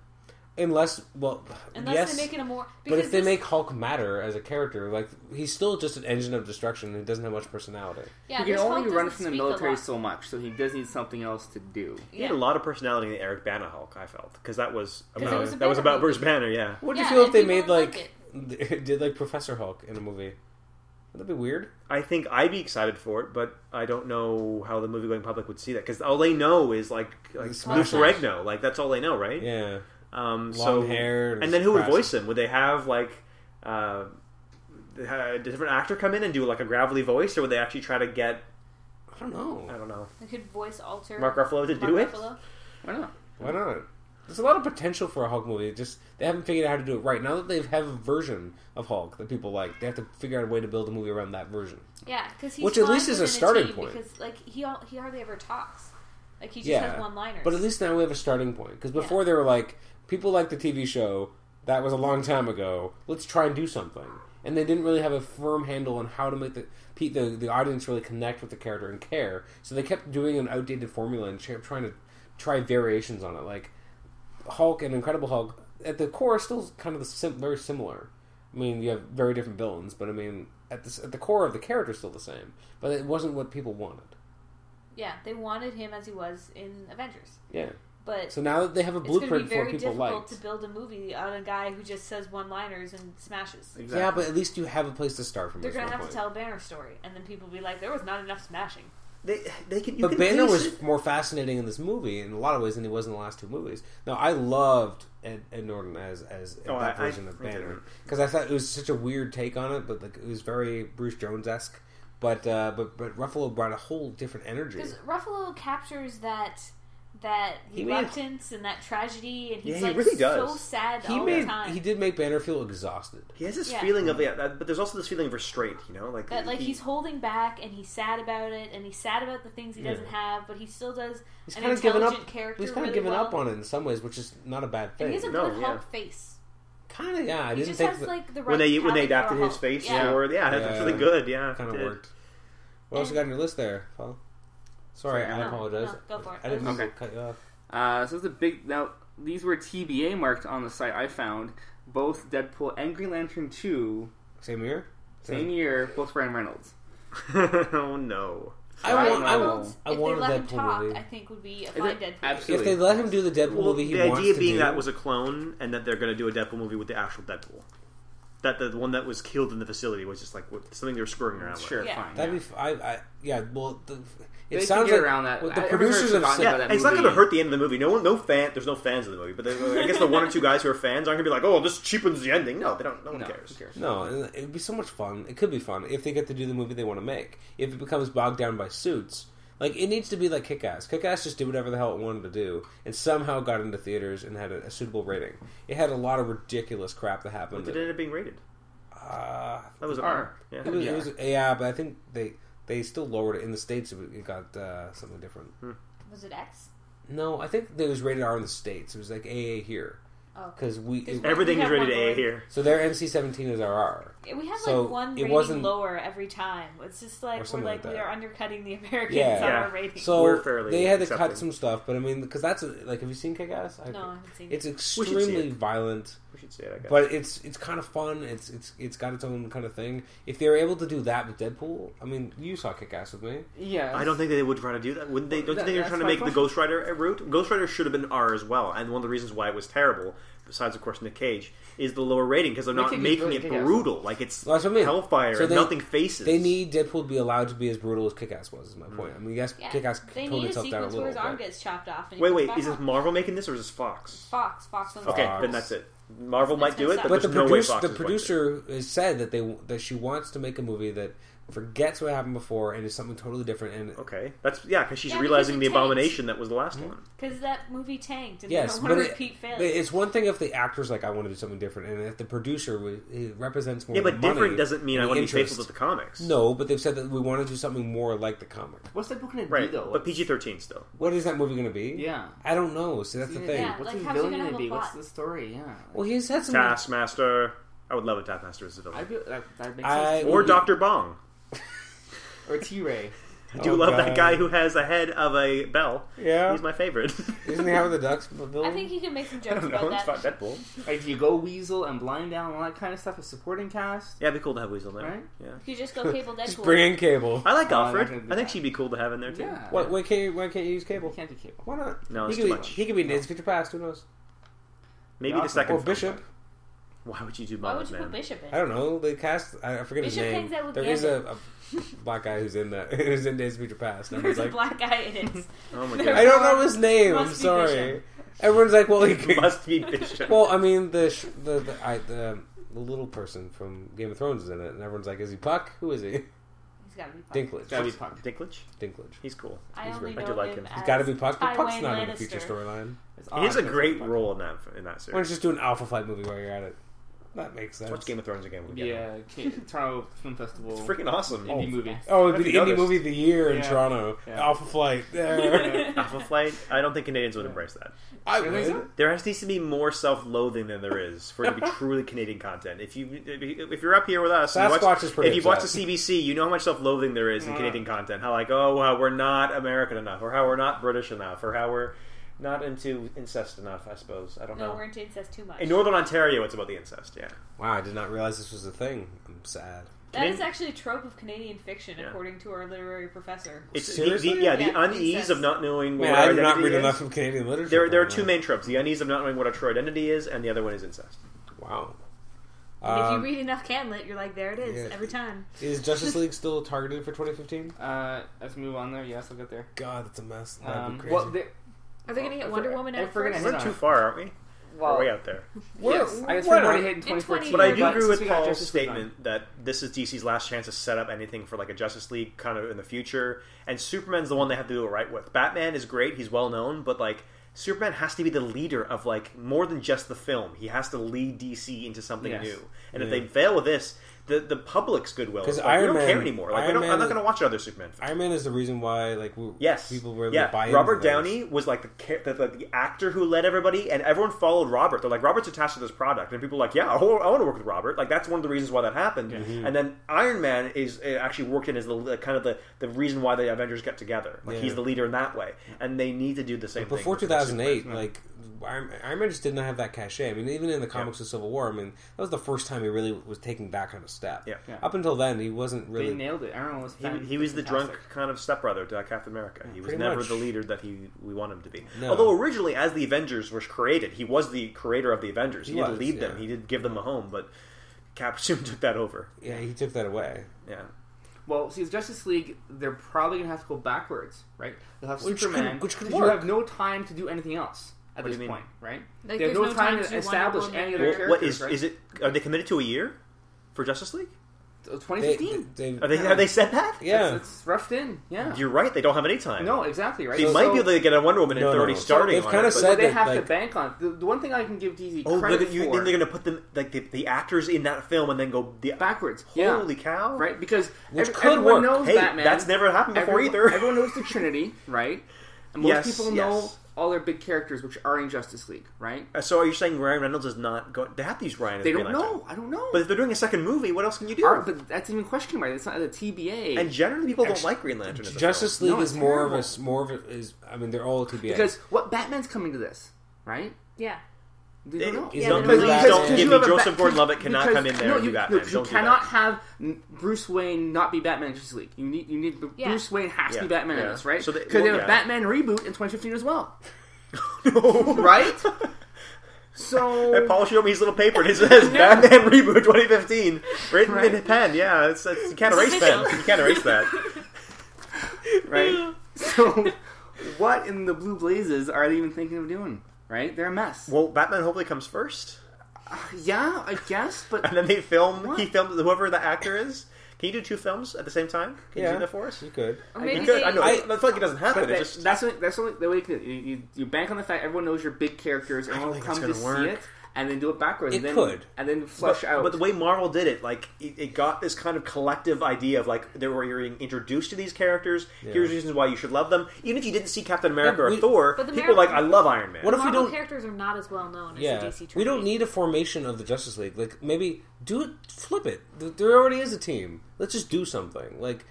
Unless well,
Unless
yes.
they make it a more. Because
but if they
this-
make Hulk matter as a character, like he's still just an engine of destruction and doesn't have much personality.
yeah,
he can
this
only
Hulk
run
doesn't
from the
speak a
military
lot.
so much, so he does need something else to do.
He had a
Yeah.
lot of personality in the Eric Bana Hulk. I felt because that was
'Cause
about
it was a
that was
Banner
about Bruce
movie.
Banner. Yeah,
What do you
Yeah,
feel if
and
they
people
made
would
like, did like Professor Hulk in a movie? Would that be weird?
I think I'd be excited for it, but I don't know how the movie going public would see that because all they know is like, like
Smash
Lou
Smash.
Ferrigno. Like that's all they know, right?
Yeah, long
Um, so,
hair.
And then who would
crafts-
voice him? Would they have like uh, a different actor come in and do like a gravelly voice, or would they actually try to get
I don't know.
I don't know
They could voice alter
Mark Ruffalo to
Mark
do it?
Ruffalo.
Why not?
Why not? There's a lot of potential for a Hulk movie. It Just they haven't figured out how to do it right. Now that they have a version of Hulk that people like, they have to figure out a way to build a movie around that version.
Yeah, because he's
Which at
fine
least is a
within
starting
team
point.
Because like he al- he hardly ever talks. Like he just
Yeah.
has one liners.
But at least now we have a starting point. Because before they were like, people like the TV show. That was a long time ago. Let's try and do something. And they didn't really have a firm handle on how to make the pe- the, the audience really connect with the character and care. So they kept doing an outdated formula and kept trying to try variations on it. Like Hulk and Incredible Hulk at the core are still kind of the sim- very similar. I mean, you have very different villains, but I mean, at the, s- at the core of the character, still the same. But it wasn't what people wanted.
yeah, they wanted him as he was in Avengers,
Yeah.
but
So now that they have a
it's going to be
blueprint for
very
people
difficult
like
to build a movie on a guy who just says one liners and smashes.
Exactly.
Yeah, but at least you have a place to start from.
They're
is
going
my
to have
point.
to tell a Banner story, and then people will be like, "There was not enough smashing."
They they can. You
But
can
Banner
base
was
it-
more fascinating in this movie in a lot of ways than he was in the last two movies. Now I loved Ed, Ed Norton as as
Oh,
that
I- I-
version of
I did.
Banner because I thought it was such a weird take on it, but like it was very Bruce Jones esque. But uh, but but Ruffalo brought a whole different energy.
Because Ruffalo captures that
that
He made-
reluctance and that tragedy, and he's
Yeah, he
like
really
so
does.
sad
He
all the
made
time.
he did make Banner feel exhausted.
He has this
Yeah.
feeling of yeah, that, but there's also this feeling of restraint, you know, like
that like
he-
he's holding back and he's sad about it and he's sad about the things he
Yeah.
doesn't have, but he still does
He's
an
kind of given
intelligent
up.
character.
He's kind
really
of given
well.
up on it in some ways, which is not a bad
And
thing.
he has a
No,
good
yeah.
Hulk face.
kind of yeah. I
He
didn't
just
think
has
that
like the right
when they when they
palette for a
adapted his
Hulk.
face
Yeah.
for yeah, that's
Yeah.
really good. Yeah,
kind
it
of
did.
worked. What else you got on your list there, Paul? Sorry, I
No,
apologize.
no, go for it.
I didn't mean to
Okay.
cut you off.
Uh, so it's a big. Now these were TBA marked on the site I found. Both Deadpool and Green Lantern two,
Same year.
same year, both Ryan Reynolds.
oh no.
I
Ryan
want. I
Reynolds,
want. I
if
want
they
a
let him
Deadpool
talk,
movie.
I think would be a
Is
fine
it-
Deadpool.
If
absolutely.
they let him do the Deadpool
Well,
movie, he
the
wants
idea
to
being
do,
that was a clone, and that they're going to do a Deadpool movie with the actual Deadpool. That the one that was killed in the facility was just like what- something they were screwing around
Sure,
with.
Yeah.
fine.
That'd
yeah.
be. f- I. I. Yeah. Well, the,
They
it
could
sounds
get
like
around that.
well, the
I- I remember
producers have
forgotten
said
about
Yeah,
that
and it's not
movie.
going to hurt the end of the movie. No one, no fan. There's no fans of the movie, but they, I guess the one or two guys who are fans aren't going to be like, "Oh, this cheapens the ending." No, they don't. No one
No,
cares.
who cares?
No, and it would be so much fun. It could be fun if they get to do the movie they want to make. If it becomes bogged down by suits, like it needs to be like Kick Ass. Kick Ass just did whatever the hell it wanted to do, and somehow got into theaters and had a, a suitable rating. It had a lot of ridiculous crap that
What
happened.
did it end up being rated?
uh,
That was a
R.
Yeah.
it was,
Yeah.
it was, yeah, but I think they they still lowered it in the states. It was- It got uh, something different.
Was it X?
No, I think it was rated R in the states. It was like AA here
Oh, okay.
because we.
Because-
Everything
We
is
have one
rated A
word.
here.
so their MC seventeen is RR.
we have
So,
like one
it
rating
wasn't-
lower every time. It's just
Or
like we're
something
like,
like
we
that.
are undercutting the Americans
Yeah.
on
Yeah.
our rating.
So
We're fairly
they had to
accepting.
cut some stuff, but I mean, because that's a, like, have you seen Kick Ass?
no, I haven't seen it.
It's
see
extremely
it.
violent,
We should say it. I guess.
but it's it's kind of fun. It's it's it's got its own kind of thing. If they were able to do that with Deadpool, I mean, you saw Kick Ass with me.
Yeah,
I don't think they would try to do that. Wouldn't they? Don't you
That-
think they're
that's
trying to
my
make the
question.
Ghost Rider a route? Ghost Rider should have been R as well. And one of the reasons why it was terrible, besides of course Nick Cage, is the lower rating because they're
Nick
not
Cage is
making
really
it
kick-ass.
brutal. Like it's
Well, that's what I mean.
Hellfire
So
and
they-
nothing faces.
They need Deadpool to be allowed to be as brutal as Kick Ass was. Is my
Mm.
point. I mean, yes,
yeah.
Kick Ass
they
toned
need a
itself down a
sequence where
little.
his arm
but-
gets chopped off. And he
Wait,
comes
wait.
back
Is this
up.
Marvel making this or is this Fox?
Fox? Fox on
Okay,
Fox.
then that's it. Marvel might do it, but,
But
But
there's
the,
no way
produce,
Fox
the
is going to.
producer has said that they that she wants to make a movie that forgets what happened before and is something totally different. And
Okay, that's yeah, because she's
Yeah, because
realizing
it
the
takes-
abomination that was the
Mm.
last one.
Because that movie tanked, and
Yes,
they don't
but
want
it-
to repeat
but
failure.
it's one thing if the actor's like, I want to do something different, and if the producer w- it represents more.
Yeah, but
money
different doesn't mean
and
I want to be
interest.
faithful to the comics.
No, but they've said that we want to do something more like the comic.
What's Deadpool gonna
right,
do though?
but PG thirteen still.
What is that movie going to be?
Yeah.
I don't know. See, that's the thing.
Yeah,
What's
like,
his
how's he
villain
gonna
gonna
have a
be? What's
plot?
the story? Yeah.
Well, he's had some.
Taskmaster. I would love a Taskmaster as a villain.
I feel that, that makes
I-
sense.
or
Ooh.
Doctor Bong.
Or T Ray.
I do
Oh,
love
God.
that guy who has a head of a bell.
Yeah.
He's my favorite.
Isn't he Howard the Ducks? Villain?
I think he can make some
I
jokes
don't know.
about
It's
that.
not Deadpool.
Like, do you go Weasel and Blind Down and all that kind of stuff as supporting cast?
Yeah, it'd be cool to have Weasel there.
Right?
Yeah.
You could just go cable Deadpool.
Just bring in Cable.
I like
No, I'm not gonna
Alfred.
do
I think
that.
she'd be cool to have in there too.
Yeah.
Why, why can't you? Why can't you use
You
Cable?
can't do cable.
Why not?
No,
he
it's
could
too
be,
much.
He could be in Days of Future Past. Who knows?
Maybe
Yeah,
the second.
Or
film.
Bishop.
Why would you do
Why would
Bond,
you put
man?
Bishop in?
I don't know. They cast. I, I
Bishop
forget his name.
hangs out with
There is
Gambit.
a, a black guy who's in that. Who's in Days of Future Past? And
There's
everyone's
a
like,
black guy in it.
Oh my
There-
I
god.
don't know his name. I'm
Must be
sorry. Everyone's like, well, he
It
could,
must be Bishop.
Well, I mean, the sh- the the, I, the the little person from Game of Thrones is in it, and everyone's like, "Is he Puck? Who is he?"
He's gotta be. Puck.
Dinklage.
Gotta be Puck.
Dinklage.
Dinklage.
He's cool.
I
He's
only
great.
I
know
do like
him.
him.
He's got to be Puck, but
Tywin
Puck's not in the
Lannister.
future storyline.
It's
He has a
odd, but
great
it's Puck.
role in that
Why
in that
don't you
series.
just do an Alpha Flight movie while you're at it? That makes sense.
Watch Game of Thrones again. We'll get it.
Yeah, K- Toronto Film Festival.
It's freaking awesome.
indie movie.
Oh, it'd
Have
be the
you
indie
noticed?
movie of the year in
Yeah.
Toronto.
Yeah.
Alpha Flight. There.
Alpha Flight. I don't think Canadians would embrace that.
I
You think so?
would.
There has needs to be more self-loathing than there is for it to be truly Canadian content. If you if you're up here with us, and you
Sasquatch
watch,
is pretty
if you watch the
upset. Mm.
CBC, you know how much self-loathing there is in
Yeah.
Canadian content. How like oh wow, we're not American enough, or how we're not British enough, or how we're not into incest enough. I suppose I don't
No, we're
know.
into incest too much.
In Northern Ontario, it's about the incest. Yeah,
Wow, I did not realize this was a thing. I'm sad.
That
Canadian-
is actually a trope of Canadian fiction,
Yeah.
according to our literary professor.
it's the,
Seriously?
the- yeah, the
Yeah,
unease
incest.
of not knowing.
Man,
what
I
our
do not
identity
read
is.
enough of Canadian literature.
There, there are
apparently.
two main tropes: the unease of not knowing what our true identity is, and the other one is incest.
Wow.
And if
Um,
you read enough Camlet, you're like, there it is
yeah.
every time.
is Justice League still targeted for 2015?
Uh, let's move on there. Yes, I'll get there.
God, it's a mess. That'd
Um,
be crazy.
well, there-
Are they gonna get
If
Wonder
we're-
Woman
if
out
we're
first?
gonna
We're
Yeah.
too far, aren't we?
well,
We're way out there.
yes, I guess
we're
we've already
not.
hit in
In
2014.
But I do
But
agree
since
with
we got
Paul's
Justice League on.
statement that this is DC's last chance to set up anything for like a Justice League kind of in the future, and Superman's the one they have to do it right with. Batman is great; he's well known, but like Superman has to be the leader of like more than just the film. He has to lead DC into something
Yes.
new. And if
Yeah.
they fail with this, the the public's goodwill
'Cause
is like, we
Iron
don't care
Man-
anymore. Like we
Iron
don't, I'm
Man-
not going to watch another Superman film.
Iron Man is the reason why like we,
Yes,
people were
yeah.
like, buying
Robert
into this.
Downey was like the, cha- the, the the actor who led everybody, and everyone followed Robert. They're like Robert's attached to this product, and people are like, yeah, I, want to work with Robert. Like that's one of the reasons why that happened. And then Iron Man is it actually worked in as the, the kind of the, the reason why the Avengers get together. Like
Yeah.
he's the leader in that way, and they need to do the same. thing
before
with- with Superman.
2008 like Iron, Iron Man just did not have that cachet. I mean, even in the comics of Civil War, I mean, that was the first time he really was taking that kind of step.
Yeah.
Yeah.
Up until then, he wasn't
They
really.
nailed it. Iron Man was
He,
fan-
he was the drunk
fantastic.
kind of stepbrother to Captain America. He was
Pretty
never
much.
the leader that he we want him to be.
No.
Although originally, as the Avengers was created, he was the creator of the Avengers. He,
He
did
was,
lead
yeah.
them. He did give them a home, but Cap soon took that over.
yeah, he took that away.
Yeah,
Well, see, it's Justice League, they're probably gonna have to go backwards, right? They'll have
Which
Superman,
could- which could
you
work.
have no time to do anything else at
What do
this
you mean?
point, right?
Like,
they
there's
have no,
no
time,
time to
to
do
establish
Wonder
any
Woman
other
or-
characters.
what is
right?
is it? Are they committed to a year for Justice League?
They-
2015?
they-
Are they have they said that?
yeah.
It's, it's roughed in. Yeah.
You're right. They don't have any time.
no, exactly right.
they
So-
might be able to get a Wonder Woman
No,
and they're
no.
already starting.
They've
on
kinda
it, but-
said-
But they
that,
have to
like-
bank on the, the one thing I can give DZ
Oh, look
credit
at you!
for.
Then they're going to put them like the, the actors in that film and then go the,
backwards. yeah.
Holy cow!
Right, because
Which
ev-
could
everyone
work.
knows
Hey,
Batman.
that's never happened before
everyone,
either.
Everyone knows the Trinity, right? And most
Yes,
people
yes.
know all their big characters, which are in Justice League, right?
Uh, So are you saying Ryan Reynolds is not going? They have to use Ryan. as
They
a
don't
green
know.
lantern.
I don't know.
But if they're doing a second movie, what else can you do?
Art- but that's even question mark. It's not the TBA.
and generally, people don't
Ex-
like Green Lantern. As a
Justice
film.
League
No,
is
it's
more of a
terrible.
s- more of a, is. I mean, they're all TBA.
because what Batman's coming to this, right?
Yeah.
They don't
It-
know.
Please
Yeah,
don't,
they're
please
not-
don't
because
give
you
me
have a
Joseph
Bat-
Gordon-Levitt cannot
because-
come in there
No,
and
you,
do Batman.
no, you
Don't do
cannot
that.
have n- Bruce Wayne not be Batman in Justice League. You need, you need
Yeah.
Bruce Wayne has to be
Yeah.
Batman in
Yeah.
this, right?
So they-
Because
well,
they have
yeah.
a Batman reboot in 2015 as well,
No.
right? so
And Paul showed me his little paper. and It says Batman reboot 2015, written in pen. Yeah, it's, it's, you can't erase
official.
that. You can't erase that.
right? So, what in the blue blazes are they even thinking of doing? Right? They're a mess.
Well, Batman hopefully comes first,
yeah, I guess, but
and then they film.
What?
He films whoever the actor is. Can you do two films at the same time? Can you
Yeah.
do that for us?
you could.
Or
I
maybe
guess-
Good.
they,
I know.
I-
I, feel like it doesn't happen.
but
It
that,
just
that's only, that's only the way you can do it. You, you, you bank on the fact everyone knows your big characters, everyone will
think it's
come to
gonna
see
work.
it, and then do it backwards.
It
and then,
could.
and then flush
but,
out.
But the way Marvel did it, like it, it got this kind of collective idea of like they were being introduced to these characters. Here's reasons why you should love them, even if you didn't see Captain America or
we-
Thor.
But the
People are like I
American-
love Iron Man.
What if we
Marvel
don't?
characters are not as well known as the
Yeah,
DC Trinity.
we don't need a formation of the Justice League. Like maybe do it, flip it. Th- There already is a team. Let's just do something. Like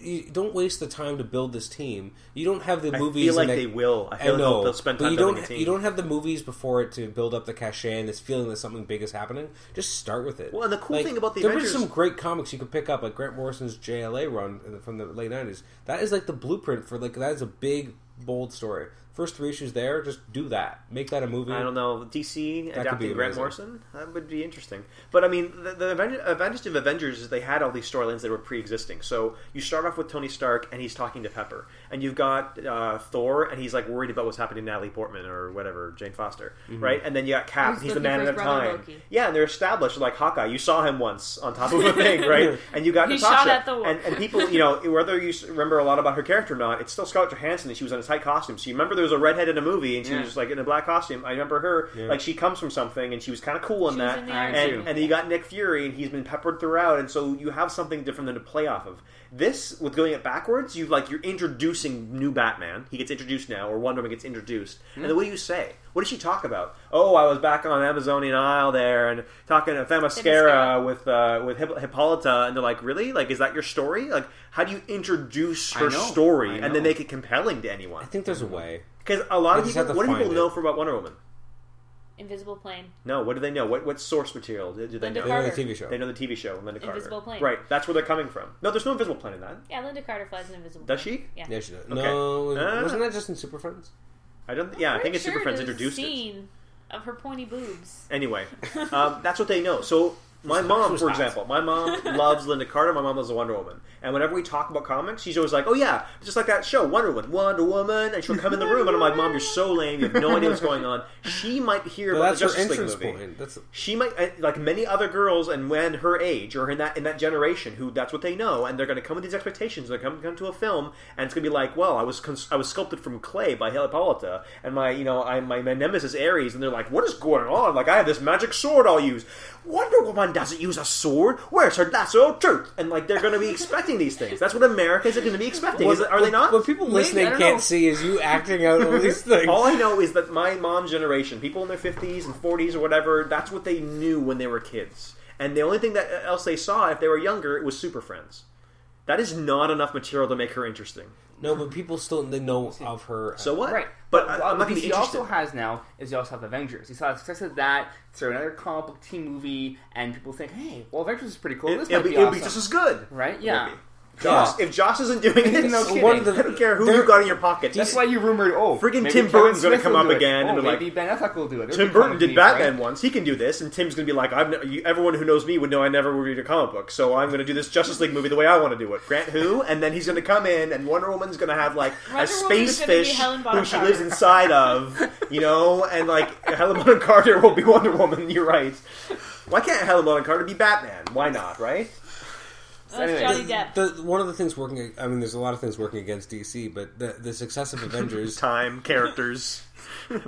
you don't waste the time to build this team. You don't have the
I
movies.
feel
and
like
that-
they will. I
I
feel like
know,
they'll, they'll spend
but
time
you
building
don't
a team.
you don't have the movies before it to build up the cachet and this feeling that something big is happening. Just start with it.
Well, and the cool thing about the
there
Avengers-
been some great comics you could pick up, like Grant Morrison's JLA run in the- from the late nineties. That is like the blueprint for like that is a big bold story. First three issues there, just do that. Make that a movie.
I don't know. DC
could
adapting
be
Grant
amazing.
Morrison that would be interesting. But I mean, the, the advantage- advantage of Avengers is they had all these storylines that were pre-existing. So you start off with Tony Stark and he's talking to Pepper, and you've got uh, Thor and he's like worried about what's happening to Natalie Portman or whatever Jane Foster,
Mm-hmm.
right? And then you got Cap,
Who's
he's the
looking
man
for
of
his brother
time.
Loki.
Yeah, and they're established like Hawkeye. You saw him once on top of a thing, right? And you got
He
Natasha
shot at Thor.
and, and people, you know, whether you s- remember a lot about her character or not, it's still Scarlett Johansson, and she was in a tight costume. So you remember there was a redhead in a movie, and she
Yeah.
was just like in a black costume. I remember her,
Yeah.
like she comes from something, and she was kind of cool in
She was
that.
in the
Iron
and,
Man.
and then you got Nick Fury, and he's been peppered throughout, and so you have something different than to play off of. This with going it backwards, you like you're introducing new Batman. He gets introduced now, or Wonder Woman gets introduced, and then what do you say? What did she talk about? Oh, I was back on Amazonian Isle there, and talking to Themyscira,
Themyscira.
uh, with uh, with Hip- Hippolyta, and they're like, "Really? Like, is that your story? Like, how do you introduce
I
her
know, I
story and
know.
then make it compelling to
I
anyone?"
think there's a way.
Because a lot
They
of
just
people,
have to
what do people
find it.
know for about Wonder Woman?
Invisible Plane.
No, what do they know? What what source material do do they
Linda
They
know?
know the
Carter.
TV show.
They know the TV show Linda Carter.
Invisible Plane.
Right, that's where they're coming from. No, there's no invisible plane in that.
Yeah, Linda Carter flies an invisible.
Does
plane.
she?
Yeah.
Yeah, she does.
Okay.
No,
Ah.
wasn't that just in Super Friends?
I don't. Yeah, I think it's
Pretty
Super
sure
Friends
there's a
introduced it.
scene of her pointy boobs.
Anyway, um, that's what they know. So My
She
mom,
was
for
hot.
example, my mom loves Linda Carter. My mom loves Wonder Woman, and whenever we talk about comics, she's always like, "Oh yeah, just like that show, Wonder Woman, Wonder Woman," and she'll come in the room, and I'm like, "Mom, you're so lame. You have no idea what's going on." She might hear
But
about
that's
the
her
Justice League
entrance
movie.
point. That's
She might, uh, like many other girls, and when her age or in that in that generation, who that's what they know, and they're going to come with these expectations. They're going to come to a film, and it's going to be like, "Well, I was cons- I was sculpted from clay by Hippolyta, and my you know I, my my nemesis Ares," and they're like, "What is going on? Like I have this magic sword I'll use. Wonder Woman doesn't use a sword. Where's her lasso of truth?" And like they're going to be expecting these things. That's what Americans are going to be expecting. Is it- are they not?
What people
Maybe, I
listening
don't
can't
know.
see is you acting out all these things.
All I know is that my mom's generation, people in their 50s and 40s or whatever, that's what they knew when they were kids. And the only thing that else they saw if they were younger was Super Friends. That is not enough material to make her interesting.
no, but people still they know of her.
So what?
Right,
But,
but,
I,
what
am not going to be
DC
interested.
also has now is you also have Avengers. You saw the success of that through another comic book team movie, and people think, "Hey, well, Avengers is pretty cool.
it,
this
will
might
be,
be,
it'll
awesome,
be just as good.
right? Yeah,
be. Joss, If Joss isn't doing this,
No kidding.
One of the-
I don't care who
They're-
you got in your pocket.
that's why you rumored, oh,
Friggin'
maybe
Tim
Kevin
Burton's gonna
Smith
come
will
up
do it.
again
Oh,
and be like-
maybe Ben Affleck will do it. It'll
Tim
be
Burton
comic
did
beef, right?
Batman once. He can do this, and Tim's going to be like, I've ne- you, everyone who knows me would know I never read a comic book, so I'm going to do this Justice League movie the way I want to do it. Grant who? And then he's going to come in, and Wonder Woman's going to have like a
Wonder Woman's
space
gonna be
fish
Helen
who
Bonham
she
Carter.
lives inside of, you know, and like Helen Bonham Carter will be Wonder Woman. You're right. Why can't Helen Bonham Carter be Batman? Why not? Right?
That's
anyways,
Johnny Depp.
The, one of the things working, I mean, there's a lot of things working against DC, but the, the success of Avengers
Time, characters,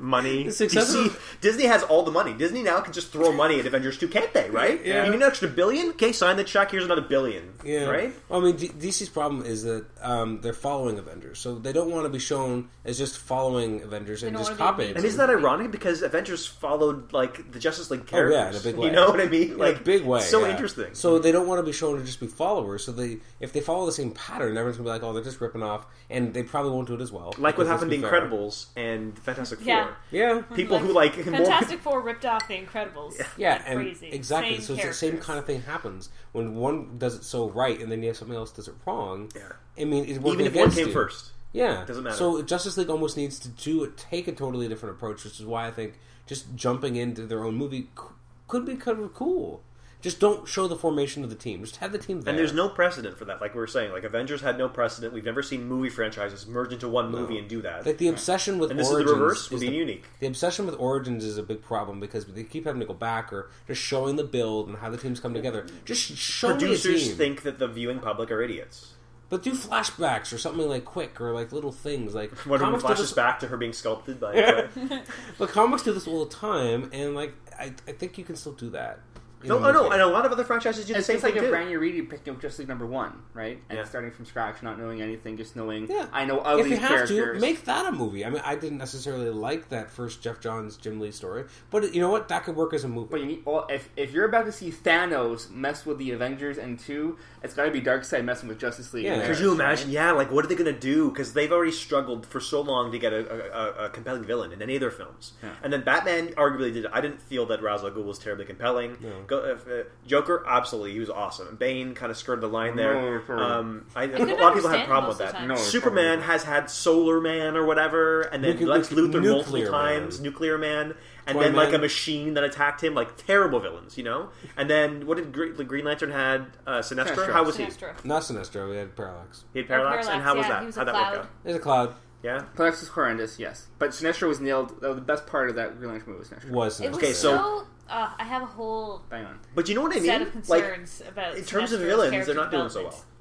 money.
success
DC, Disney has all the money. Disney now can just throw money at Avengers 2, can't they? Right?
Yeah.
You need an extra billion? Okay, sign the check. Here's another billion.
Yeah.
Right?
Well, I mean, D- DC's problem is that um, they're following Avengers, so they don't want to be shown as just following Avengers and
don't
just
wanna be
copying.
And
them.
isn't that ironic? Because Avengers followed like the Justice League
Oh,
characters.
yeah, in a big way.
You know what I mean?
In a big way.
So
yeah.
interesting.
So they don't want to be shown to just be followers. So they, if they follow the same pattern, everyone's gonna be like, "Oh, they're just ripping off," and they probably won't do it as well.
like what
because
happened to
let's be fair.
Incredibles and Fantastic
Yeah. Mm-hmm.
Four.
Yeah,
People who like
Fantastic Four ripped off The Incredibles.
yeah,
Like
and
crazy.
exactly.
Same
so it's the same
characters.
kind of thing happens when one does it so right, and then you have something else does it wrong.
Yeah.
I mean, it's
more,
working
even if one
against
came
you.
first.
Yeah,
Doesn't matter.
So Justice League almost needs to do it, take a totally different approach, which is why I think just jumping into their own movie c- could be kind of cool. Just don't show the formation of the team. Just have the team there.
And there's no precedent for that. Like we were saying, like Avengers had no precedent. We've never seen movie franchises merge into one movie and do that.
like the obsession with
And this is the
origins
reverse with
the,
being unique.
The obsession with origins is a big problem because they keep having to go back or just showing the build and how the teams come together. Just show me a
Producers
team,
think that the viewing public are idiots.
but do flashbacks or something like quick or like little things like
Wonder Woman
comics do
flashes
this-
back to her being sculpted by. by-
But comics do this all the time, and like I, I think you can still do that. in
no,
a
oh, no,
movie.
and a lot of other franchises do the
It's
same
just like
thing
if
too.
Brandon Reedy picking up Justice League number one, right? And
Yeah.
starting from scratch, not knowing anything, just knowing
Yeah.
I know all
if you
these
have
characters.
to, make that a movie. I mean, I didn't necessarily like that first Jeff Johns Jim Lee story, but you know what? That could work as a movie.
But you need all if, if you're about to see Thanos mess with the Avengers and two, it's got to be Darkseid messing with Justice League.
Yeah.
and
Could
Because
Earth,
you
right?
imagine? Yeah, like what are they going to do? Because they've already struggled for so long to get a, a, a compelling villain in any of their films.
Yeah.
And then Batman arguably did. I didn't feel that Ra's al Ghul was terribly compelling. Go, if, uh, Joker, absolutely, he was awesome. And Bane kind of skirted the line there.
No, no, no.
um, I, a
couldn't
lot of people had a
understand
problem with
most of the
that.
time.
No, it's
Superman
probably-
has had Solar Man or whatever, and then
Nuclear-
Lex Luthor multiple
Nuclear Man.
times, Nuclear Man, and
Toy
then like
Man.
a machine that attacked him, like terrible villains, you know. And then what did Gre- Green Lantern had? Uh, Sinestro?
Sinestro.
How was he?
Sinestro.
Not Sinestro. We had Parallax.
He had parallax,
Parallax,
and how was
yeah,
that?
he was a
How'd that
cloud.
work out?
There's a cloud.
Yeah.
Plex was horrendous, yes. But Sinestro was nailed. That was the best part of that Green Lantern movie was Sinestro.
Was
It
Sinestro.
was
Okay, so-
so. uh, I have a whole
Bang on.
But you know what I mean?
set of
like
concerns about
in terms of
Sinestro's
villains,
character
they're not doing so well.
development.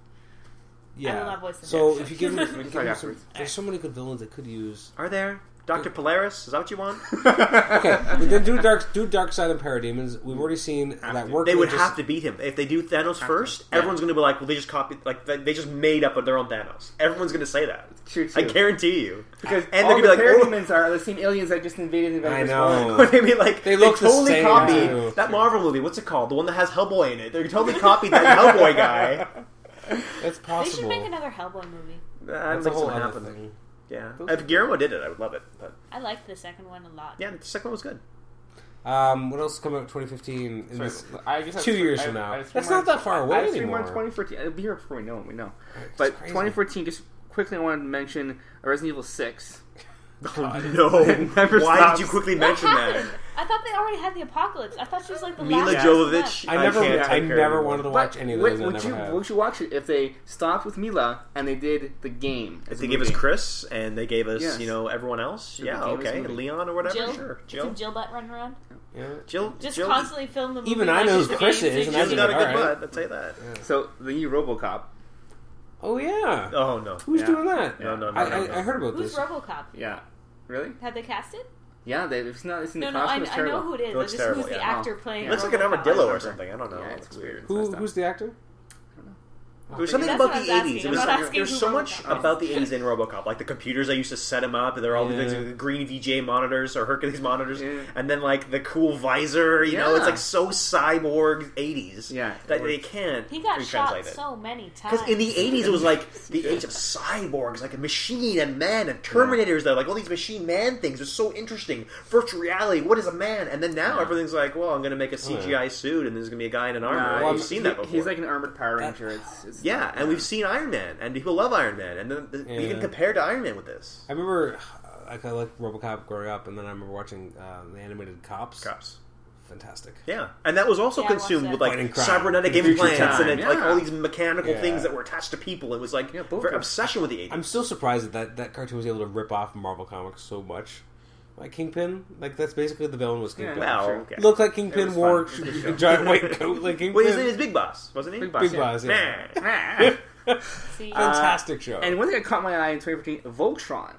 yeah.
I love Voice of
so
Sinestro.
if you give them,
We can
give
try
them
it
some,
afterwards.
there's so many good villains they could use.
Are there? Doctor Polaris? Is that what you want?
Okay, but then do dark, do Dark Side and Parademons. We've already seen that
to.
work.
they would
just-
have to beat him if they do Thanos
to.
first.
Yeah.
Everyone's going to be like, "Well, they just copied, like they they just made up their own Thanos." Everyone's going to say that.
True,
I
true.
guarantee you.
Because
and
all
they're gonna
the
be like, oh.
Parademons are the same aliens that just invaded the Avengers.
I know.
one.
What I mean, like
They look the
totally
same,
copied
too.
that Marvel movie. What's it called? The one that has Hellboy in it. They totally copied that Hellboy guy.
That's
They should
possible.
make another Hellboy movie.
I don't
That's a
think it's
whole
gonna
other
happen.
thing.
Yeah,
Those-
if Guillermo did it, I would love it. But
I liked the second one a lot.
yeah, the second one was good.
Um, what else coming out 2015? In this,
Sorry, I just have
two
three-
years
I-
from now.
I have three
That's
more-
not that far away
I have three more in
anymore.
2014. It'll be here before we know it. We know. But
crazy.
2014, just quickly, I wanted to mention Resident Evil 6.
Oh, no.
never
Why
stops.
did you quickly
What
mention
happened?
that?
I thought they already had the apocalypse. I thought she was like the
Mila
last.
Jovovich.
I never,
can't
I,
take her
never
anymore.
wanted to
But
watch any of
would-
those. I
Would
never
you
have.
would you watch it if they stopped with Mila and they did the game? as
They
a
gave us
movie?
Chris, and they gave us
Yes.
you know everyone else.
Should
yeah,
we do this
okay,
movie?
Leon or whatever.
Jill?
Sure,
Jill.
Jill.
Some Jill butt running around.
Yeah.
Jill.
Just
Jill.
constantly film the movie.
Even I
like
know
she's
who
the
Chris
main
is, and I
Jill's
did
figure.
got a
it,
good
all right.
butt. Let's say that.
So the new RoboCop.
Oh yeah.
Oh no.
Who's
yeah.
doing that?
No, no, no,
I,
no,
I,
no.
I heard about
Who's
this.
RoboCop?
Yeah, really?
Have they cast it?
Yeah, they, it's not. It's in
No,
the
no, I,
costume. it's
I know
terrible.
who it is.
It looks
I just
terrible,
who's the
yeah.
actor
Oh.
playing?
It
It looks like an
RoboCop.
armadillo or
remember.
something. I don't know.
Yeah, it's weird.
Who, who's the actor? Oh.
There was something
That's what
about the
I was asking.
eighties. There
I'm
was
not asking
there was
who
so
wrote
much
that.
about the eighties in RoboCop, like the computers I used to set him up. There were all
Yeah.
the things, the green VJ monitors or Hercules monitors,
Yeah.
and then like the cool visor. You know, it's
Yeah.
like so cyborg eighties.
Yeah,
that
it
they
works.
can't
He got shot
retranslate it.
so many times.
Because in the eighties, it was like the age of cyborgs, like a machine and man and Terminators. Though, like all these machine man things are so interesting. Virtual reality, what is a man? And then now
Yeah.
everything's like, well, I'm going to make a
Oh, yeah.
CGI suit, and there's going to be a guy in an armor.
Nah,
We've
he's-
seen that
he-
before.
He's like an armored Power
That-
Ranger. It's, it's
yeah, and we've seen Iron Man, and people love Iron Man, and then the, we
Yeah.
can compare to Iron Man with this.
I remember uh, like I liked RoboCop growing up, and then I remember watching uh, the animated Cops.
Cops.
Fantastic.
Yeah, and that was also
Yeah, I watched
consumed
that.
with like
Fighting crime.
cybernetic
Future
implants
time,
and then, like
yeah.
all these mechanical
Yeah.
things that were attached to people. It was like
Yeah, both
for
are-
obsession with the 80s
I'm still surprised that, that that cartoon was able to rip off Marvel Comics so much. Like Kingpin, like that's basically the villain was Kingpin.
Yeah.
Wow.
Sure.
Okay.
Looked like
It
Kingpin
was
wore
fun.
a giant white coat like Kingpin.
Wait, his name is Big Boss, wasn't he?
Big Boss.
Big
yeah.
Boss, yeah.
Ah.
See,
uh,
Uh,
Fantastic show.
and one thing that caught my eye in 2015, Voltron.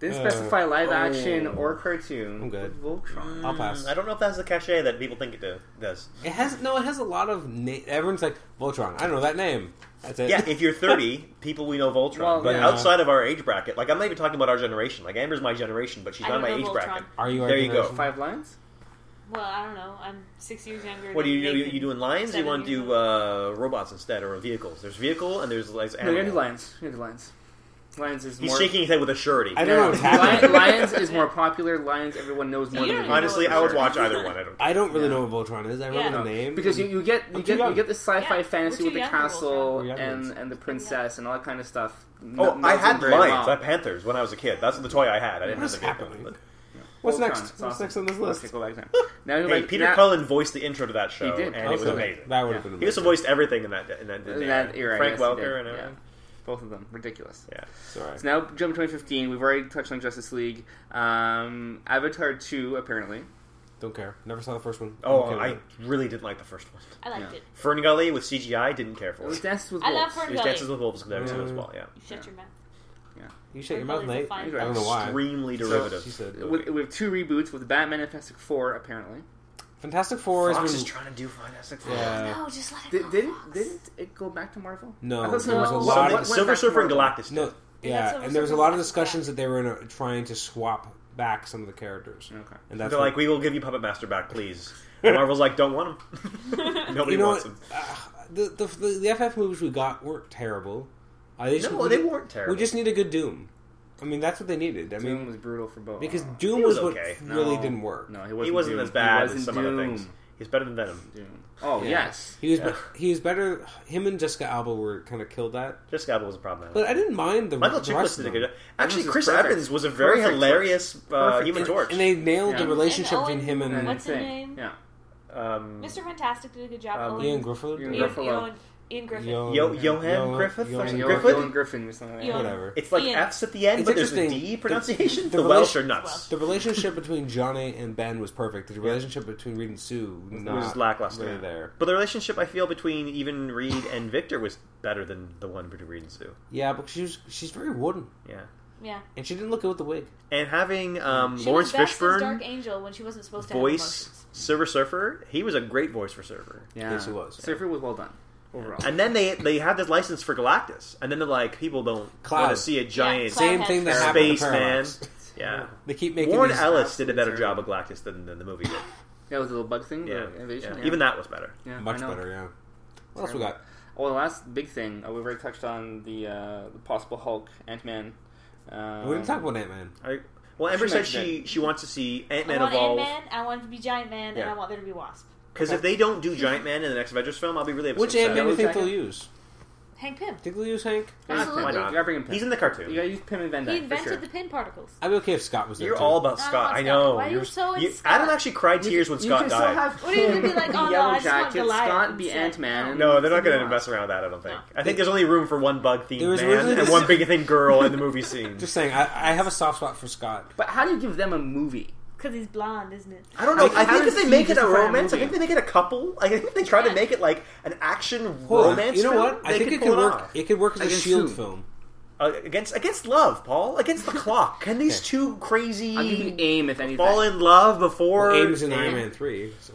Didn't
Uh,
specify live action
oh.
or cartoon.
I'm good.
with Voltron.
I'll pass.
Mm, I don't know if that's the cachet that people think it do- does.
It has no. It has a lot of. Na- Everyone's like Voltron. I don't know that name. That's it.
Yeah, if you're 30, people we know Voltron.
Well,
but
yeah.
outside of our age bracket, like I'm not even talking about our generation. Like Amber's my generation, but she's
I
not
don't
my
know
age
Voltron.
bracket.
Are you? our
There you go.
generation?
Oh, Five lines.
well, I don't know. I'm six years younger.
What do
than
you do? You,
Nathan.
you doing lions? You
Seven
want to
years
do uh, robots instead or vehicles? There's vehicle and there's like
No, we gotta do
animal.
lions. We gotta do lions. Lions is
He's
more.
shaking his head with a surety.
I don't know what's
Lion-
happening.
lions is more popular. Lions, everyone knows more.
You
than
don't
we do.
Honestly,
know
I
what
would
it is.
watch either one. I don't.
I don't really
Yeah.
know what Voltron is. I remember
Yeah.
the
No,
name
because you, you get you
too
get
young.
you get the sci-fi
Yeah, we're
fantasy with
too
the
young for Voltron.
castle
We're young
and
ones.
and the princess and all that kind of stuff.
Oh,
N-
I
melted
had
very
lions.
well.
I had panthers when I was a kid. That's the toy I had. I didn't
What is
have the vehicle.
happening? What's
Voltron,
next?
it's
What's
awesome.
next on this
Okay,
list?
go back then. Now you're
Hey,
like
Peter
now-
Cullen voiced the intro to that show,
did.
and it was
Okay.
amazing.
That would have
Yeah.
been.
He also
amazing.
voiced everything in that in that, in
in that era,
Frank
yes, he
Welker
did,
and everything.
yeah. both of them ridiculous.
Yeah.
Sorry.
So now jump to 2015. We've already touched on Justice League, um, Avatar 2 apparently.
Don't care. Never saw the first one.
Oh,
Okay,
I really didn't like the first one.
I liked
Yeah.
it.
Ferngully with CGI didn't care
It
for
was
it.
Dances with
I
Wolves.
love
It
Ferngully.
was Dances with Wolves there too as well. Yeah,
You shut your mouth.
You shut your mouth,
Ferngully's a
Nate. I
fine
don't know why.
extremely
So-
derivative.
She said.
With, with two reboots with Batman and Fantastic Four apparently.
Fantastic Four
Fox
is
is
when.
trying to do Fantastic Four.
Yeah.
No, just let it
Uh, Did,
go.
didn't didn't it go back to Marvel?
No,
I thought
there was a lot
so- what
of-
went
Silver
back to
Surfer and
Marvel?
Galactus.
No.
Yeah, that's
Yeah,
what
and there was a lot of discussions
yeah.
that they were in a, trying to swap back some of the characters.
Okay.
And
they're
that's
like, we will give you Puppet Master back, please. And Marvel's like, don't want him. Nobody
you know
wants
what?
him.
Uh, the, the the the FF movies we got weren't terrible. I just,
No,
we
they
ju-
weren't terrible.
We just need a good Doom. I mean, that's what they needed. I
Doom
mean,
was brutal for both.
because Doom
He was
was, what
okay.
No.
really didn't work.
No, he wasn't.
he wasn't
Doom.
as bad
He
as
wasn't
some
Doom.
other things. He's better than Venom.
Doom. Oh
Yeah.
yes.
He was
Yeah.
be- he was better. Him and Jessica Alba were kind of killed that,
Just Gabba was a problem.
but I didn't mind the
Michael
the
Chiklis
rest
did a
of
good
them.
job. Actually,
is
Chris
perfect.
Evans was a very
Perfect
hilarious uh,
Perfect
Human
Torch.
Torch.
And they nailed
Yeah.
the relationship
And Owen-
between him and
What's his name?
Yeah.
um,
Mr. Fantastic did a good job.
Um,
Owen,
Ian Griffith.
Ian
Ian,
Uh, Griffin.
Ian, Ian Griffin.
Yo- Johan Griffith or
Johan-
something?
Yo-
Griffin?
Yolan Griffin or something like
Yo-
that.
Whatever.
It's like
Ian.
F's at the end,
It's
but there's a
interesting.
D
The-
pronunciation.
the
The, Welsh
relation-
are nuts.
The relationship between Johnny and Ben was perfect. The relationship between Reed and Sue not
was lackluster.
really there.
But the relationship I feel between even Reed and Victor was better than the one between Reed and Sue.
Yeah, but she was she's very wooden,
Yeah.
Yeah.
and she didn't look good with the wig.
And having um,
She
Lawrence
was best as
Fishburne
Dark Angel when she wasn't supposed to
voice
have
Silver Surfer, he was a great voice for Surfer.
Yeah.
Yes, it was.
Surfer was well done overall.
And then they they had this license for Galactus, and then they're like, people don't
Cloud.
want to see a giant
Cloud.
Same thing that
Space
happened to
man.
Parallax.
Yeah.
They keep making
Warren
these-
Ellis did a better job
absolutely
of Galactus than, than the movie did.
That was a little bug thing.
Yeah.
the invasion.
Yeah.
yeah.
Even that was better.
Yeah, I
much
know.
better. Yeah. What else we got?
Well, the last big thing uh, we've already touched on the uh, the possible Hulk, Ant Man. Uh,
we didn't talk about Ant Man.
I, well, Amber
She
said
liked
she, she wants to see Ant
I
Man
want Ant
evolve.
Man. I want him to be Giant Man, and
Yeah.
I want there to be Wasp.
Because if they don't do Giant Man in the next Avengers film, I'll be really upset.
Which Ant Man do you
Yellow
think they'll
Jacket?
use?
Hank Pym.
Think they'll use Hank?
Absolutely.
Why
You
not?
gotta bring in Pym.
He's in the cartoon.
You gotta use Pym and Van Dyke.
He
for
invented
sure.
the pin particles.
I'd be okay if Scott was there.
You're
too.
all about
No, I
Scott.
want
I
Scott.
know.
Why are you
You're
so
you-
into Scott?
Adam actually cried tears when
you
Scott
can still
died.
have
What are you gonna be
Pym
like,
and
"Oh, no,
Yellow
I just want
Jackets,
Goliath
Scott be
instead."
Ant Man.
no, they're not going to mess around with that. I don't think. I think there's only room for one bug
There
themed
was originally
man and
this-
one big thing girl in the movie scene.
Just saying, I, I have a soft spot for Scott.
But how do you give them a movie?
Because he's blonde, isn't it?
I don't know.
Like,
I
how
think if
does
they
he
make it a
justify a
romance, I
movie?
think they make it a couple. I think they try to make it like an action
Hold on,
romance.
you know
film,
what? I
they
think
could
it
pull
could work.
off.
It could work as a
Against
shield
who?
film.
Uh, against against love, Paul. Against the clock. Can these
Okay.
two crazy
I'll give you AIM if anything.
fall in love before
Well, Ames in
Aim-
Iron Man Three. So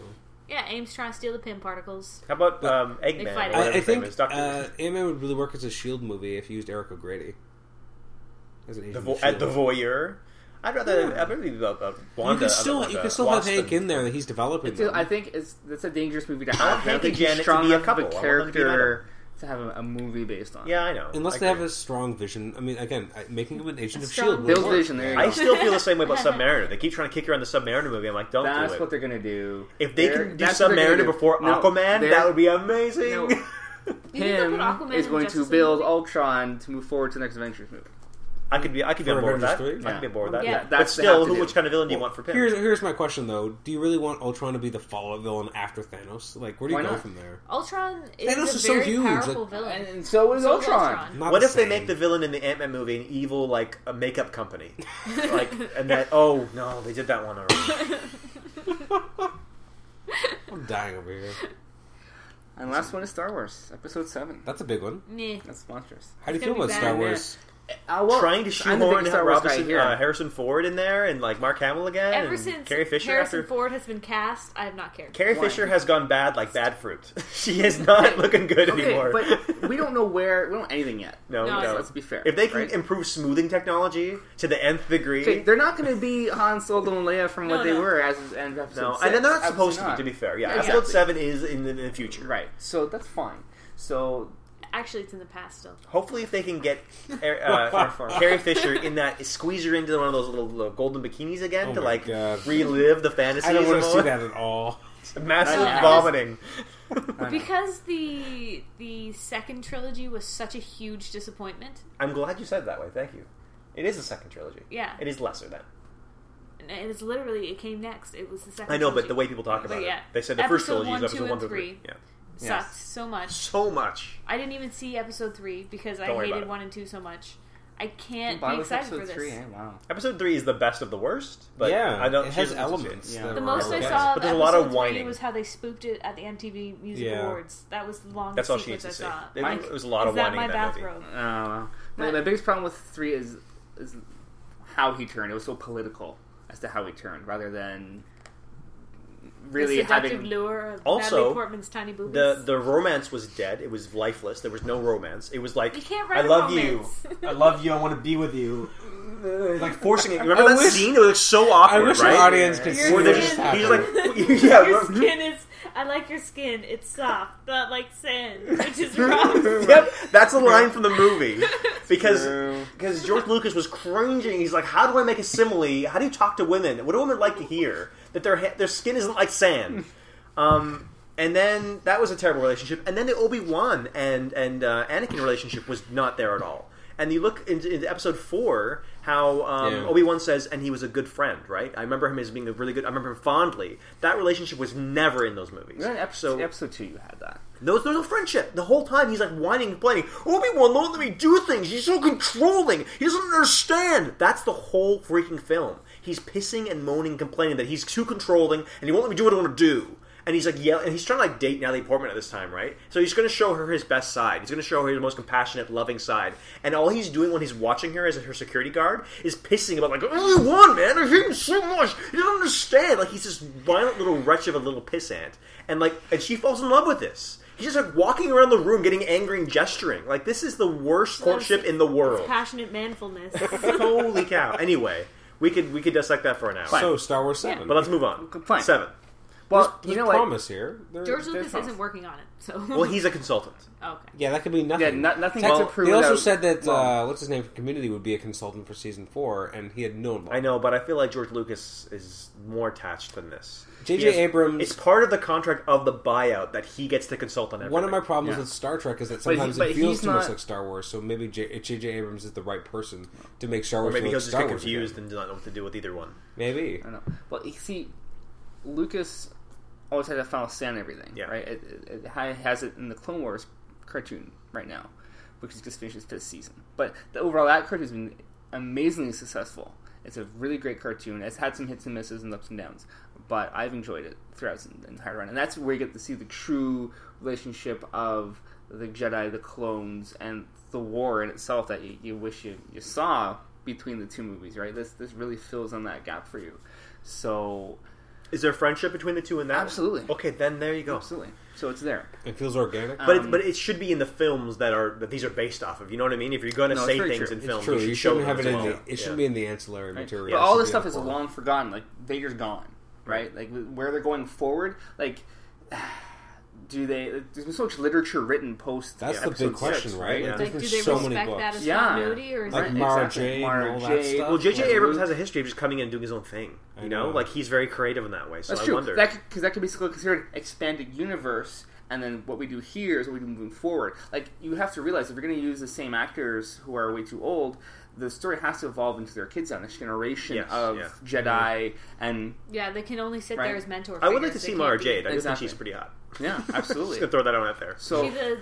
Yeah, Ames trying to steal the pin particles.
How about um, Eggman?
fight it.
or whatever
I, I
his name
think
is, Dr.
uh, Ant Man would really work as a shield movie if you used Eric O'Grady as an agent.
the
of
vo-
SHIELD.
at the voyeur. I'd rather I'd rather be a, a
E
Wanda.
you could
I'd
still
rather
you
Wanda
could still have
Wasp
Hank
than-
in there that he's developing.
Dude,
them.
I think it's that's a dangerous movie to
I
have.
want
I don't
Hank and
think he's
Janet to
strong
be a
enough of
couple.
a
I want them to be
character to have a, a movie based on.
Yeah, I know.
Unless
I
they have
agree.
a strong vision. I mean, again, I- making him an agent of
strong
Shield. would
Bill's
work.
vision. There you
I
go.
still feel the same way about Submariner. They keep trying to kick her on the Submariner movie. I'm like, don't
That's
do it.
what they're gonna do.
if they
They're-
can do
that's what they're gonna
Submariner
do.
before
No,
Aquaman,
they're-
that would be amazing.
You
No.
think they'll put
Him
Aquaman
is
in
going
Justice
to
League
build
movie?
Ultron to move forward to the next Avengers movie.
I could be, I could be
For
on board with that.
Avengers
I
three?
could be on board with that.
Yeah. Yeah,
but
that's- they
still,
have to
who,
do.
which kind of villain do you want for Pym?
Here's here's my question though: Do you really want Ultron to be the follow-up villain after Thanos? Like, where do you
Why
go
not?
from there?
Ultron is
Thanos
a
is so
very
huge,
powerful
like-
villain.
uh, And so is
So is
Ultron.
Ultron.
Not
What
the
if they
same.
make the villain in the Ant Man movie an evil like a makeup company, like and that? Oh no, they did that one already.
I'm dying over here.
And last one is Star Wars Episode Seven.
That's a big one.
Nah.
That's monstrous.
How do you
It's
feel
gonna
about
be
Star
bad,
Wars?
I will,
Trying to
I'm the
shoehorn
biggest Star Wars guy
Robinson,
here.
uh, Harrison Ford in there and like Mark Hamill again,
Ever
and
since
Carrie Fisher
Harrison
after.
Ford has been cast, I have not cared.
Carrie
Why?
Fisher has gone bad like bad fruit. she is not looking good
okay,
anymore.
but we don't know where we don't know anything yet.
no,
No,
no.
So let's be fair.
if they can
right?
improve smoothing technology to the nth
Okay,
degree,
they're not going to be Han Solo and Leia from what
No,
they
no.
were as of end of episode.
no,
six.
and they're not
Absolutely
supposed
not.
to be. To be fair, yeah,
Yeah,
episode
exactly.
seven is in the, in the future.
right. So that's fine. So
Actually, it's in the past still.
Hopefully, if they can get uh, Carrie Fisher in that, squeeze her into one of those little, little golden bikinis again
Oh
to
my
like
God.
relive the fantasy.
I don't want to see that at all.
Massive
I know.
vomiting.
I know.
Because the the second trilogy was such a huge disappointment.
I'm glad you said it that way. Thank you. It is a second trilogy.
Yeah,
It is lesser than.
and it is literally it came next. It was the second.
I know, but
trilogy.
the way people talk about
But yeah.
it, they said the first
Episode
trilogy
one,
is episode
two,
one
and
through three.
three.
Yeah,
Yes.
sucked so much.
so much.
I didn't even see episode three because
Don't
I
worry about
hated
it.
one and two so much. I can't
Why
be
was
excited for
episode
this.
three? eh? Wow.
Episode three is the best of the worst, but
yeah,
I don't.
it
she
has
doesn't listen to
elements.
Yeah.
that
The
were
most I
okay.
saw
But
of
there's a lot of
episode three
whining.
was how they spooked it at the MTV Music
Yeah.
Awards. That was the longest
That's all she needs
sequence
to see.
I saw.
It,
Mike,
it was a lot
is
of
that
whining
my
in that movie.
bathrobe?
Oh, wow. My,
But-
my biggest problem with three is is how he turned. It was so political as to how he turned, rather than really
the seductive
having.
lure of
Also,
Natalie Portman's tiny boobies.
The the romance was dead. It was lifeless. There was no romance. It was like
You can't
I
write a
love
romance.
you. I love you. I want to be with you. Like forcing it. Remember
I
that
wish-
scene? It was so awkward,
I wish
right?
our audience could
You're
see
Where
what
they're
just
just,
happened.
he's like, yeah,
your
we're-
skin is. I like your skin. It's soft, not like sand, which is rough.
yep, that's a line from the movie because
True.
because George Lucas was cringing. He's like, how do I make a simile? How do you talk to women? What do women like to hear? That their ha- their skin isn't like sand. Um, and then that was a terrible relationship. And then the Obi Wan and and uh, Anakin relationship was not there at all. And you look into, into episode four, how um,
Yeah.
Obi Wan says, and he was a good friend, right? I remember him as being a really good. I remember him fondly. That relationship was never in those movies.
Then episode
So-
episode two, you had that.
there was, there was no friendship. The whole time he's like whining, complaining. Obi Wan won't let me do things. He's so controlling. He doesn't understand. That's the whole freaking film. He's pissing and moaning, complaining that he's too controlling and he won't let me do what I want to do. And he's like yelling, and he's trying to like date Natalie Portman at this time, right? So he's going to show her his best side. He's going to show her his most compassionate, loving side. And all he's doing when he's watching her as her security guard is pissing about like Obi Wan, man, I hate him so much. He doesn't understand. Like he's this violent little wretch of a little pissant, and like, and she falls in love with this. He's just like walking around the room, getting angry and gesturing. Like this is the worst courtship in the world.
Passionate manfulness.
Holy cow! Anyway, we could we could dissect that for an hour.
So Star Wars Seven.
But let's move on.
Good point.
Seven.
Well,
Well,
there's,
you know
there's
what?
promise here. There-
George
there's
Lucas
promise.
isn't working on it, so
Well, he's a consultant.
okay.
Yeah, that could be nothing.
Yeah, no, nothing
Well,
to prove.
they also
without-
said that
well,
uh, what's his name from Community would be a consultant for season four, and he had known. Long.
I know, but I feel like George Lucas is more attached than this.
J.J.
He has-
Abrams-
It's part of the contract of the buyout that he gets to consult on everything.
One of my problems
Yeah.
with Star Trek is that
But he-
sometimes
but
it feels
he's
too much
not-
like Star Wars. So maybe J- J.J. Abrams is the right person to make Star
Or
Wars. feel
maybe he'll
like
just
Star
get
Wars
confused
again.
and not know what to do with either one.
Maybe.
I don't know. Well, you see, Lucas always had a final say on everything,
Yeah.
right? It, it, it ha- has it in the Clone Wars cartoon right now, which is just finished its fifth season. But the overall that cartoon has been amazingly successful. It's a really great cartoon. It's had some hits and misses and ups and downs, but I've enjoyed it throughout the entire run, and that's where you get to see the true relationship of the Jedi, the clones, and the war in itself that you, you wish you, you saw between the two movies, right? This this really fills in that gap for you. So
Is there friendship between the two in that?
Absolutely.
Okay, then there you go.
absolutely, so it's there.
It feels organic.
But
Um,
it, but it should be in the films that are that these are based off of. You know what I mean? If you're going to
No, it's
say
very
things in
true.
it's
films,
true.
you
You
should show
shouldn't
them
have it
as
in.
well.
The, it
Yeah.
shouldn't be in the ancillary
Right.
material.
But
It
all
should
this
be in
stuff
the
is
core.
long forgotten. Like Vader's gone, right? Like where they're going forward. Like, do they? There's been so much literature written post.
That's the
episode
big question,
six,
right?
Yeah.
Like,
Like,
there's
do
been
they
so many
respect that
books.
as
Yeah.
continuity, or is
Like
that
Mara
Exactly.
Jade
Mara
and all that
Jade.
stuff.
Well, J.J.
Yeah,
Abrams
Luke-
has a history of just coming in and doing his own thing.
I
You know,
know.
like he's very creative in that way. So
That's
I
true.
wonder.
That because that could be still considered expanded universe, and then what we do here is what we do moving forward. Like you have to realize if you're going to use the same actors who are way too old, the story has to evolve into their kids now, next generation
Yes,
of
yeah.
Jedi, and
Yeah, they can only sit
Right.
there as mentor.
I would
figures.
like to
They
see
can't
Mara
be-
Jade. I do think
Exactly.
she's pretty hot.
yeah,
Just
absolutely.
gonna throw that out there.
so
She's a,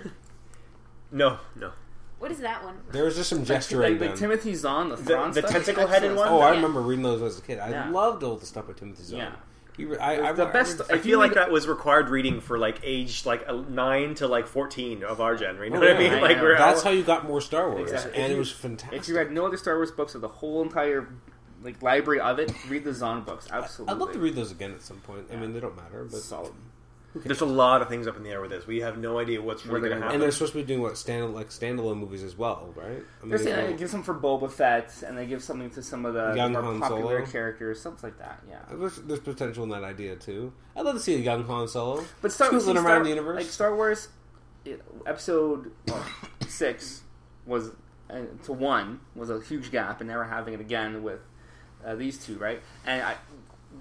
No, no.
what is that one?
There was just some gesturing
like, like
done.
Timothy Zahn, the Thrawn
the
stuff,
tentacle head in
excellent
one?
oh, I
Yeah.
remember reading those as a kid. I
Yeah.
loved all the stuff by Timothy Zahn.
Yeah.
He re- I, I,
stuff. The
I-
best.
I
if
feel
you
like
read-
that was required reading for like age like uh, nine to like fourteen of our gen. You know
Oh,
what
yeah,
I mean?
I
like
know.
we're
That's
all-
how you got more Star Wars,
Exactly. If
and it
you-
was fantastic.
If you read no other Star Wars books of the whole entire like library of it, read the Zahn books. Absolutely,
I'd love to read those again at some point. I mean, they don't matter, but
Solid.
There's a lot of things up in the air with this. We have no idea what's
Where
really
they're
going to
gonna
and
happen.
they're supposed to be doing what stand like standalone movies as well, right? I mean,
There's,
they
yeah,
don't-
they give some for Boba Fett, and they give something to some of the
Young
more
Han
popular
Solo.
characters, something like that. Yeah,
there's, there's potential in that idea too. I'd love to see a young Han Solo,
but Star Wars,
scoozing
around
around
Star,
the universe.
like Star Wars, it- episode well, six was uh, to one was a huge gap, and now we're having it again with uh, these two, right? And I,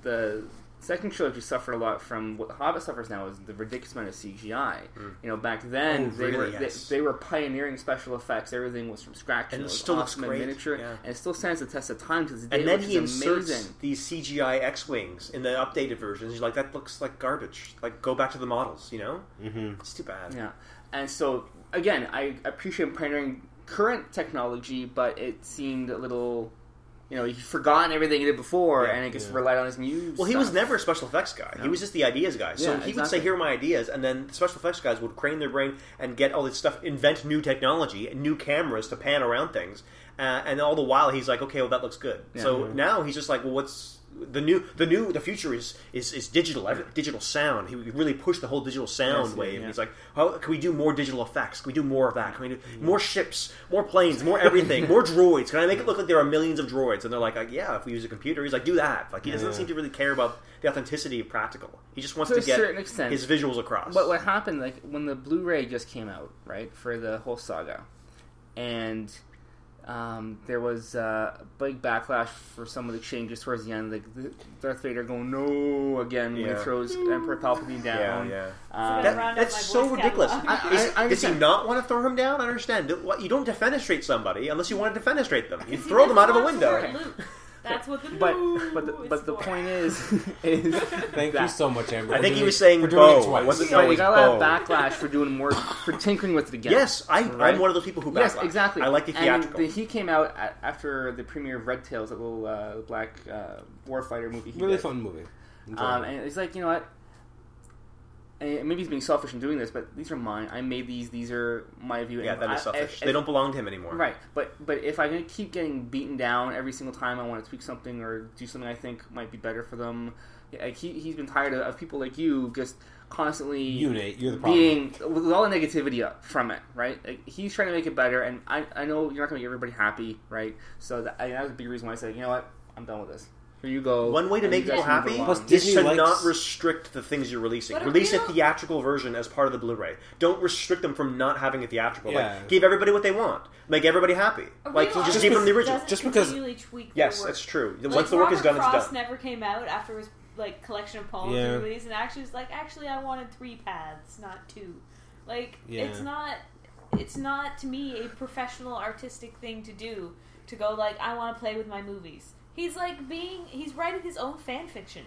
the second trilogy suffered a lot from what Hobbit suffers now is the ridiculous amount of CGI. You know, back then
Mm. Oh,
they
really?
were
Yes.
they, they were pioneering special effects. Everything was from scratch,
And
it
it
was
still looks
awesome and
great,
miniature,
yeah.
and it still stands the test of time because
And then he
is
inserts
amazing.
these CGI X-wings in the updated versions. He's like, that looks like garbage. Like, go back to the models. You know, mm-hmm. it's too bad.
Yeah, and so again, I appreciate pioneering current technology, but it seemed a little, you know, he'd forgotten everything he did before,
Yeah,
and it just
yeah.
relied on his new.
Well, he was never a special effects guy. He was just the ideas guy. So
Yeah,
he would say,
exactly.
"Here are my ideas," and then the special effects guys would crane their brain and get all this stuff, invent new technology, and new cameras to pan around things. Uh, and all the while, he's like, "Okay, well, that looks good." So now he's just like, "Well, what's the new? The new? The future is is, is digital. Every, digital sound. He really pushed the whole digital sound
Yes,
wave.
yeah.
And he's like, "How can we do more digital effects? Can we do more of that? Can we do
Mm-hmm.
more ships, more planes, more everything, more droids? Can I make it look like there are millions of droids?" And they're like, like, "Yeah, if we use a computer." He's like, "Do that." Like he doesn't
Yeah.
seem to really care about the authenticity of practical. He just wants
To
to,
a
get
certain extent.
his visuals across.
But what happened, like when the Blu-ray just came out, right, for the whole saga, and um, there was uh, a big backlash for some of the changes towards the end. Like the Darth Vader going no again when
Yeah.
he throws Emperor Palpatine down. Um,
That-
That,
Round
that's
up my
so
Boy Scout
ridiculous.
log.
I-
Is-
I- I
does he
understand.
not want to throw him down? I understand. What- You don't defenestrate somebody unless you want to defenestrate them. You throw them out of a window.
That's what the
but
moo
but the,
is
but the
for.
point is is
Thank you
that-
so much, Amber.
I
We're
think he
doing
was
it-
saying
we're doing
Bo.
it twice.
Wasn't
Right,
that
we
was
got a lot
Bo.
of backlash for doing more for tinkering with it again.
Yes, I,
Right.
I'm one of those people who backlash.
Yes, exactly.
I like the theatrical.
And the, he came out a after the premiere of Red Tails, that little uh, black uh, warfighter movie. He
Really
did.
fun movie.
Um, and it's like you know what? And maybe he's being selfish in doing this, but these are mine. I made these. These are my view.
yeah,
and
that
I-
is selfish.
if-
they
if-
don't belong to him anymore.
Right, but but if I'm gonna keep getting beaten down every single time I want to tweak something or do something I think might be better for them, like he he's been tired of, of people like you just constantly
You, Nate, you're the problem.
being with all the negativity up from it, right? Like, he's trying to make it better, and I I know you're not gonna make everybody happy, right? So that, I, that was a big reason why I said, you know what, I'm done with this. Here you go.
One way to
and
make
you guys
people
move
happy
along.
Plus
is
Disney
to
likes-
not restrict the things you're releasing.
But if
Release
we
a
don't-
theatrical version as part of the Blu-ray. Don't restrict them from not having a theatrical.
Yeah.
Like, give everybody what they want. Make everybody happy.
Are we
Like, you just
allowed
give
to
them the original.
Doesn't
Just because-
continually tweak their
Yes,
work.
that's true.
Like,
Once the work is
Robert
done,
Frost
it's done.
never came out after his like collection of poems
Yeah.
and release, and actually was like, actually, I wanted three pads, not two. Like,
Yeah.
it's not, it's not to me a professional artistic thing to do to go like, I want to play with my movies. He's like being, he's writing his own fan fiction.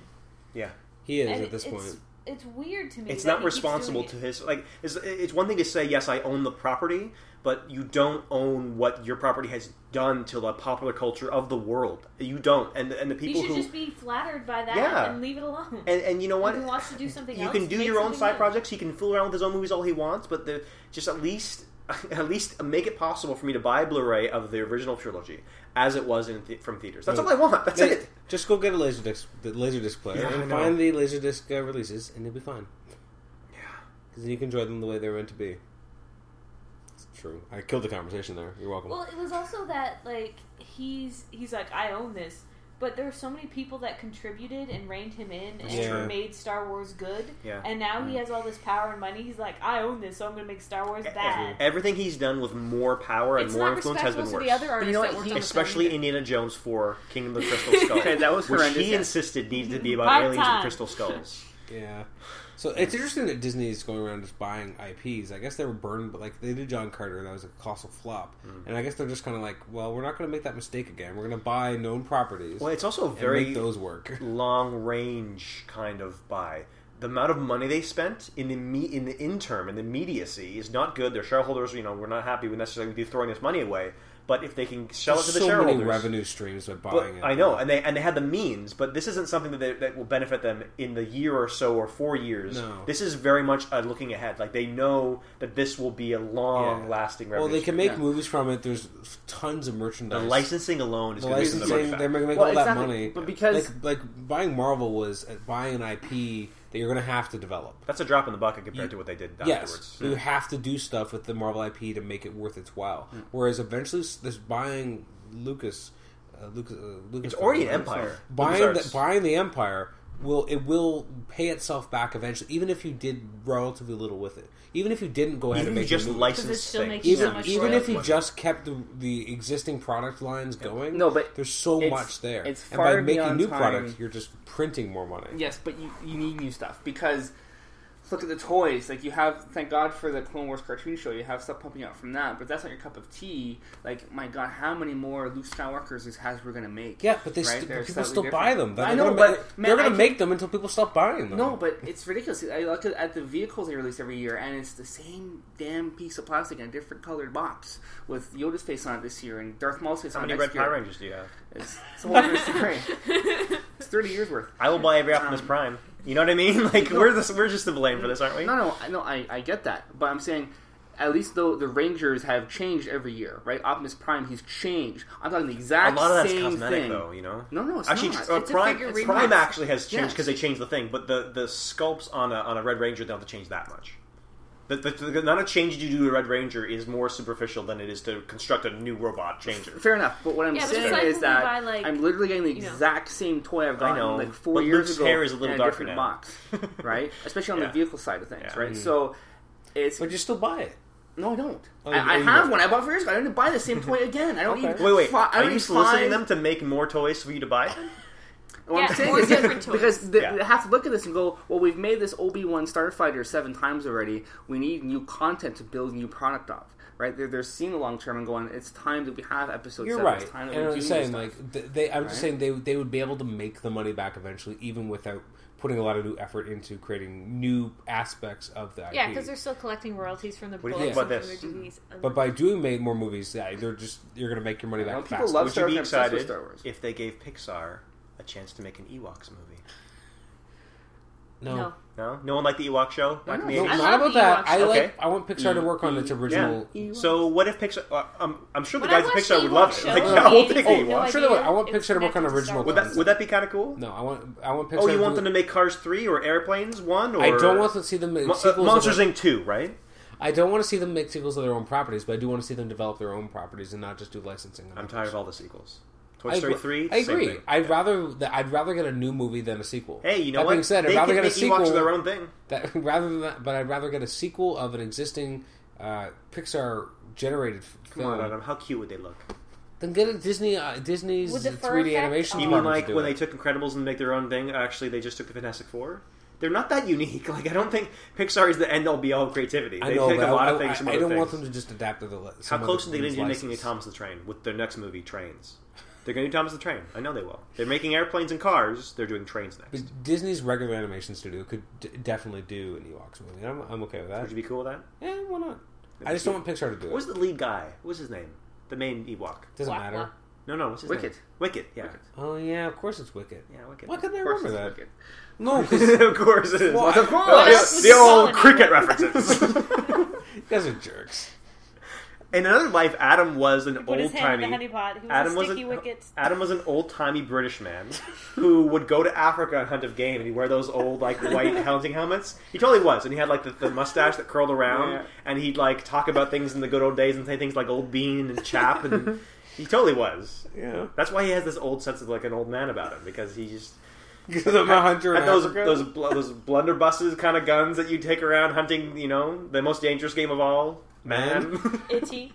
He is
And
at this
it's,
point.
It's weird to me.
It's
that
not
he keeps doing
responsible
it.
to his like. It's, it's one thing to say yes, I own the property, but you don't own what your property has done to the popular culture of the world. You don't, and and the
You
people
should
who
just be flattered by that
Yeah.
and leave it alone.
and and you know
If
what.
he wants to do something
you
else,
can do
make
your own
something
side
new.
projects. He can fool around with his own movies all he wants, but the, just at least, at least make it possible for me to buy a Blu-ray of the original trilogy as it was in th- from theaters. That's
Mm.
all I want. That's
They-
it.
Just go get a laser disc, the laser disc player,
Yeah, I
and
know.
find the laser disc uh, releases, and you'll be fine. Yeah, because then you can enjoy them the way they're meant to be. It's true. I killed the conversation there. You're welcome.
Well, it was also that like he's he's like I own this, but there were so many people that contributed and reined him in and
Yeah.
made Star Wars good.
Yeah. Mm-hmm.
And now he has all this power and money. He's like, I own this, so I'm going to make Star Wars bad.
E-, Everything he's done with more power and
It's
more
not
influence has
respectful
been
to
worse.
the other
But
artists
you know
that
what,
worked
he-
on the film
Especially
either.
Indiana Jones for Kingdom of the Crystal Skull.
Okay, that was
which
horrendous.
he
yeah.
insisted needs to be about
Part
aliens
time.
and crystal skulls.
yeah. So it's interesting that Disney is going around just buying IPs. I guess they were burned, but like they did John Carter, that was a colossal flop.
Mm.
And I guess they're just kind of like, well, we're not going to make that mistake again. We're going to buy known properties
Well, it's also a
and
very
make those work.
long range kind of buy. The amount of money they spent in the me- in the interim in the immediacy is not good. Their shareholders, you know, we're not happy with necessarily be throwing this money away. But if they can sell it to the
so
shareholders,
many revenue streams by
But-
buying it.
I know, and they and they had the means, but this isn't something that, they, that will benefit them in the year or so or four years.
No.
This is very much a looking ahead. Like they know that this will be a long lasting.
Well, they can make
yeah.
movies from it. There's tons of merchandise.
the licensing alone is
the
going to be the
licensing,
money back.
they're going to make
Well,
all that
exactly,
money.
but because-
like, like buying Marvel was uh, buying an IP that you're going to have to develop.
That's a drop in the bucket compared
You-
to what they did
Yes,
afterwards.
you have to do stuff with the Marvel IP to make it worth its while.
Hmm.
Whereas eventually, s- this buying Lucas, uh, Lucas, uh, Lucas
It's already an empire.
Buying the,
LucasArts.
buying the empire will it will pay itself back eventually, even if you did relatively little with it. Even if you didn't go ahead and
Even if you
make
just
the movie.
Because it
license
still
things.
makes
even,
so much
even if you
royalty.
just kept the, the existing product lines going,
No, but
there's so
it's-
much there.
it's
and by
far
making
beyond
new
time.
products, you're just printing more money.
Yes, but you, you need new stuff because look at the toys. Like you have, thank God for the Clone Wars cartoon show. You have stuff pumping out from that, but if that's not your cup of tea. Like my God, how many more Luke Skywalkers is Hasbro going to make?
Yeah, but they
Right,
st-
they're
but people
slightly
still buy them.
different.
They're
I know,
gonna
but,
make-
man,
they're
I
going to
can-
make them until people stop buying them.
No, but it's ridiculous. I look at, at the vehicles they release every year, and it's the same damn piece of plastic in a different colored box with Yoda's face on it this year and Darth Maul's face
How
on
many
it
red
next
Power
year.
Rangers do you have?
It's, it's a whole different story. It's thirty years worth.
I will buy every
Um,
Optimus Prime. You know what I mean? Like we're this, we're just to blame for this, aren't we?
No, no, I- no. I, I get that, but I'm saying, at least though the Rangers have changed every year, right? Optimus Prime, he's changed. I'm talking the
A
exact
lot of that's
same
cosmetic,
thing.
though. You know.
No, no, it's
Actually,
not.
uh,
It's a
Prime,
figure
Prime
remix.
actually has changed
Yes.
because they changed the thing, but the, the sculpts on a, on a Red Ranger don't have to change that much. The, the, the amount of change you do to a Red Ranger is more superficial than it is to construct a new robot changer.
Fair enough, but what I'm
Yeah, but it's
saying
like when
is
we
that
buy, like,
I'm literally getting the
you know-
exact same toy I've
I
gotten
know,
like four
but
years
Luke's
ago
hair is a little
in a
darker
different
now.
box, right? Especially on
Yeah.
the vehicle side of things,
Yeah. Mm.
right? So it's
But you still buy it.
no, I don't.
Oh, you-
I, I
oh, you
have
don't.
one. I bought four years ago. I didn't buy the same toy again. I don't
Okay.
even
Wait, wait.
fi- I
are
don't
you
even
soliciting
find-
them to make more toys for you to buy?
What
Yeah,
I'm saying
or
is that-
different toys.
because they,
Yeah.
they have to look at this and go, well, we've made this Obi Wan Starfighter seven times already. We need new content to build new product off. Right? They're, they're seeing the long term and going, it's time that we have episode
You're
seven.
right.
It's time
And
that we
I'm
do
just
new
saying,
stuff.
like th- they, I'm just
Right?
saying they they would be able to make the money back eventually, even without putting a lot of new effort into creating new aspects of the
Yeah,
IP.
because they're still collecting royalties from the
Hmm. What
books
do you think
and
about
from
this?
their DVDs.
Mm-hmm.
But by doing ma- more movies, yeah, they're just you're going to make your money
You know,
back
people
fast.
love
Would
Star
you be
Wars, I'm obsessed with
excited
Star Wars.
if they gave Pixar a chance to make an Ewoks movie?
no.
No.
No, no one liked the Ewok show. Back in the
No,
80s?
I
not
love
about
the
that.
Ewoks.
I like.
Okay.
I want Pixar
Mm.
to work on
Mm-hmm.
its original.
Yeah. So what if Pixar? Uh, I'm, I'm sure the
When I
guys at
watched
Pixar
the
would love
Ewok
it.
show
Like,
in
yeah,
the
we'll
80s,
take
I had
the
no
Ewoks.
I'm sure they would. I want
It's
Pixar to work on
connected to Star
original.
Wars.
Would that would that be kind of cool?
No, I want. I want Pixar.
Oh, you
to
want
do-
them to make Cars three or Airplanes one? Or
I don't want to see them make
Mo- uh,
sequels. of
Monsters
their-
Inc. two, right?
I don't want to see them make sequels of their own properties, but I do want to see them develop their own properties and not just do licensing.
I'm tired of all the sequels. Toy
I
Story
agree-
three.
I
same
agree.
thing.
I'd rather th- I'd rather get a new movie than a sequel.
Hey, you know
that
what?
Being said, I'd
they
rather
can
get a
make Ewoks
sequel.
their own thing.
That, rather than that, but I'd rather get a sequel of an existing uh, Pixar generated
Come
film
on, Adam. How cute would they look?
than get a Disney uh, Disney's
With the fur
3D
effect?
animation.
Oh.
You mean
department to
like
do
when
it.
they took Incredibles and make their own thing? Actually, they just took the Fantastic Four. They're not that unique. Like I don't think Pixar is the end all be all of creativity. They
I know,
take
but
a lot
I,
of things
I,
from
I
other
don't
things.
want them to just adapt to the. li-
How
some
close are
other
they going to be
company's
making a
license.
Thomas the Train with their next movie, Trains? They're going to do Thomas the Train. I know they will. They're making airplanes and cars. They're doing trains next.
But Disney's regular animation studio could d- definitely do an Ewoks movie. I'm, I'm okay with
Would
that.
you be cool with that?
Yeah, why not? I just don't want Pixar to do it.
What was the lead guy? What was his name? The main Ewok.
Doesn't
Wah,
matter.
wah.
No, no. What's his
Wicket.
name? Wicket. Yeah.
Wicket.
Oh yeah, of course it's Wicked.
Yeah, Wicket.
Why couldn't I
Of course
remember
it's
that?
wicked.
No, 'cause
of course it is.
Well,
the,
of course.
the
Solid.
old cricket references.
you guys are jerks.
In another life, Adam was an
Put his
old
hand in the
timey.
honey pot. He was
Adam
a
was
sticky
an-
wickets.
Adam was an old timey British man who would go to Africa and hunt of game, and he'd wear those old like white hunting helmets. He totally was, and he had like the, the mustache that curled around,
Yeah.
and he'd like talk about things in the good old days and say things like old bean and chap, and he totally was.
Yeah,
That's why he has this old sense of like an old man about him because he just
because I'm a hunter. in
had those
Africa.
those bl- those blunderbusses kind of guns that you take around hunting. You know, the most dangerous game of all, man.
Itty.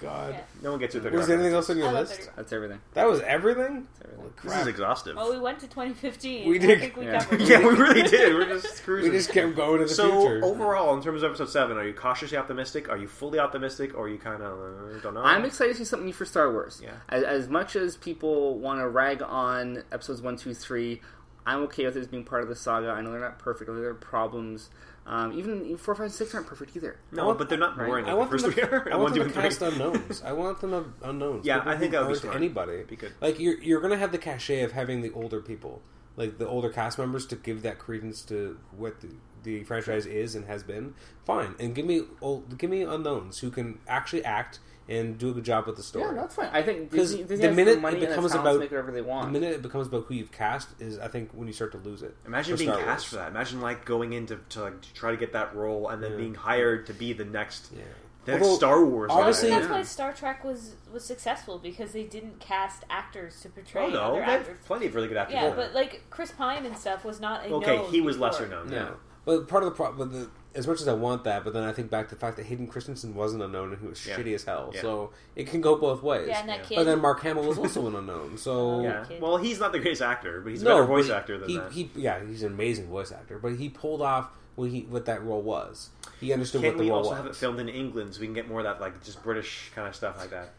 God.
Yeah.
no one gets it.
Was there anything else on your
I love
list?
30.
That's everything.
That was everything.
That's everything.
Holy
This is
crap.
exhaustive.
Well, we went to 2015.
We
I
did-
think we
Yeah.
covered it.
yeah, we really did. We're just
We
cruising.
just kept going to the
so
future.
overall, in terms of episode seven, are you cautiously optimistic? Are you fully optimistic, or are you kind of uh, don't know?
Um,
I'm excited to see something new for Star Wars.
Yeah.
As, as much as people want to rag on episodes one, two, three, I'm okay with this being part of the saga. I know they're not perfect. I know there are problems. Um, even even four, five, six aren't perfect either.
I
no,
want-
but they're not
right.
boring.
I
like
want
the
them
first
to,
year.
I want
one, two,
them to
and three.
cast unknowns. I want them to unknowns.
Yeah,
People
I think
who
that would be
aren't
smart.
anybody.
It'd be good.
Like you're you're gonna have the cachet of having the older people, like the older cast members, to give that credence to what the, the franchise is and has been. Fine, and give me old, give me unknowns who can actually act and do a good job with the story.
Yeah, that's fine. I think
'Cause
Disney,
the
Disney has
minute
the money
it
and the
becomes
talent to
about-
make whatever they
the
want.
minute it becomes about who you've cast is, I think, when you start to lose it.
Imagine
For
being
Star
cast
Wars.
for that. Imagine like going in to, to, like, to try to get that role, and then
Yeah.
being hired to be the next
Yeah.
the next
Although,
Star Wars. guy.
obviously-
That's
Yeah.
why Star Trek was was successful because they didn't cast actors to portray
oh no,
other
they have
actors.
plenty of really good actors.
Yeah, but like Chris Pine and stuff was not a
okay,
known
he was
before.
lesser known.
No. But part of the problem, as much as I want that, but then I think back to the fact that Hayden Christensen was an unknown and he was
Yeah.
shitty as hell.
Yeah.
So it can go both ways.
Yeah, and that
Yeah.
kid.
But then Mark Hamill was also an unknown. So
Yeah.
Okay.
Well, he's not the greatest actor, but he's a
no
better voice
but
actor than
he,
that.
he- yeah, he's an amazing voice actor, but he pulled off what he what that role was. He understood
Can
what the
we
role
also
was.
have it filmed in England so we can get more of that like just British kind of stuff like that?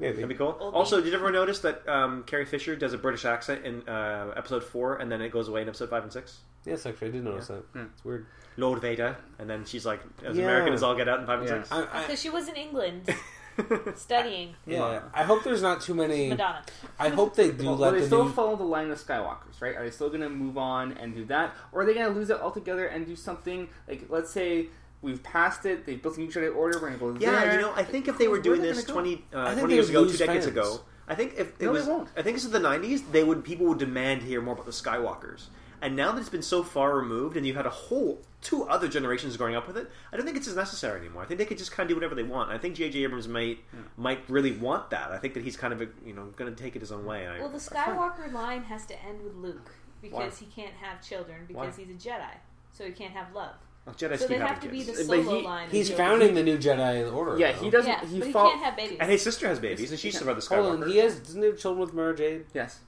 That'd be
Maybe.
cool.
Old
Also, did you ever notice that um, Carrie Fisher does a British accent in uh, episode four, and then it goes away in episode five and six?
Yes, actually, I did notice that.
Hmm.
It's weird.
Lord Vader, and then she's like as
Yeah.
American as all get out in five
Yeah.
and six.
I, I,
Because Oh, she was in England studying
yeah, I hope there's not too many.
Madonna.
I hope they do
Well, will
let
they
the
still
new-
follow the line of Skywalkers, right? Are they still going to move on and do that, or are they going to lose it altogether and do something like, let's say we've passed it, they built a new Jedi Order, we're going to go
yeah,
there.
you know, I think if they were
Where's
doing
it
this
gonna
20,
go?
I
uh,
think
20
they
years
would
ago, two
lose
decades
fans.
ago, I think if it
No, they
was,
won't.
I think this is the '90s, they would people would demand to hear more about the Skywalkers. And now that it's been so far removed, and you had a whole two other generations growing up with it, I don't think it's as necessary anymore. I think they could just kind of do whatever they want. I think J.J. Abrams might might really want that. I think that he's kind of you know going to take it his own way. and I-
Well, the Skywalker line has to end with Luke because he can't have children because
Why?
he's a Jedi, so he can't have love.
Well, Jedi's
so they
keep
have to
having
be the
kids.
But
solo
he-
line.
He's
of
founding the new Jedi Order.
yeah,
though.
he
children. Yeah,
doesn't. he
but he
fought.
can't have babies.
And his sister has babies, and she's about the
Hold on,
Skywalker.
he has new children with Mara Jade.
yes,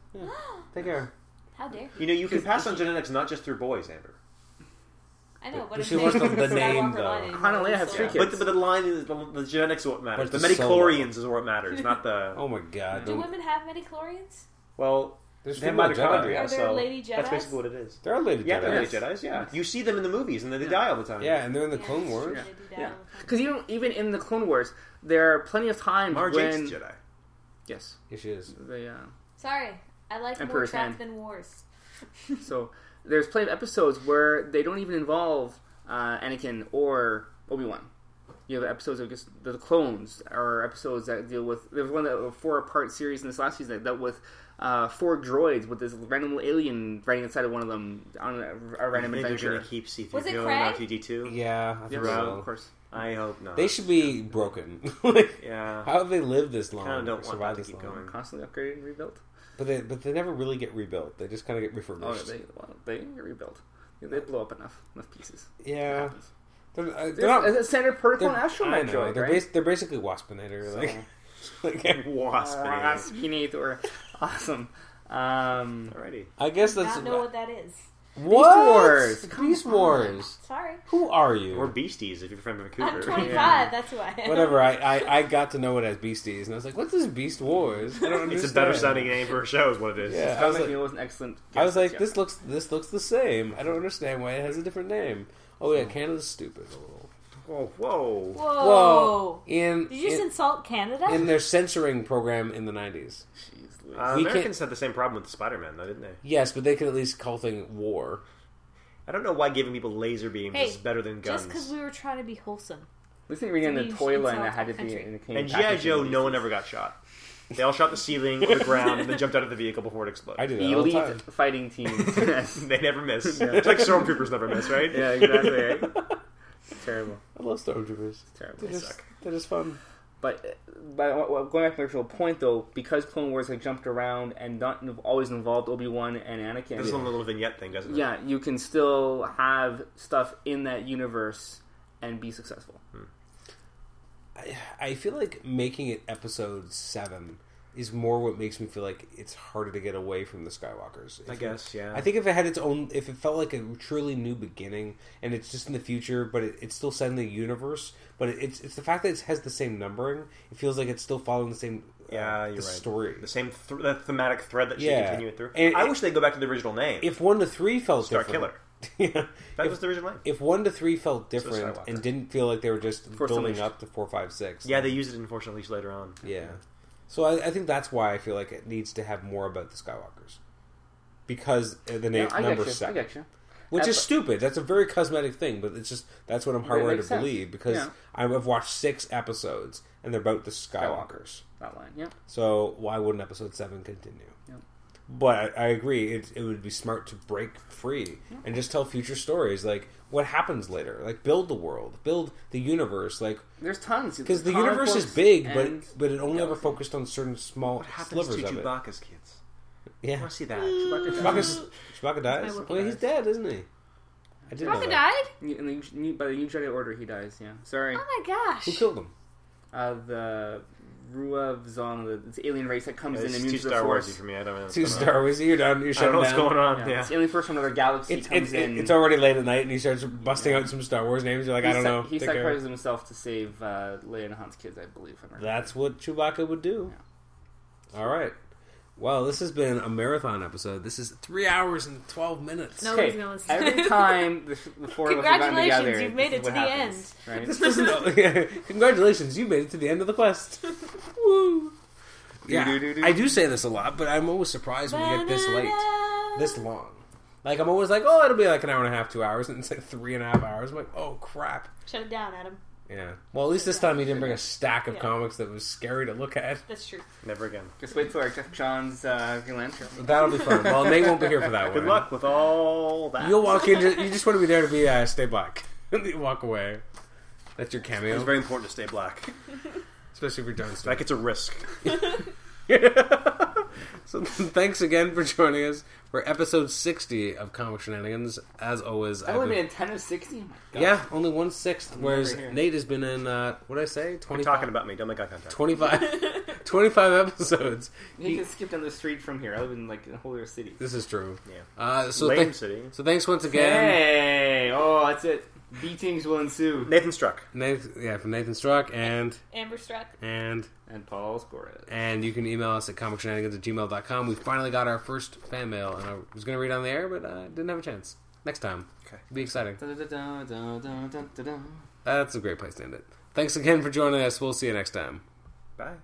Take care.
How dare he?
You know, you can pass on genetics not just through boys, Amber.
I know,
But
but
she wants the- the name, though.
Han and Leia have three
Yeah.
kids.
But, the, but the line is the, the genetics is what matters.
But
the
the solo.
midichlorians is what matters, not the
Oh my god.
Do
the-
women have midichlorians?
well,
There's
they're
female Jedi.
mitochondria.
Are there
so
lady
that's
Jedis?
basically what it is.
There are lady
Yeah, they're
Jedi.
Yes.
lady Jedi's. Yeah,
Yes.
you see them in the movies, and then they die all the time.
Yeah, and they're in the
Yeah,
Clone
that's
Wars.
true. They do that
yeah,
all the time.
because even even in the Clone Wars, there are plenty of times
Mara
when
Jade's a Jedi.
yes,
Yeah, she is.
they, uh,
Sorry, I like more
Emperor's
track
hand.
than wars.
So there's plenty of episodes where they don't even involve uh, Anakin or Obi Wan. You have episodes of just the clones, or episodes that deal with. There was one that a four-part series in this last season that dealt with uh, four droids with this random alien riding inside of one of them on a, a random
I think they're
adventure.
going to keep C3PO
Was it
and
Craig?
R2D2.
Yeah, I think
Yes,
so.
of course.
I hope not.
They should be broken. Like,
Yeah.
How have they lived this long?
Kinda don't want
survived
them to
this
keep
long?
going.
Constantly upgraded and rebuilt.
But they, but they never really get rebuilt. They just kind of get
Oh, no,
refurbished.
they well, they get rebuilt. They- They blow up enough enough pieces. It
yeah,
happens.
they're, uh,
They're
they're not.
a Senator Protocol and
they're- I
Astronaut
know,
droid,
they're,
right?
bas- they're basically Waspinator.
So-
Like, like,
Wasp. anyway.
Ah, skinny door. Awesome. Um,
Alrighty.
I guess
I
that's
don't know what that is.
what?
Wars!
Beast Wars.
Sorry.
Who are
Or
you?
Beasties if you're from
I'm
Vancouver.
25.
Yeah.
That's who I am.
Whatever. I, I I got to know it as Beasties, and I was like, "What's this Beast Wars?" I don't
It's a
understand.
better sounding name for a show, is what it is.
Yeah, I
Scott
was like,
McNeil was an excellent.
I was like,
guest,
this looks this looks the same. I don't understand why it has a different name. Oh yeah, Canada's stupid.
Whoa, whoa.
Whoa.
Whoa! In
Oh. Did you just
in,
insult Canada?
in their censoring program in the nineties.
yeah. Jeez, Louise.
Uh,
We can't-
Americans had the same problem with the Spider-Man, though, didn't they?
Yes, but they could at least call thing war.
I don't know why giving people laser beams
Hey,
is better than guns.
Just because we were trying to be wholesome.
This thing reading
So
the
you
toy
should
line that
insult
had to
the
be
country.
in the Canadian
and GI Joe, no one ever got shot. They all shot the ceiling or the ground and then jumped out of the vehicle before it exploded.
I do that all the time.
elite fighting teams.
They never miss. It's like stormtroopers never miss, right?
yeah, exactly. Right? terrible,
I love stormtroopers.
terrible.
That is,
suck.
that is fun.
But but w- w- going back to the original point though, because Clone Wars like jumped around and not inv- always involved Obi Wan and Anakin.
This is a little vignette thing, doesn't it?
yeah, you can still have stuff in that universe and be successful.
I, I feel like making it episode seven is more what makes me feel like it's harder to get away from the Skywalkers.
I
If-
guess, yeah.
I think if it had its own, if it felt like a truly new beginning, and it's just in the future, but it, it's still set in the universe, but it, it's it's the fact that it has the same numbering. It feels like it's still following the same uh,
Yeah, you're
the
right.
story.
The same th- the thematic thread that should
Yeah.
continue it through.
And-
I wish they'd go back to the original name.
If one to three felt
Star
different, yeah,
that
if,
was the original name.
if one to three felt different
Skywalker.
and didn't feel like they were just
Force
building
Unleashed.
up to four, five, six,
Yeah, they used it in Force Unleashed later on.
Yeah. So I, I think that's why I feel like it needs to have more about the Skywalkers. Because uh, the name
I
number
get you. I
seven,
get you.
which is
That's-
stupid. That's a very cosmetic thing, but it's just that's what I'm hardwired to
makes sense.
believe because
Yeah.
I've watched six episodes and they're about the Skywalkers.
That line, yeah.
So why wouldn't episode seven continue?
Yep.
But I, I agree, it, it would be smart to break free and just tell future stories, like what happens later, like build the world, build the universe, like
There's tons
because the
Comic
universe is
books
big, but
and-
but it only ever
galaxy.
focused on certain small
What happens
slivers
to
of it.
Chewbacca's kids? I
Yeah,
want to see that.
Mm.
Chewbacca
Chewbacca's, Chewbacca dies.
working
Well, he's dead, isn't he? I didn't know
Rocket
that.
died?
New- in the new- by the new Jedi Order, he dies. Yeah, sorry.
Oh my gosh.
Who killed him?
Uh, the Rua Zong, the this alien race that comes in
It's
and
too
uses the
Star Warsy
Force.
for me. I don't know.
Two Star Wars. You're done. You're
I don't
shutting
know what's
down.
going on.
Yeah,
Yeah.
It's the alien force from another galaxy
It's
comes
it's,
in.
it's already late at night, and he starts busting out some Star Wars names. You're like,
he
I don't
sac-
know.
He
Take care.
sacrifices himself to save uh, Leia and Han's kids, I believe. if I'm right.
That's what Chewbacca would do. All right. Well, this has been a marathon episode. This is three hours and twelve minutes.
No.
Okay,
Nobody's gonna listen.
every time the, the four of us have gotten
Congratulations,
together,
you've made it
this is
to
what
the
happens,
This
Right?
doesn't. Congratulations, you made it to the end of the quest. Woo! Yeah,
Do-do-do-do.
I do say this a lot, but I'm always surprised when we get this late,
Ba-da-da.
this long. Like I'm always like, oh, it'll be like an hour and a half, two hours, and it's like three and a half hours. I'm like, oh crap.
Shut it down, Adam.
Yeah. Well, at least this time you didn't bring a stack of
Yeah.
comics that was scary to look at.
That's true.
Never again.
Just wait till our Jeff Johns uh, Green Lantern.
That'll be fun. Well, Nate won't be here for that one.
Good luck with all that.
You'll walk in. Just, you just want to be there to be uh, stay black. you walk away. That's your cameo,
It's very important to stay black.
especially for John Stewart.
Like it's a risk.
so thanks again for joining us for episode 60 of Comic Shenanigans. As always,
I
I've
only
been-
made a 10 of 60. Oh my God.
yeah, only one sixth. Whereas
never here.
Nate has been in uh, what did I say
You're
25,
talking about me. Don't make eye contact.
25, 25 episodes.
You can skip down the street from here. I live in like a whole other city.
This is true.
Yeah.
Uh, so
Lame
thank-
city.
So thanks once again,
Hey! Oh, that's it. Beatings will ensue.
Nathan Struck.
Nathan, yeah, from Nathan Struck and
Amber struck.
and
And Paul Scorez.
and you can email us at comicshenanigans at gmail.com. We finally got our first fan mail, and I was going to read on the air, but uh, didn't have a chance. Next time.
Okay.
It'll be exciting.
Da-da-da-da-da-da-da-da-da.
That's a great place to end it. Thanks again for joining us. We'll see you next time.
Bye.